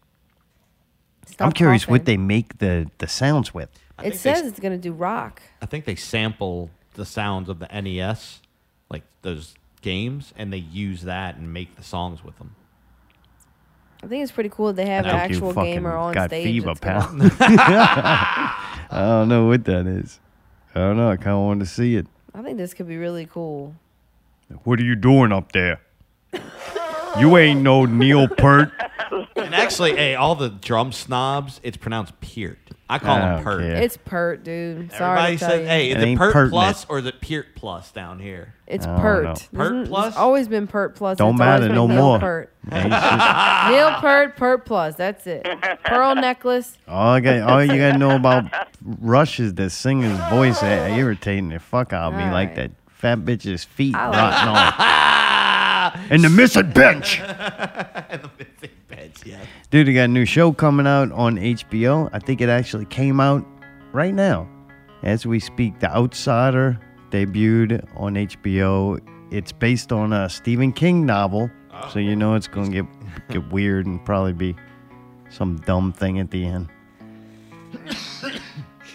[SPEAKER 1] I'm curious what they make the the sounds with.
[SPEAKER 2] It says it's gonna do rock.
[SPEAKER 3] I think they sample the sounds of the NES, like those games, and they use that and make the songs with them.
[SPEAKER 2] I think it's pretty cool. that They have an
[SPEAKER 1] Thank you,
[SPEAKER 2] actual
[SPEAKER 1] fucking
[SPEAKER 2] gamer on
[SPEAKER 1] got
[SPEAKER 2] stage.
[SPEAKER 1] fever,
[SPEAKER 2] that's gonna-
[SPEAKER 1] pal. I don't know what that is. I don't know. I kind of wanted to see it.
[SPEAKER 2] I think this could be really cool.
[SPEAKER 1] What are you doing up there? You ain't no Neil Peart.
[SPEAKER 3] And actually, hey, all the drum snobs, it's pronounced Peart. I call
[SPEAKER 1] I
[SPEAKER 3] them
[SPEAKER 1] don't
[SPEAKER 3] Pert.
[SPEAKER 1] care.
[SPEAKER 2] It's pert, dude. Sorry
[SPEAKER 3] Everybody
[SPEAKER 2] to tell
[SPEAKER 3] says,
[SPEAKER 2] you.
[SPEAKER 3] hey,
[SPEAKER 1] Oh, It
[SPEAKER 3] is it,
[SPEAKER 1] ain't
[SPEAKER 3] Pert
[SPEAKER 1] pertinent.
[SPEAKER 3] Plus or is it Peart Plus down here?
[SPEAKER 2] It's
[SPEAKER 1] I don't know.
[SPEAKER 2] pert.
[SPEAKER 3] Pert
[SPEAKER 2] There's n-
[SPEAKER 3] plus?
[SPEAKER 2] It's always been pert plus.
[SPEAKER 1] Don't
[SPEAKER 2] It's always
[SPEAKER 1] matter
[SPEAKER 2] been
[SPEAKER 1] no
[SPEAKER 2] Neil
[SPEAKER 1] more.
[SPEAKER 2] Pert.
[SPEAKER 1] Yeah, it's just-
[SPEAKER 2] Neil pert, pert plus. That's it. Pearl necklace.
[SPEAKER 1] All, I got, all you gotta know about Rush is the singer's voice eh, irritating the fuck out of me, like that fat bitch's feet
[SPEAKER 2] I like-
[SPEAKER 1] rotting off. and the missing bench.
[SPEAKER 3] and the missing bench, yeah.
[SPEAKER 1] Dude, they got a new show coming out on HBO. I think it actually came out right now. As we speak, The Outsider debuted on HBO. It's based on a Stephen King novel, so you know it's going to get get weird and probably be some dumb thing at the end.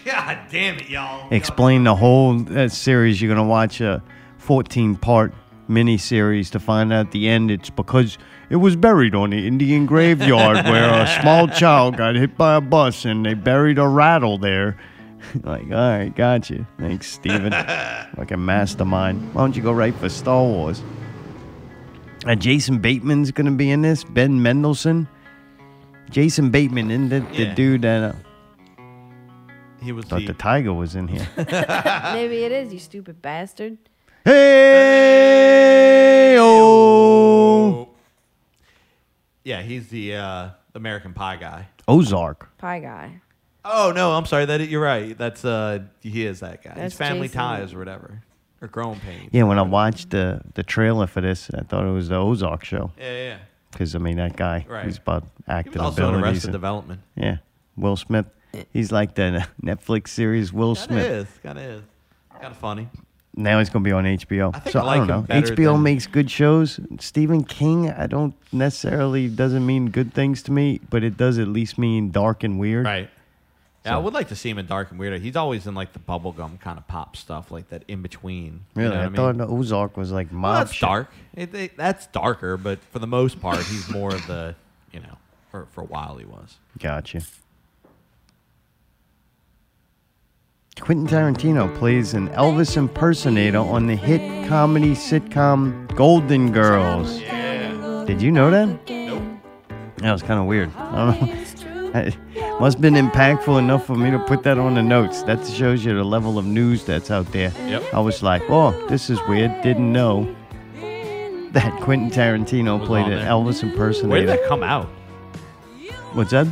[SPEAKER 3] God damn it, y'all.
[SPEAKER 1] Explain the whole uh, series. You're going to watch a 14 part miniseries to find out at the end it's because it was buried on the Indian graveyard where a small child got hit by a bus and they buried a rattle there. like, all right, gotcha. Thanks, Steven. like a mastermind. Why don't you go right for Star Wars? Uh, Jason Bateman's going to be in this. Ben Mendelsohn. Jason Bateman, and the, the
[SPEAKER 3] Yeah.
[SPEAKER 1] dude that. Uh,
[SPEAKER 3] He was
[SPEAKER 1] thought
[SPEAKER 3] the-
[SPEAKER 1] the tiger was in here. Ah.
[SPEAKER 2] Maybe it is, you stupid bastard.
[SPEAKER 1] Hey, oh.
[SPEAKER 3] Yeah, he's the uh, American Pie guy.
[SPEAKER 1] Ozark.
[SPEAKER 2] Pie guy.
[SPEAKER 3] Oh no, I'm sorry. That you're right. That's uh, he is that guy.
[SPEAKER 2] That's
[SPEAKER 3] It's Family
[SPEAKER 2] Jason.
[SPEAKER 3] Ties or whatever, or Growing Pains.
[SPEAKER 1] Yeah, when I watched the the trailer for this, I thought it was the Ozark show.
[SPEAKER 3] Yeah, yeah, yeah.
[SPEAKER 1] Because I mean, that guy,
[SPEAKER 3] Right.
[SPEAKER 1] he's about acting
[SPEAKER 3] also in
[SPEAKER 1] abilities.
[SPEAKER 3] Arrested
[SPEAKER 1] and-
[SPEAKER 3] Development.
[SPEAKER 1] Yeah, Will Smith. He's like the Netflix series Will
[SPEAKER 3] That
[SPEAKER 1] Smith.
[SPEAKER 3] is, kind of is, kind of funny.
[SPEAKER 1] Now he's gonna be on HBO.
[SPEAKER 3] think
[SPEAKER 1] so
[SPEAKER 3] I like
[SPEAKER 1] I
[SPEAKER 3] him
[SPEAKER 1] don't know.
[SPEAKER 3] better
[SPEAKER 1] HBO
[SPEAKER 3] than-
[SPEAKER 1] makes good shows. Stephen King, I don't necessarily doesn't mean good things to me, but it does at least mean dark and weird.
[SPEAKER 3] Right. Yeah, I
[SPEAKER 1] So-
[SPEAKER 3] would like to see him in Dark and Weirdo. He's always in like the bubblegum kind of pop stuff, like that in between.
[SPEAKER 1] Really,
[SPEAKER 3] you know what
[SPEAKER 1] I,
[SPEAKER 3] I mean?
[SPEAKER 1] thought the Ozark was like mob
[SPEAKER 3] Well, that's
[SPEAKER 1] shit.
[SPEAKER 3] dark. It, it- that's darker, but for the most part, he's more of the, you know, for, for a while he was.
[SPEAKER 1] Gotcha. Quentin Tarantino plays an Elvis impersonator on the hit comedy sitcom Golden Girls. Did you know that? Nope. That was kind of weird. I don't know. It must have been impactful enough for me to put that on the notes. That shows you the level of news that's out there.
[SPEAKER 22] Yep.
[SPEAKER 1] I was like, oh, this is weird. Didn't know that Quentin Tarantino
[SPEAKER 3] Was
[SPEAKER 1] played
[SPEAKER 3] on
[SPEAKER 1] an
[SPEAKER 3] there.
[SPEAKER 1] Elvis impersonator.
[SPEAKER 3] Where did that come out?
[SPEAKER 1] What's that?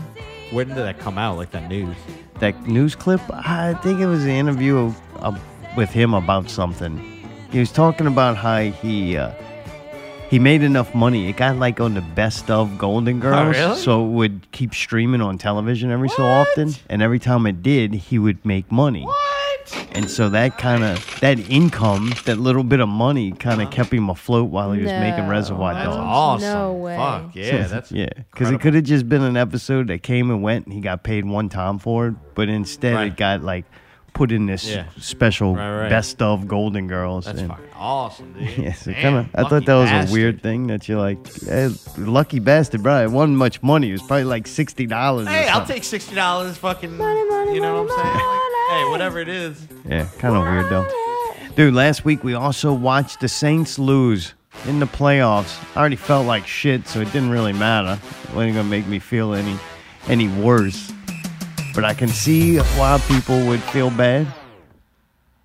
[SPEAKER 3] When did that come out? Like that news?
[SPEAKER 1] That news clip, I think it was an interview of, of, with him about something. He was talking about how he uh, he made enough money. It got like on the best of Golden Girls,
[SPEAKER 3] really?
[SPEAKER 1] so it would keep streaming on television every so often. And every time it did, he would make money. What? And so that kind of that income, that little bit of money, kind of kept him afloat while he was making
[SPEAKER 2] No.
[SPEAKER 1] Reservoir
[SPEAKER 2] That's
[SPEAKER 1] Dogs.
[SPEAKER 2] awesome. No way. Fuck,
[SPEAKER 3] yeah, that's
[SPEAKER 1] yeah. Because it could have just been an episode that came and went, and he got paid one time for it. But instead, it got like put in this
[SPEAKER 3] Yeah.
[SPEAKER 1] special
[SPEAKER 3] Right, right.
[SPEAKER 1] best of Golden Girls.
[SPEAKER 3] That's
[SPEAKER 1] and-
[SPEAKER 3] fucking awesome, dude.
[SPEAKER 1] Yeah, so
[SPEAKER 3] Man,
[SPEAKER 1] kind of. I
[SPEAKER 3] lucky
[SPEAKER 1] thought that was
[SPEAKER 3] bastard.
[SPEAKER 1] a weird thing that you're like, eh, lucky bastard, bro. It wasn't much money. It was probably like sixty dollars.
[SPEAKER 3] Hey, I'll take sixty dollars. Fucking, you know what I'm saying? Like, hey, whatever it is.
[SPEAKER 1] Yeah, kind of weird though. Dude, last week we also watched the Saints lose in the playoffs. I already felt like shit, so it didn't really matter. It wasn't gonna make me feel any any worse. But I can see why people would feel bad.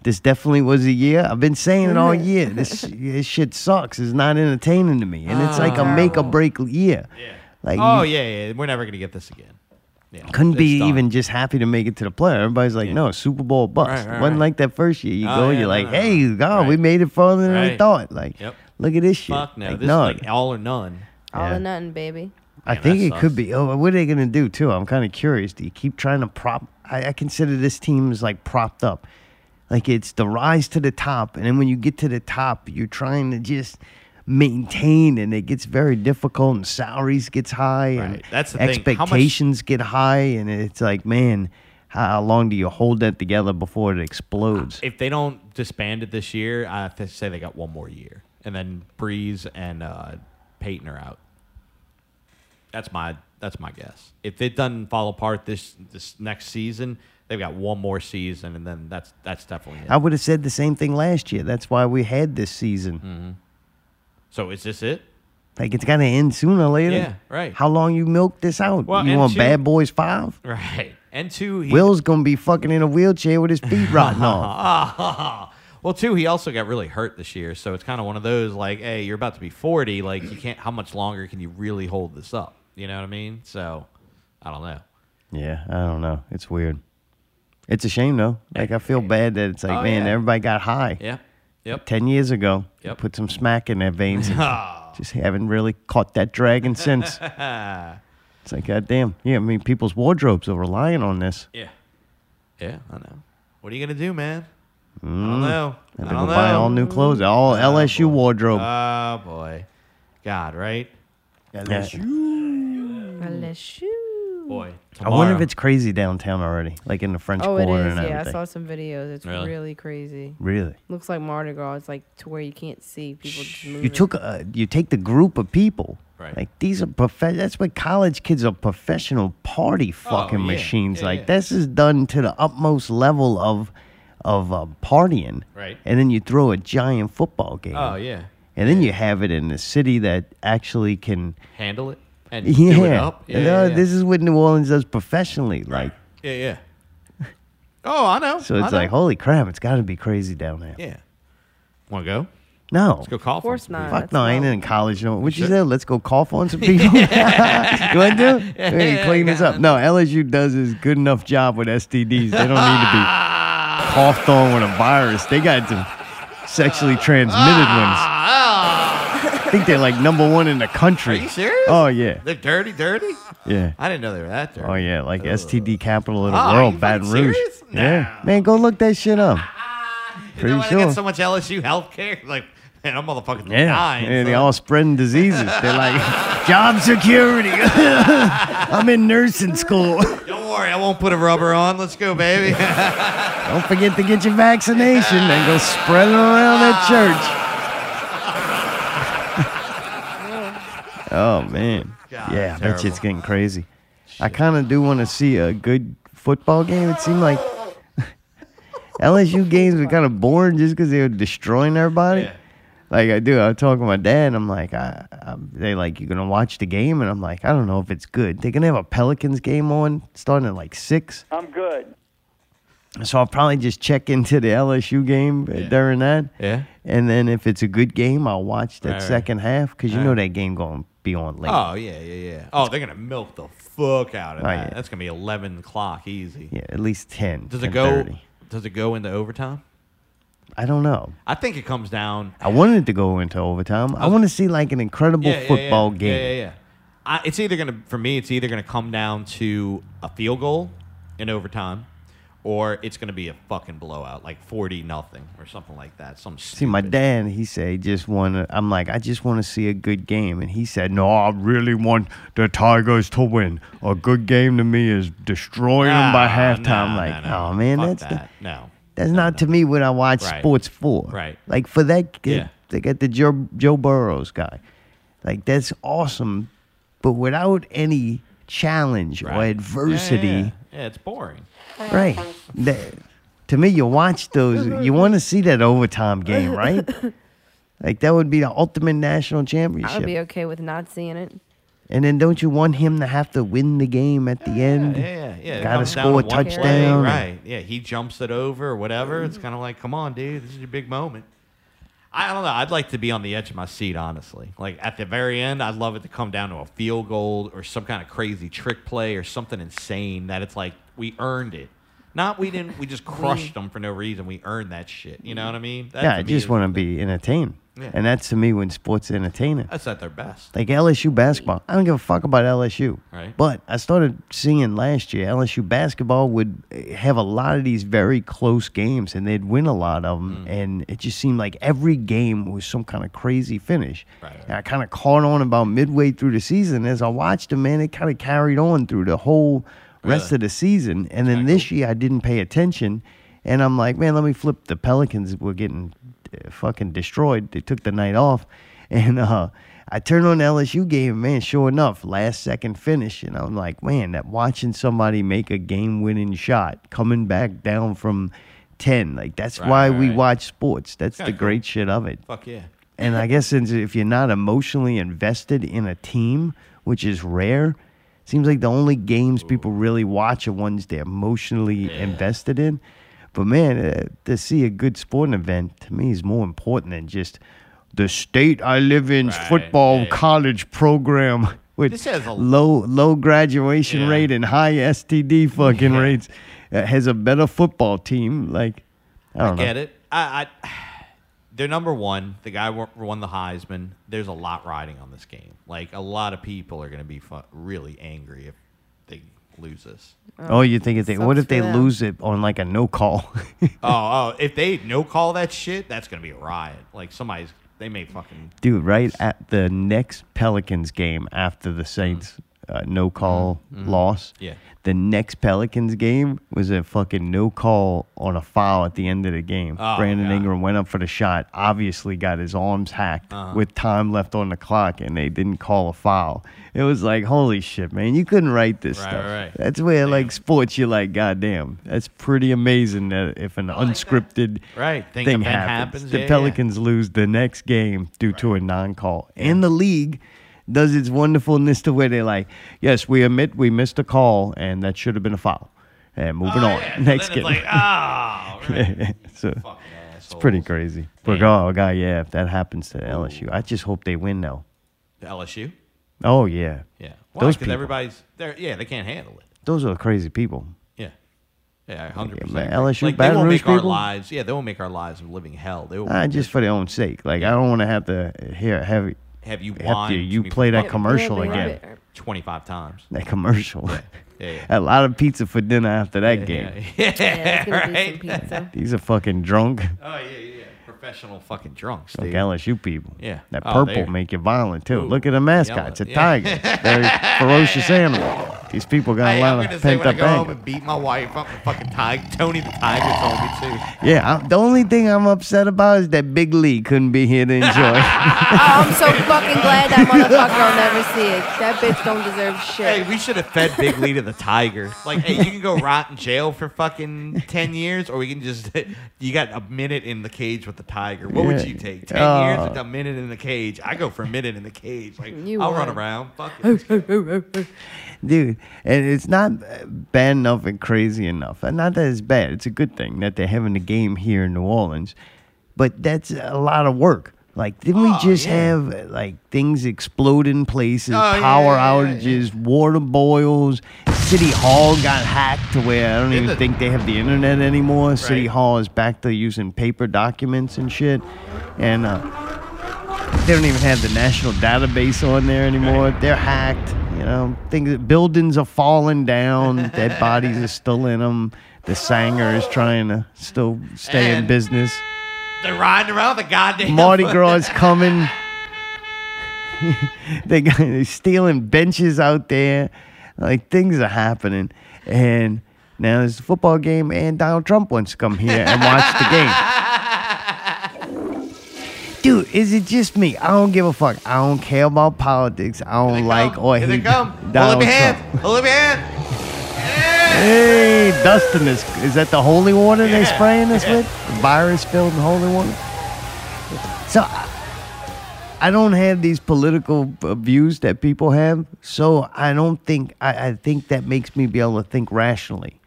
[SPEAKER 1] This definitely was a year. I've been saying it all year. This, this shit sucks. It's not entertaining to me, and it's like a make or break year. Like
[SPEAKER 3] oh
[SPEAKER 1] you-
[SPEAKER 3] yeah, yeah, we're never gonna get this again. Yeah,
[SPEAKER 1] couldn't
[SPEAKER 3] it's
[SPEAKER 1] be
[SPEAKER 3] done.
[SPEAKER 1] even just happy to make it to the player. Everybody's like, no, Super Bowl bust.
[SPEAKER 3] Right, right,
[SPEAKER 1] Wasn't
[SPEAKER 3] right.
[SPEAKER 1] like that first year. You
[SPEAKER 3] Oh,
[SPEAKER 1] go,
[SPEAKER 3] yeah,
[SPEAKER 1] you're
[SPEAKER 3] no,
[SPEAKER 1] like,
[SPEAKER 3] no,
[SPEAKER 1] hey, God, we made it farther than we
[SPEAKER 3] Right.
[SPEAKER 1] thought. Like,
[SPEAKER 3] Yep.
[SPEAKER 1] look at this shit.
[SPEAKER 3] Fuck no,
[SPEAKER 1] Like,
[SPEAKER 3] this
[SPEAKER 1] no.
[SPEAKER 3] is like all or none.
[SPEAKER 2] All
[SPEAKER 1] Yeah.
[SPEAKER 2] or nothing, baby.
[SPEAKER 1] I
[SPEAKER 3] Man,
[SPEAKER 1] think
[SPEAKER 3] that
[SPEAKER 1] it
[SPEAKER 3] sucks.
[SPEAKER 1] could be. Oh, what are they going to do too? I'm kind of curious. Do you keep trying to prop? I, I consider this team is like propped up. Like it's the rise to the top, and then when you get to the top, you're trying to just maintain, and it gets very difficult, and salaries gets high, and
[SPEAKER 3] That's the thing. How much-
[SPEAKER 1] expectations get high, and it's like, man, how, how long do you hold that together before it explodes?
[SPEAKER 3] If they don't disband it this year, I have to say they got one more year, and then Breeze and uh, Peyton are out. That's my that's my guess. If it doesn't fall apart this this next season, they've got one more season, and then that's that's definitely it.
[SPEAKER 1] I would have said the same thing last year. That's why we had this season.
[SPEAKER 3] So is this it?
[SPEAKER 1] Like it's gotta end sooner or later.
[SPEAKER 3] Yeah, right.
[SPEAKER 1] How long you milk this out?
[SPEAKER 3] Well,
[SPEAKER 1] you
[SPEAKER 3] and
[SPEAKER 1] want
[SPEAKER 3] two-
[SPEAKER 1] Bad Boys Five?
[SPEAKER 3] Right. And two, he,
[SPEAKER 1] Will's gonna be fucking in a wheelchair with his feet rotten off.
[SPEAKER 3] well, two, he also got really hurt this year, so it's kind of one of those like, hey, you're about to be 40, like you can't. How much longer can you really hold this up? You know what I mean? So, I don't know.
[SPEAKER 1] Yeah, I don't know. It's weird. It's a shame though. Like I feel bad that it's like,
[SPEAKER 3] Oh,
[SPEAKER 1] man,
[SPEAKER 3] yeah.
[SPEAKER 1] everybody got high.
[SPEAKER 3] Yep. Yep.
[SPEAKER 1] Ten years ago,
[SPEAKER 3] Yep.
[SPEAKER 1] put some smack in their veins. and just haven't really caught that dragon since.
[SPEAKER 3] yeah,
[SPEAKER 1] It's like, goddamn. Yeah, I mean, people's wardrobes are relying on this.
[SPEAKER 3] yeah, I know. What are you gonna do, man? I don't know.
[SPEAKER 1] They're
[SPEAKER 3] I don't
[SPEAKER 1] gonna Mm. buy
[SPEAKER 3] know.
[SPEAKER 1] all new clothes, all LSU wardrobe.
[SPEAKER 3] Oh boy, God, right?
[SPEAKER 2] Mm.
[SPEAKER 3] Boy,
[SPEAKER 1] I wonder if
[SPEAKER 3] tomorrow.
[SPEAKER 1] it's crazy downtown already, like in the French
[SPEAKER 2] oh, it
[SPEAKER 1] Quarter
[SPEAKER 2] is.
[SPEAKER 1] and
[SPEAKER 2] Yeah, I
[SPEAKER 1] everything.
[SPEAKER 2] saw some videos. It's
[SPEAKER 1] Really?
[SPEAKER 2] really, crazy.
[SPEAKER 1] Really?
[SPEAKER 2] Looks like Mardi Gras. It's like to where you can't see people. Just moving.
[SPEAKER 1] you took a, you take the group of people.
[SPEAKER 3] Right.
[SPEAKER 1] Like these are prof- That's what college kids are professional party fucking
[SPEAKER 3] Oh, yeah.
[SPEAKER 1] machines.
[SPEAKER 3] Yeah,
[SPEAKER 1] like
[SPEAKER 3] yeah.
[SPEAKER 1] this is done to the utmost level of of uh, partying.
[SPEAKER 3] Right.
[SPEAKER 1] And then you throw a giant football game.
[SPEAKER 3] Oh yeah,
[SPEAKER 1] And then you have it in a city that actually can.
[SPEAKER 3] handle it and
[SPEAKER 1] Yeah.
[SPEAKER 3] do it up. Yeah,
[SPEAKER 1] And,
[SPEAKER 3] yeah,
[SPEAKER 1] uh,
[SPEAKER 3] yeah.
[SPEAKER 1] This is what New Orleans does professionally. Like
[SPEAKER 3] yeah, yeah. Oh, I know.
[SPEAKER 1] so, it's
[SPEAKER 3] I know.
[SPEAKER 1] like holy crap! It's got to be crazy down there.
[SPEAKER 3] yeah. Want to go?
[SPEAKER 1] No.
[SPEAKER 3] Let's go call. Of course
[SPEAKER 2] not.
[SPEAKER 1] Fuck no, I ain't in college. No, what you
[SPEAKER 3] should.
[SPEAKER 1] say? Let's go cough on some people. you want to?
[SPEAKER 3] Yeah,
[SPEAKER 1] Hey, clean this up. No, LSU does is good enough job with STDs. They don't need to be coughed on with a virus. They got some sexually transmitted
[SPEAKER 3] Ah.
[SPEAKER 1] ones. I think they're like number one in the
[SPEAKER 3] Are
[SPEAKER 1] country.
[SPEAKER 3] you serious?
[SPEAKER 1] Oh yeah,
[SPEAKER 3] They're dirty, dirty.
[SPEAKER 1] yeah.
[SPEAKER 3] I didn't know they were that dirty.
[SPEAKER 1] Oh yeah, like STD capital of the
[SPEAKER 3] Oh, are
[SPEAKER 1] world,
[SPEAKER 3] you
[SPEAKER 1] Baton
[SPEAKER 3] fucking
[SPEAKER 1] Rouge.
[SPEAKER 3] serious?
[SPEAKER 1] Yeah, man, go look that shit up.
[SPEAKER 3] You
[SPEAKER 1] Pretty
[SPEAKER 3] know, why
[SPEAKER 1] sure.
[SPEAKER 3] They got so much LSU health care. Like, man, I'm motherfucking
[SPEAKER 1] Yeah,
[SPEAKER 3] dying.
[SPEAKER 1] and they
[SPEAKER 3] son.
[SPEAKER 1] all spreading diseases. They're like, job security. I'm in nursing school.
[SPEAKER 3] Don't worry, I won't put a rubber on. Let's go, baby.
[SPEAKER 1] Don't forget to get your vaccination and go spread it around at church. oh man, yeah, I bet you it's getting crazy. I kind of do want to see a good football game. It seemed like LSU games were kind of boring just because they were destroying everybody. Like I do, I was talking to my dad, and I'm like, I, I, they like you gonna watch the game, and I'm like, I don't know if it's good. They're gonna have a Pelicans game on starting at like six.
[SPEAKER 4] I'm good.
[SPEAKER 1] So I'll probably just check into the LSU game uh, during that.
[SPEAKER 3] Yeah.
[SPEAKER 1] And then if it's a good game, I'll watch that
[SPEAKER 3] Right, right.
[SPEAKER 1] second half because you
[SPEAKER 3] All
[SPEAKER 1] know
[SPEAKER 3] right.
[SPEAKER 1] that game going to be on late.
[SPEAKER 3] Oh yeah, yeah, yeah. Oh, they're gonna milk the fuck out of
[SPEAKER 1] Oh,
[SPEAKER 3] that.
[SPEAKER 1] yeah.
[SPEAKER 3] That's gonna be eleven o'clock easy.
[SPEAKER 1] Yeah, at least 10.
[SPEAKER 3] Does it
[SPEAKER 1] 10:30.
[SPEAKER 3] go? Does it go into overtime?
[SPEAKER 1] I don't know.
[SPEAKER 3] I think it comes down.
[SPEAKER 1] I wanted it to go into overtime. I want to see like an incredible
[SPEAKER 3] Yeah, yeah,
[SPEAKER 1] football
[SPEAKER 3] yeah,
[SPEAKER 1] game.
[SPEAKER 3] Yeah, yeah, yeah. I, it's either gonna for me. It's either gonna come down to a field goal in overtime, or it's gonna be a fucking blowout, like forty nothing or something like that. Some
[SPEAKER 1] See, my dad, he said, he just want to. I'm like, I just want to see a good game. And he said, No, I really want the Tigers to win. A good game to me is destroying them by
[SPEAKER 3] Nah,
[SPEAKER 1] halftime.
[SPEAKER 3] Ah, nah,
[SPEAKER 1] like,
[SPEAKER 3] nah,
[SPEAKER 1] oh, man,
[SPEAKER 3] fuck
[SPEAKER 1] that's
[SPEAKER 3] that.
[SPEAKER 1] The,
[SPEAKER 3] No.
[SPEAKER 1] That's not to me what I watch
[SPEAKER 3] Right.
[SPEAKER 1] sports for.
[SPEAKER 3] Right.
[SPEAKER 1] Like, for that, kid,
[SPEAKER 3] Yeah.
[SPEAKER 1] they got the Joe, Joe Burrows guy. Like, that's awesome. But without any challenge or adversity.
[SPEAKER 3] Yeah, yeah, yeah. Yeah, it's boring.
[SPEAKER 1] Right. That- to me, you watch those. You want to see that overtime game, right? Like that would be the ultimate national
[SPEAKER 2] I
[SPEAKER 1] championship.
[SPEAKER 2] would be okay with not seeing it.
[SPEAKER 1] and then don't you want him to have to win the game at the end?
[SPEAKER 3] Yeah, yeah. it
[SPEAKER 1] Got to
[SPEAKER 3] comes down
[SPEAKER 1] score a
[SPEAKER 3] to one play,
[SPEAKER 1] touchdown.
[SPEAKER 3] right. Yeah, he jumps it over or whatever. It's kind of like, come on, dude, this is your big moment. I don't know. I'd like to be on the edge of my seat, honestly. Like at the very end, I'd love it to come down to a field goal or some kind of crazy trick play or something insane that it's like we earned it. Not we didn't. We just crushed them for no reason. We earned that shit. You know what I mean? That
[SPEAKER 1] Mm-hmm. yeah,
[SPEAKER 3] to
[SPEAKER 1] I
[SPEAKER 3] me
[SPEAKER 1] just
[SPEAKER 3] is-
[SPEAKER 1] want to be entertained.
[SPEAKER 3] Yeah.
[SPEAKER 1] And that's to me when sports entertaining.
[SPEAKER 3] That's at their best.
[SPEAKER 1] Like LSU basketball. I don't give a fuck about LSU.
[SPEAKER 3] Right.
[SPEAKER 1] But I started seeing last year LSU basketball would eh, have a lot of these very close games and they'd win a lot of them.
[SPEAKER 3] Mm.
[SPEAKER 1] And it just seemed like every game was some kind of crazy finish. Right. And I kind of caught on about midway through the season. As I watched them, man, it kind of carried on through the whole rest
[SPEAKER 3] Really?
[SPEAKER 1] of the season. And then this year I didn't pay attention. And I'm like, man, let me flip. The Pelicans were getting uh, fucking destroyed. They took the night off. And uh, I turned on the LSU game, man, sure enough, last second finish. And I'm like, man, that watching somebody make a game winning shot coming back down from 10. Like, that's
[SPEAKER 3] Right,
[SPEAKER 1] why
[SPEAKER 3] right,
[SPEAKER 1] we
[SPEAKER 3] right.
[SPEAKER 1] watch sports. That's the
[SPEAKER 3] Kinda cool.
[SPEAKER 1] great shit of it.
[SPEAKER 3] Fuck yeah.
[SPEAKER 1] And I guess since if you're not emotionally invested in a team, which is rare, seems like the only games people really watch are ones they're emotionally invested in. But man, uh, to see a good sporting event to me is more important than just the state I live in's football college program with
[SPEAKER 3] This has a-
[SPEAKER 1] low low graduation rate and high STD fucking rates uh, has a better football team. Like I don't know.
[SPEAKER 3] get it. I, I they're number one. The guy won, won the Heisman. There's a lot riding on this game. Like a lot of people are going to be fu- really angry if they lose this.
[SPEAKER 1] Oh, you think if they? What
[SPEAKER 3] sucks
[SPEAKER 1] if
[SPEAKER 3] for
[SPEAKER 1] they
[SPEAKER 3] them.
[SPEAKER 1] lose it on like a no call?
[SPEAKER 3] oh, oh, if they no call that shit, that's going to be a riot. Like somebody's they may fucking
[SPEAKER 1] Dude, right at the next Pelicans game after the Saints uh, no call loss,
[SPEAKER 3] Mm. Mm-hmm. Yeah.
[SPEAKER 1] the next Pelicans game was a fucking no call on a foul at the end of the game.
[SPEAKER 3] Oh,
[SPEAKER 1] Brandon Ingram went up for the shot, obviously got his arms hacked
[SPEAKER 3] Uh-huh.
[SPEAKER 1] with time left on the clock, and they didn't call a foul. It was like, holy shit, man, you couldn't write this
[SPEAKER 3] Right,
[SPEAKER 1] stuff.
[SPEAKER 3] right, right.
[SPEAKER 1] That's where, like, sports, you're like, goddamn, that's pretty amazing that if an unscripted
[SPEAKER 3] Right,
[SPEAKER 1] thing,
[SPEAKER 3] think event
[SPEAKER 1] happens,
[SPEAKER 3] happens,
[SPEAKER 1] the
[SPEAKER 3] yeah, yeah.
[SPEAKER 1] Pelicans lose the next game due to a non-call, and the league does its wonderfulness to where they're like, yes, we admit we missed a call, and that should have been a foul, and moving
[SPEAKER 3] Oh,
[SPEAKER 1] on next game. so it's pretty crazy. But oh god, yeah, if that happens to LSU, I just hope they win though.
[SPEAKER 3] the LSU.
[SPEAKER 1] Oh yeah,
[SPEAKER 3] Yeah, why?
[SPEAKER 1] Those
[SPEAKER 3] Because
[SPEAKER 1] people,
[SPEAKER 3] everybody's there. Yeah, they can't handle it.
[SPEAKER 1] those are the crazy people.
[SPEAKER 3] Yeah. Yeah, hundred
[SPEAKER 1] man,
[SPEAKER 3] percent.
[SPEAKER 1] LSU
[SPEAKER 3] like, they
[SPEAKER 1] Baton
[SPEAKER 3] won't
[SPEAKER 1] Rouge
[SPEAKER 3] make our
[SPEAKER 1] people?
[SPEAKER 3] lives. Yeah, they won't make our lives a living hell. They will
[SPEAKER 1] Nah, just for their own sake. Like I don't want to have to hear have
[SPEAKER 3] have you
[SPEAKER 1] have
[SPEAKER 3] won?
[SPEAKER 1] to, you
[SPEAKER 3] to be
[SPEAKER 1] play that
[SPEAKER 3] fucked
[SPEAKER 1] commercial again.
[SPEAKER 3] twenty five times.
[SPEAKER 1] That commercial.
[SPEAKER 3] Yeah, yeah.
[SPEAKER 1] a lot of pizza for dinner after that game.
[SPEAKER 3] Yeah,
[SPEAKER 2] it's gonna be
[SPEAKER 3] right.
[SPEAKER 2] some pizza.
[SPEAKER 1] These are fucking drunk.
[SPEAKER 3] Oh yeah, yeah, yeah. Professional fucking drunks,
[SPEAKER 1] Like
[SPEAKER 3] dude.
[SPEAKER 1] LSU people.
[SPEAKER 3] Yeah.
[SPEAKER 1] That
[SPEAKER 3] Oh,
[SPEAKER 1] purple
[SPEAKER 3] they-
[SPEAKER 1] make you violent too. Look at the mascot. It's a
[SPEAKER 3] yellow.
[SPEAKER 1] tiger. Very ferocious animal. These people got
[SPEAKER 3] Hey,
[SPEAKER 1] a
[SPEAKER 3] I'm
[SPEAKER 1] lot
[SPEAKER 3] gonna
[SPEAKER 1] of
[SPEAKER 3] say
[SPEAKER 1] pent
[SPEAKER 3] when I
[SPEAKER 1] up
[SPEAKER 3] go home
[SPEAKER 1] anger.
[SPEAKER 3] and beat my wife up, the fucking tiger. Tony the Tiger told me to.
[SPEAKER 1] Yeah, I, the only thing I'm upset about is that Big Lee couldn't be here to enjoy.
[SPEAKER 2] Oh, I'm so fucking glad that motherfucker will never see it. That bitch don't deserve shit.
[SPEAKER 3] Hey, we should have fed Big Lee to the tiger. Like, hey, you can go rot in jail for fucking ten years, or we can just you got a minute in the cage with the tiger. What would
[SPEAKER 1] Yeah.
[SPEAKER 3] you take? Ten
[SPEAKER 1] Oh.
[SPEAKER 3] years with a minute in the cage. I go for a minute in the cage. Like,
[SPEAKER 2] You Oh.
[SPEAKER 3] I'll run
[SPEAKER 2] would.
[SPEAKER 3] around. Fuck it.
[SPEAKER 1] Dude, dude. And it's not uh, bad enough and crazy enough. And not that it's bad. It's a good thing that they're having the game here in New Orleans. But that's a lot of work. Like, didn't we just have uh, like things exploding places,
[SPEAKER 4] Oh,
[SPEAKER 1] power
[SPEAKER 4] yeah,
[SPEAKER 1] outages, water boils? City Hall got hacked to where I don't even think they have the internet anymore. City Hall is back to using paper documents and shit. And uh, they don't even have the national database on there anymore. They're hacked. You know, things, buildings are falling down. Dead bodies are still in them. The Sanger is trying to still stay in
[SPEAKER 3] And-
[SPEAKER 1] business.
[SPEAKER 3] They're riding around the goddamn
[SPEAKER 1] Mardi Gras is coming. they got, they're stealing benches out there. Like things are happening, and now there's a football game, and Donald Trump wants to come here and watch the game. Dude, is it just me? I don't give a fuck. I don't care about politics. I don't like or
[SPEAKER 3] Here they
[SPEAKER 1] hate
[SPEAKER 3] come.
[SPEAKER 1] Donald
[SPEAKER 3] Hold up
[SPEAKER 1] Trump.
[SPEAKER 3] your hand. Hold up your hand.
[SPEAKER 1] Hey, Dustin is is that the holy water they spraying us with? Virus filled holy water. So I, I don't have these political uh, views that people have, so I don't think I, I think that makes me be able to think rationally.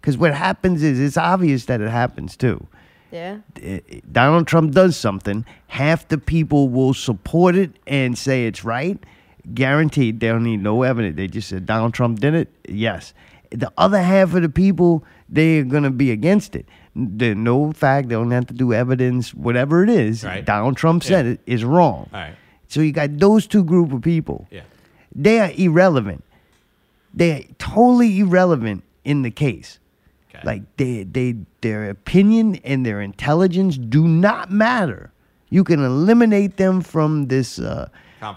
[SPEAKER 1] Because what happens is it's obvious that it happens too.
[SPEAKER 2] Yeah.
[SPEAKER 1] Uh, Donald Trump does something, half the people will support it and say it's right. Guaranteed, they don't need no evidence. They just said Donald Trump did it. Yes. The other half of the people, they are going to be against it. There's no fact, they don't have to do evidence, whatever it is. Donald Trump said it is wrong.
[SPEAKER 3] All right.
[SPEAKER 1] So you got those two group of people.
[SPEAKER 3] Yeah.
[SPEAKER 1] They are irrelevant. They are totally irrelevant in the case. Like they, they, their opinion and their intelligence do not matter. You can eliminate them from this, uh,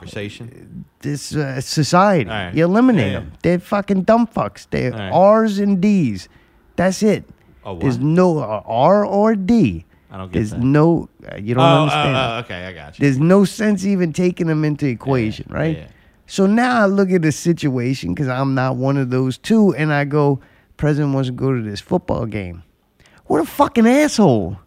[SPEAKER 3] Conversation.
[SPEAKER 1] this uh, society.
[SPEAKER 3] Alright.
[SPEAKER 1] You eliminate
[SPEAKER 3] Yeah, yeah.
[SPEAKER 1] them. They're fucking dumb fucks. They're
[SPEAKER 3] Alright.
[SPEAKER 1] R's and D's. That's it.
[SPEAKER 3] A Oh, what?
[SPEAKER 1] There's no uh, R or D.
[SPEAKER 3] I don't get
[SPEAKER 1] There's
[SPEAKER 3] that.
[SPEAKER 1] no. uh, you don't
[SPEAKER 3] Oh, oh,
[SPEAKER 1] understand.
[SPEAKER 3] oh, okay, I got you.
[SPEAKER 1] There's no sense even taking them into equation, right? So now I look at the situation because I'm not one of those two, and I go, President wants to go to this football game. What a fucking asshole.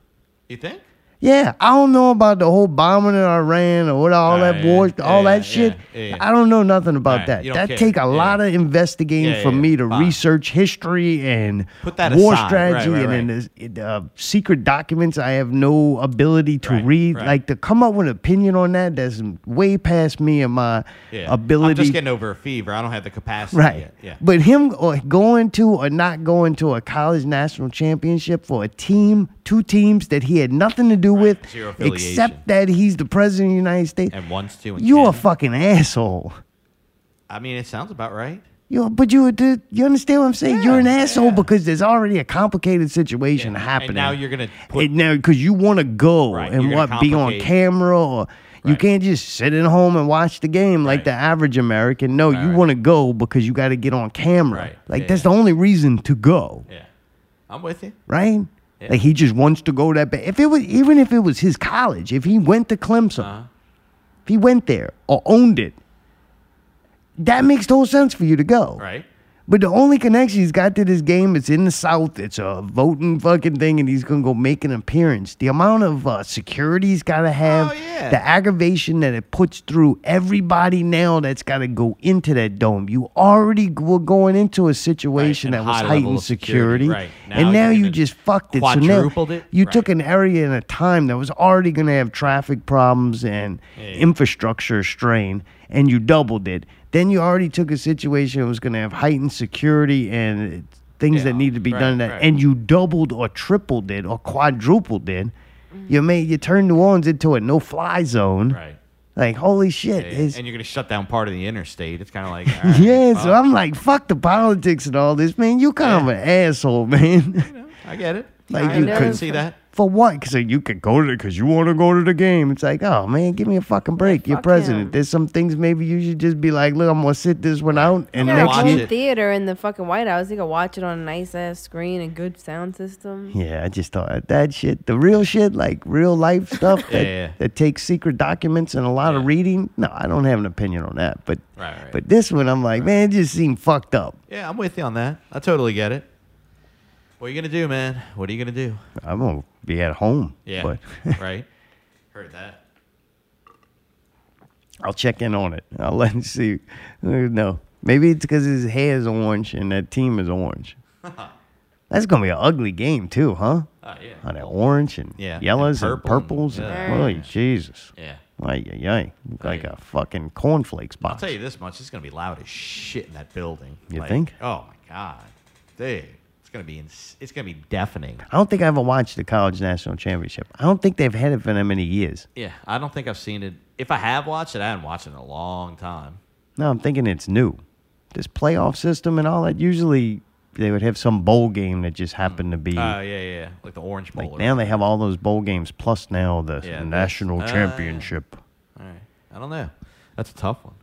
[SPEAKER 3] You think?
[SPEAKER 1] Yeah, I don't know about the whole bombing in Iran or what all
[SPEAKER 3] Right,
[SPEAKER 1] that war,
[SPEAKER 3] yeah,
[SPEAKER 1] all
[SPEAKER 3] yeah,
[SPEAKER 1] that shit.
[SPEAKER 3] yeah, yeah.
[SPEAKER 1] I don't know nothing about
[SPEAKER 3] Right,
[SPEAKER 1] that.
[SPEAKER 3] you don't
[SPEAKER 1] That
[SPEAKER 3] care.
[SPEAKER 1] take a lot of investigating
[SPEAKER 3] Yeah,
[SPEAKER 1] for
[SPEAKER 3] yeah,
[SPEAKER 1] me to
[SPEAKER 3] fine.
[SPEAKER 1] research history and
[SPEAKER 3] Put that
[SPEAKER 1] war
[SPEAKER 3] aside. Right,
[SPEAKER 1] strategy
[SPEAKER 3] right,
[SPEAKER 1] and then this- uh, secret documents I have no ability to read. Like to come up with an opinion on that that's way past me and my
[SPEAKER 3] Yeah. I'm
[SPEAKER 1] ability.
[SPEAKER 3] just getting over a fever. I don't have the capacity
[SPEAKER 1] Right.
[SPEAKER 3] yet. Yeah.
[SPEAKER 1] But him or going to or not going to a college national championship for a team, two teams that he had nothing to do with,
[SPEAKER 3] Zero affiliation.
[SPEAKER 1] except that he's the president of the United States.
[SPEAKER 3] And wants to and
[SPEAKER 1] You're a fucking asshole.
[SPEAKER 3] I mean, it sounds about right.
[SPEAKER 1] You, but you, do- you understand what I'm saying? You're an asshole because there's already a complicated situation happening.
[SPEAKER 3] And now you're gonna
[SPEAKER 1] It now because you want to go and
[SPEAKER 3] you're gonna
[SPEAKER 1] what be on
[SPEAKER 3] complicate-
[SPEAKER 1] camera or you can't just sit at home and watch the game like the average American. No, you want to go because you got to get on camera. Like
[SPEAKER 3] Yeah,
[SPEAKER 1] that's the only reason to go,
[SPEAKER 3] I'm with you.
[SPEAKER 1] right?
[SPEAKER 3] Yeah.
[SPEAKER 1] Like he just wants to go that bad. If it was even if it was his college, if he went to Clemson,
[SPEAKER 3] Uh-huh.
[SPEAKER 1] if he went there or owned it, that makes total sense for you to go.
[SPEAKER 3] Right.
[SPEAKER 1] But the only connection he's got to this game is in the South. It's a voting fucking thing, and he's gonna go make an appearance. The amount of uh, security he's gotta have,
[SPEAKER 3] Oh,
[SPEAKER 1] the aggravation that it puts through everybody now that's gotta go into that dome. You already g- were going into a situation that was
[SPEAKER 3] high level
[SPEAKER 1] heightened
[SPEAKER 3] of security,
[SPEAKER 1] security,
[SPEAKER 3] right. Now
[SPEAKER 1] and
[SPEAKER 3] you're
[SPEAKER 1] now you
[SPEAKER 3] gonna
[SPEAKER 1] just fucked it. So now
[SPEAKER 3] quadrupled it?
[SPEAKER 1] you took an area in a time that was already gonna have traffic problems and infrastructure strain, and you doubled it. Then you already took a situation that was going to have heightened security and it- things that need to be
[SPEAKER 4] right,
[SPEAKER 1] done, that,
[SPEAKER 4] right.
[SPEAKER 1] and you doubled or tripled it or quadrupled it. You made you turned New Orleans into a no-fly zone.
[SPEAKER 3] Right.
[SPEAKER 1] Like holy shit!
[SPEAKER 3] Yeah,
[SPEAKER 1] it's-
[SPEAKER 3] and you're gonna shut down part of the interstate. It's kind of like all right,
[SPEAKER 1] yeah, so
[SPEAKER 3] well,
[SPEAKER 1] I'm like, fuck the politics and all this, man. You kind of an asshole, man.
[SPEAKER 3] I get it.
[SPEAKER 1] like
[SPEAKER 3] I
[SPEAKER 1] you
[SPEAKER 3] know.
[SPEAKER 1] could
[SPEAKER 3] see that.
[SPEAKER 1] for what? Because you could go to because you want to go to the game. It's like, oh man, give me a fucking break. You're president. There's some things maybe you should just be like, look, I'm gonna sit this one out and
[SPEAKER 2] Got a
[SPEAKER 1] next
[SPEAKER 2] home
[SPEAKER 1] year.
[SPEAKER 2] theater in the fucking White House. You can watch it on a nice ass screen and good sound system.
[SPEAKER 1] Yeah, I just thought that shit, the real shit, like real life stuff
[SPEAKER 2] Yeah,
[SPEAKER 1] that,
[SPEAKER 2] yeah.
[SPEAKER 1] that takes secret documents and a lot of reading. No, I don't have an opinion on that, but
[SPEAKER 3] Right, right.
[SPEAKER 1] but this one, I'm like, man, it just seemed fucked up.
[SPEAKER 3] Yeah, I'm with you on that. I totally get it. What are you gonna do, man? What are you gonna do?
[SPEAKER 1] I'm gonna be at home.
[SPEAKER 3] Yeah.
[SPEAKER 1] but
[SPEAKER 3] right. Heard that.
[SPEAKER 1] I'll check in on it. I'll let you see. Uh, No, Maybe it's because his hair is orange and that team is orange. That's gonna be an ugly game too, huh?
[SPEAKER 3] Oh, yeah.
[SPEAKER 1] On that orange and
[SPEAKER 3] Yeah, and
[SPEAKER 1] yellows and,
[SPEAKER 3] purple and-
[SPEAKER 1] purples. and-
[SPEAKER 3] yeah.
[SPEAKER 1] Holy Jesus!
[SPEAKER 3] Yeah.
[SPEAKER 1] Ay ay ay! Look like a fucking cornflakes
[SPEAKER 3] I'll
[SPEAKER 1] box.
[SPEAKER 3] tell you this much: it's going to be loud as shit in that building.
[SPEAKER 1] You think?
[SPEAKER 3] Oh my god, dude, it's going to be ins- it's going to be deafening.
[SPEAKER 1] I don't think I ever watched the college national championship. I don't think they've had it for that many years.
[SPEAKER 3] Yeah, I don't think I've seen it. If I have watched it, I haven't watched it in a long time.
[SPEAKER 1] No, I'm thinking it's new. This playoff system and all that. Usually they would have some bowl game that just happened to
[SPEAKER 3] Oh
[SPEAKER 1] be.
[SPEAKER 3] yeah, yeah, like the Orange Bowl.
[SPEAKER 1] Mm. like
[SPEAKER 3] or
[SPEAKER 1] now they have all those bowl games plus now the
[SPEAKER 3] Yeah, that's-
[SPEAKER 1] national
[SPEAKER 3] ah, yeah.
[SPEAKER 1] championship.
[SPEAKER 3] All right. I don't know. That's a tough one.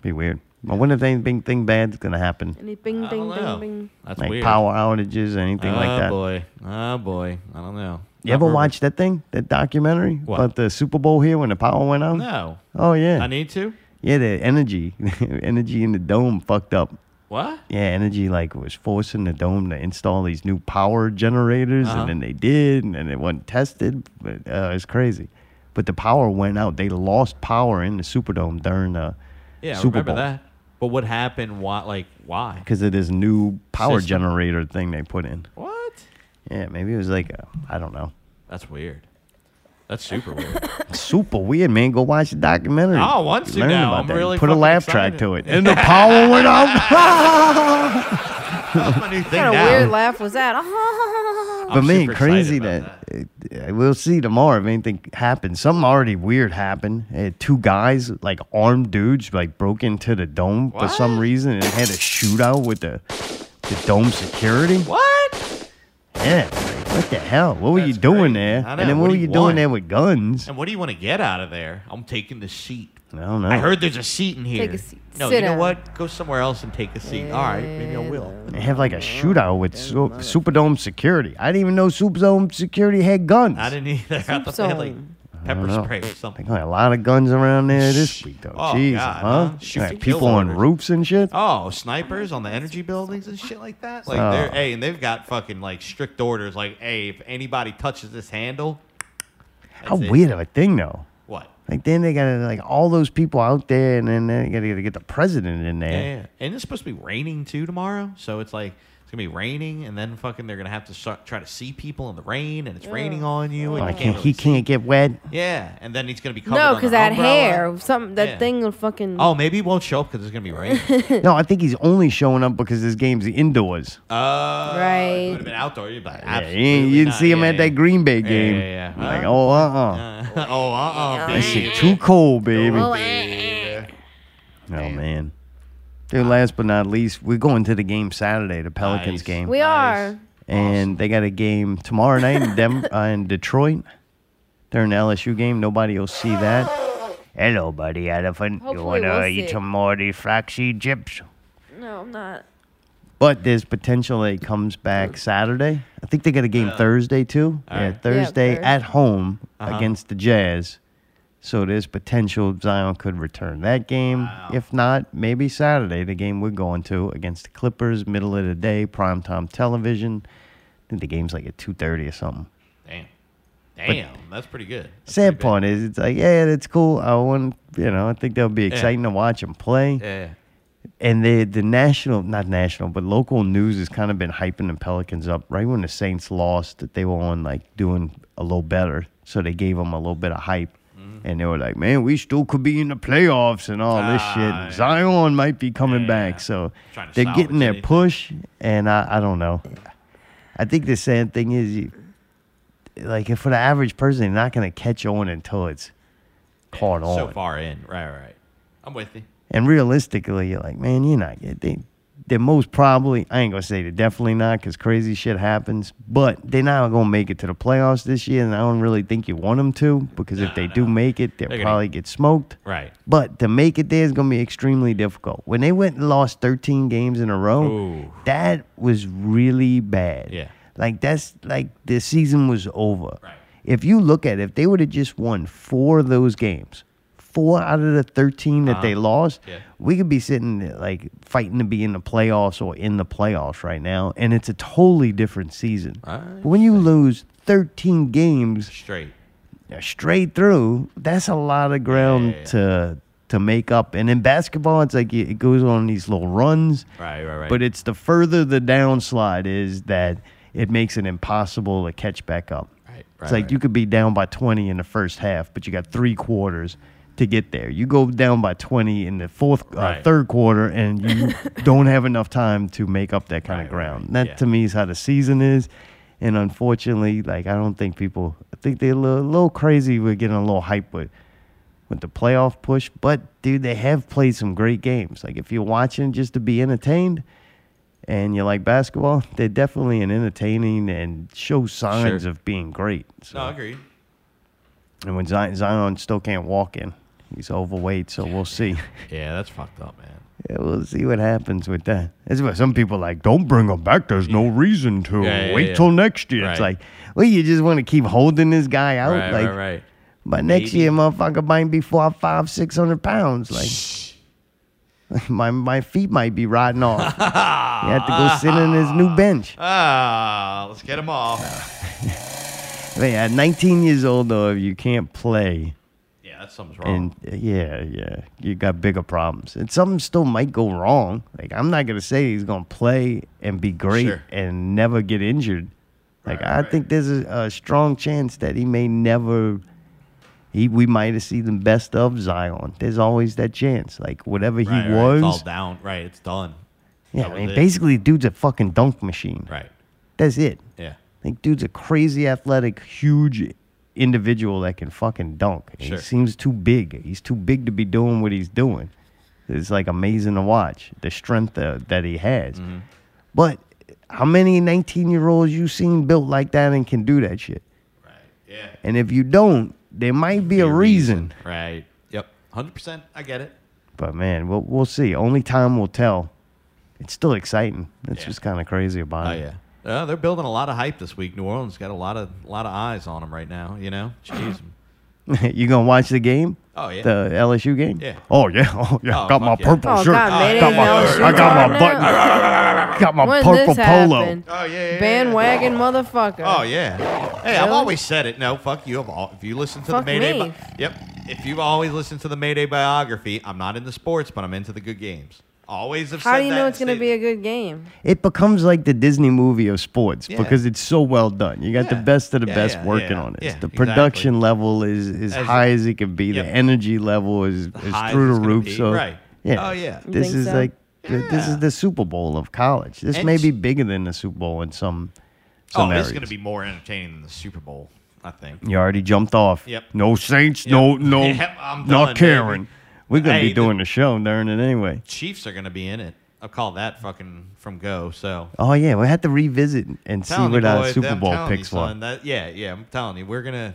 [SPEAKER 1] Be weird. I wonder if anything thing bad's gonna happen.
[SPEAKER 2] Any bing,
[SPEAKER 3] I don't
[SPEAKER 2] bing,
[SPEAKER 3] know.
[SPEAKER 2] bing, bing.
[SPEAKER 3] That's
[SPEAKER 1] like
[SPEAKER 3] weird.
[SPEAKER 1] power outages or anything
[SPEAKER 3] oh,
[SPEAKER 1] like that.
[SPEAKER 3] boy. Oh, boy. I don't know.
[SPEAKER 1] You ever
[SPEAKER 3] Not
[SPEAKER 1] watch that thing, that documentary about the Super Bowl here when the power went out?
[SPEAKER 3] No.
[SPEAKER 1] Oh yeah.
[SPEAKER 3] I need to?
[SPEAKER 1] Yeah, the energy, energy in the dome fucked up.
[SPEAKER 3] What?
[SPEAKER 1] Yeah, energy like was forcing the dome to install these new power generators,
[SPEAKER 3] Uh-huh.
[SPEAKER 1] and then they did, and then it wasn't tested. But uh, it's crazy. But the power went out. They lost power in the Superdome during the
[SPEAKER 3] Yeah, I
[SPEAKER 1] Super
[SPEAKER 3] remember
[SPEAKER 1] Bowl
[SPEAKER 3] that. But what happened? Why? Like, why?
[SPEAKER 1] because of this new power
[SPEAKER 3] System.
[SPEAKER 1] generator thing they put in.
[SPEAKER 3] What?
[SPEAKER 1] Yeah, maybe it was like a, I don't know.
[SPEAKER 3] That's weird. That's super weird.
[SPEAKER 1] Super weird, man. Go watch the documentary.
[SPEAKER 3] Oh, I want to
[SPEAKER 1] Learn
[SPEAKER 3] now.
[SPEAKER 1] about
[SPEAKER 3] I'm
[SPEAKER 1] that.
[SPEAKER 3] really
[SPEAKER 1] put a
[SPEAKER 3] fucking
[SPEAKER 1] laugh track
[SPEAKER 3] excited.
[SPEAKER 1] to it. And the power went out.
[SPEAKER 3] That's my new
[SPEAKER 2] What kind of weird laugh was that?
[SPEAKER 1] But man, crazy that, uh, we'll see tomorrow if anything happens. Something already weird happened. Uh, two guys, like armed dudes, like broke into the dome for some reason and had a shootout with the the dome security.
[SPEAKER 3] What?
[SPEAKER 1] Yeah, like, what the hell? What were you doing there?
[SPEAKER 3] I
[SPEAKER 1] And
[SPEAKER 3] know,
[SPEAKER 1] then what,
[SPEAKER 3] what
[SPEAKER 1] were
[SPEAKER 3] do
[SPEAKER 1] you
[SPEAKER 3] you
[SPEAKER 1] doing
[SPEAKER 3] want?
[SPEAKER 1] there with guns?
[SPEAKER 3] And what do you want to get out of there? I'm taking the seat.
[SPEAKER 1] I don't know.
[SPEAKER 3] I heard there's a seat in here.
[SPEAKER 1] Take a seat.
[SPEAKER 3] No,
[SPEAKER 1] Sit
[SPEAKER 3] you know
[SPEAKER 1] down.
[SPEAKER 3] what? Go somewhere else and take a seat. All right, maybe I will.
[SPEAKER 1] They have like a
[SPEAKER 3] Mm-hmm.
[SPEAKER 1] shootout with Su- Superdome security. I didn't even know Superdome security had guns.
[SPEAKER 3] I didn't either. I thought they had like pepper spray or something.
[SPEAKER 1] They got a lot of guns around there this week, though.
[SPEAKER 3] Oh,
[SPEAKER 1] Jeez,
[SPEAKER 3] God,
[SPEAKER 1] huh?
[SPEAKER 3] huh? Shoot
[SPEAKER 1] Like,
[SPEAKER 3] to kill
[SPEAKER 1] people on
[SPEAKER 3] orders.
[SPEAKER 1] roofs and shit.
[SPEAKER 3] Oh, snipers on the energy buildings and shit like that. Like
[SPEAKER 1] Oh.
[SPEAKER 3] they're hey, and they've got fucking like strict orders. Like hey, if anybody touches this handle,
[SPEAKER 1] How weird of a thing, though.
[SPEAKER 3] What?
[SPEAKER 1] Like then they got like all those people out there, and then they got to get the president in there.
[SPEAKER 3] yeah. yeah. and it's supposed to be raining too tomorrow. So it's like it's gonna be raining, and then fucking they're gonna have to start, try to see people in the rain, and it's raining on you, and
[SPEAKER 1] Oh,
[SPEAKER 3] you
[SPEAKER 1] can't-
[SPEAKER 3] can't.
[SPEAKER 1] he
[SPEAKER 3] Really,
[SPEAKER 1] can't get wet.
[SPEAKER 3] yeah, and then he's gonna be covered.
[SPEAKER 2] no, because
[SPEAKER 3] because
[SPEAKER 2] that hair, something that
[SPEAKER 3] Yeah.
[SPEAKER 2] thing will fucking.
[SPEAKER 3] Oh, maybe he won't show up because it's gonna be raining.
[SPEAKER 1] no, I think he's only showing up because this game's indoors.
[SPEAKER 3] Oh, right. It would have been outdoor. You'd be like,
[SPEAKER 1] Yeah, you ain't- you didn't
[SPEAKER 3] not.
[SPEAKER 1] see him
[SPEAKER 3] Yeah,
[SPEAKER 1] at that Green Bay game.
[SPEAKER 3] yeah, yeah.
[SPEAKER 1] Like,
[SPEAKER 3] Huh?
[SPEAKER 1] oh, uh-uh.
[SPEAKER 3] yeah. oh, uh, uh
[SPEAKER 1] That shit too cold, baby. Oh man. Dude, last but not least, we're going to the game Saturday, the Pelicans game.
[SPEAKER 2] we are.
[SPEAKER 1] and they got a game tomorrow night in Denver, uh, in Detroit. They're an LSU game. Nobody will see that. Hello, buddy elephant. you
[SPEAKER 2] Hopefully
[SPEAKER 1] want to
[SPEAKER 2] we'll see
[SPEAKER 1] eat
[SPEAKER 2] it.
[SPEAKER 1] some more of these flaxseed chips?
[SPEAKER 2] No, I'm not.
[SPEAKER 1] But there's potential that it comes back Saturday. I think they got a game Thursday too. Yeah, Thursday
[SPEAKER 2] Thursday.
[SPEAKER 1] at home
[SPEAKER 2] Uh-huh.
[SPEAKER 1] against the Jazz. So there's potential Zion could return that game. If not, maybe Saturday, the game we're going to against the Clippers, middle of the day, primetime television. I think the game's like at two thirty or something.
[SPEAKER 3] Damn. Damn, that's pretty good.
[SPEAKER 1] Sad part is it's like, yeah, that's cool. I want you know, I think that'll be
[SPEAKER 3] Yeah.
[SPEAKER 1] exciting to watch them play.
[SPEAKER 3] Yeah.
[SPEAKER 1] And the the national, not national, but local news has kind of been hyping the Pelicans up. Right when the Saints lost, that they were on like doing a little better, so they gave them a little bit of hype,
[SPEAKER 3] Mm-hmm.
[SPEAKER 1] and they were like, "Man, we still could be in the playoffs and all this
[SPEAKER 3] Ah,
[SPEAKER 1] shit. and Zion might be coming back." So
[SPEAKER 3] Trying to
[SPEAKER 1] they're getting
[SPEAKER 3] salvage
[SPEAKER 1] their
[SPEAKER 3] anything.
[SPEAKER 1] push, and I, I don't know. I think the sad thing is, you, like for the average person, they're not gonna catch on until it's caught on.
[SPEAKER 3] So far in. Right, right, right. I'm with you.
[SPEAKER 1] And realistically, you're like, man, you're not getting. They, they're most probably, I ain't gonna say they're definitely not, because crazy shit happens. But they're not gonna make it to the playoffs this year, and I don't really think you want them to, because if they do make it, they'll
[SPEAKER 3] They're gonna-
[SPEAKER 1] probably get smoked.
[SPEAKER 3] Right.
[SPEAKER 1] But to make it there is gonna be extremely difficult. When they went and lost 13 games in a row, that was really bad.
[SPEAKER 3] Yeah.
[SPEAKER 1] Like that's like the season was over. If you look at it, if they would have just won four of those games, four out of the 13 that they
[SPEAKER 3] Uh-huh.
[SPEAKER 1] lost,
[SPEAKER 3] Yeah.
[SPEAKER 1] we could be sitting there, like fighting to be in the playoffs or in the playoffs right now. And it's a totally different season. But when you lose 13 games
[SPEAKER 3] Straight.
[SPEAKER 1] straight through, that's a lot of ground to to make up. And in basketball, it's like it goes on these little runs.
[SPEAKER 3] Right, right, right.
[SPEAKER 1] But it's the further the downslide is that it makes it impossible to catch back up. Right,
[SPEAKER 3] right,
[SPEAKER 1] It's like
[SPEAKER 3] right.
[SPEAKER 1] you could be down by 20 in the first half, but you got three quarters to get there. You go down by 20 in the fourth, uh,
[SPEAKER 3] Right.
[SPEAKER 1] third quarter, and you don't have enough time to make up that kind of ground. That to me is how the season is. And unfortunately, like I don't think people, I think they're a little, little crazy. We're getting a little hype with with the playoff push. But dude, they have played some great games. Like if you're watching just to be entertained and you like basketball, they're definitely an entertaining and show signs
[SPEAKER 3] Sure.
[SPEAKER 1] of being great.
[SPEAKER 3] No, agreed.
[SPEAKER 1] And when Zion, Zion still can't walk in, he's overweight, so we'll see.
[SPEAKER 3] Yeah, that's fucked up, man.
[SPEAKER 1] Yeah, we'll see what happens with that. That's what some people are like. Don't bring him back. There's no reason to.
[SPEAKER 3] Yeah, yeah,
[SPEAKER 1] Wait
[SPEAKER 3] yeah.
[SPEAKER 1] till next year. It's
[SPEAKER 3] Right.
[SPEAKER 1] like, well, you just want to keep holding this guy out.
[SPEAKER 3] Right,
[SPEAKER 1] like,
[SPEAKER 3] right, right.
[SPEAKER 1] But next year, motherfucker might be four, five, six hundred pounds. Like, my my feet might be rotting off. you have to go sit in his new bench.
[SPEAKER 3] Ah, let's get him off.
[SPEAKER 1] Man, at 19 years old, though, if you can't play,
[SPEAKER 3] yeah, that's something's
[SPEAKER 1] and uh, yeah, yeah, you got bigger problems. And something still might go wrong. Like I'm not gonna say he's gonna play and be great
[SPEAKER 3] Sure.
[SPEAKER 1] and never get injured. Like I think there's a, a strong chance that he may never. He we might have seen the best of Zion. There's always that chance. Like whatever he
[SPEAKER 3] Right,
[SPEAKER 1] was,
[SPEAKER 3] right, It's all down. Right, it's done.
[SPEAKER 1] yeah,
[SPEAKER 3] That
[SPEAKER 1] I
[SPEAKER 3] was
[SPEAKER 1] mean,
[SPEAKER 3] it.
[SPEAKER 1] basically, dude's a fucking dunk machine.
[SPEAKER 3] Right.
[SPEAKER 1] That's it.
[SPEAKER 3] Yeah.
[SPEAKER 1] Like, dude's a crazy athletic, huge individual that can fucking dunk. And
[SPEAKER 3] Sure.
[SPEAKER 1] He seems too big. He's too big to be doing what he's doing. It's like amazing to watch the strength uh, that he has. But how many 19 year olds you seen built like that and can do that shit? Right. Yeah. And if you don't, there might be a reason.
[SPEAKER 3] Right. Yep. Hundred percent. I get it.
[SPEAKER 1] But man, we'll, we'll see. Only time will tell. It's still exciting. That's what's kind of crazy about
[SPEAKER 3] Oh
[SPEAKER 1] it.
[SPEAKER 3] yeah. Uh, they're building a lot of hype this week. New Orleans got a lot of lot of eyes on them right now. You know. Jeez.
[SPEAKER 1] you gonna watch the game?
[SPEAKER 3] Oh, yeah.
[SPEAKER 1] The LSU game?
[SPEAKER 3] Yeah.
[SPEAKER 1] Oh yeah. Oh yeah.
[SPEAKER 3] Oh,
[SPEAKER 1] got my
[SPEAKER 3] fuck yeah.
[SPEAKER 1] purple
[SPEAKER 3] Oh,
[SPEAKER 1] shirt.
[SPEAKER 3] God, man,
[SPEAKER 1] got
[SPEAKER 3] it
[SPEAKER 1] my,
[SPEAKER 3] ain't LSU
[SPEAKER 1] I got my
[SPEAKER 3] right
[SPEAKER 1] button. got my
[SPEAKER 2] When
[SPEAKER 1] purple
[SPEAKER 2] this
[SPEAKER 1] polo.
[SPEAKER 2] happened, oh, yeah, bandwagon motherfucker.
[SPEAKER 3] Oh yeah. Hey, I've
[SPEAKER 2] Really?
[SPEAKER 3] always said it. No, fuck you. I've al- If you listen to
[SPEAKER 2] Fuck
[SPEAKER 3] the Mayday,
[SPEAKER 2] me.
[SPEAKER 3] bi- yep. If you've always listened to the Mayday biography, I'm not into sports, but I'm into the good games. Always have
[SPEAKER 2] How
[SPEAKER 3] said
[SPEAKER 2] do you
[SPEAKER 3] that
[SPEAKER 2] know
[SPEAKER 3] and
[SPEAKER 2] it's gonna be a good game?
[SPEAKER 1] It becomes like the Disney movie of sports
[SPEAKER 2] Yeah.
[SPEAKER 1] because it's so well done. You got the best of the
[SPEAKER 3] Yeah,
[SPEAKER 1] best
[SPEAKER 3] yeah,
[SPEAKER 1] working
[SPEAKER 3] yeah,
[SPEAKER 1] on it.
[SPEAKER 3] yeah,
[SPEAKER 1] the production level is as,
[SPEAKER 3] As-
[SPEAKER 1] high as it can be.
[SPEAKER 3] Yep.
[SPEAKER 1] The energy level is, is
[SPEAKER 3] highest
[SPEAKER 1] through
[SPEAKER 3] it's
[SPEAKER 1] the
[SPEAKER 3] gonna
[SPEAKER 1] roof.
[SPEAKER 3] be,
[SPEAKER 1] So
[SPEAKER 3] right.
[SPEAKER 1] Yeah.
[SPEAKER 3] Oh, yeah. You
[SPEAKER 1] This
[SPEAKER 3] think
[SPEAKER 1] is
[SPEAKER 3] so?
[SPEAKER 1] like the- this is the Super Bowl of college. This
[SPEAKER 3] And
[SPEAKER 1] may
[SPEAKER 3] s-
[SPEAKER 1] be bigger than the Super Bowl in some
[SPEAKER 3] Oh,
[SPEAKER 1] some
[SPEAKER 3] this
[SPEAKER 1] areas.
[SPEAKER 3] is going to be more entertaining than the Super Bowl, I think.
[SPEAKER 1] You already jumped off.
[SPEAKER 3] Yep.
[SPEAKER 1] No Saints. No.
[SPEAKER 3] Yep.
[SPEAKER 1] No.
[SPEAKER 3] Yep, I'm done,
[SPEAKER 1] not caring.
[SPEAKER 3] baby.
[SPEAKER 1] We're gonna be
[SPEAKER 3] Hey, the-
[SPEAKER 1] doing the, show during it anyway.
[SPEAKER 3] Chiefs are going to be in it. I'll call that fucking from go. So
[SPEAKER 1] Oh yeah, we had to revisit and see
[SPEAKER 3] telling
[SPEAKER 1] what
[SPEAKER 3] you,
[SPEAKER 1] our
[SPEAKER 3] boy,
[SPEAKER 1] Super
[SPEAKER 3] I'm
[SPEAKER 1] Bowl
[SPEAKER 3] telling you,
[SPEAKER 1] picks
[SPEAKER 3] son,
[SPEAKER 1] were.
[SPEAKER 3] that- yeah, yeah, I'm telling you, we're gonna.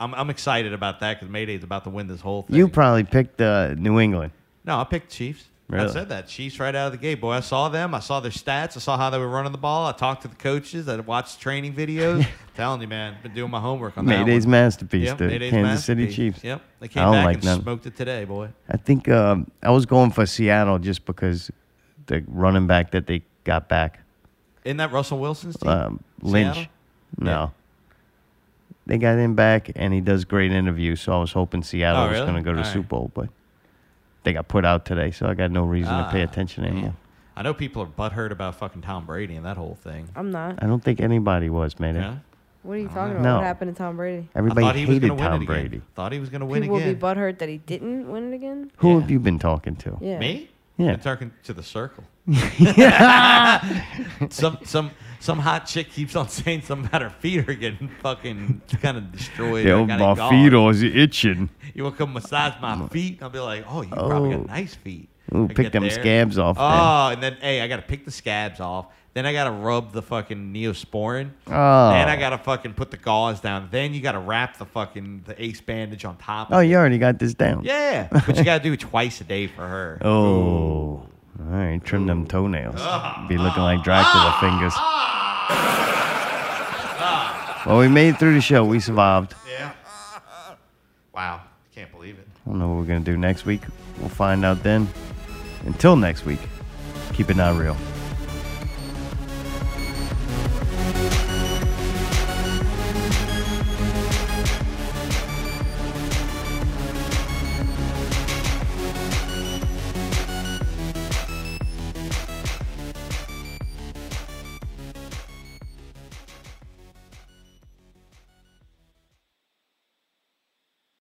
[SPEAKER 3] I'm I'm excited about that because Mayday's about to win this whole thing.
[SPEAKER 1] You probably picked uh, New England.
[SPEAKER 3] No, I picked Chiefs. I
[SPEAKER 1] Really?
[SPEAKER 3] said that Chiefs right out of the gate, boy. I saw them. I saw their stats. I saw how they were running the ball. I talked to the coaches. I watched training videos. telling you, man, been doing my homework on that
[SPEAKER 1] Mayday's
[SPEAKER 3] one.
[SPEAKER 1] masterpiece,
[SPEAKER 3] Yep,
[SPEAKER 1] the
[SPEAKER 3] Mayday's
[SPEAKER 1] Kansas City
[SPEAKER 3] masterpiece.
[SPEAKER 1] Chiefs.
[SPEAKER 3] Yep, they
[SPEAKER 1] I
[SPEAKER 3] came
[SPEAKER 1] don't
[SPEAKER 3] back
[SPEAKER 1] like
[SPEAKER 3] and
[SPEAKER 1] none.
[SPEAKER 3] smoked it today, boy.
[SPEAKER 1] I think um, I was going for Seattle just because the running back that they got back,
[SPEAKER 3] Isn't that Russell Wilson's team?
[SPEAKER 1] um, Lynch.
[SPEAKER 3] Seattle?
[SPEAKER 1] No. They got him back, and he does great interviews. So I was hoping Seattle
[SPEAKER 3] Oh,
[SPEAKER 1] was
[SPEAKER 3] really?
[SPEAKER 1] going to go to
[SPEAKER 3] All
[SPEAKER 1] the
[SPEAKER 3] right.
[SPEAKER 1] Super Bowl, but they got put out today, so I got no reason to pay
[SPEAKER 3] Ah,
[SPEAKER 1] attention anymore.
[SPEAKER 3] I know people are butthurt about fucking Tom Brady and that whole thing.
[SPEAKER 2] I'm not.
[SPEAKER 1] I don't think anybody was, man.
[SPEAKER 3] Yeah?
[SPEAKER 2] What are you talking about?
[SPEAKER 1] No.
[SPEAKER 2] What happened to Tom Brady?
[SPEAKER 1] Everybody
[SPEAKER 3] I thought he was
[SPEAKER 1] hated
[SPEAKER 3] gonna win
[SPEAKER 1] Tom
[SPEAKER 3] it again.
[SPEAKER 1] Brady.
[SPEAKER 3] Thought he was going to win
[SPEAKER 2] People will
[SPEAKER 3] again.
[SPEAKER 2] be butthurt that he didn't win it again.
[SPEAKER 1] Who have you been talking to?
[SPEAKER 2] Yeah.
[SPEAKER 3] Me?
[SPEAKER 1] Yeah.
[SPEAKER 3] Been talking to the circle. some some some hot chick keeps on saying something about her feet are getting fucking kind of destroyed.
[SPEAKER 1] Yeah,
[SPEAKER 3] I gotta
[SPEAKER 1] my
[SPEAKER 3] go.
[SPEAKER 1] feet are itching.
[SPEAKER 3] You will come massage my feet? I'll be like, oh, you probably
[SPEAKER 1] Oh.
[SPEAKER 3] got nice feet.
[SPEAKER 1] Ooh,
[SPEAKER 3] I
[SPEAKER 1] pick
[SPEAKER 3] get
[SPEAKER 1] them scabs off
[SPEAKER 3] Oh, and then hey, I gotta pick the scabs off. Then I gotta rub the fucking neosporin.
[SPEAKER 1] Oh.
[SPEAKER 3] Then I gotta fucking put the gauze down. Then you gotta wrap the fucking the ace bandage on top.
[SPEAKER 1] Oh,
[SPEAKER 3] of it.
[SPEAKER 1] you already got this down.
[SPEAKER 3] Yeah, but you gotta do it twice a day for her.
[SPEAKER 1] Oh, all right. Trim them toenails. Be looking like Dracula fingers. Well, we made it through the show. We survived.
[SPEAKER 3] Yeah. Wow, can't believe it.
[SPEAKER 1] I don't know what we're going to do next week. We'll find out then. Until next week, keep it not real.